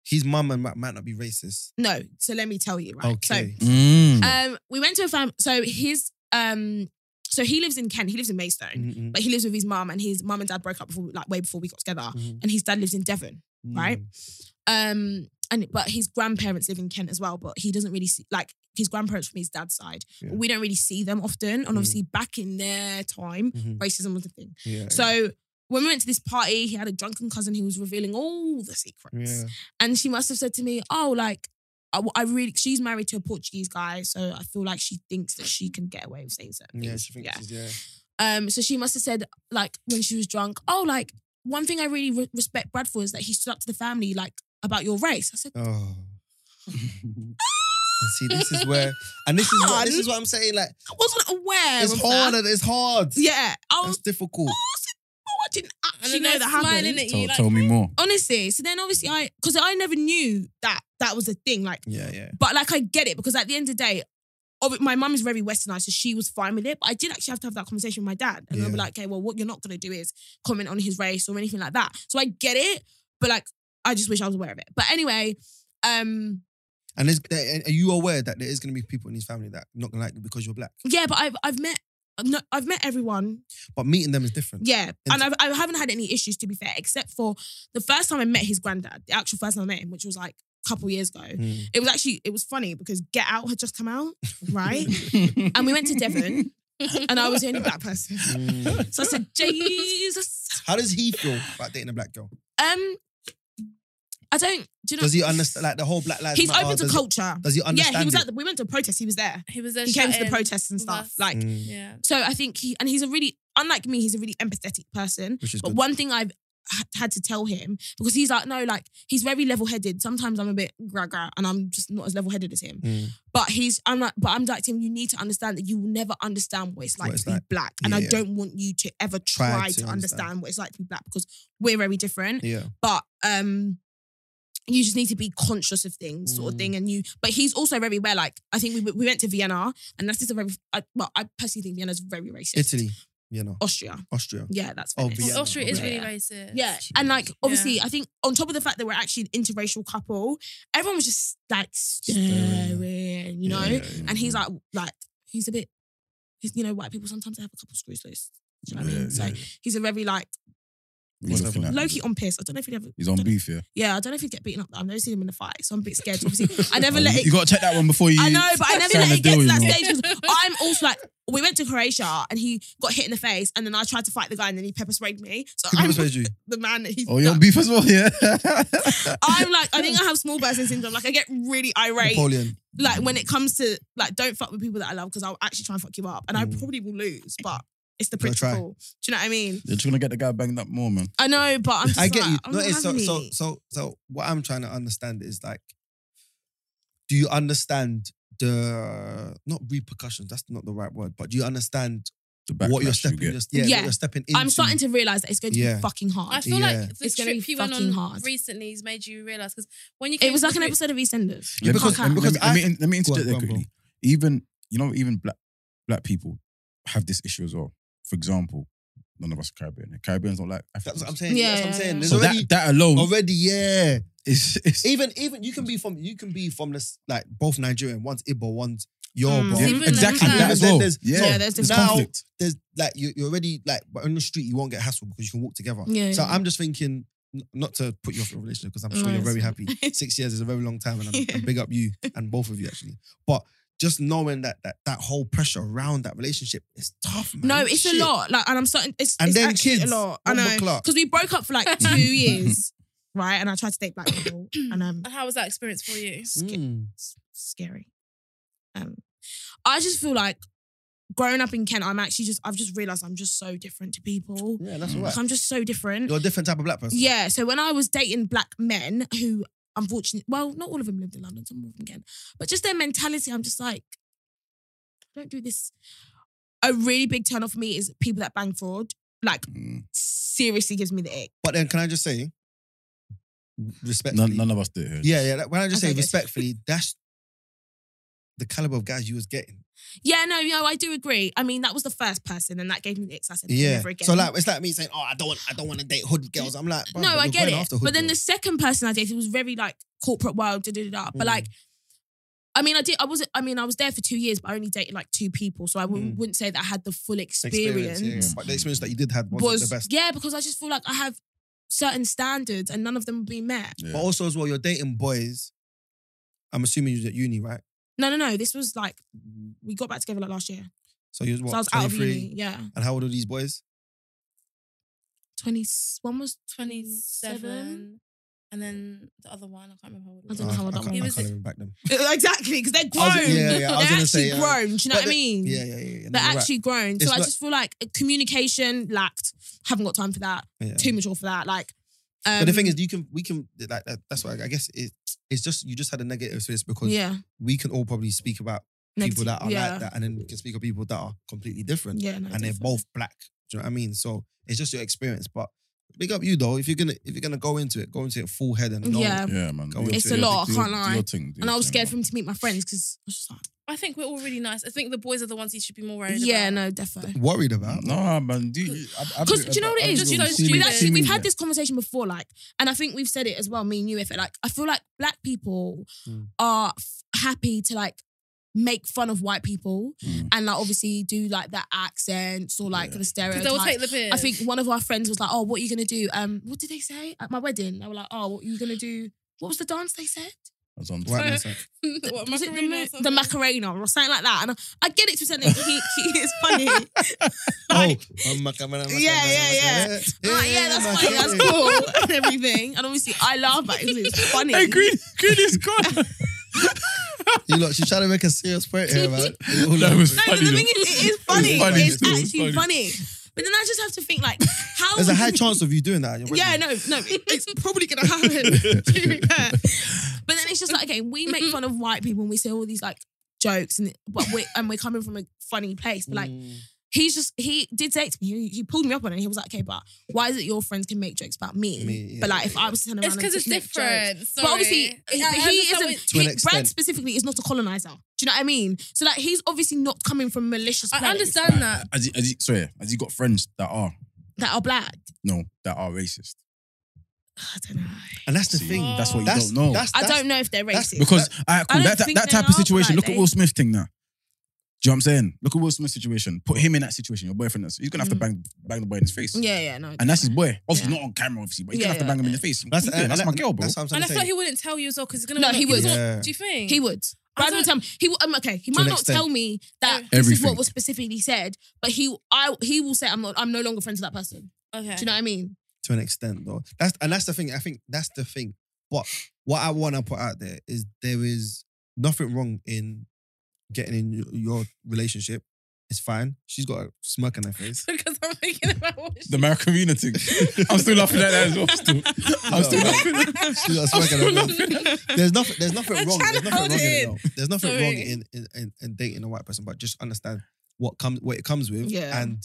Speaker 3: his mum and might, might not be racist.
Speaker 2: no. So let me tell you, right? So
Speaker 3: Okay.
Speaker 4: Mm.
Speaker 2: um, we went to a fam. So his um, so he lives in Kent. He lives in Maidstone.
Speaker 3: Mm-mm.
Speaker 2: but he lives with his mum and his mum and dad broke up before like way before we got together
Speaker 3: Mhm.
Speaker 2: and his dad lives in devon
Speaker 3: Mm.
Speaker 2: right? um and but his grandparents live in kent as well but he doesn't really see like his grandparents from his dad's side
Speaker 3: Yeah. Mm.
Speaker 2: we don't really see them often and obviously back in their time
Speaker 3: Mhm.
Speaker 2: racism was a thing
Speaker 3: Yeah.
Speaker 2: so when we went to this party he had a drunken cousin who was revealing all the secrets
Speaker 3: yeah.
Speaker 2: and she must have said to me, "Oh, like I, I really she's married to a Portuguese guy, so I feel like she thinks that she can get away with saying certain
Speaker 3: Yeah,
Speaker 2: things."
Speaker 3: she thinks she's, yeah.
Speaker 2: Um, so she must have said, like, when she was drunk, oh, like, one thing I really re- respect Brad for is that he stood up to the family, like, about your race. I said,
Speaker 3: Oh.
Speaker 4: *laughs*
Speaker 3: and see, this is
Speaker 2: *laughs*
Speaker 3: where, and this is what, this is what I'm saying. Like,
Speaker 2: I wasn't aware.
Speaker 3: it's
Speaker 2: of
Speaker 3: hard.
Speaker 2: That.
Speaker 3: and It's hard.
Speaker 2: Yeah. I
Speaker 3: It's
Speaker 2: was,
Speaker 3: difficult.
Speaker 2: oh, I didn't, I,
Speaker 1: And
Speaker 2: She
Speaker 1: then
Speaker 2: know
Speaker 1: they're
Speaker 2: that happened.
Speaker 1: smiling at
Speaker 4: Tell,
Speaker 1: you. Like,
Speaker 4: tell me more.
Speaker 2: Honestly, so then obviously I, because I never knew that that was a thing. Like,
Speaker 3: Yeah, yeah.
Speaker 2: but like I get it because at the end of the day, ob- my mum is very westernized, so she was fine with it. But I did actually have to have that conversation with my dad, and I'd be
Speaker 3: Yeah.
Speaker 2: like, okay, well, what you're not gonna do is comment on his race or anything like that. So I get it, but like I just wish I was aware of it. But anyway, um,
Speaker 3: And there's, there, and are you aware that there is going to be people in his family that not going to like you because you're black?
Speaker 2: yeah, but I've I've met. No, I've met everyone.
Speaker 3: But meeting them is different.
Speaker 2: Yeah. And
Speaker 3: And-
Speaker 2: I've, I haven't had any issues, to be fair, except for the first time I met his granddad, the actual first time I met him, which was like a couple years ago.
Speaker 3: Mm.
Speaker 2: It was actually, it was funny because Get Out had just come
Speaker 3: *laughs*
Speaker 2: out, right? *laughs* and we went to Devon and I was the only black person.
Speaker 3: Mm. *laughs*
Speaker 2: So I said, Jesus.
Speaker 3: How does he feel about dating a black girl?
Speaker 2: Um, I don't. Do you know?
Speaker 3: Does he understand like the whole black lives?
Speaker 2: He's
Speaker 3: matter,
Speaker 2: open to
Speaker 3: does he-
Speaker 2: culture.
Speaker 3: Does he
Speaker 2: Yeah,
Speaker 3: understand?
Speaker 2: he was
Speaker 3: it?
Speaker 2: at. The, we went to protest. He was there.
Speaker 1: He was there.
Speaker 2: He came to the
Speaker 1: shouting.
Speaker 2: protests and
Speaker 1: with
Speaker 2: stuff.
Speaker 1: us.
Speaker 2: Like,
Speaker 3: Mm.
Speaker 1: Yeah.
Speaker 2: so I think he and he's a really unlike me. He's a really empathetic person.
Speaker 3: Which is
Speaker 2: But
Speaker 3: good.
Speaker 2: one thing I've h- had to tell him because he's like, no, like he's very level headed. Sometimes I'm a bit gra gra and I'm just not as level headed as him.
Speaker 3: Mm.
Speaker 2: But he's, I'm like, but I'm like to him. You need to understand that you will never understand what it's like
Speaker 3: What it's
Speaker 2: to be
Speaker 3: like.
Speaker 2: black, and I
Speaker 3: Yeah.
Speaker 2: don't want you to ever try, to, understand. what it's like to be black because we're very different.
Speaker 3: Yeah.
Speaker 2: But um, you just need to be conscious of things, sort of
Speaker 3: Mm.
Speaker 2: thing. And you, but he's also very aware. Like I think we we went to Vienna, and that's just a very. I, well, I personally think Vienna's very racist.
Speaker 3: Italy, Vienna,
Speaker 2: Austria.
Speaker 3: Austria.
Speaker 2: Yeah, that's
Speaker 3: Oh,
Speaker 2: Venice.
Speaker 1: Well,
Speaker 3: Vienna.
Speaker 1: Austria is really
Speaker 2: Yeah.
Speaker 1: racist.
Speaker 2: Yeah. And like obviously, I think on top of the fact that we're actually an interracial couple, everyone was just like staring, you know?
Speaker 3: Yeah, Mm-hmm. yeah,
Speaker 2: And he's like, like, he's a bit, he's, you know, white people sometimes they have a couple screws loose. Do you know what I mean? So he's a very like
Speaker 4: He's looking at-
Speaker 2: low key on piss. I don't know if he'd ever
Speaker 4: He's on beef, yeah.
Speaker 2: yeah, I don't know if he'd get beaten up. I've never seen him in a fight, so I'm a bit
Speaker 3: *laughs*
Speaker 2: scared. Obviously, I
Speaker 4: *laughs*
Speaker 2: never let it
Speaker 4: You got to check that one before you.
Speaker 2: I know, but I never
Speaker 4: sign
Speaker 2: let
Speaker 4: the
Speaker 2: it get
Speaker 4: deal,
Speaker 2: to that
Speaker 4: you know.
Speaker 2: stage
Speaker 3: *laughs*
Speaker 1: *laughs*
Speaker 2: because I'm also like, we went to Croatia and he got hit in the face, and then I tried to fight the guy, and then he pepper sprayed me. So
Speaker 3: Who
Speaker 2: I'm *laughs*
Speaker 3: pepper sprayed you?
Speaker 2: the man that he.
Speaker 4: Oh, you're on beef as well,
Speaker 2: *laughs*
Speaker 4: *laughs* yeah.
Speaker 2: I'm like, I think I have small person syndrome. Like, I get really irate.
Speaker 3: Napoleon.
Speaker 2: Like when it comes to like, don't fuck with people that I love because I'll actually try and fuck you up, and I
Speaker 3: Mm.
Speaker 2: probably will lose, but. It's the
Speaker 3: Gotta try.
Speaker 2: principle. Do you know what I mean?
Speaker 4: They're just gonna get the guy banged up more, man.
Speaker 2: I know, but I'm just
Speaker 3: I get
Speaker 2: like,
Speaker 3: you.
Speaker 2: I'm
Speaker 3: No,
Speaker 2: not
Speaker 3: it's so,
Speaker 2: having
Speaker 3: so
Speaker 2: it.
Speaker 3: so so. What I'm trying to understand is like, do you understand the not repercussions? That's not the right word, but do you understand
Speaker 4: The
Speaker 3: what
Speaker 4: backlash
Speaker 3: you're
Speaker 4: you
Speaker 3: stepping?
Speaker 4: get.
Speaker 3: you're- yeah,
Speaker 2: Yeah.
Speaker 3: what you're stepping into.
Speaker 2: I'm starting to realize that it's going to
Speaker 3: Yeah.
Speaker 2: be fucking hard.
Speaker 1: I feel
Speaker 3: Yeah.
Speaker 1: like the
Speaker 2: It's gonna
Speaker 1: trip
Speaker 2: be
Speaker 1: he went
Speaker 2: fucking
Speaker 1: on
Speaker 2: hard.
Speaker 1: recently has made you realize because when you came
Speaker 2: it was
Speaker 1: to
Speaker 2: like an
Speaker 1: the-
Speaker 2: episode of EastEnders.
Speaker 4: Yeah,
Speaker 3: because-
Speaker 2: Can't count.
Speaker 4: let, me, let, me,
Speaker 3: because
Speaker 4: let me interject
Speaker 3: on,
Speaker 4: there
Speaker 3: go on, go on.
Speaker 4: quickly. Even you know, even black black people have this issue as well. For example, none of us are Caribbean. Caribbeans don't like
Speaker 3: That's
Speaker 4: Africans.
Speaker 3: what I'm saying.
Speaker 2: Yeah,
Speaker 3: that's what I'm
Speaker 2: yeah,
Speaker 3: saying.
Speaker 2: yeah.
Speaker 3: There's
Speaker 4: So
Speaker 3: already
Speaker 4: that that alone
Speaker 3: already yeah.
Speaker 4: is, is
Speaker 3: Even even you can be from you can be from this like both Nigerian. One's Igbo. One's Yoruba.
Speaker 2: Mm.
Speaker 4: yeah,
Speaker 1: Even
Speaker 4: exactly
Speaker 1: like
Speaker 4: that
Speaker 1: that.
Speaker 4: as
Speaker 3: Then
Speaker 4: well.
Speaker 3: there's-
Speaker 4: yeah,
Speaker 2: Yeah, there's
Speaker 4: there's
Speaker 3: now-
Speaker 4: conflict.
Speaker 3: there's like you, you're already like but on the street you won't get hassled because you can walk together.
Speaker 2: Yeah.
Speaker 3: So I'm just thinking n- not to put you off your relationship because I'm sure
Speaker 2: No,
Speaker 3: you're
Speaker 2: it's
Speaker 3: very happy.
Speaker 2: fine. *laughs*
Speaker 3: Six years is a very long time, and I'm,
Speaker 2: Yeah.
Speaker 3: and big up you and both of you actually. But just knowing that that that whole pressure around that relationship is tough, man.
Speaker 2: No, it's
Speaker 3: Shit.
Speaker 2: a lot. Like, and I'm starting. It's,
Speaker 3: And
Speaker 2: it's
Speaker 3: then
Speaker 2: actually
Speaker 3: kids. Oh
Speaker 2: a lot. I
Speaker 3: One more
Speaker 2: know
Speaker 3: clock.
Speaker 2: because we broke up for like
Speaker 3: *laughs*
Speaker 2: two years, right? And I tried to date black people, and um,
Speaker 1: And how was that experience for you?
Speaker 2: it's sca-
Speaker 3: Mm.
Speaker 2: it's scary. Um, I just feel like growing up in Kent, I'm actually just I've just realized I'm just so different to people.
Speaker 3: Yeah, that's all
Speaker 2: Like,
Speaker 3: right.
Speaker 2: I'm just so different.
Speaker 3: You're a different type of black person.
Speaker 2: Yeah. So when I was dating black men who unfortunately, well, not all of them lived in London, some of them again, but just their mentality, I'm just like, don't do this. A really big turn off for me is people that bang fraud. Like,
Speaker 4: Mm.
Speaker 2: seriously gives me the ick.
Speaker 3: But then, can I just say, respectfully,
Speaker 4: None, none of us do it here.
Speaker 3: yeah, yeah. like, When I just
Speaker 2: Okay,
Speaker 3: say
Speaker 2: good.
Speaker 3: respectfully, that's the caliber of guys you was getting.
Speaker 2: Yeah, no, no, I do agree. I mean, that was the first person and that gave me the ick. So I said,
Speaker 3: Yeah.
Speaker 2: never again.
Speaker 3: So like, it's like me saying, "Oh, I don't want, I don't want to date hood girls." I'm like, "Bruh,
Speaker 2: no,
Speaker 3: but
Speaker 2: I
Speaker 3: you're
Speaker 2: get
Speaker 3: going
Speaker 2: it.
Speaker 3: after hood
Speaker 2: But then the
Speaker 3: girls."
Speaker 2: second person I dated was very like corporate world, da da da da. But
Speaker 3: Mm.
Speaker 2: like, I mean, I did. I wasn't. I mean, I was there for two years, but I only dated like two people, so I wouldn't-
Speaker 3: Mm.
Speaker 2: wouldn't say that I had the full
Speaker 3: Experience,
Speaker 2: experience.
Speaker 3: yeah, yeah. But the experience that you did had was,
Speaker 2: was
Speaker 3: the best.
Speaker 2: yeah, because I just feel like I have certain standards and none of them are being met.
Speaker 4: Yeah.
Speaker 3: But also as well, you're dating boys. I'm assuming you was at uni, right?
Speaker 2: No, no, no. This was like we got back together like last year,
Speaker 3: So you was what?
Speaker 2: so I was out of
Speaker 3: 23.
Speaker 2: uni. Yeah,
Speaker 3: And how old are these boys?
Speaker 2: twenty one was
Speaker 1: 27. And then the other one, I can't remember how old
Speaker 2: I
Speaker 1: it
Speaker 2: don't
Speaker 1: was.
Speaker 2: know how old
Speaker 3: Ah, I
Speaker 2: that
Speaker 3: can't-
Speaker 1: one
Speaker 3: I
Speaker 1: was.
Speaker 3: can't even back them.
Speaker 2: *laughs* exactly because they're grown.
Speaker 3: was- yeah, yeah, I was
Speaker 2: they're
Speaker 3: gonna say,
Speaker 2: actually
Speaker 3: yeah.
Speaker 2: grown. Do you know
Speaker 3: But
Speaker 2: what I
Speaker 3: the-
Speaker 2: mean?
Speaker 3: Yeah, yeah, yeah. yeah. No,
Speaker 2: They're
Speaker 3: you're right.
Speaker 2: actually grown. So
Speaker 3: It's
Speaker 2: I
Speaker 3: like-
Speaker 2: just feel like uh, communication lacked. Haven't got time for that.
Speaker 3: Yeah.
Speaker 2: Too mature for that. Like, um,
Speaker 3: But the thing is, you can we can like that, that's why I guess it, it's just you just had a negative experience because
Speaker 2: yeah,
Speaker 3: we can all probably speak about
Speaker 2: negative.
Speaker 3: people that are
Speaker 2: yeah.
Speaker 3: like that, and then we can speak of people that are completely different,
Speaker 2: Yeah, no,
Speaker 3: and they're
Speaker 2: definitely.
Speaker 3: both black. Do you know what I mean? So it's just your experience, but Big up you though. If you're gonna if you're gonna go into it, go into it full head and know.
Speaker 2: Yeah.
Speaker 4: Yeah, man.
Speaker 3: Go on.
Speaker 4: Do
Speaker 3: It's
Speaker 4: your-
Speaker 3: a
Speaker 4: do your-
Speaker 2: lot, I
Speaker 4: do your-
Speaker 2: can't
Speaker 4: do your
Speaker 2: lie.
Speaker 4: thing, do
Speaker 2: And
Speaker 4: your
Speaker 2: I was
Speaker 4: thing,
Speaker 2: scared
Speaker 4: man.
Speaker 2: for him to meet my friends because I was just like,
Speaker 1: I think we're all really nice. I think the boys are the ones you should be more worried
Speaker 2: yeah,
Speaker 1: about.
Speaker 2: no, definitely. *laughs*
Speaker 3: Worried about. oh,
Speaker 4: Nah, man. Do you, I, I,
Speaker 2: Because do you know what it is?
Speaker 1: Just, you know,
Speaker 2: We've
Speaker 1: stupid.
Speaker 2: actually we've had this conversation before, like, and I think we've said it as well. Me and you, if it like, I feel like black people
Speaker 3: Mm.
Speaker 2: are f- happy to like make fun of white people
Speaker 4: Mm.
Speaker 2: and like obviously do like that accents or like
Speaker 4: Yeah.
Speaker 2: the
Speaker 1: Because
Speaker 2: stereotypes.
Speaker 1: they will take the piss.
Speaker 2: I think one of our friends was like, "Oh, what are you gonna do? Um, what did they say at my wedding?" They were like, "Oh, what are you gonna do? What was the dance they said?
Speaker 4: That's what I'm
Speaker 3: White
Speaker 4: saying.
Speaker 3: man
Speaker 1: *laughs*
Speaker 3: said,
Speaker 1: what,
Speaker 2: was it the,
Speaker 1: Macarena or
Speaker 2: mo- the
Speaker 1: something?
Speaker 2: Macarena or something like that?" And I, I get it to something. He, he is funny. like,
Speaker 3: Oh, um, maca- maca- maca-
Speaker 2: Yeah,
Speaker 3: maca-
Speaker 2: yeah, yeah.
Speaker 3: maca-
Speaker 2: I'm like, yeah, that's funny.
Speaker 3: maca-
Speaker 2: That's cool and everything. And obviously, I laugh at it because it's funny.
Speaker 4: Hey, green, green
Speaker 2: *laughs*
Speaker 4: is gone.
Speaker 3: You look, she's trying to make a serious point
Speaker 2: *laughs*
Speaker 3: here, man.
Speaker 4: That was
Speaker 2: No,
Speaker 4: funny,
Speaker 2: no, the
Speaker 4: though.
Speaker 2: thing is, it is funny. It's,
Speaker 4: funny still, it's
Speaker 2: actually funny. But then I just have to think, like, how?
Speaker 3: There's a high chance of you doing that. You're
Speaker 2: Yeah,
Speaker 3: right.
Speaker 2: no, no, it- it's probably gonna happen. *laughs* to be fair. But then it's just like, okay, we make fun of white people and we say all these like jokes, and but we and we're coming from a funny place. But like,
Speaker 3: Mm.
Speaker 2: he's just he did say to me, he, he pulled me up on it. and He was like, okay, but why is it your friends can make jokes about me?
Speaker 3: Me,
Speaker 2: But
Speaker 3: yeah,
Speaker 2: like, if I was to turn around,
Speaker 1: It's
Speaker 2: and
Speaker 1: because it's
Speaker 2: just make jokes-
Speaker 1: different.
Speaker 2: But obviously,
Speaker 1: Sorry.
Speaker 2: but
Speaker 1: I- I
Speaker 2: he
Speaker 1: understand
Speaker 2: isn't.
Speaker 1: what-
Speaker 3: To an
Speaker 2: he- Brad
Speaker 3: extent.
Speaker 2: specifically is not a colonizer. Do you know what I mean? So like, he's obviously not coming from malicious.
Speaker 1: I
Speaker 2: place
Speaker 1: understand
Speaker 2: uh,
Speaker 4: *laughs*
Speaker 1: that.
Speaker 4: As you, as you, sorry, as you got friends that are
Speaker 2: that are black. *sighs*
Speaker 4: no, that are racist.
Speaker 2: I don't know.
Speaker 3: And that's the
Speaker 4: See,
Speaker 3: thing.
Speaker 4: that's what you
Speaker 3: That's,
Speaker 4: don't know.
Speaker 3: that's,
Speaker 2: I
Speaker 3: that's,
Speaker 2: don't know if they're
Speaker 3: that's-
Speaker 2: racist.
Speaker 4: because I,
Speaker 2: I don't
Speaker 4: that, that,
Speaker 2: think
Speaker 4: that
Speaker 2: they
Speaker 4: type of
Speaker 2: are, but
Speaker 4: situation. Look at
Speaker 2: they-
Speaker 4: Will Smith thing now. Do you know what I'm saying? Look at Will Smith's situation. Put him in that situation. Your boyfriend, that's- he's gonna have to
Speaker 2: Mhm.
Speaker 4: bang bang the boy in his face.
Speaker 2: yeah, yeah, no.
Speaker 4: and that's his boy. Obviously
Speaker 2: Yeah.
Speaker 4: not on camera, obviously, but he's
Speaker 2: Yeah,
Speaker 4: gonna have to
Speaker 2: yeah,
Speaker 4: bang him in
Speaker 2: yeah.
Speaker 4: the face.
Speaker 3: That's,
Speaker 4: yeah, that's
Speaker 3: and
Speaker 4: my girl, bro.
Speaker 3: That's what I'm trying
Speaker 1: And I
Speaker 3: to
Speaker 1: feel
Speaker 3: say.
Speaker 1: like he wouldn't tell you as well because he's gonna.
Speaker 2: No,
Speaker 1: want
Speaker 2: he
Speaker 1: to- he's
Speaker 2: would.
Speaker 1: not-
Speaker 3: Yeah.
Speaker 1: Do you think
Speaker 2: He would.
Speaker 1: I
Speaker 2: Brad will
Speaker 1: don't-
Speaker 2: tell me. He will, um, okay. He
Speaker 3: To
Speaker 2: might
Speaker 3: an
Speaker 2: not
Speaker 3: extent.
Speaker 2: tell me that this is
Speaker 4: Everything.
Speaker 2: what was specifically said, but he, I, he will say, "I'm not. I'm no longer friends with that person."
Speaker 1: Okay. *laughs*
Speaker 2: Do you know what I mean?
Speaker 3: to an extent though. That's and that's the thing. I think that's the thing. But what I want to put out there is there is nothing wrong in getting in your- your relationship. It's fine. She's got a smirk on her face.
Speaker 1: Because I'm thinking about what she-
Speaker 4: The Macarena thing. *laughs* I'm still laughing at that as well. *laughs* Still. I'm still
Speaker 3: No.
Speaker 4: laughing. *laughs*
Speaker 3: She's got a smirk
Speaker 4: I'm
Speaker 3: on
Speaker 4: still
Speaker 3: her face.
Speaker 4: laughing.
Speaker 3: There's nothing.
Speaker 1: *laughs*
Speaker 3: There's nothing
Speaker 1: I'm
Speaker 3: wrong.
Speaker 1: trying
Speaker 3: There's
Speaker 1: to
Speaker 3: nothing
Speaker 1: hold
Speaker 3: wrong in
Speaker 1: it
Speaker 3: it.
Speaker 1: in.
Speaker 3: though. There's nothing wrong
Speaker 1: Sorry.
Speaker 3: in, in, in in dating a white person, but just understand what comes, what it comes with,
Speaker 2: Yeah.
Speaker 3: and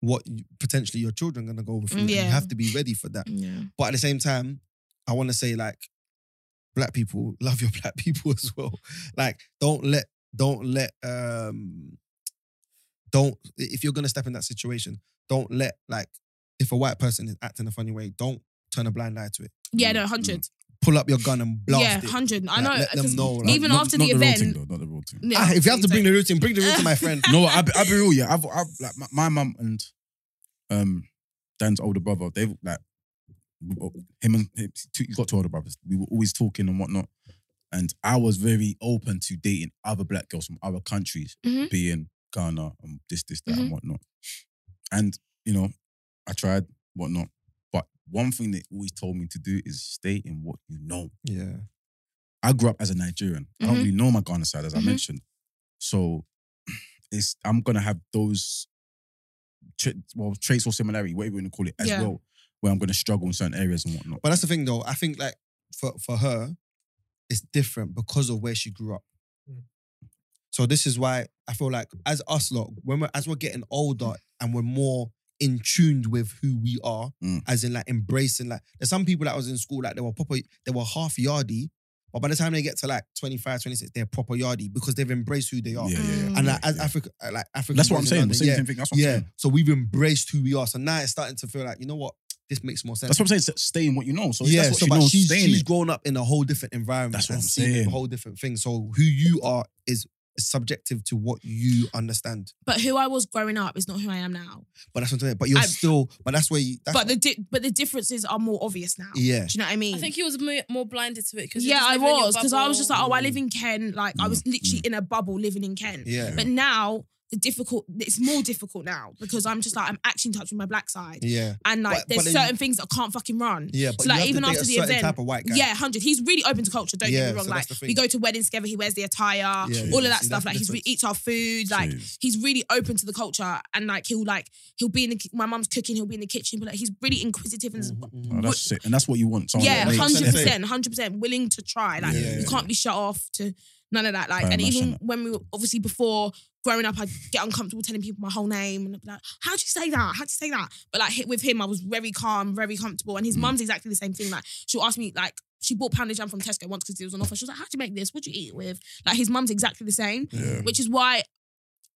Speaker 3: what you, potentially your children are gonna go with.
Speaker 2: Mm,
Speaker 3: Yeah.
Speaker 2: yeah.
Speaker 3: You have to be ready for that.
Speaker 2: Yeah.
Speaker 3: But at the same time, I want to say like, black people *laughs* love your black people as well. Like, don't let, don't let, um, don't if you're gonna step in that situation, don't let like if a white person is acting a funny way, don't turn a blind eye to it.
Speaker 2: Yeah. No. Hundred.
Speaker 3: Pull up your gun and blast
Speaker 2: yeah.
Speaker 3: it.
Speaker 2: Hundred. I
Speaker 3: Like,
Speaker 2: know.
Speaker 3: Mm. let them
Speaker 2: 'cause
Speaker 3: know, like,
Speaker 2: even
Speaker 4: Not-
Speaker 2: after
Speaker 4: not
Speaker 2: the
Speaker 4: the real
Speaker 2: event.
Speaker 4: thing, though. Not the real thing.
Speaker 2: Yeah,
Speaker 3: Ah, *laughs* if you have to
Speaker 2: so-
Speaker 3: bring the routine, bring the routine,
Speaker 2: *laughs*
Speaker 3: my friend.
Speaker 4: *laughs* No, I'll be, I'll be real. Yeah, I've, I've like my, my mum and um Dan's older brother. They've like him and him, two, he's got two older brothers. We were always talking and whatnot, and I was very open to dating other black girls from other countries,
Speaker 2: Mhm.
Speaker 4: being Ghana and this, this, that, and whatnot. And you know, I tried whatnot, but one thing they always told me to do is stay in what you know.
Speaker 3: Yeah.
Speaker 4: I grew up as a Nigerian. I
Speaker 2: Mhm.
Speaker 4: don't really know my Ghana side, as
Speaker 2: Mhm.
Speaker 4: I mentioned. So *clears throat* it's I'm gonna have those tra- well traits or similarity, whatever you want to call it, as
Speaker 2: Yeah.
Speaker 4: well, where I'm gonna struggle in certain areas and whatnot.
Speaker 3: But that's the thing though. I think like for, for her, it's different because of where she grew up. So this is why I feel like as us lot, when we're as we're getting older and we're more in tuned with who we are,
Speaker 4: Mm.
Speaker 3: as in like embracing like there's some people that was in school, like they were proper, they were half yardy, but by the time they get to like 25, 26, they're proper yardy because they've embraced who they
Speaker 4: yeah,
Speaker 3: are.
Speaker 4: yeah, yeah.
Speaker 2: Mm.
Speaker 3: And
Speaker 4: yeah,
Speaker 3: like, as
Speaker 4: yeah.
Speaker 3: Africa, like Africa.
Speaker 4: that's what I'm saying. Same, same thing. That's what I'm
Speaker 3: Yeah.
Speaker 4: saying.
Speaker 3: So we've embraced who we are. So now it's starting to feel like, you know what? This makes more sense.
Speaker 4: That's what I'm saying. s- Stay in what you know. So if
Speaker 3: yeah,
Speaker 4: that's what
Speaker 3: so
Speaker 4: you
Speaker 3: but
Speaker 4: know,
Speaker 3: she's,
Speaker 4: stay in
Speaker 3: she's
Speaker 4: it.
Speaker 3: grown up in a whole different environment
Speaker 4: That's what
Speaker 3: and
Speaker 4: I'm
Speaker 3: seen
Speaker 4: saying.
Speaker 3: a whole different thing. So who you are is, is subjective to what you understand.
Speaker 2: But who I was growing up is not who I am now.
Speaker 3: But that's what I'm saying. But you're
Speaker 2: I-
Speaker 3: still, but that's where you that's
Speaker 2: but the di- but the differences are more obvious now.
Speaker 3: Yeah.
Speaker 2: Do you know what I mean?
Speaker 1: I think he was mo- more blinded to it because
Speaker 2: yeah, I was because I was just like, oh, I live in Kent. Like I was
Speaker 4: Mm,
Speaker 2: literally in a bubble living in Kent.
Speaker 3: Mm. yeah.
Speaker 2: But now the difficult, it's more difficult now because I'm just like I'm actually in touch with my black side,
Speaker 3: yeah.
Speaker 2: and like
Speaker 3: But-
Speaker 2: there's
Speaker 3: but then-
Speaker 2: certain things that I can't fucking run.
Speaker 3: Yeah.
Speaker 2: like,
Speaker 3: But you have
Speaker 2: even
Speaker 3: to date
Speaker 2: after
Speaker 3: a
Speaker 2: the
Speaker 3: certain
Speaker 2: event-
Speaker 3: type of white guy.
Speaker 2: Yeah, hundred. He's really open to culture. Don't
Speaker 3: Yeah,
Speaker 2: get me wrong.
Speaker 3: so
Speaker 2: like
Speaker 3: that's the
Speaker 2: we
Speaker 3: thing.
Speaker 2: go to weddings together. He wears the attire,
Speaker 3: Yeah.
Speaker 2: all of that
Speaker 3: See,
Speaker 2: stuff.
Speaker 3: that's
Speaker 2: Like
Speaker 3: the
Speaker 2: he's he
Speaker 3: difference.
Speaker 2: eats our food. Like
Speaker 4: Jeez.
Speaker 2: he's really open to the culture, and like he'll like he'll be in the ki- my mum's cooking. He'll be in the kitchen, but like he's really inquisitive
Speaker 3: Mm-hmm,
Speaker 2: and.
Speaker 4: Oh, that's sick. And that's what you want. Someone
Speaker 2: Yeah,
Speaker 4: that makes
Speaker 2: hundred
Speaker 4: effort.
Speaker 2: percent, hundred percent. Willing to try, like
Speaker 4: Yeah, yeah,
Speaker 2: you
Speaker 4: yeah.
Speaker 2: can't be shut off to None of that. Like,
Speaker 4: Right,
Speaker 2: and
Speaker 4: I'm not
Speaker 2: even
Speaker 4: sure.
Speaker 2: when we were obviously before growing up, I'd get uncomfortable telling people my whole name and I'd be like, how'd you say that? How'd you say that? But like hi- with him, I was very calm, very comfortable. And his
Speaker 4: Mm.
Speaker 2: mum's exactly the same thing. Like, she'll ask me, like, she bought pounded jam from Tesco once because it was on offer. She was like, how'd you make this? What'd you eat it with? Like, his mum's exactly the same,
Speaker 3: Yeah.
Speaker 2: which is why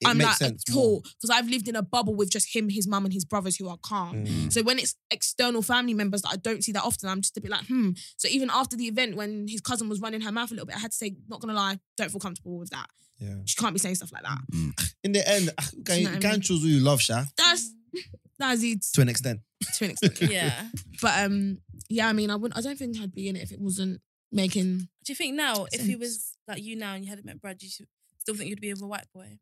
Speaker 3: It
Speaker 2: I'm
Speaker 3: makes
Speaker 2: like
Speaker 3: sense
Speaker 2: at
Speaker 3: more.
Speaker 2: all. Because I've lived in a bubble with just him, his mum, and his brothers who are calm.
Speaker 3: Mm.
Speaker 2: So when it's external family members that I don't see that often, I'm just a bit like, hmm. So even after the event, when his cousin was running her mouth a little bit, I had to say, not gonna lie, don't feel comfortable with that.
Speaker 3: Yeah.
Speaker 2: She can't be saying stuff like that.
Speaker 3: In the end,
Speaker 2: you know
Speaker 3: can,
Speaker 2: what I
Speaker 3: you can
Speaker 2: mean?
Speaker 3: choose who you love, Sha,
Speaker 2: That's that's it
Speaker 3: to an extent.
Speaker 2: *laughs* to an extent.
Speaker 1: *laughs* Yeah.
Speaker 2: But um, yeah, I mean, I wouldn't. I don't think I'd be in it if it wasn't making.
Speaker 1: Do you think now, if he
Speaker 2: Sense.
Speaker 1: was like you now and you hadn't met Brad, you should- still think you'd be with a white boy?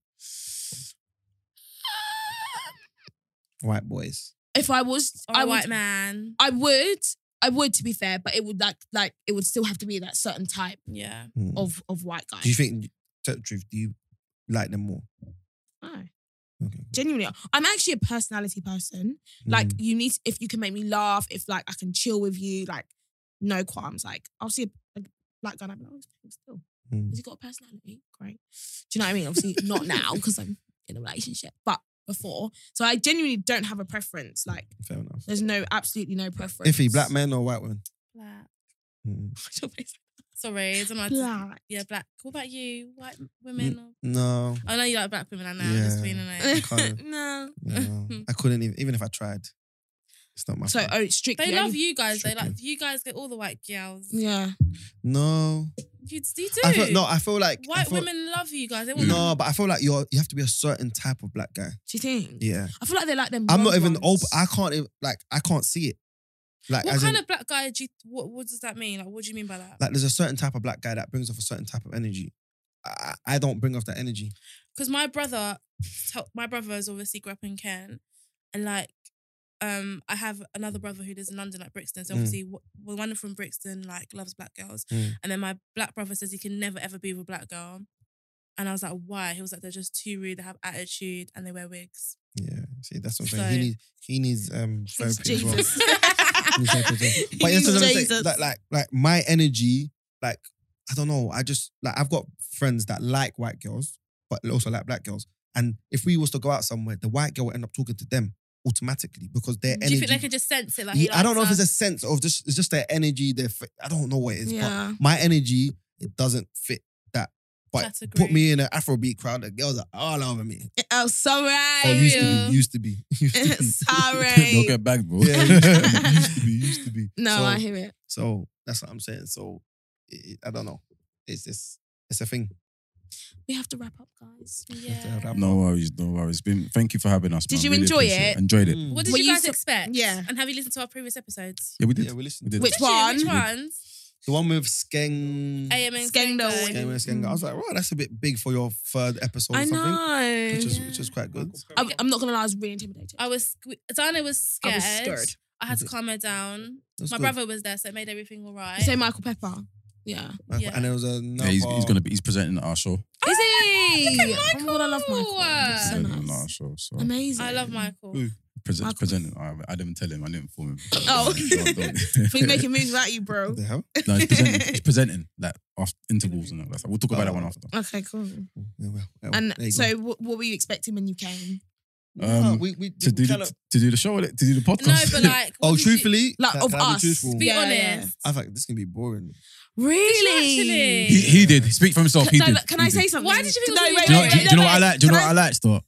Speaker 3: White boys.
Speaker 2: If I was,
Speaker 1: *laughs* Or a
Speaker 2: I would.
Speaker 1: white man?
Speaker 2: I would. I would, to be fair, but it would like like it would still have to be that certain type
Speaker 1: Yeah.
Speaker 3: Mm.
Speaker 2: of of white guy.
Speaker 3: Do you think, tell the truth, do you like them more?
Speaker 2: No.
Speaker 3: Okay.
Speaker 2: Genuinely, I'm actually a personality person. Like
Speaker 3: Mm.
Speaker 2: you need to- if you can make me laugh, if like I can chill with you, like no qualms. Like I'll see a, a black guy and I'm like, oh, he's playing still.
Speaker 3: Mm.
Speaker 2: Has he got a personality? Great. Do you know what I mean? Obviously not now because I'm in a relationship, but before. So I genuinely don't have a preference. Like
Speaker 3: Mm, fair enough.
Speaker 2: there's no absolutely no preference.
Speaker 3: Iffy, black
Speaker 2: *laughs*
Speaker 3: man or white woman?
Speaker 1: Black.
Speaker 3: Mm.
Speaker 1: Sorry, it's not
Speaker 2: Black.
Speaker 1: Yeah, black. What about you? White women?
Speaker 4: Mm.
Speaker 1: or- *laughs*
Speaker 3: No,
Speaker 1: I know you like black women, I know. I'm just
Speaker 3: Yeah.
Speaker 1: being like.
Speaker 3: Colour.
Speaker 2: no.
Speaker 3: no. I couldn't even, even if I tried. It's not my
Speaker 2: So
Speaker 3: thing.
Speaker 2: oh
Speaker 1: *laughs*
Speaker 2: strictly.
Speaker 1: They love you guys. They
Speaker 3: Tricky.
Speaker 1: like you guys get all the white girls.
Speaker 2: Yeah.
Speaker 3: No.
Speaker 1: You, you do.
Speaker 3: I feel, no, I feel like. I
Speaker 1: white
Speaker 3: feel-
Speaker 1: women love you guys. They want
Speaker 3: No, but I feel like you're, you have to be a certain type of black
Speaker 2: Do
Speaker 3: guy.
Speaker 2: you think?
Speaker 3: Yeah.
Speaker 2: I feel like they like them.
Speaker 3: I'm not
Speaker 2: blonde
Speaker 3: even
Speaker 2: ones.
Speaker 3: open. I can't even, like, I can't see it. Like,
Speaker 1: What
Speaker 3: as
Speaker 1: kind
Speaker 3: in,
Speaker 1: of black guy do you, what, what does that mean? Like, what do you mean by that?
Speaker 3: like, there's a certain type of black guy that brings off a certain type of energy. I, I I don't bring off that energy.
Speaker 1: because my brother, tell- my brother is obviously grew up in Kent, and like, um, I have another brother who lives in London, like Brixton. So
Speaker 3: Mm.
Speaker 1: obviously, w- the one from Brixton like loves black girls,
Speaker 3: Mm.
Speaker 1: and then my black brother says he can never ever be with a black girl, and I was like, why? He was like, they're just too rude, they have attitude, and they wear wigs.
Speaker 3: Yeah, see, that's what I'm saying.
Speaker 1: So-
Speaker 3: He needs, he needs um
Speaker 2: *laughs*
Speaker 3: therapy as well.
Speaker 2: Jesus.
Speaker 3: He needs therapy as well.
Speaker 2: *laughs*
Speaker 3: But yes,
Speaker 2: needs
Speaker 3: that's what I'm saying.
Speaker 2: Jesus.
Speaker 3: Like, like, like my energy, like I don't know. I just like I've got friends that like white girls, but also like black girls. And if we was to go out somewhere, the white girl would end up talking to them automatically because their
Speaker 1: Do
Speaker 3: energy.
Speaker 1: you think they can just sense it? Like,
Speaker 3: Yeah, I don't know if it's a sense of just it's just their energy. Their fa- I don't know what it is,
Speaker 2: Yeah.
Speaker 3: but my energy it doesn't fit that. But put me in an Afrobeat crowd, the girls are all over me.
Speaker 2: Oh, sorry.
Speaker 3: Or used to
Speaker 1: real?
Speaker 2: *laughs*
Speaker 3: be, used to be. *laughs* Used to
Speaker 2: *laughs*
Speaker 3: be.
Speaker 2: sorry.
Speaker 4: *laughs* Don't get back, bro.
Speaker 3: Yeah, used to be, used to be, used to be.
Speaker 2: *laughs* No,
Speaker 3: so,
Speaker 2: I hear it.
Speaker 3: So that's what I'm saying. So it, I don't know. It's it's it's a thing.
Speaker 2: We have to wrap up, guys.
Speaker 3: *laughs*
Speaker 1: Yeah.
Speaker 4: *laughs* No worries, no worries. It's Been, thank you for having us.
Speaker 2: Did
Speaker 4: man.
Speaker 2: you
Speaker 4: Really
Speaker 2: enjoy
Speaker 4: appreciate
Speaker 2: it?
Speaker 4: Enjoyed it.
Speaker 3: Mm. Hmm.
Speaker 1: What did
Speaker 2: Were
Speaker 1: you
Speaker 2: you
Speaker 1: guys
Speaker 2: so-
Speaker 1: expect?
Speaker 2: Yeah.
Speaker 1: And have you listened to our previous episodes?
Speaker 4: Yeah, we did.
Speaker 3: Yeah, we listened.
Speaker 4: We did.
Speaker 2: Which
Speaker 1: Did you? Which
Speaker 2: one?
Speaker 1: ones?
Speaker 3: The one with Skeng.
Speaker 1: AM and Skendo.
Speaker 2: Skendo.
Speaker 3: Skeng with Skeng. I was like, wow, that's a bit big for your third episode or
Speaker 2: I
Speaker 3: something.
Speaker 2: know.
Speaker 3: Which is
Speaker 1: Yeah.
Speaker 3: which is quite good.
Speaker 2: I'm, I'm not gonna lie, I was really intimidated.
Speaker 1: I was sque- Dana was
Speaker 2: I
Speaker 1: scared. I
Speaker 2: was scared.
Speaker 1: had
Speaker 3: Was
Speaker 1: to
Speaker 3: it-
Speaker 1: calm her down.
Speaker 3: That's
Speaker 1: My
Speaker 3: good.
Speaker 1: brother was there, so it made everything all right.
Speaker 2: Say Michael Pepper. Yeah.
Speaker 3: And
Speaker 1: yeah.
Speaker 3: there was another.
Speaker 4: Yeah, he's, he's gonna be. He's presenting our show.
Speaker 2: Is he?
Speaker 1: Oh, look at
Speaker 2: Oh my god, I love Michael.
Speaker 1: Michael.
Speaker 2: So
Speaker 4: Presenting our
Speaker 2: nice.
Speaker 4: show. So
Speaker 2: Amazing.
Speaker 1: I love Michael.
Speaker 3: Ooh.
Speaker 4: present,
Speaker 2: Michael.
Speaker 4: presenting. I, I didn't tell him. I didn't inform him.
Speaker 2: *laughs* Oh. *laughs*
Speaker 4: Don't- don't-
Speaker 2: He's
Speaker 4: *laughs*
Speaker 2: making moves at you, bro.
Speaker 3: *laughs* What the hell?
Speaker 4: no, he's
Speaker 2: *laughs*
Speaker 4: presenting. He's presenting like after intervals and all that. stuff. We'll talk about that one after.
Speaker 2: Okay, cool.
Speaker 3: Yeah, well, well,
Speaker 2: And
Speaker 3: there you
Speaker 2: so,
Speaker 3: go.
Speaker 2: what, what were you expecting when you came?
Speaker 3: No,
Speaker 4: um,
Speaker 3: we, we,
Speaker 4: To do
Speaker 3: we
Speaker 4: the,
Speaker 3: kinda-
Speaker 4: to do the show, to do the
Speaker 1: *laughs*
Speaker 4: podcast.
Speaker 1: No, *laughs* but like,
Speaker 3: Oh,
Speaker 1: what did
Speaker 3: truthfully,
Speaker 2: Like,
Speaker 3: can-
Speaker 2: of
Speaker 3: can I be
Speaker 2: us.
Speaker 3: truthful?
Speaker 1: you, be
Speaker 2: Yeah,
Speaker 1: honest.
Speaker 3: I think this can be boring.
Speaker 1: actually?
Speaker 4: *laughs* he, he did. Speak for himself. He
Speaker 2: Can,
Speaker 4: did.
Speaker 2: no, can
Speaker 4: He
Speaker 2: I
Speaker 4: did.
Speaker 2: say something?
Speaker 1: Why did you think it
Speaker 2: No,
Speaker 1: was
Speaker 2: wait,
Speaker 4: Do you know,
Speaker 2: wait,
Speaker 4: do, you-
Speaker 2: wait,
Speaker 4: do you know
Speaker 2: no,
Speaker 4: what I
Speaker 2: wait.
Speaker 4: like? Do you know
Speaker 2: Can
Speaker 4: what I like? Stop.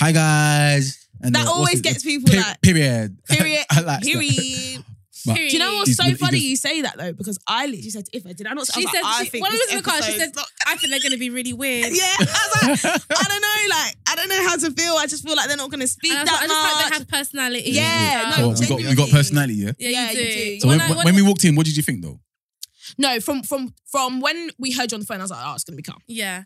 Speaker 4: Hi guys. And
Speaker 2: That
Speaker 4: uh, what's
Speaker 2: always
Speaker 4: it-
Speaker 2: gets people
Speaker 4: Pe-
Speaker 2: like-
Speaker 4: period.
Speaker 2: Period.
Speaker 4: *laughs* I like
Speaker 2: *laughs*
Speaker 4: that.
Speaker 2: Period.
Speaker 4: But-
Speaker 1: Period.
Speaker 2: Do you know what's
Speaker 4: He's
Speaker 2: so
Speaker 4: gonna- he's
Speaker 2: funny
Speaker 4: gonna-
Speaker 2: you say that though? Because I literally said to Ifa, did I not? I
Speaker 1: She
Speaker 2: was
Speaker 1: said
Speaker 2: like, I
Speaker 1: she-
Speaker 2: think
Speaker 1: when I
Speaker 2: this
Speaker 1: was in the car, she
Speaker 2: episode's
Speaker 1: said-
Speaker 2: not-
Speaker 1: I think they're going to be really weird.
Speaker 2: *laughs* yeah. I was like, I don't know, like I don't know how to feel. I just feel like they're not going to speak
Speaker 1: And I,
Speaker 2: that
Speaker 1: was like, I just like
Speaker 2: much.
Speaker 1: they have personality.
Speaker 2: Yeah,
Speaker 1: Um,
Speaker 2: no,
Speaker 4: So what, we got we got
Speaker 2: genuinely.
Speaker 4: personality, yeah.
Speaker 1: yeah,
Speaker 2: Yeah,
Speaker 1: you
Speaker 2: you
Speaker 1: do.
Speaker 2: do.
Speaker 4: So when,
Speaker 1: I-
Speaker 4: when, when we walked in, what did you think though?
Speaker 2: no, from from from when we heard you on the phone, I was like, oh, it's going to be calm.
Speaker 1: yeah,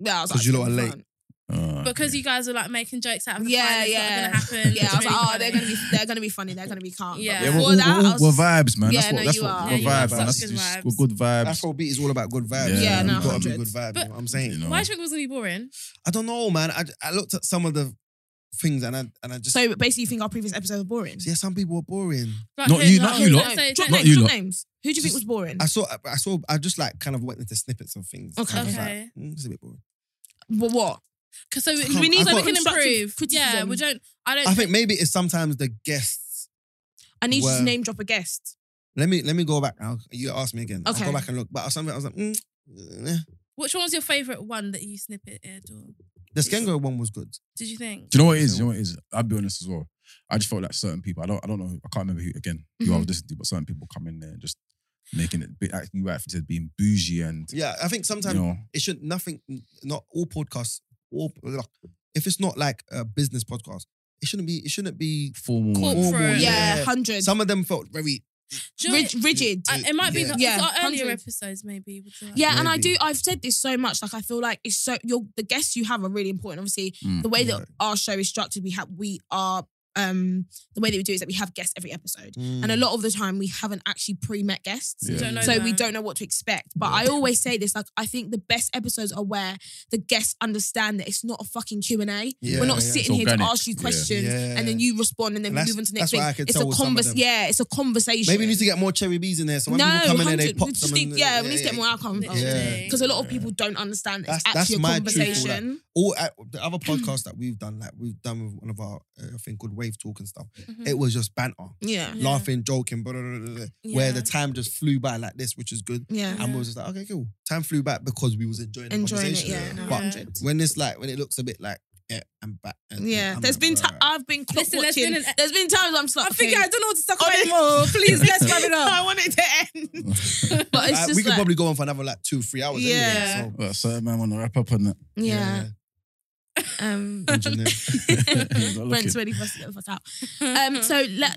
Speaker 2: Yeah, I was like,
Speaker 3: 'Cause you
Speaker 2: it's
Speaker 3: lot
Speaker 2: gonna
Speaker 3: are
Speaker 2: be
Speaker 3: late.
Speaker 2: fun.
Speaker 4: Uh,
Speaker 1: because
Speaker 4: okay.
Speaker 1: you guys were like making jokes out of the
Speaker 2: Yeah,
Speaker 1: yeah,
Speaker 2: yeah.
Speaker 1: yeah. not going to happen.
Speaker 2: Yeah, I was like, oh, they're
Speaker 1: It's
Speaker 2: going to *laughs*
Speaker 1: really
Speaker 2: be they're going to be funny. They're going to be calm.
Speaker 1: Yeah.
Speaker 2: But
Speaker 1: Yeah,
Speaker 4: we're,
Speaker 2: before
Speaker 4: all-
Speaker 2: that,
Speaker 4: we're all-
Speaker 2: I was
Speaker 4: we're vibes, man.
Speaker 2: Yeah,
Speaker 4: that's what,
Speaker 2: no,
Speaker 4: that's
Speaker 2: you
Speaker 4: what
Speaker 2: are.
Speaker 4: we're
Speaker 1: Yeah, you are
Speaker 4: vibes,
Speaker 1: such
Speaker 4: man. That's
Speaker 1: good
Speaker 4: just
Speaker 1: vibes.
Speaker 4: we're good vibes.
Speaker 3: Afrobeat is all about good vibes.
Speaker 4: Yeah, Yeah, no,
Speaker 3: you gotta be
Speaker 2: 100.
Speaker 3: good vibes. you know what I'm
Speaker 4: you
Speaker 3: saying.
Speaker 4: know.
Speaker 1: funny. Why do you think it was going to be boring?
Speaker 3: I don't know, man. I, I looked at some of the things, and I and I just
Speaker 2: So basically, you think our previous episodes were boring? Oh,
Speaker 3: yeah, some people were boring.
Speaker 1: Like,
Speaker 4: Not
Speaker 1: here,
Speaker 4: you- not
Speaker 1: like,
Speaker 4: you lot.
Speaker 1: don't say-
Speaker 2: Drop
Speaker 1: don't
Speaker 4: Not
Speaker 1: say-
Speaker 2: names.
Speaker 4: you
Speaker 2: Drop
Speaker 4: lot.
Speaker 2: names. Who do you think was boring?
Speaker 3: I saw I saw I just like kind of went into snippets of things.
Speaker 2: Mm. Okay.
Speaker 3: I was like,
Speaker 1: Okay.
Speaker 3: mm, it's a bit boring.
Speaker 2: But what?
Speaker 1: 'Cause So
Speaker 3: Come
Speaker 1: we
Speaker 3: on,
Speaker 1: need
Speaker 3: I've
Speaker 1: so we
Speaker 3: got-
Speaker 1: can improve.
Speaker 2: Constructive
Speaker 1: Yeah,
Speaker 2: criticism.
Speaker 1: we don't. I don't.
Speaker 3: I think maybe it's sometimes the guests.
Speaker 2: I need you
Speaker 3: Well-
Speaker 2: to name drop a guest.
Speaker 3: Let me let me go back. now. you ask me again.
Speaker 2: Okay.
Speaker 3: I'll go back and look. But something I was like, mm, eh.
Speaker 1: Which one was your favorite one that you snippeted or
Speaker 3: the Skengo one was good.
Speaker 1: did you think?
Speaker 4: Do you know what it is? Do you know what it is? I'll be honest as well. I just felt like certain people. I don't. I don't know. who- I can't remember who again. Who
Speaker 1: Mm-hmm.
Speaker 4: I was listening to, but certain people come in there and just making it. Be, like you rightfully said, being bougie and
Speaker 3: Yeah, I think
Speaker 4: you
Speaker 3: sometimes
Speaker 4: know.
Speaker 3: it should nothing. Not all podcasts. All if it's not like a business podcast, it shouldn't be. It shouldn't be
Speaker 4: Formal.
Speaker 1: Corporate.
Speaker 3: formal.
Speaker 1: Yeah.
Speaker 2: Yeah, hundred.
Speaker 3: Some of them felt very.
Speaker 1: Do you know what-
Speaker 2: Rig- rigid.
Speaker 1: I- it might be
Speaker 3: Yeah.
Speaker 1: the,
Speaker 2: Yeah,
Speaker 1: our earlier
Speaker 2: hundred.
Speaker 1: episodes, maybe. would you like-
Speaker 2: Yeah, and I do.
Speaker 3: Maybe.
Speaker 2: I've said this so much. Like I feel like it's so. Your the guests you have are really important. Obviously,
Speaker 4: Mm.
Speaker 2: the way
Speaker 3: Yeah.
Speaker 2: that our show is structured, we have we are um the way that we do is that we have guests every episode, and a
Speaker 3: Mm.
Speaker 2: lot of the time we haven't actually pre-met guests.
Speaker 1: You
Speaker 4: Yeah.
Speaker 1: don't know
Speaker 2: So we
Speaker 1: them.
Speaker 2: don't know what to expect. But I always say this: like I think the best episodes are where the guests understand that it's not a fucking Q and A.
Speaker 3: Yeah,
Speaker 2: We're not
Speaker 3: yeah.
Speaker 2: sitting here to
Speaker 4: organic.
Speaker 2: ask you
Speaker 4: Yeah.
Speaker 2: questions
Speaker 3: Yeah.
Speaker 2: and then you respond and then
Speaker 3: And
Speaker 2: we
Speaker 3: that's-
Speaker 2: move on to the next
Speaker 3: that's what
Speaker 2: thing.
Speaker 3: I could
Speaker 2: It's a
Speaker 3: tell with some of
Speaker 2: conversation.
Speaker 3: them.
Speaker 2: Yeah, it's a conversation.
Speaker 3: Maybe we need to get more cherry bees in there. So when
Speaker 2: no,
Speaker 3: people come in and
Speaker 2: 100.
Speaker 3: they pop
Speaker 2: we just
Speaker 3: some.
Speaker 2: need,
Speaker 3: and-
Speaker 2: yeah, we need to get more alcohol.
Speaker 1: Literally.
Speaker 3: Yeah.
Speaker 2: Because a lot of people don't understand that it's
Speaker 3: That's-
Speaker 2: actually a
Speaker 3: that's my truthful, like-
Speaker 2: conversation.
Speaker 3: all uh, the other podcasts that we've done, like we've done with one of our, uh, I think, called Wave Talk and stuff.
Speaker 1: Mhm. *laughs*
Speaker 3: It was just banter,
Speaker 2: Mm. yeah.
Speaker 1: Yeah.
Speaker 3: laughing, joking, blah, blah, blah, blah, blah,
Speaker 1: Yeah.
Speaker 3: where the time just flew by like this, which is good.
Speaker 2: Yeah.
Speaker 3: And we was just like, okay, cool. Time flew back because we was enjoying the
Speaker 2: Enjoying it,
Speaker 3: conversation.
Speaker 2: yeah.
Speaker 1: Yeah.
Speaker 2: no, 100.
Speaker 3: When it's like when it looks a bit like yeah, I'm back. And,
Speaker 2: Yeah,
Speaker 3: I'm
Speaker 2: there's
Speaker 3: like,
Speaker 2: been
Speaker 3: "Bruh."
Speaker 2: ti I've been clock
Speaker 1: Listen, there's
Speaker 2: watching.
Speaker 1: been an-
Speaker 2: there's been times I'm just like,
Speaker 1: I think
Speaker 2: okay,
Speaker 1: I don't know what to talk
Speaker 2: Oh,
Speaker 1: about anymore. Please,
Speaker 2: *laughs*
Speaker 1: let's wrap it up.
Speaker 2: I want it to
Speaker 4: *laughs*
Speaker 2: end. But it's
Speaker 3: Uh,
Speaker 2: just
Speaker 3: we could
Speaker 2: like,
Speaker 3: probably go on for another like two, three hours.
Speaker 2: Yeah.
Speaker 3: Yeah. Anyway, so,
Speaker 4: Well, certain man want to wrap up on that. *laughs*
Speaker 2: yeah. Um, *laughs*
Speaker 3: *laughs* engineer.
Speaker 4: He's not looking.
Speaker 2: Brent's ready for us to get the fuck out.
Speaker 1: Uh-huh.
Speaker 2: Um, so let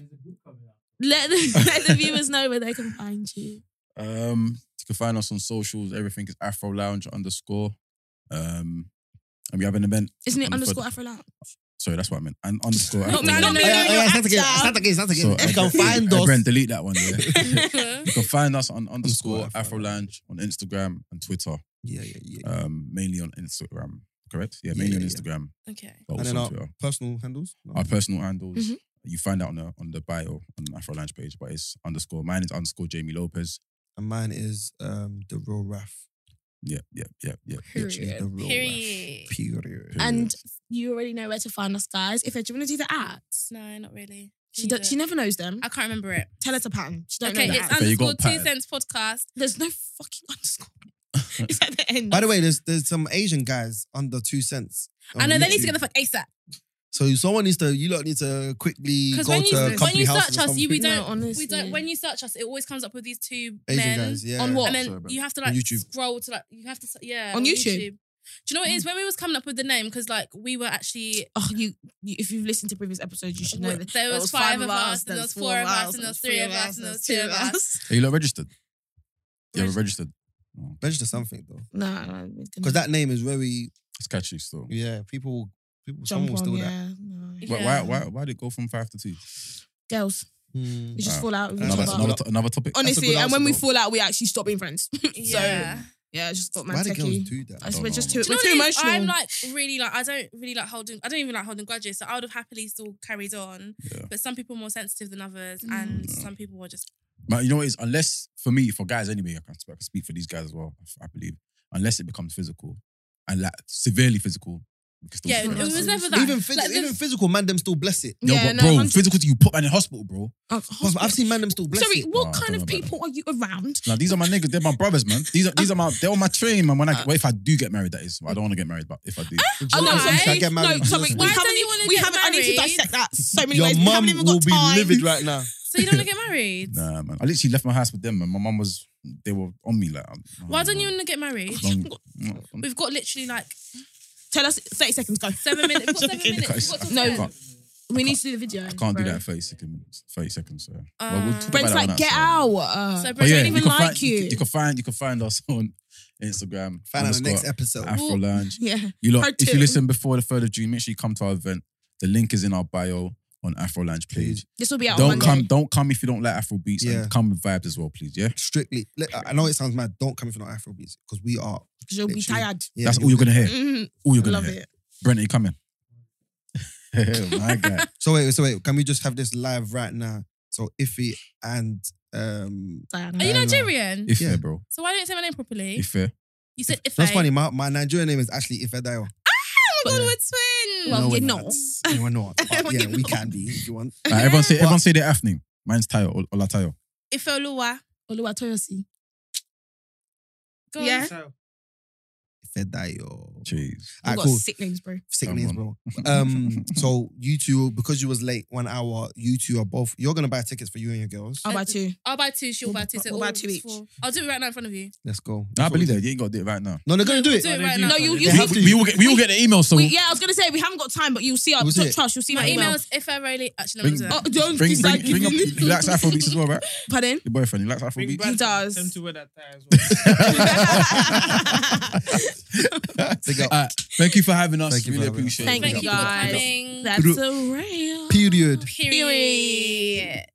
Speaker 2: let the, *laughs* let the viewers know where they can find you.
Speaker 4: Um, you can find us on socials. Everything is Afro Lounge underscore. Um, and we have an event.
Speaker 2: Isn't it
Speaker 4: On the
Speaker 2: underscore
Speaker 4: pod-
Speaker 2: Afro Lounge?
Speaker 4: Sorry, that's what I meant. And underscore.
Speaker 1: Not
Speaker 4: Afro
Speaker 1: me,
Speaker 4: Lounge.
Speaker 1: not me.
Speaker 3: Oh, yeah,
Speaker 1: no,
Speaker 3: oh, yeah,
Speaker 1: no,
Speaker 3: start again,
Speaker 2: actual.
Speaker 3: start again, start
Speaker 4: So,
Speaker 3: again. You
Speaker 4: uh,
Speaker 3: can find
Speaker 4: uh, Brent,
Speaker 3: us.
Speaker 4: delete that one.
Speaker 3: *laughs*
Speaker 4: Yeah.
Speaker 1: Mhm.
Speaker 4: you can find us on underscore
Speaker 3: Underscore Afro
Speaker 4: Afro Lounge on Instagram and Twitter.
Speaker 3: Yeah, yeah, yeah.
Speaker 4: Um, mainly on Instagram. Correct? Yeah, mainly
Speaker 3: Yeah,
Speaker 4: on
Speaker 3: yeah.
Speaker 4: Instagram,
Speaker 1: *laughs* okay.
Speaker 3: And
Speaker 4: but also
Speaker 3: then
Speaker 4: on
Speaker 3: our
Speaker 4: Twitter.
Speaker 3: personal handles. No.
Speaker 4: Our personal handles.
Speaker 2: Mhm.
Speaker 4: You find out on the on the bio on the Afro Lounge page, but it's underscore. Mine is underscore Jamie Lopez.
Speaker 3: And mine is um the real Raf.
Speaker 4: Yeah, yeah, yeah, yeah.
Speaker 3: Literally the real
Speaker 1: Period.
Speaker 3: Raf. Period.
Speaker 2: And you already know where to find us, guys. If do you want to do the ads?
Speaker 1: No, not really.
Speaker 2: She does, she never knows them.
Speaker 1: I can't remember it.
Speaker 2: Tell her to pattern. She don't
Speaker 1: Okay,
Speaker 2: know the
Speaker 1: it's
Speaker 2: ads.
Speaker 4: So you got
Speaker 1: underscore two
Speaker 4: pattern.
Speaker 1: cents podcast.
Speaker 2: There's no fucking *laughs* underscore. *laughs* it's at the end.
Speaker 3: By the way, there's there's some Asian guys under two cents.
Speaker 1: I know they need to get
Speaker 3: the.
Speaker 1: the fuck ASAP.
Speaker 3: so someone needs to. You lot need to quickly go
Speaker 1: Because
Speaker 3: to
Speaker 1: when you
Speaker 3: uh, company
Speaker 1: when you
Speaker 3: houses
Speaker 1: search
Speaker 3: or
Speaker 1: us, you we
Speaker 3: something.
Speaker 2: No,
Speaker 1: don't we
Speaker 2: honestly.
Speaker 1: don't when you search us, it always comes up with these two
Speaker 3: Asian
Speaker 1: men.
Speaker 3: guys, yeah.
Speaker 2: on what?
Speaker 1: And then
Speaker 4: Sorry, bro.
Speaker 1: you have to
Speaker 3: On
Speaker 1: like
Speaker 3: YouTube.
Speaker 1: scroll to like you have to yeah
Speaker 2: On YouTube? Mm.
Speaker 1: Do you know what it is? When we was coming up with the name, because like we were actually
Speaker 2: Oh, you, you if you've listened to previous episodes, you should know that
Speaker 1: there was five of us, and there was four of us, and there was three of us, and there was two of us.
Speaker 4: Are you not registered?
Speaker 1: *laughs*
Speaker 4: You haven't registered. Oh,
Speaker 3: register something though,
Speaker 2: *laughs* No, no, it's gonna
Speaker 3: because that name is very
Speaker 4: It's catchy still.
Speaker 3: yeah. People people someone
Speaker 2: jump
Speaker 3: will
Speaker 2: on.
Speaker 3: steal that.
Speaker 2: yeah, no.
Speaker 1: Yeah.
Speaker 4: Why, why, why, why did it go from five to two?
Speaker 2: girls,
Speaker 3: Hmm.
Speaker 2: we just
Speaker 4: Uh,
Speaker 2: fall out. We
Speaker 3: That's
Speaker 2: just
Speaker 4: Another,
Speaker 3: what-
Speaker 2: fall
Speaker 4: another,
Speaker 2: out.
Speaker 4: to- another topic.
Speaker 3: a
Speaker 2: Honestly,
Speaker 3: good
Speaker 2: and
Speaker 3: answer,
Speaker 2: when we
Speaker 3: though.
Speaker 2: fall out, we actually stop being friends. *laughs*
Speaker 1: Yeah.
Speaker 2: yeah, it's just got my
Speaker 3: Why do girls
Speaker 2: techie.
Speaker 3: do that?
Speaker 2: I swear,
Speaker 4: don't
Speaker 2: just
Speaker 4: know.
Speaker 2: too,
Speaker 1: Do
Speaker 2: we're
Speaker 1: you know
Speaker 2: too
Speaker 1: what it is?
Speaker 2: emotional.
Speaker 1: I'm like really like I don't really like holding I don't even like holding grudges, so I would have happily still carried on.
Speaker 4: Yeah.
Speaker 1: But some people are more sensitive than others, and
Speaker 4: Mm.
Speaker 1: some people were just
Speaker 4: Man, you know what it is? Unless, for me, for guys anyway, I can, I can speak for these guys as well, I, I believe. Unless it becomes physical and like severely physical. we can still
Speaker 1: yeah.
Speaker 4: be
Speaker 1: It
Speaker 4: friends.
Speaker 1: was never that.
Speaker 3: Even phys-
Speaker 1: Like, the-
Speaker 3: even physical man them still bless it.
Speaker 4: No,
Speaker 2: Yeah,
Speaker 4: but
Speaker 2: no,
Speaker 4: bro,
Speaker 2: hundred-
Speaker 4: physical, you put man in hospital, bro.
Speaker 2: Oh,
Speaker 3: Cause I've seen man them still bless
Speaker 2: Sorry,
Speaker 3: it.
Speaker 2: what
Speaker 4: Oh, I
Speaker 2: kind
Speaker 4: don't
Speaker 2: of
Speaker 4: know about
Speaker 2: people are you around?
Speaker 4: Now, these are my niggas. They're my brothers, man. These are, these are my, they're on my train, man. When I, well, if I do get married, that is. I don't want to get married, but if I do.
Speaker 3: Would you
Speaker 1: Oh,
Speaker 3: like
Speaker 1: no,
Speaker 3: some-
Speaker 1: I-
Speaker 3: should I get married?
Speaker 2: No, sorry, we
Speaker 1: Why
Speaker 2: haven't.
Speaker 1: don't you
Speaker 2: even-
Speaker 1: wanna
Speaker 2: We
Speaker 1: get
Speaker 2: haven't. I need to
Speaker 1: married?
Speaker 2: dissect that so many
Speaker 3: Your
Speaker 2: ways. We
Speaker 3: mum
Speaker 2: haven't even
Speaker 3: will
Speaker 2: got
Speaker 3: be
Speaker 2: time.
Speaker 3: livid right now.
Speaker 1: so you don't
Speaker 3: *laughs*
Speaker 1: want to get married?
Speaker 4: Nah, man. I literally left my house with them, man. My mum was, they were on me. like. I'm-
Speaker 1: Why don't you
Speaker 4: I'm-
Speaker 1: want to get married?
Speaker 4: I'm- I'm-
Speaker 1: We've got literally like
Speaker 2: Tell us thirty seconds. Go
Speaker 1: seven minutes. We've got seven
Speaker 2: Joking.
Speaker 1: minutes. We've got
Speaker 4: I
Speaker 1: till
Speaker 2: No.
Speaker 1: ten.
Speaker 4: can't-
Speaker 2: We need to do the video.
Speaker 4: I can't do that in 30 seconds. 30 seconds, so.
Speaker 1: Uh,
Speaker 4: talk about
Speaker 2: Brent's
Speaker 4: that
Speaker 2: like,
Speaker 4: on that
Speaker 2: get
Speaker 4: side.
Speaker 2: out. Uh,
Speaker 1: So Brent
Speaker 4: But
Speaker 1: don't
Speaker 4: yeah,
Speaker 1: even
Speaker 4: can
Speaker 1: like
Speaker 4: find,
Speaker 2: you.
Speaker 4: You, can find you can find us *laughs* on Instagram.
Speaker 3: Find out the
Speaker 4: underscore
Speaker 3: next episode.
Speaker 4: Afro Lounge.
Speaker 2: yeah.
Speaker 4: You lot,
Speaker 2: Part
Speaker 4: if
Speaker 2: two.
Speaker 4: you listen before the third of June, make sure you come to our event. The link is in our bio on Afro Lounge page.
Speaker 2: This will be out on
Speaker 4: don't
Speaker 2: Monday.
Speaker 4: come, don't come if you don't like Afro beats,
Speaker 3: Yeah.
Speaker 4: and come with vibes as well, please. Yeah,
Speaker 3: Strictly, let- I- I know it sounds mad. Don't come if you're not Afrobeats because we are.
Speaker 2: because you'll be
Speaker 3: literally.
Speaker 2: tired.
Speaker 3: Yeah,
Speaker 4: that's all you're gonna hear.
Speaker 2: Mm,
Speaker 4: All you're
Speaker 2: I
Speaker 4: gonna *laughs*
Speaker 2: love
Speaker 4: hear.
Speaker 2: it.
Speaker 4: Brent, are you coming? My
Speaker 3: *laughs*
Speaker 4: guy.
Speaker 3: So wait, so wait, can we just have this live right now? So Iffy and um
Speaker 2: Diana.
Speaker 1: Are you
Speaker 3: I know.
Speaker 1: Nigerian?
Speaker 4: If
Speaker 3: Yeah.
Speaker 4: fair, bro.
Speaker 1: so why don't you say my name properly?
Speaker 4: If fair.
Speaker 1: you said if
Speaker 3: that's funny. My, my Nigerian name is actually Ife Dayo.
Speaker 2: Oh my
Speaker 1: God,
Speaker 2: God,
Speaker 1: we're
Speaker 2: we're
Speaker 1: twins.
Speaker 2: *laughs* Well,
Speaker 3: No,
Speaker 2: you're
Speaker 3: we're
Speaker 2: not.
Speaker 3: No,
Speaker 2: *laughs*
Speaker 3: we're not. But
Speaker 2: Well,
Speaker 3: yeah,
Speaker 2: you're
Speaker 3: we
Speaker 2: not.
Speaker 3: can be if you want.
Speaker 4: Like, everyone say everyone say their F name. Mine's Tayo Ol- Olatayo.
Speaker 1: Ife Oluwa.
Speaker 2: Oluwatoyosi.
Speaker 1: Go on.
Speaker 2: Yeah.
Speaker 3: Ife Dayo.
Speaker 4: Jeez.
Speaker 2: I've got
Speaker 3: Alright, cool.
Speaker 2: sick names, bro.
Speaker 3: Sick
Speaker 4: Come
Speaker 3: names, *laughs*
Speaker 4: on.
Speaker 3: bro. Um, so you two, because you was late one hour, you two are both. You're gonna buy tickets for you and your girls.
Speaker 2: How about you?
Speaker 1: I'll buy two. She'll buy two. So
Speaker 2: We'll buy
Speaker 1: all
Speaker 2: two
Speaker 1: is
Speaker 2: each.
Speaker 1: four. I'll do it right now in front of you.
Speaker 3: Let's go.
Speaker 4: Nah, I
Speaker 3: That's what we
Speaker 4: believe
Speaker 3: do.
Speaker 4: that. You ain't got to do it right now.
Speaker 3: No, they're gonna do it.
Speaker 1: Do it
Speaker 3: They
Speaker 1: right
Speaker 3: do
Speaker 1: now.
Speaker 2: No, you-
Speaker 3: They
Speaker 2: you
Speaker 3: have
Speaker 2: have
Speaker 3: to.
Speaker 2: to.
Speaker 4: will get we will get the email soon.
Speaker 2: We, yeah, I was gonna say we haven't got time, but you'll see our
Speaker 3: We'll see it.
Speaker 2: trust. You'll see
Speaker 1: My
Speaker 2: my email.
Speaker 1: email's if I really actually
Speaker 4: Bring-
Speaker 1: no,
Speaker 2: Oh,
Speaker 1: don't.
Speaker 2: don't
Speaker 4: Bring, bring,
Speaker 2: dislike
Speaker 4: bring up,
Speaker 2: me.
Speaker 4: you likes Afrobeats as well, right?
Speaker 2: Pardon?
Speaker 4: Your boyfriend, he likes
Speaker 5: Big
Speaker 4: Afrobeats.
Speaker 5: Brother
Speaker 2: does.
Speaker 5: Tend to wear that tie as well.
Speaker 3: Big up.
Speaker 4: Alright, *laughs* thank you for having us.
Speaker 3: Thank you for
Speaker 4: really
Speaker 3: having us.
Speaker 4: appreciate it.
Speaker 2: Thank
Speaker 1: Thank
Speaker 2: you,
Speaker 1: you
Speaker 4: Big up,
Speaker 1: for
Speaker 4: big up, big up.
Speaker 1: coming.
Speaker 2: That's a real
Speaker 3: Period.
Speaker 1: Period.